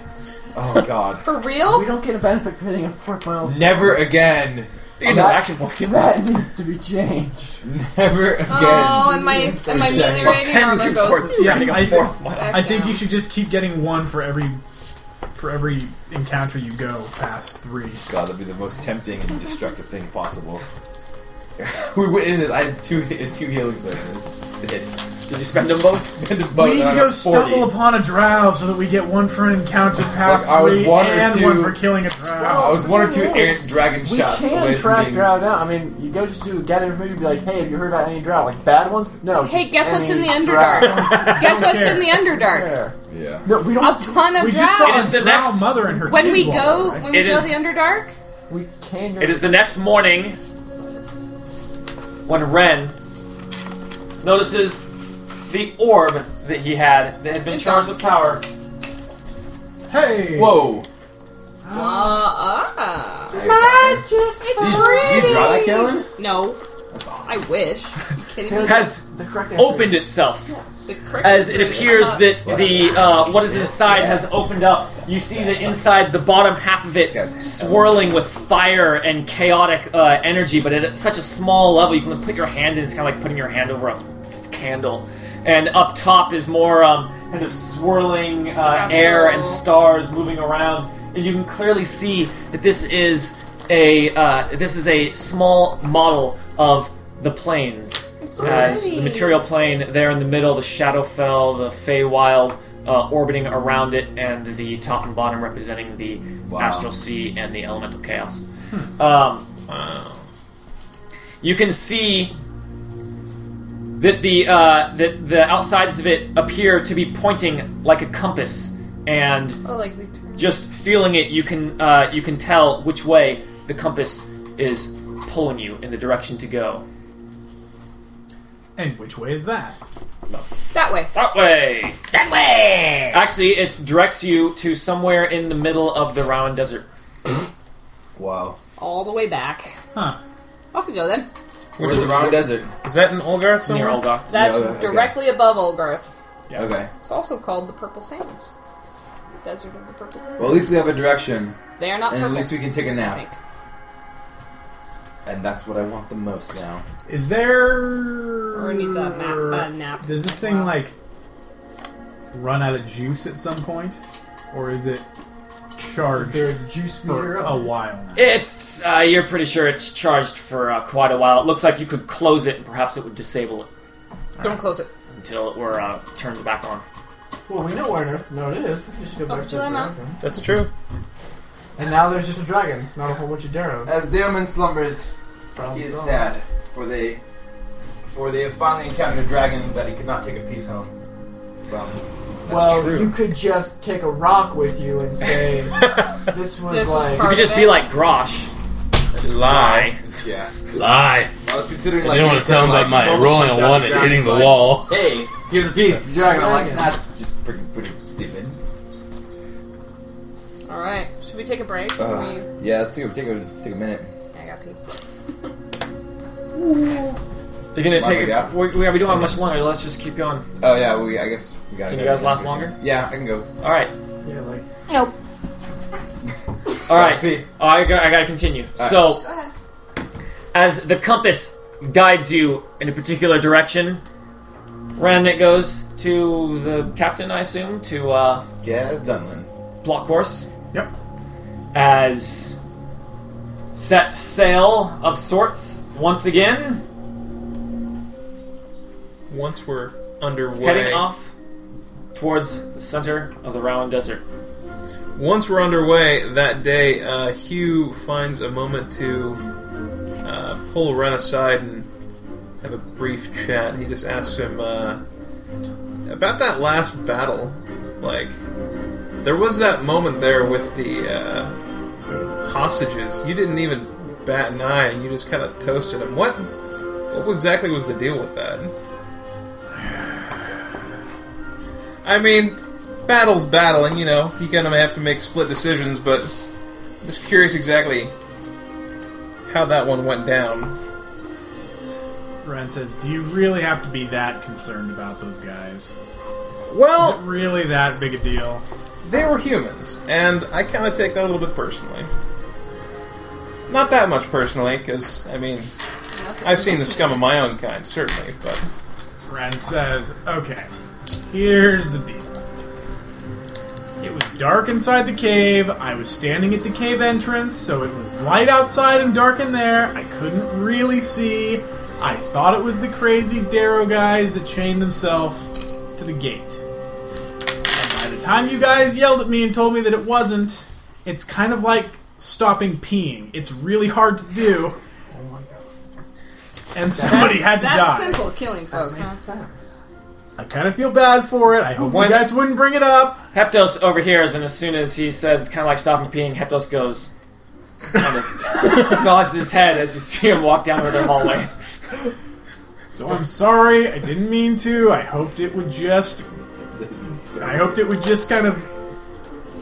S9: Oh God.
S4: For real?
S6: We don't get a benefit for hitting a fourth miles.
S9: Never again.
S6: That, that needs to be changed.
S9: Never again.
S4: Oh, and my and my
S9: Exactly.
S4: ameliorating armor goes.
S8: Yeah, I,
S4: back
S8: I think
S4: down.
S8: you should just keep getting one for every for every encounter you go past three.
S9: God, that'd be the most tempting and destructive thing possible. we went into this. I had two two healing circles. Did you spend them both? Spend them both.
S8: we need
S9: and I
S8: to go
S9: got 40.
S8: stumble upon a drow so that we get one for an encounter past
S9: I was
S8: three
S9: one or
S8: and
S9: two-
S8: one for killing a drow.
S9: I was one or two
S6: Yes.
S9: errant dragon
S6: We
S9: shots away
S6: can
S9: from
S6: track
S9: being-
S6: drought down. I mean, you go just do a gather information and be like, hey, have you heard about any drought? Like bad ones? No.
S4: Hey,
S6: just
S4: guess what's in
S6: any
S4: the
S6: drought.
S4: Underdark? Guess what's in the Underdark?
S6: There.
S9: Yeah.
S6: No, we
S4: A
S6: don't.
S4: ton of
S8: We just saw
S4: dragons.
S3: It
S8: a
S3: is the
S8: drow
S3: next-
S8: mother and her
S4: When
S8: kids
S4: we
S8: walk
S4: go,
S8: by.
S4: when we
S3: It
S4: go
S3: is-
S4: to the Underdark,
S6: we can.
S3: It is the next morning when Ren notices the orb that he had that had been
S4: It's
S3: charged with power.
S8: Hey,
S9: Whoa.
S4: Uh,
S9: Did you, did you draw that, Kellen?
S4: no. I wish. You kidding me?
S3: Has
S6: the correct answer.
S3: opened itself
S4: The correct
S3: as it
S4: answer is
S3: appears
S4: not-
S3: that the uh, what is inside has opened up. You see the inside, the bottom half of it
S9: This guy's-
S3: swirling with fire and chaotic uh, energy, but at such a small level you can put your hand in. It's kind of like putting your hand over a candle. And up top is more um, kind of swirling uh, air and stars moving around, and you can clearly see that this is a uh, this is a small model of the planes
S4: so
S3: as
S4: pretty.
S3: the material plane there in the middle, the Shadowfell, the Feywild uh, orbiting around it, and the top and bottom representing the astral sea and the elemental chaos. Um, You can see that the uh, that the outsides of it appear to be pointing like a compass, and
S4: Oh, like the turn.
S3: just feeling it, you can uh, you can tell which way the compass is pulling you in the direction to go.
S8: and which way is that?
S4: That way.
S3: That way. That way. Actually, it directs you to somewhere in the middle of the round desert.
S9: Wow.
S4: All the way back.
S8: Huh?
S4: Off we go then.
S9: Where's the round desert?
S2: Is that in Olgarth
S3: Near
S2: somewhere?
S3: Olgoth.
S4: That's
S9: Yeah, okay.
S4: directly above Olgarth.
S9: Okay.
S4: It's also called the Purple Sands. Desert of the Purple Sands.
S9: Well, at least we have a direction,
S4: they are not
S9: and at
S4: purple.
S9: least we can take a
S4: I
S9: nap.
S4: think.
S9: And that's what I want the most now.
S8: Is there?
S4: Or needs a map, a nap.
S8: Does this thing
S4: Wow.
S8: like run out of juice at some point, or is it charged
S6: Is there a juice
S8: for
S6: meter?
S8: a while now?
S3: It's uh, you're pretty sure it's charged for uh, quite a while. It looks like you could close it, and perhaps it would disable it
S4: Don't close it.
S3: until it were uh, turned back on.
S6: Well, we know where Earth Node is. We can just go
S4: Up
S6: back
S4: to
S6: to
S4: the
S6: the
S4: mount.
S2: That's true.
S6: And now there's just a dragon, not a whole bunch of Darrow.
S9: As Damon slumbers, he is sad, for they, for they have finally encountered a dragon that he could not take a piece home. From.
S6: well,
S9: true.
S6: you could just take a rock with you and say,
S4: This
S6: "This was
S4: was
S6: like."
S3: You
S4: part-
S3: could just be like Grosh.
S9: Just
S2: Lie.
S9: Yeah.
S7: Lie.
S9: I was considering.
S7: I
S9: Like,
S7: didn't want to tell him
S9: like,
S7: about my
S9: Boba
S7: rolling
S9: comes
S7: a
S9: out
S7: one and
S9: the
S7: hitting the
S9: ground,
S7: wall.
S9: he's like, Hey, here's a piece. The dragon. I'm like,
S6: Dragon.
S9: that's just pretty, pretty stupid.
S4: All right. Should we take a break?
S9: Uh,
S4: Or
S9: yeah, let's take a, take a take a minute.
S4: we- I got pee.
S3: You're gonna
S9: Why
S3: take.
S9: we
S3: it-
S9: got?
S3: We, we, we don't have much longer. Let's just keep going.
S9: Oh yeah, we. I guess we gotta.
S3: Can
S9: go
S3: you guys
S9: to the
S3: last
S9: next
S3: longer?
S9: person. Yeah, I can go.
S3: All right. Yeah, like. All
S9: Sorry,
S3: right.
S9: Pete.
S3: Oh, I, got, I gotta continue.
S9: right.
S3: So, as the compass guides you in a particular direction, Ren, it goes to the captain, I assume, to uh,
S9: Jazz Dunlin.
S3: block course.
S8: Yep.
S3: As set sail of sorts once again,
S2: Once we're underway,
S3: heading off towards the center of the round desert.
S2: Once we're underway that day, uh, Hugh finds a moment to uh, pull Ren aside and have a brief chat. He just asks him uh, about that last battle. Like, there was that moment there with the uh, hostages. You didn't even bat an eye. You just kind of toasted them. What? What exactly was the deal with that? I mean, battle's battling, you know. You kind of have to make split decisions, but I'm just curious exactly how that one went down.
S8: Ren says, "Do you really have to be that concerned about those guys? Is it
S2: Well,
S8: really that big a deal?"
S2: they were humans, and I kind of take that a little bit personally. Not that much personally, because, I mean, I've seen the scum of my own kind, certainly, but
S8: Ren says, "Okay, here's the deal. It was dark inside the cave. I was standing at the cave entrance, so it was light outside and dark in there. I couldn't really see. I thought it was the crazy Darrow guys that chained themselves to the gate. And by the time you guys yelled at me and told me that it wasn't, it's kind of like stopping peeing. It's really hard to do." And somebody had to
S4: That's
S8: die.
S4: simple killing folk, huh?
S6: sense.
S8: I kind of feel bad for it. I hope
S3: Why
S8: you guys wouldn't bring it up.
S3: Heptos overhears, and as soon as he says, it's kind of like stopping peeing, Heptos goes, kind of nods his head as you see him walk down another hallway.
S8: So I'm sorry. I didn't mean to. I hoped it would just. I hoped it would just kind of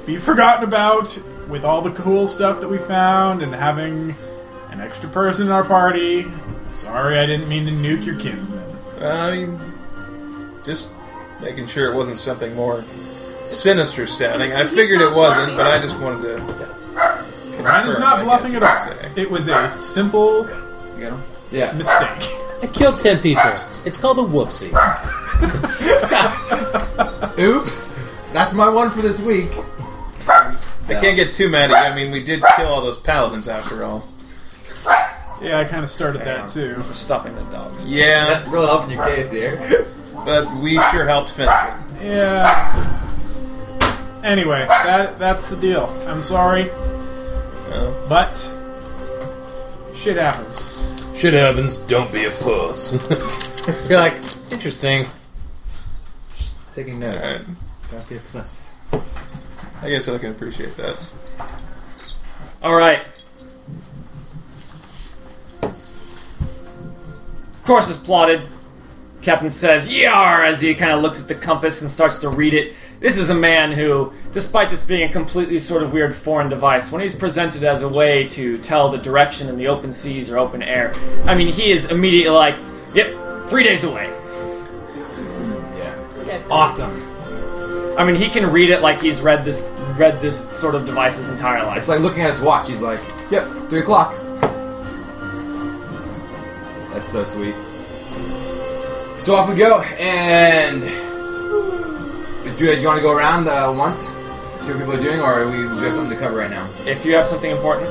S8: be forgotten about with all the cool stuff that we found and having an extra person in our party. Sorry, I didn't mean to nuke your kinsman.
S2: I mean, just making sure it wasn't something more sinister sounding. I
S4: he's
S2: figured
S4: not
S2: it wasn't,
S4: bluffing.
S2: but I just wanted to.
S8: Ryan is
S2: Confirm, I
S8: not
S2: guess
S8: bluffing at
S2: we'll
S8: all.
S2: say.
S8: It was a simple
S9: Yeah.
S8: mistake.
S7: I killed ten people. It's called a whoopsie.
S9: Oops. That's my one for this week.
S2: I can't get too mad at you. I mean, we did kill all those paladins after all.
S8: Yeah, I kind of started that too.
S3: Stopping the dog.
S2: Yeah,
S9: Really helping your case here.
S2: but we sure helped finish it.
S8: Yeah. Anyway, that that's the deal. I'm sorry,
S2: Oh.
S8: but shit happens.
S7: Shit happens. Don't be a puss. You're like, interesting.
S9: Taking notes. Gotta be a plus.
S2: I guess I can appreciate that.
S3: All right. Course is plotted. Captain says, Yar, as he kind of looks at the compass and starts to read it. This is a man who, despite this being a completely sort of weird foreign device, when he's presented as a way to tell the direction in the open seas or open air, I mean, he is immediately like, yep, three days away.
S4: You guys-
S9: Awesome.
S3: I mean, he can read it like he's read this read this sort of device his entire life.
S9: It's like looking at his watch. He's like, "Yep, three o'clock." That's so sweet. So off we go, and do you want to go around uh, once? See what people are doing, or we do we have something to cover right now?
S3: if you have something important,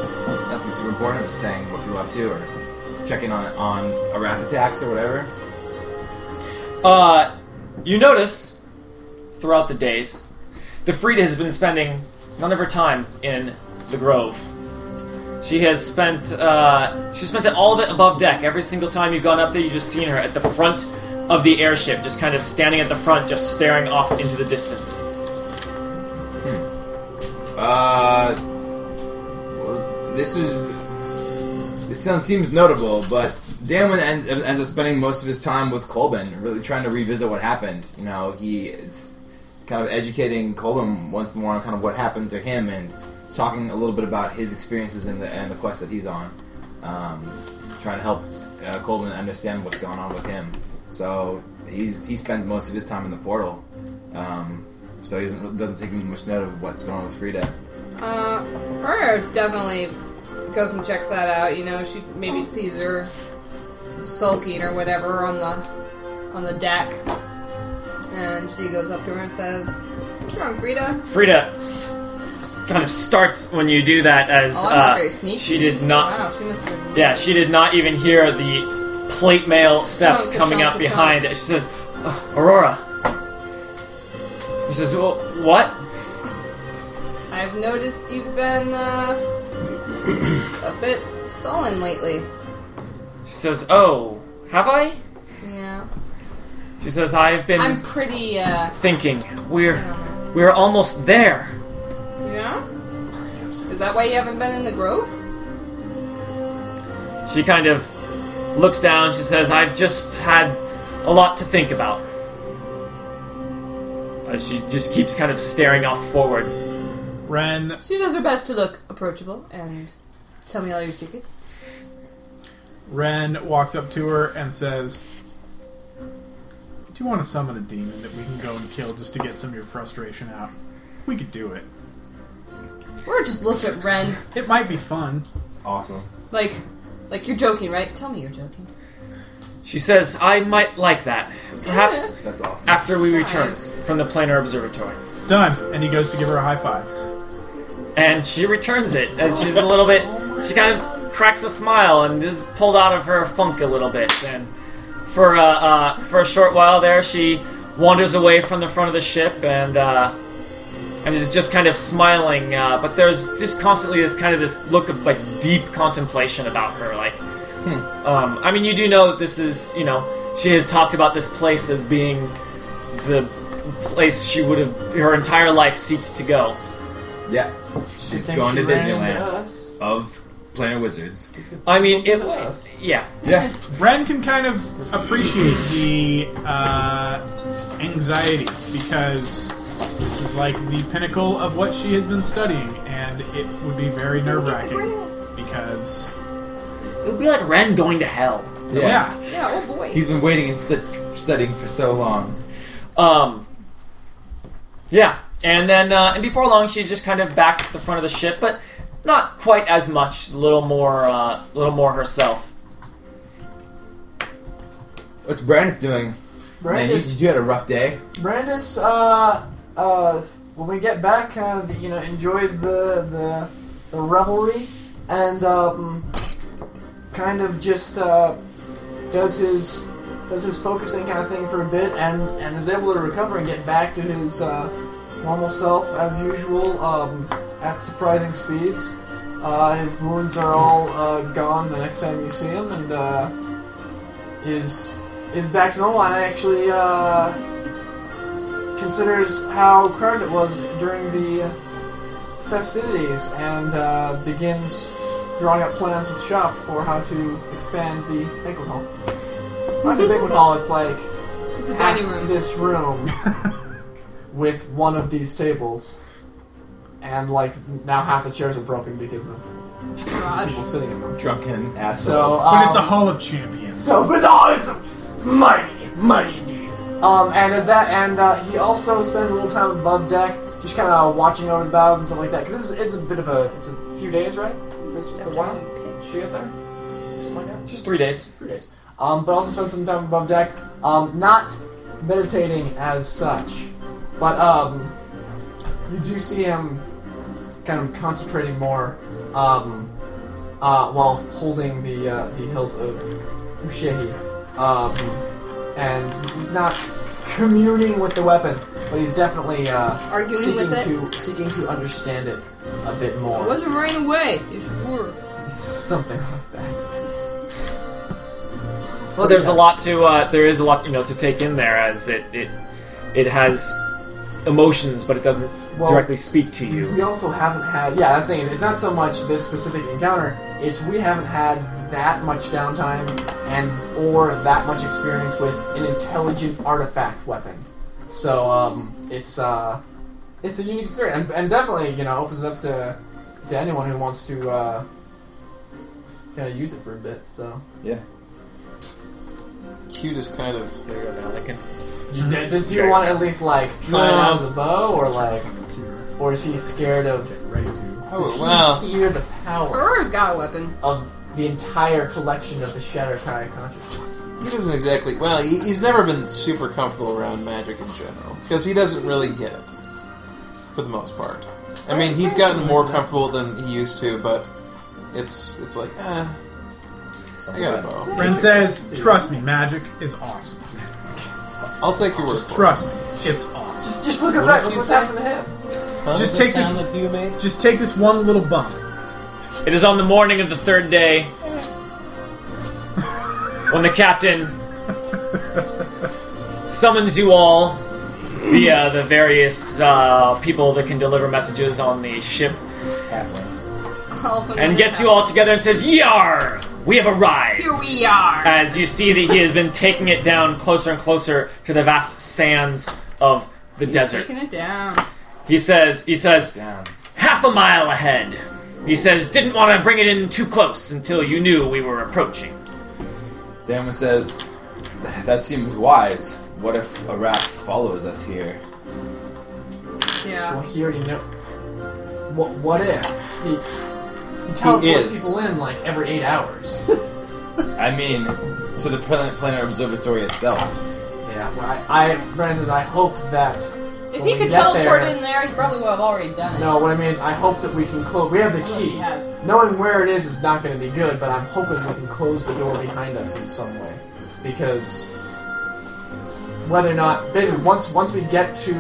S9: Nothing super important. I was just saying what people are up to, or checking on on a wrath attacks or whatever.
S3: Uh, you notice throughout the days, the Frida has been spending none of her time in the Grove. She has spent uh, she spent all of it above deck. Every single time you've gone up there, you've just seen her at the front of the airship, just kind of standing at the front, just staring off into the distance.
S9: Uh, well, this is this sound seems notable, but Damon ends, ends up spending most of his time with Colbin, really trying to revisit what happened. You know, he it's kind of educating Colbin once more on kind of what happened to him and talking a little bit about his experiences and the and the quest that he's on, um, trying to help uh, Colvin understand what's going on with him. So he's he spends most of his time in the portal. Um, so he doesn't doesn't take much note of what's going on with Frida.
S4: Uh, Aurora definitely goes and checks that out. You know, she maybe sees her sulking or whatever on the on the deck, and she goes up to her and says, "What's wrong, Frida?"
S3: Frida s- kind of starts when you do that as
S4: Oh, I'm not
S3: uh,
S4: very sneaky.
S3: she did not.
S4: Wow, she must have.
S3: Yeah, she did not even hear the plate mail steps
S4: Chunk,
S3: coming
S4: chunk,
S3: up behind.
S4: chunk.
S3: She says, "Uh, "Aurora." She says, well, "What?"
S4: I've noticed you've been uh, a bit sullen lately.
S3: She says, "Oh, have I?"
S4: Yeah,
S3: She says, "I've been
S4: I'm pretty. uh...
S3: thinking. We're we're almost there."
S4: Yeah. Is that why you haven't been in the grove?
S3: She kind of looks down. She says, I've just had a lot to think about. Uh, she just keeps kind of staring off forward.
S8: Ren
S4: She does her best to look approachable and tell me all your secrets.
S8: Ren walks up to her and says, "Do you want to summon a demon that we can go and kill just to get some of your frustration out? We could do it.
S4: Or just looks at Ren
S8: It might be fun."
S9: Awesome.
S4: like, like you're joking, right? Tell me you're joking.
S3: She says, I might like that. Perhaps
S9: That's awesome.
S3: after we return
S4: Nice.
S3: from the planar observatory.
S8: Done. And he goes to give her a high five.
S3: And she returns it. And she's a little bit. She kind of cracks a smile and is pulled out of her funk a little bit. And for, uh, uh, for a short while there, she wanders away from the front of the ship and. Uh, and is just kind of smiling, uh, but there's just constantly this kind of this look of like deep contemplation about her. Like, um, I mean, you do know that this is, you know, she has talked about this place as being the place she would have her entire life seeked to go.
S9: Yeah. She's going to Disneyland of Planet Wizards.
S3: I mean, it,
S6: Yes.
S3: yeah,
S9: Yeah.
S8: Ren can kind of appreciate the uh, anxiety because this is like the pinnacle of what she has been studying, and it would be very nerve wracking because
S3: it would be like Ren going to hell.
S8: yeah.
S4: Yeah, oh boy.
S9: He's been waiting and stu- studying for so long.
S3: Um, yeah, and then uh, and before long, she's just kind of back at the front of the ship, but not quite as much. She's A little more, a uh, little more herself.
S9: What's Brandis doing? Man, you,
S6: Brandis,
S9: you had a rough day.
S6: Brandis, uh, uh, when we get back, kind of, you know, enjoys the the, the revelry and um, kind of just uh, does his does his focusing kind of thing for a bit, and and is able to recover and get back to his uh, normal self as usual um, at surprising speeds. Uh, his wounds are all uh, gone the next time you see him, and uh, is is back to normal and actually uh, considers how crowded it was during the festivities and uh, begins drawing up plans with shop for how to expand the banquet hall. When I say banquet hall, it's like
S4: It's a
S6: half
S4: dining room.
S6: this room with one of these tables. And like now, half the chairs are broken because of people sitting in them.
S9: Drunken
S6: So,
S9: assholes.
S8: But it's a
S6: um,
S8: Hall of Champions.
S6: so bizarre. It's, it's mighty, mighty deep. Um, and is that and uh, he also spends a little time above deck, just kind of watching over the bows and stuff like that. Because it's, it's a bit of a it's a few days, right? It's a, it's a while to get there. Something like that.
S3: Just three days.
S6: Three days. Um, but also spends some time above deck, um, not meditating as such, but um, you do see him kind of concentrating more um, uh, while holding the uh, the hilt of Ushehi. Um, and he's not communing with the weapon, but he's definitely uh,
S4: Arguing
S6: seeking
S4: with it?
S6: to seeking to understand it a bit more.
S4: It wasn't right away. It's were.
S6: Something like that.
S3: Well, there's a lot to uh, there is a lot you know to take in there as it it it has emotions, but it doesn't
S6: Well-
S3: directly speak to
S6: We
S3: you.
S6: also haven't had, yeah, that's the thing. It's not so much this specific encounter. It's we haven't had that much downtime and or that much experience with an intelligent artifact weapon. So um, it's uh, it's a unique experience, and, and definitely you know opens up to to anyone who wants to uh, kind of use it for a bit. So
S9: Yeah.
S2: Cute is kind of. There you go, now I can.
S6: D- Does you want to at least like try it out as a bow, or like, or is he scared of?
S2: Oh,
S6: Does he
S2: wow.
S6: fear the power
S4: Auror's got a weapon.
S6: of the entire collection of the Shatter Kai consciousness?
S2: He doesn't exactly. Well, he, he's never been super comfortable around magic in general because he doesn't really get it for the most part. I mean, he's gotten more comfortable than he used to, but it's it's like, eh, I got a bow.
S8: Bren says, "Trust me, magic is awesome.
S2: I'll take your word for it.
S8: Trust me, it's awesome.
S6: Just, just look at that. Look what's happened to him.
S8: Just take
S7: the
S8: this,
S7: sound that you made.
S8: just take this one little bump."
S3: It is on the morning of the third day when the captain summons you all via the various uh, people that can deliver messages on the ship
S4: Also known
S3: and
S4: as
S3: gets
S4: that.
S3: you all together and says, Yar! We have arrived!
S4: Here we are.
S3: As you see that he has been taking it down closer and closer to the vast sands of the desert.
S4: Taking it down.
S3: He says, he says, half a mile ahead. He says, didn't want to bring it in too close until you knew we were approaching.
S9: Damon says, "That seems wise. What if a raft follows us here?"
S6: Well,
S4: Yeah.
S6: he already know. What? What if he, he teleports
S2: is.
S6: people in like every eight hours?
S9: I mean, to the planet, planet observatory itself.
S6: yeah. Well, I, I Bren says, I hope that.
S4: If
S6: when
S4: he
S6: we
S4: could
S6: get
S4: teleport
S6: there-
S4: in there, he probably would have already done it.
S6: No, what I mean is, I hope that we can close. We have the
S4: Unless
S6: key.
S4: he has.
S6: Knowing where it is is not going to be good, but I'm hoping we can close the door behind us in some way. Because whether or not, basically, once once we get to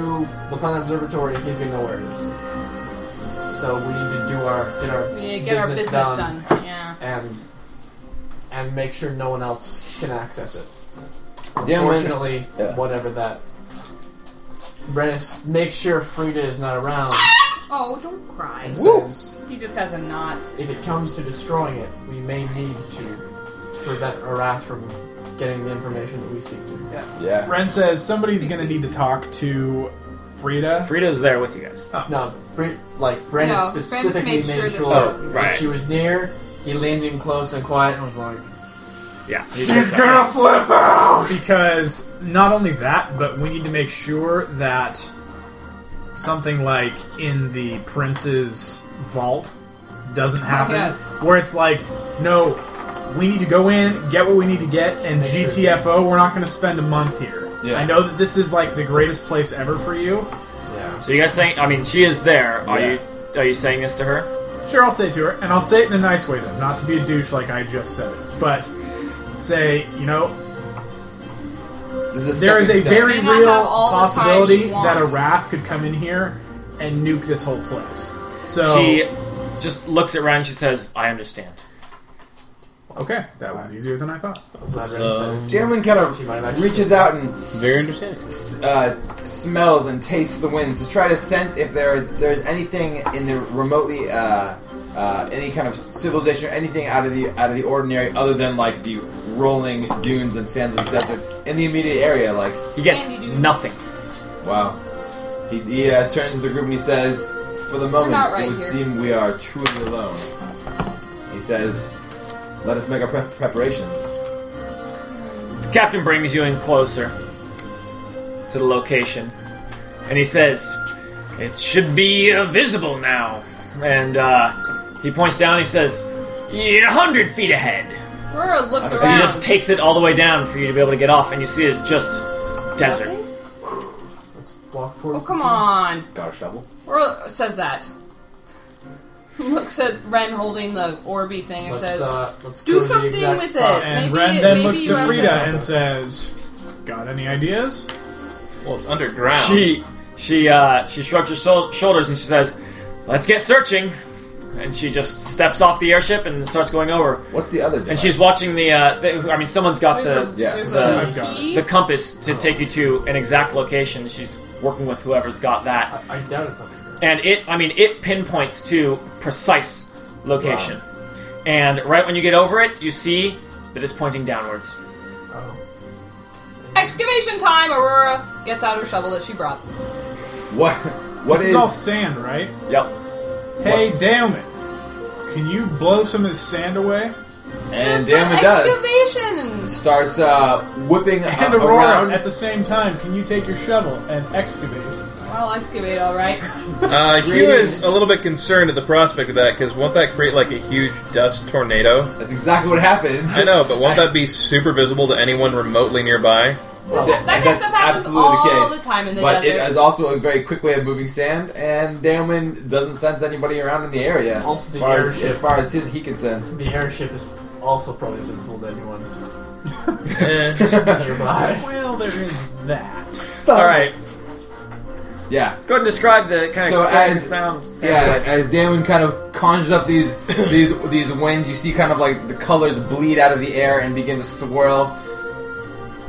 S6: the planet observatory, he's going to know where it is. So we need to do our get our
S4: We need to get our business done. Yeah.
S6: and and make sure no one else can access it.
S9: Damon-
S6: Unfortunately,
S9: Yeah.
S6: whatever that. Rennis, make sure Frida is not around.
S4: Oh, don't cry.
S6: Says,
S4: He just has a knot.
S6: if it comes to destroying it, we may need to prevent Arath from getting the information that we seek to get.
S9: Yeah.
S8: Bren says, "Somebody's gonna need to talk to Frida."
S3: Frida's there with you guys.
S6: No, Fre- like Brandon
S4: No,
S6: specifically
S4: Brandon made
S6: made,
S4: sure that she
S6: sure,
S4: wasn't
S6: that
S3: there.
S6: she was near. He leaned in close and quiet and was like,
S3: Yeah.
S8: She's gonna flip out because not only that, but we need to make sure that something like in the prince's vault doesn't happen,
S4: yeah.
S8: where it's like, no, we need to go in, get what we need to get, and
S6: Make sure-
S8: GTFO, we're not going to spend a month here.
S9: Yeah.
S8: I know that this is like the greatest place ever for you.
S6: "Yeah."
S3: So you guys saying, I mean, she is there. Are
S9: Yeah.
S3: you are you saying this to her?
S8: Sure, I'll say it to her, and I'll say it in a nice way, though, not to be a douche like I just said it, but say, you know,
S9: This is
S8: There is a
S9: stepping stone.
S8: very
S4: May not
S8: real
S4: have all the time
S8: possibility
S4: you want.
S8: that a wrath could come in here and nuke this whole place. So
S3: She just looks at Ryan. She says, I understand.
S8: okay, that was easier than I thought.
S6: Glad Brandon
S7: So,
S6: said,
S9: Damon kind
S6: She might have
S9: of
S6: actually-
S9: reaches out and
S7: very understanding.
S9: s- uh, smells and tastes the winds to try to sense if there is there's anything in the remotely uh, uh, any kind of civilization or anything out of the out of the ordinary other than like the rolling dunes and sands of the desert in the immediate area. Like
S3: He gets
S4: Sandy dunes.
S3: nothing.
S9: wow, he, he uh, turns to the group and he says, "For the moment,
S4: not right
S9: it would
S4: here."
S9: seem we are truly alone." He says, "Let us make our pre- preparations."
S3: Captain brings you in closer to the location, and he says, "It should be uh, visible now." And uh, he points down. He says, "Yeah, hundred feet ahead."
S4: Aurora looks
S3: And
S4: around.
S3: he just takes it all the way down for you to be able to get off, and you see it's just desert.
S6: "Let's walk forward."
S4: Oh, come on.
S9: Got a shovel?
S4: Aurora says that. Looks at Ren holding the Orby thing and
S6: Let's
S4: says,
S6: uh, let's
S4: "Do
S6: go to the
S4: something
S6: exact
S4: with
S6: spot."
S4: it."
S8: And
S4: Maybe
S8: Ren
S4: it-
S8: then
S4: maybe
S8: looks
S4: you
S8: to
S4: have
S8: Frida
S4: to-
S8: and says, "Got any ideas?"
S2: Well, it's underground.
S3: She she uh, she shrugs her shou- shoulders and she says, "Let's get searching." And she just steps off the airship and starts going over.
S9: What's the other?
S3: And
S9: device?
S3: she's watching the. Uh, the I mean, someone's got the.
S4: There's a,
S9: Yeah. uh,
S4: there's
S3: the-
S4: a
S8: I've got it.
S4: key.
S3: the compass to take you to an exact location. She's working with whoever's got that,
S6: I, I doubt it's something. good.
S3: and it. I mean, it pinpoints to precise location. And right when you get over it, you see that it's pointing downwards.
S6: Oh.
S4: Excavation time! Aurora gets out her shovel that she brought.
S9: what? What
S8: this is,
S9: is-
S8: all sand, right?
S3: Yep.
S8: Hey, damn it! Can you blow some of the sand away?
S9: and
S4: There's
S9: Damon
S4: been
S9: does.
S4: Excavation excavation!
S9: starts uh, whipping
S8: And
S9: uh,
S8: Aurora,
S9: around.
S8: at the same time, can you take your shovel and excavate?
S4: I'll excavate, alright.
S2: Uh, Hugh is a little bit concerned at the prospect of that because won't that create like a huge dust tornado?
S9: That's exactly what happens.
S2: I know, but won't that be super visible to anyone remotely nearby?
S4: That kind of
S9: That's
S4: stuff happens
S9: absolutely
S4: all
S9: the case.
S4: the time in the
S9: but
S4: desert.
S9: it is also a very quick way of moving sand, and Damon doesn't sense anybody around in the area.
S6: Also, the
S9: as far as,
S6: airship.
S9: as far as his he can sense.
S6: The airship is also probably visible to anyone
S2: Eh.
S6: nearby.
S8: Well, there is that.
S3: All right.
S9: Yeah,
S3: Go ahead and describe the kind
S9: So
S3: of clicking
S9: as-
S3: sound.
S9: yeah. As Damon kind of conjures up these these these winds, you see kind of like the colors bleed out of the air and begin to swirl.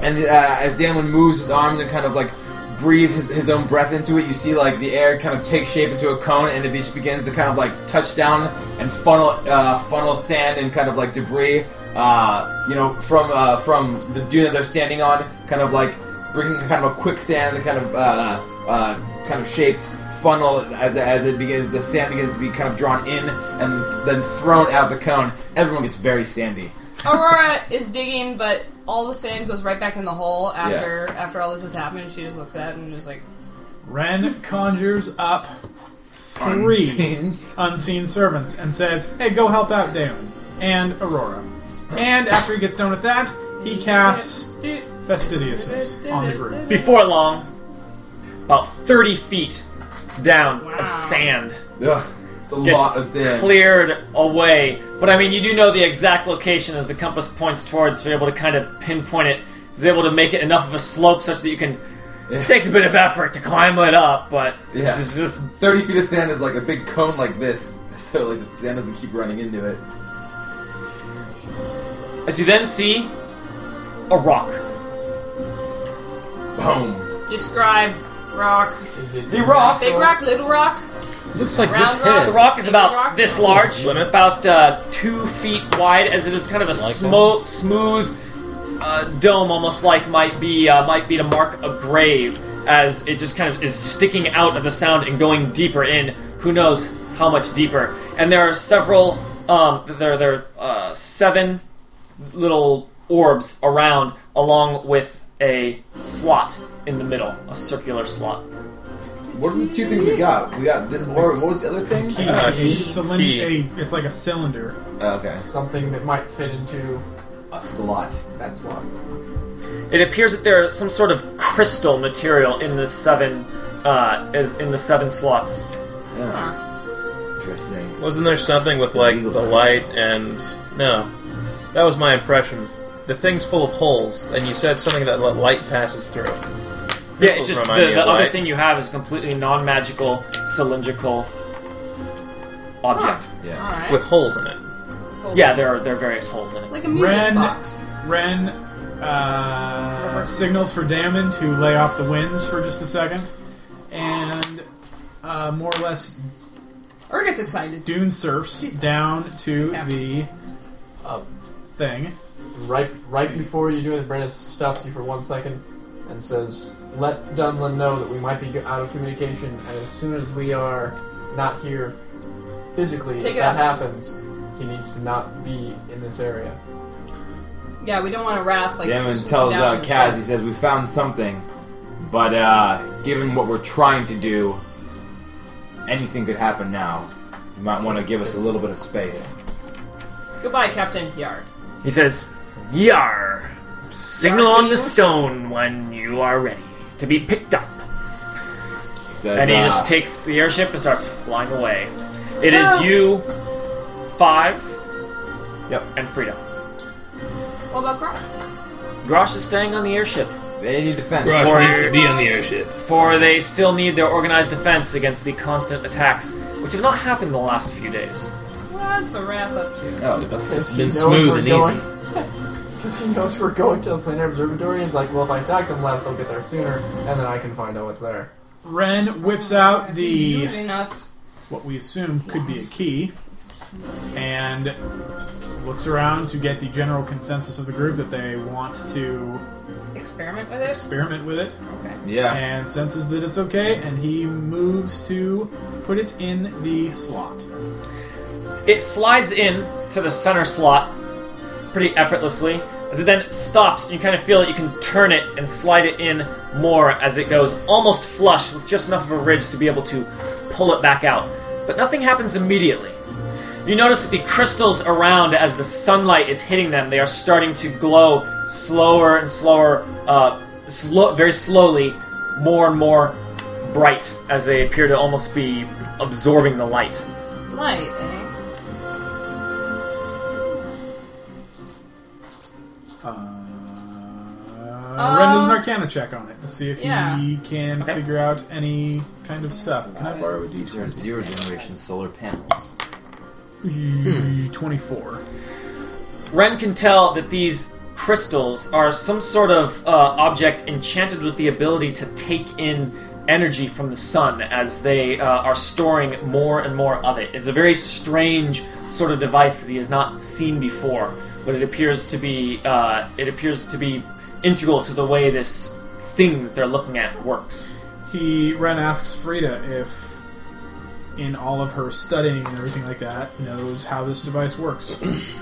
S9: And uh, as Damon moves his arms and kind of like breathes his, his own breath into it, you see like the air kind of take shape into a cone, and it just begins to kind of like touch down and funnel uh, funnel sand and kind of like debris, uh, you know, from uh, from the dune that they're standing on, kind of like bringing kind of a quicksand and kind of uh, uh, kind of shapes funnel as, as it begins the sand begins to be kind of drawn in and then thrown out of the cone. Everyone gets very sandy.
S4: Aurora is digging, but all the sand goes right back in the hole after after all this has happened. She just looks at it and is like,
S8: Ren conjures up three
S9: Unseen.
S8: unseen servants and says, "Hey, go help out Damon and Aurora." And after he gets done with that, he casts fastidiousness on the group.
S3: Before long, about 30 feet down of sand
S9: Ugh, it's a
S3: gets
S9: lot of sand.
S3: cleared away. But I mean, you do know the exact location as the compass points towards, so you're able to kind of pinpoint it. Is able to make it enough of a slope such that you can. It takes a bit of effort to climb it up, but
S9: Yeah.
S3: this is just.
S9: 30 feet of sand is like a big cone like this, so like the sand doesn't keep running into it.
S3: As you then see a rock.
S9: Boom.
S4: describe rock.
S6: Is it
S3: The rock.
S4: Big rock, little rock.
S7: Looks like
S4: Round
S7: this
S4: rock.
S3: The
S7: head.
S3: rock is about
S4: Rock.
S3: this large,
S2: Limit.
S3: about uh, two feet wide, as it is kind of a smo- smooth uh, dome, almost like might be uh, might be to mark a grave, as it just kind of is sticking out of the sound and going deeper in. Who knows how much deeper? And there are several. Um, there there are uh, seven little orbs around, along with a slot in the middle, a circular slot.
S9: What are the two things we got? We got this orb. What was the other thing?
S8: Key,
S2: Uh, key.
S8: key, cylind-
S2: Key.
S8: a- it's like a cylinder.
S9: Oh, okay.
S6: something that might fit into
S9: A slot.
S6: that slot?
S3: It appears that there is some sort of crystal material in the seven, uh, is in the seven slots.
S9: Interesting.
S2: Wasn't there something with like the light and no? That was my impressions. The thing's full of holes, and you said something that let light passes through.
S3: Yeah, it's
S2: Crystals
S3: just the,
S2: remind me
S3: the
S2: of
S3: other
S2: light.
S3: thing you have is completely non-magical cylindrical object.
S9: Yeah.
S4: Alright.
S2: with holes in it.
S3: Yeah, there are there are various holes in it.
S4: Like a music
S8: Ren-
S4: box.
S8: Ren uh, signals for Damon to lay off the winds for just a second, and uh, more or less
S4: Or gets excited.
S8: dune surfs
S4: Jeez.
S8: down to
S4: Yeah.
S8: the
S6: Uh,
S8: thing.
S6: right, right before you do it, Brandis stops you for one second and says, "Let Dunlin know that we might be out of communication, and as soon as we are not here physically,
S4: Take
S6: if
S4: it
S6: that
S4: out.
S6: happens, he needs to not be in this area."
S4: Yeah, we don't want to wrath like
S9: Damon
S4: just
S9: tells
S4: down
S9: uh,
S4: and
S9: Kaz, he
S4: stuff.
S9: says, We found something, but uh, given what we're trying to do, anything could happen now. You might want to give us a little bit of space.
S4: Goodbye, Captain Yard.
S3: He says, "Yar, signal
S4: Yar to
S3: on
S4: you."
S3: the stone when you are ready to be picked up."
S9: He says,
S3: And he
S9: uh,
S3: just takes the airship and starts flying away. It is you, five,
S9: Yep.
S3: and Frida.
S4: What about Grok?
S3: Grosh is staying on the airship.
S9: They need defense.
S7: Rush needs to be on the airship.
S3: for they still need their organized defense against the constant attacks, which have not happened in the last few days.
S4: That's a wrap up too.
S9: Oh,
S7: It's
S6: Since
S7: been
S6: he knows we're
S7: smooth and
S6: going-
S7: easy.
S6: Because he knows we're going to the Planar Observatory, he's like, well, if I attack them last, they'll get there sooner, and then I can find out what's there.
S8: Ren whips out the
S4: Using us.
S8: what we assume could be a key and looks around to get the general consensus of the group that they want to
S4: Experiment with it.
S8: experiment with it
S9: Yeah.
S8: and senses that it's okay and he moves to put it in the slot.
S3: It slides in to the center slot pretty effortlessly, As it then stops, you kind of feel it. You can turn it and slide it in more as it goes almost flush with just enough of a ridge to be able to pull it back out. But nothing happens immediately. You notice that the crystals around, as the sunlight is hitting them, they are starting to glow slower and slower, uh, slow, very slowly, more and more bright as they appear to almost be absorbing the light.
S4: Light, eh?
S8: Uh, Ren does an Arcana check on it to see if
S4: yeah.
S8: he can figure out any kind of stuff. Can I borrow a
S13: These are zero generation solar panels.
S8: d twenty-four?
S3: Ren can tell that these crystals are some sort of uh, object enchanted with the ability to take in energy from the sun as they uh, are storing more and more of it. It's a very strange sort of device that he has not seen before, but it appears to be uh, it appears to be integral to the way this thing that they're looking at works.
S8: He Ren asks Frida if, in all of her studying and everything like that, knows how this device works.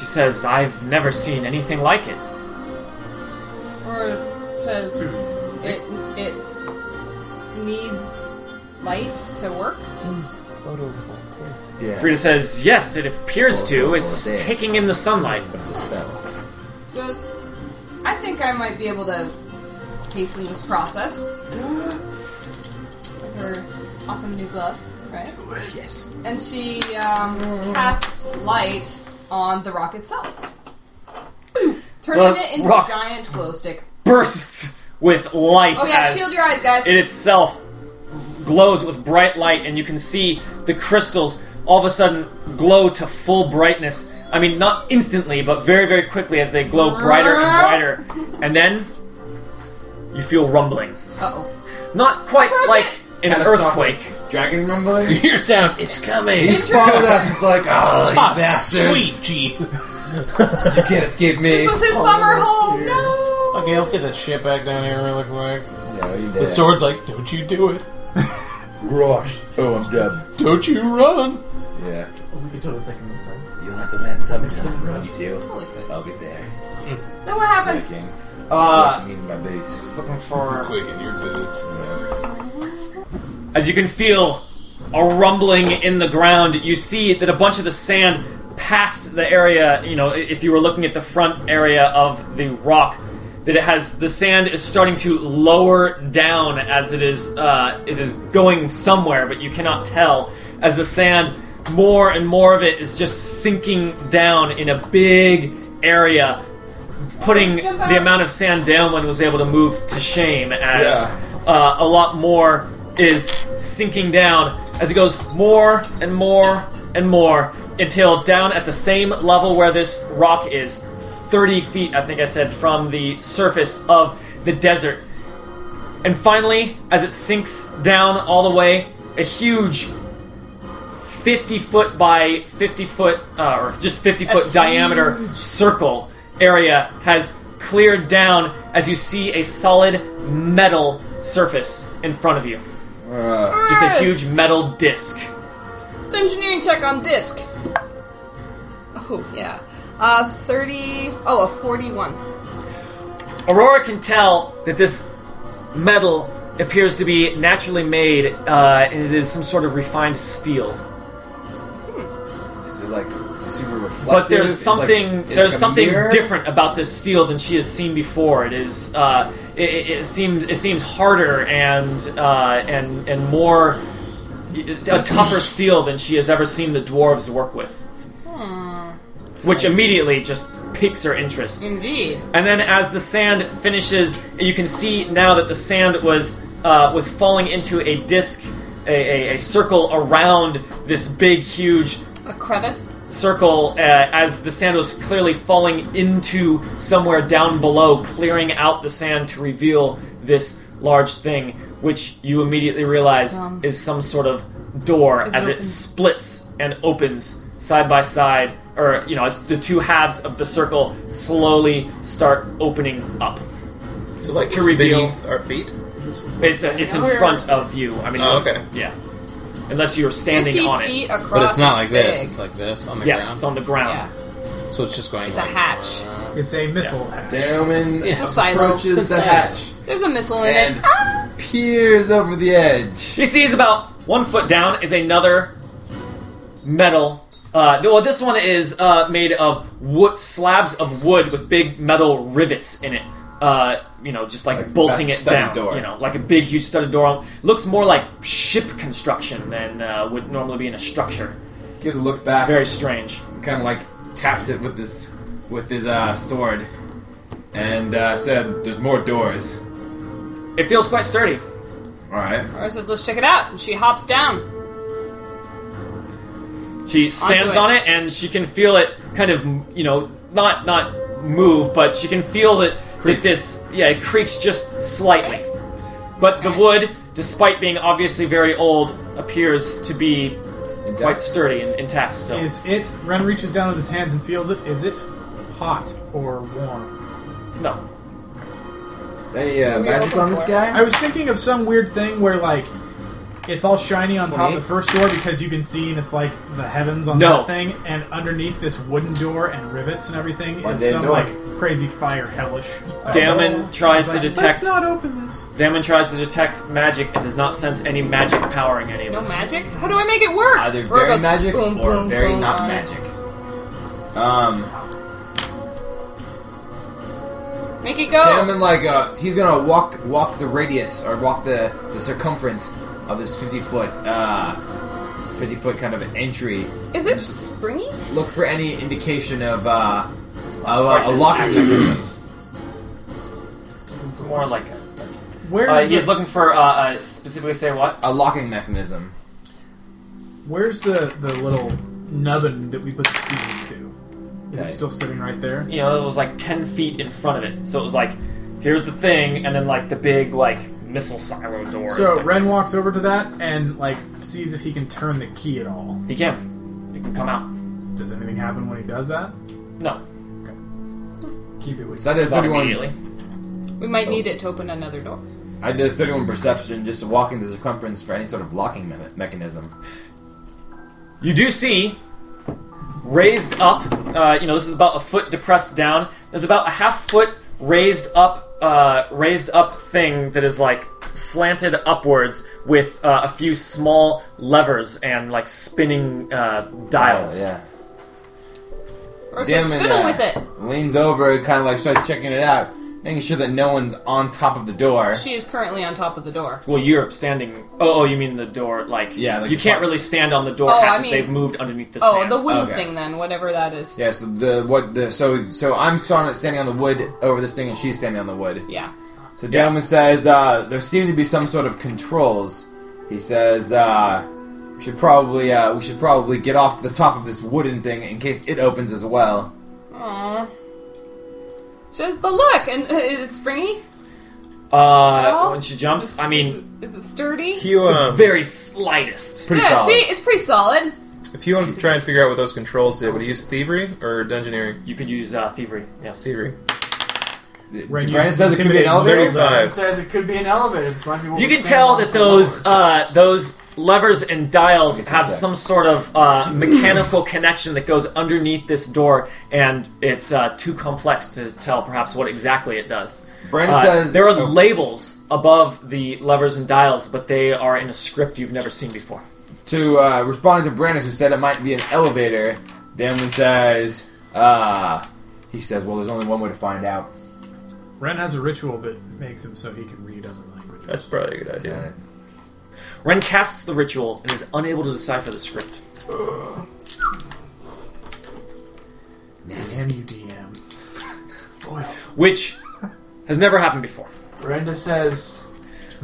S3: She says, "I've never seen anything like it."
S4: Or it says
S9: Hmm.
S4: it it needs light to work.
S13: Yeah.
S3: Frida says, "Yes, it appears to. It's taking in the sunlight."
S13: It's a spell.
S4: Goes. I think I might be able to hasten this process. With her awesome new gloves, right?
S13: Yes.
S4: And she um, casts light on the rock itself. Boom! Turning
S3: The
S4: it into
S3: rock.
S4: a giant glow stick.
S3: bursts with light
S4: Oh yeah,
S3: as
S4: shield your eyes, guys.
S3: it itself glows with bright light, and you can see the crystals all of a sudden glow to full brightness. I mean, not instantly, but very, very quickly as they glow brighter
S4: Uh-huh.
S3: and brighter. And then you feel rumbling.
S4: Uh-oh.
S3: Not quite like in an
S9: Catastrophic.
S3: earthquake.
S9: Dragon rumbling?
S7: You hear sound, it's coming.
S9: He followed us. It's like, oh, you
S7: Ah,
S9: bastards.
S7: sweet G.
S9: You can't escape me.
S4: This was his summer home. No.
S7: Okay, let's get that shit back down here really quick.
S13: No, you
S7: The sword's like, don't you do it.
S13: Grosh. Oh, I'm dead.
S7: Don't you run.
S13: Yeah.
S6: We can totally take him this time.
S13: You'll have to land sometime, bro. You do.
S4: Holy good.
S13: I'll be there.
S4: Then what happens?
S13: King.
S3: Uh,
S13: I'm eating my boots.
S7: Quick in your boots.
S3: As you can feel a rumbling in the ground, you see that a bunch of the sand past the area, you know, i- if you were looking at the front area of the rock, that it has the sand is starting to lower down as it is uh, it is going somewhere, but you cannot tell as the sand more and more of it is just sinking down in a big area putting the amount of sand Downwind was able to move to shame as uh, a lot more is sinking down as it goes more and more and more until down at the same level where this rock is 30 feet i think i said from the surface of the desert and finally as it sinks down all the way a huge 50 foot by 50 foot, uh, or just 50 foot diameter circle area has cleared down as you see a solid metal surface in front of you. Just a huge metal disc.
S4: It's engineering check on disc. Oh yeah. Uh, thirty. Oh, a forty-one.
S3: Aurora can tell that this metal appears to be naturally made, uh, and it is some sort of refined steel.
S13: Is it like super reflective?
S3: but there's
S13: It's like-
S3: something
S13: it's
S3: there's
S13: like a
S3: something
S13: mirror?
S3: different about this steel than she has seen before. It is uh, it, it- it seems it seems harder and uh, and and more a tougher steel than she has ever seen the dwarves work with,
S13: Hmm.
S3: which immediately just piques her interest.
S4: Indeed.
S3: And then, as the sand finishes, you can see now that the sand was uh, was falling into a disc, a, a, a circle around this big, huge
S4: A crevice.
S3: circle uh, as the sand was clearly falling into somewhere down below, clearing out the sand to reveal this large thing, which you immediately realize
S4: Some-
S3: is some sort of door
S4: Is it
S3: as it
S4: open?
S3: splits and opens side by side, or, you know, as the two halves of the circle slowly start opening up.
S2: So like
S3: To reveal.
S2: beneath our feet.
S3: It's, uh, it's in front of you. I mean,
S2: Oh,
S3: unless,
S2: okay.
S3: yeah. Unless you're standing
S4: Fifty
S3: on it.
S4: feet across.
S7: But it's not
S4: is
S7: like this.
S4: big.
S7: It's like this on the
S3: Yes, it's
S7: ground.
S3: on the ground.
S4: Yeah.
S7: So it's just going.
S4: It's a
S7: like-
S4: hatch.
S8: It's a missile. hatch.
S9: Damon
S4: It's a silo.
S9: approaches
S4: It's a
S9: the
S4: silo.
S9: hatch
S4: There's a missile in
S9: and
S4: it.
S9: peers over the edge.
S3: You see, is about one foot down is another metal. Uh, well, this one is uh, made of wood slabs of wood with big metal rivets in it. Uh, you know, just like,
S9: Like
S3: bolting it
S9: that's a
S3: down.
S9: studded door.
S3: You know, like a big, huge studded door. Looks more like ship construction than uh, would normally be in a structure.
S9: Gives a look back.
S3: Very strange.
S9: kind of like taps it with his with his uh, sword, and uh, said, "There's more doors."
S3: It feels quite sturdy.
S9: All right.
S4: Or says, let's check it out. And she hops down.
S3: She stands
S4: it.
S3: on it and she can feel it kind of, you know, not not move, but she can feel that, that this, yeah, it creaks just slightly. But the wood, despite being obviously very old, appears to be quite sturdy and intact still.
S8: Is it? Ren reaches down with his hands and feels it. Is it hot or warm?
S3: no.
S9: Any uh, magic on this guy?
S8: I was thinking of some weird thing where like it's all shiny on top of the first door because you can see and it's like the heavens on
S3: No.
S8: that thing, and underneath this wooden door and rivets and everything is
S9: Mundane
S8: some
S9: door.
S8: like crazy fire hellish.
S3: Damon tries to detect
S8: Let's not open this.
S3: Damon tries to detect magic and does not sense any magic powering any of
S4: No
S3: it.
S4: magic? How do I make it work?
S9: Either
S4: Roy
S9: very
S4: goes,
S9: magic
S4: boom,
S9: or
S4: boom,
S9: very
S4: boom,
S9: not
S4: on it.
S9: magic. Um,
S4: Make it go.
S9: Damon like uh, he's gonna walk walk the radius or walk the, the circumference of this fifty foot uh, fifty foot kind of entry.
S4: Is it springy?
S9: Look for any indication of uh, of uh, a
S3: Hardness.
S9: lock mechanism.
S3: It's more like a,
S8: Where
S3: uh,
S8: is
S3: he's
S8: the,
S3: looking for uh, uh, specifically say what?
S9: A locking mechanism.
S8: where's the the little nubbin that we put the key into? Is
S9: Okay.
S8: it still sitting right there?
S3: you know, it was like 10 feet in front of it. So it was like, here's the thing, and then like the big, like, missile silo door. It's
S8: So
S3: like,
S8: Ren walks over to that and like sees if he can turn the key at all.
S3: He can. He can come out.
S8: Does anything happen when he does that?
S3: No.
S8: Keep it with
S9: So I did
S3: Not
S9: thirty one.
S3: immediately.
S4: We might need it to open another door.
S9: I did 31 perception just walking the circumference for any sort of locking me- mechanism.
S3: You do see, raised up, uh, you know, this is about a foot depressed down. There's about a half foot raised up, uh, raised up thing that is like slanted upwards with uh, a few small levers and like spinning uh,
S9: Oh,
S3: dials.
S4: Or says,
S9: Damon,
S4: fiddle
S9: uh,
S4: with it.
S9: Leans over and kind of like starts checking it out, making sure that no one's on top of the door.
S4: She is currently on top of the door.
S3: Well, you're standing. Oh, oh, you mean the door? Like,
S9: Yeah, like
S3: you
S9: the
S3: can't
S9: part-
S3: really stand on the door
S4: Oh, I
S3: hatches.
S4: mean-
S3: They've moved underneath the
S4: Oh,
S3: sand. Uh,
S4: the wooden
S9: Okay.
S4: thing then, whatever that is.
S9: Yeah, so the what the so so I'm starting- standing on the wood over this thing, and she's standing on the wood.
S4: Yeah.
S9: So Damon says uh, there seem to be some sort of controls. He says uh, we should probably uh, we should probably get off the top of this wooden thing in case it opens as well.
S4: Aww. So, but look, and is it springy?
S3: uh,
S4: Oh.
S3: when she jumps,
S4: Is it-
S3: I mean,
S4: is it, is it sturdy?
S2: You, um,
S3: very slightest.
S9: Pretty
S4: yeah,
S9: solid.
S4: see, it's pretty solid.
S2: If you wanted to try and figure out what those controls did, would he use thievery or dungeoneering?
S3: You could use uh, thievery. Yes.
S2: Thievery.
S8: Ren
S9: Brandon
S8: uses
S9: says it could be an
S8: intimidate
S9: elevator.
S8: moves.
S2: 35.
S6: says it could be an elevator. This might be what
S3: You
S6: we're
S3: can
S6: saying
S3: tell
S6: about
S3: that
S6: the
S3: those uh, those levers and dials have
S9: that.
S3: some sort of uh, mechanical connection that goes underneath this door, and it's uh, too complex to tell perhaps what exactly it does.
S9: Brandon
S3: Uh,
S9: says
S3: there are
S9: oh.
S3: labels above the levers and dials, but they are in a script you've never seen before.
S9: to uh, responding to Brandis, who said it might be an elevator, Damon says, uh, he says, well, there's only one way to find out.
S8: Ren has a ritual that makes him so he can read other languages.
S2: That's probably a good idea.
S9: Uh,
S3: Ren casts the ritual and is unable to decipher the script.
S8: Damn you, DM.
S3: which has never happened before.
S6: Brenda says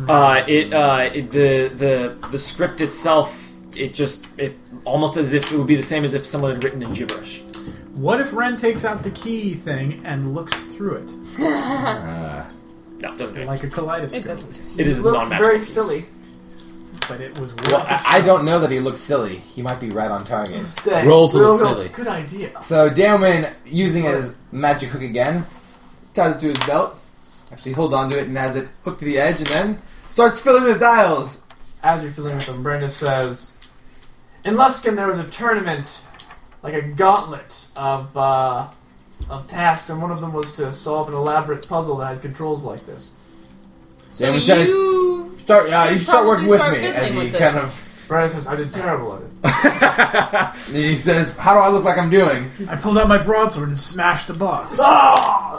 S3: Uh, it, uh, it the the the script itself, it just it almost as if it would be the same as if someone had written in gibberish.
S8: What if Ren takes out the key thing and looks through
S3: No, doesn't do
S8: it
S3: it.
S8: like a kaleidoscope?
S4: It doesn't.
S3: It is
S6: looked
S3: non
S6: very
S3: magical.
S6: silly.
S8: But it was worth
S9: well,
S8: it.
S9: I, I don't know that he looks silly. He might be right on target.
S6: Said,
S7: Roll to look
S6: real-
S7: silly.
S6: Good idea.
S9: So Damon, using his magic hook again, ties it to his belt, actually hold on to it and has it hooked to the edge, and then starts filling with dials.
S6: As you're filling with them, Brenda says, "In Luskin, there was a tournament, like a gauntlet of uh, of tasks, and one of them was to solve an elaborate puzzle that had controls like this.
S4: So
S9: Damon says,
S4: you
S9: start, yeah, you
S4: should
S9: start working
S4: probably
S9: with
S4: start
S9: me as
S4: fiddling
S9: he
S4: with
S9: kind
S4: this.
S9: of.
S6: Brandon says, I did terrible at it.
S9: He says, "How do I look like I'm doing?"
S8: I pulled out my broadsword and smashed the box.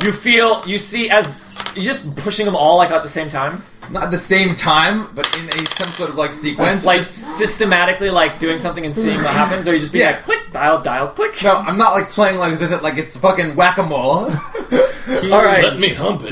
S3: You feel, you see, as you're just pushing them all like at the same time,
S9: Not at the same time, but in a some sort of like sequence.
S3: like systematically, like doing something and seeing what happens, or you just being
S9: Yeah.
S3: like click, dial, dial, click.
S9: no, I'm not like playing like this, like it's fucking whack a mole.
S3: all right,
S7: Let me hump
S2: It's
S7: it.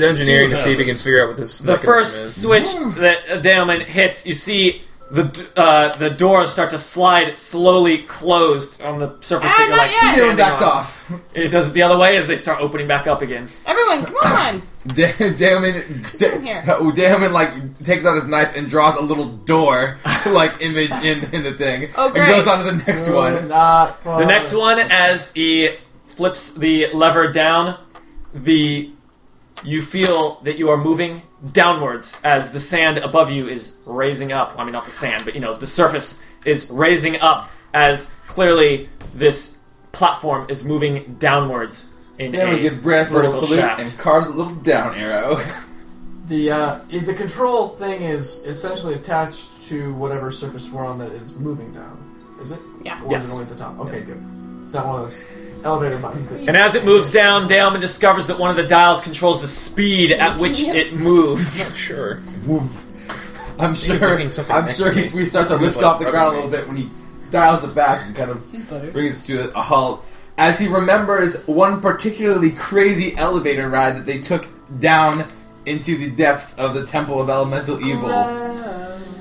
S2: engineering to see if he can figure out what this.
S3: the
S2: mechanism
S3: first
S2: is.
S3: switch that uh, Damon hits, you see the d- uh, the doors start to slide slowly closed on the surface
S4: Ah,
S3: that you're
S4: not
S3: like
S4: yet.
S9: Everyone
S3: standing
S9: backs
S3: on.
S9: off.
S3: It does it the other way as they start opening back up again.
S4: Everyone, come on!
S9: Da- Damon, da-
S4: here.
S9: oh, Damon, like takes out his knife and draws a little door like image in, in the thing,
S4: Oh,
S9: and
S4: great.
S9: goes on to the next
S3: Oh,
S9: one.
S6: Not
S3: The
S9: Uh,
S3: next one, as he flips the lever down, the you feel that you are moving downwards as the sand above you is raising up. I mean, not the sand, but you know, the surface is raising up as clearly this platform is moving downwards. In
S9: Damon
S3: a
S9: gives Brass a little
S3: vertical
S9: salute
S3: shaft.
S9: and carves a little down arrow.
S6: The uh, i- the control thing is essentially attached to whatever surface we're on that is moving down. Is it?
S4: Yeah.
S6: Or
S3: Yes.
S6: is it only at the top? Okay, good. It's not one of those elevator buttons. That
S3: And as it moves down, Dalman discovers that one of the dials controls the speed at which it moves.
S2: Sure.
S9: I'm sure.
S2: looking something
S9: I'm
S2: next
S9: sure
S2: to
S9: he,
S2: me.
S9: he starts to lift
S2: like
S9: off the
S2: rubbing
S9: ground a
S2: me.
S9: little bit when he dials it back and kind of
S18: He's butter.
S9: brings it to a halt as he remembers one particularly crazy elevator ride that they took down into the depths of the Temple of Elemental Evil.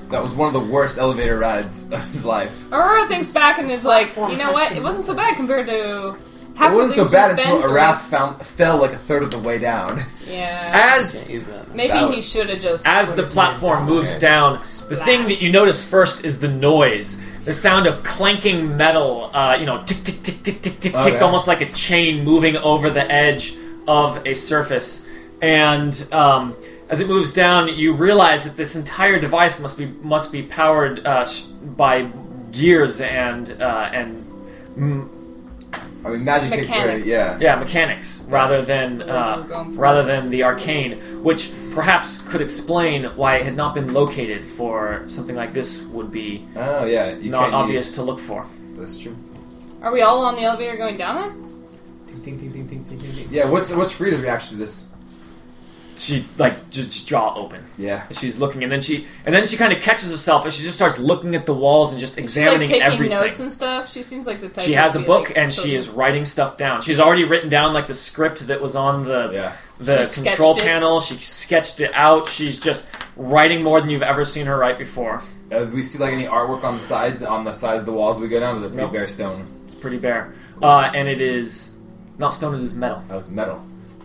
S9: That was one of the worst elevator rides of his life.
S4: Aurora thinks back and is like, you know what? It wasn't so bad compared to half
S9: it
S4: the
S9: wasn't so
S4: things
S9: bad
S4: we've
S9: until
S4: been
S9: Arath found, fell like a third of the way down.
S4: through." Yeah.
S3: As
S4: Maybe
S9: Valid.
S4: he should have just.
S3: as the platform moves down, the thing that you notice first is the noise. The sound of clanking metal, uh, you know, tick, tick, tick, tick, tick, tick,
S9: Oh,
S3: tick,
S9: yeah.
S3: almost like a chain moving over the edge of a surface. And um, as it moves down, you realize that this entire device must be must be powered uh, sh- by gears and uh, and
S9: I mean, magic takes very
S4: Mechanics.
S9: yeah.
S3: Yeah, mechanics rather than
S4: we're
S3: uh,
S4: going for.
S3: rather than the arcane, which perhaps could explain why it had not been located for something like this would be
S9: Oh yeah, you
S3: not
S9: can't
S3: obvious
S9: use.
S3: to look for.
S9: That's true.
S4: Are we all on the elevator going down
S9: Yeah, what's what's Frida's reaction to this?
S3: She like just jaw open.
S9: Yeah,
S3: She's looking, and then she and then she kind of catches herself, and she just starts looking at the walls and just
S4: there? Like
S3: examining
S4: taking
S3: everything.
S4: notes and stuff. She seems like the type.
S3: she
S4: that
S3: has a
S4: would be,
S3: book,
S4: like,
S3: and she is writing stuff down. She's already written down like the script that was on the
S9: yeah.
S3: the
S4: She
S3: control
S4: sketched it.
S3: panel. She sketched it out. She's just writing more than you've ever seen her write before.
S9: Uh, we see like any artwork on the sides on the sides of the walls we go down. There's a pretty
S3: Nope.
S9: bare stone.
S3: pretty bare. Uh, and it is not stone; it is metal.
S9: That was metal.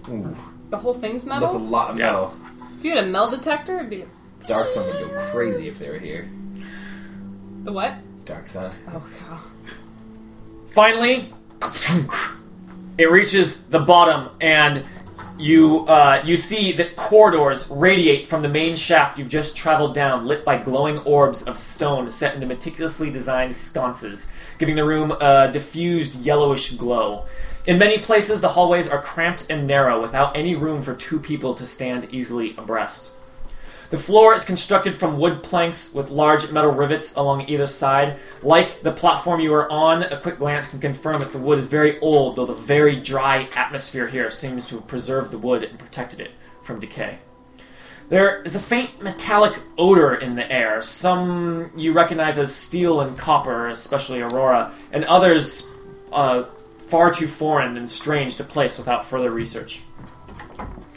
S9: Ooh,
S4: The whole thing's
S9: that's a
S4: metal.
S9: lot of
S3: Yeah.
S9: metal.
S4: If you had a metal detector, it'd be
S9: Dark Sun would go crazy if they were here.
S4: the what?
S9: Dark Sun.
S4: Oh god.
S3: Finally, it reaches the bottom, and you uh, you see that corridors radiate from the main shaft you've just traveled down, lit by glowing orbs of stone set into meticulously designed sconces, giving the room a diffused yellowish glow. In many places, the hallways are cramped and narrow, without any room for two people to stand easily abreast. The floor is constructed from wood planks with large metal rivets along either side. Like the platform you are on, a quick glance can confirm that the wood is very old, though the very dry atmosphere here seems to have preserved the wood and protected it from decay. There is a faint metallic odor in the air, some you recognize as steel and copper, especially Aurora, and others uh, far too foreign and strange to place without further research.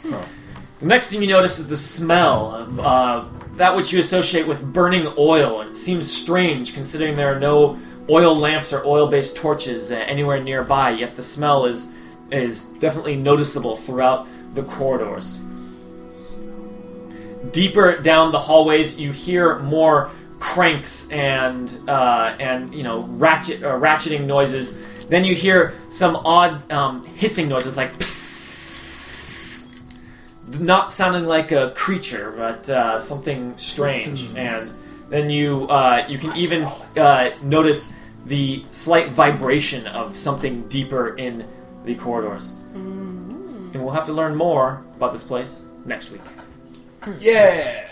S3: The next thing you notice is the smell of uh, that which you associate with burning oil. It seems strange considering there are no oil lamps or oil-based torches uh, anywhere nearby. Yet the smell is is definitely noticeable throughout the corridors. Deeper down the hallways, you hear more cranks and uh, and you know ratchet uh, ratcheting noises. Then you hear some odd um, hissing noises like. Psst, not sounding like a creature, but uh, something strange. And then you uh, you can even uh, notice the slight vibration of something deeper in the corridors. and we'll have to learn more about this place next week.
S9: Yeah.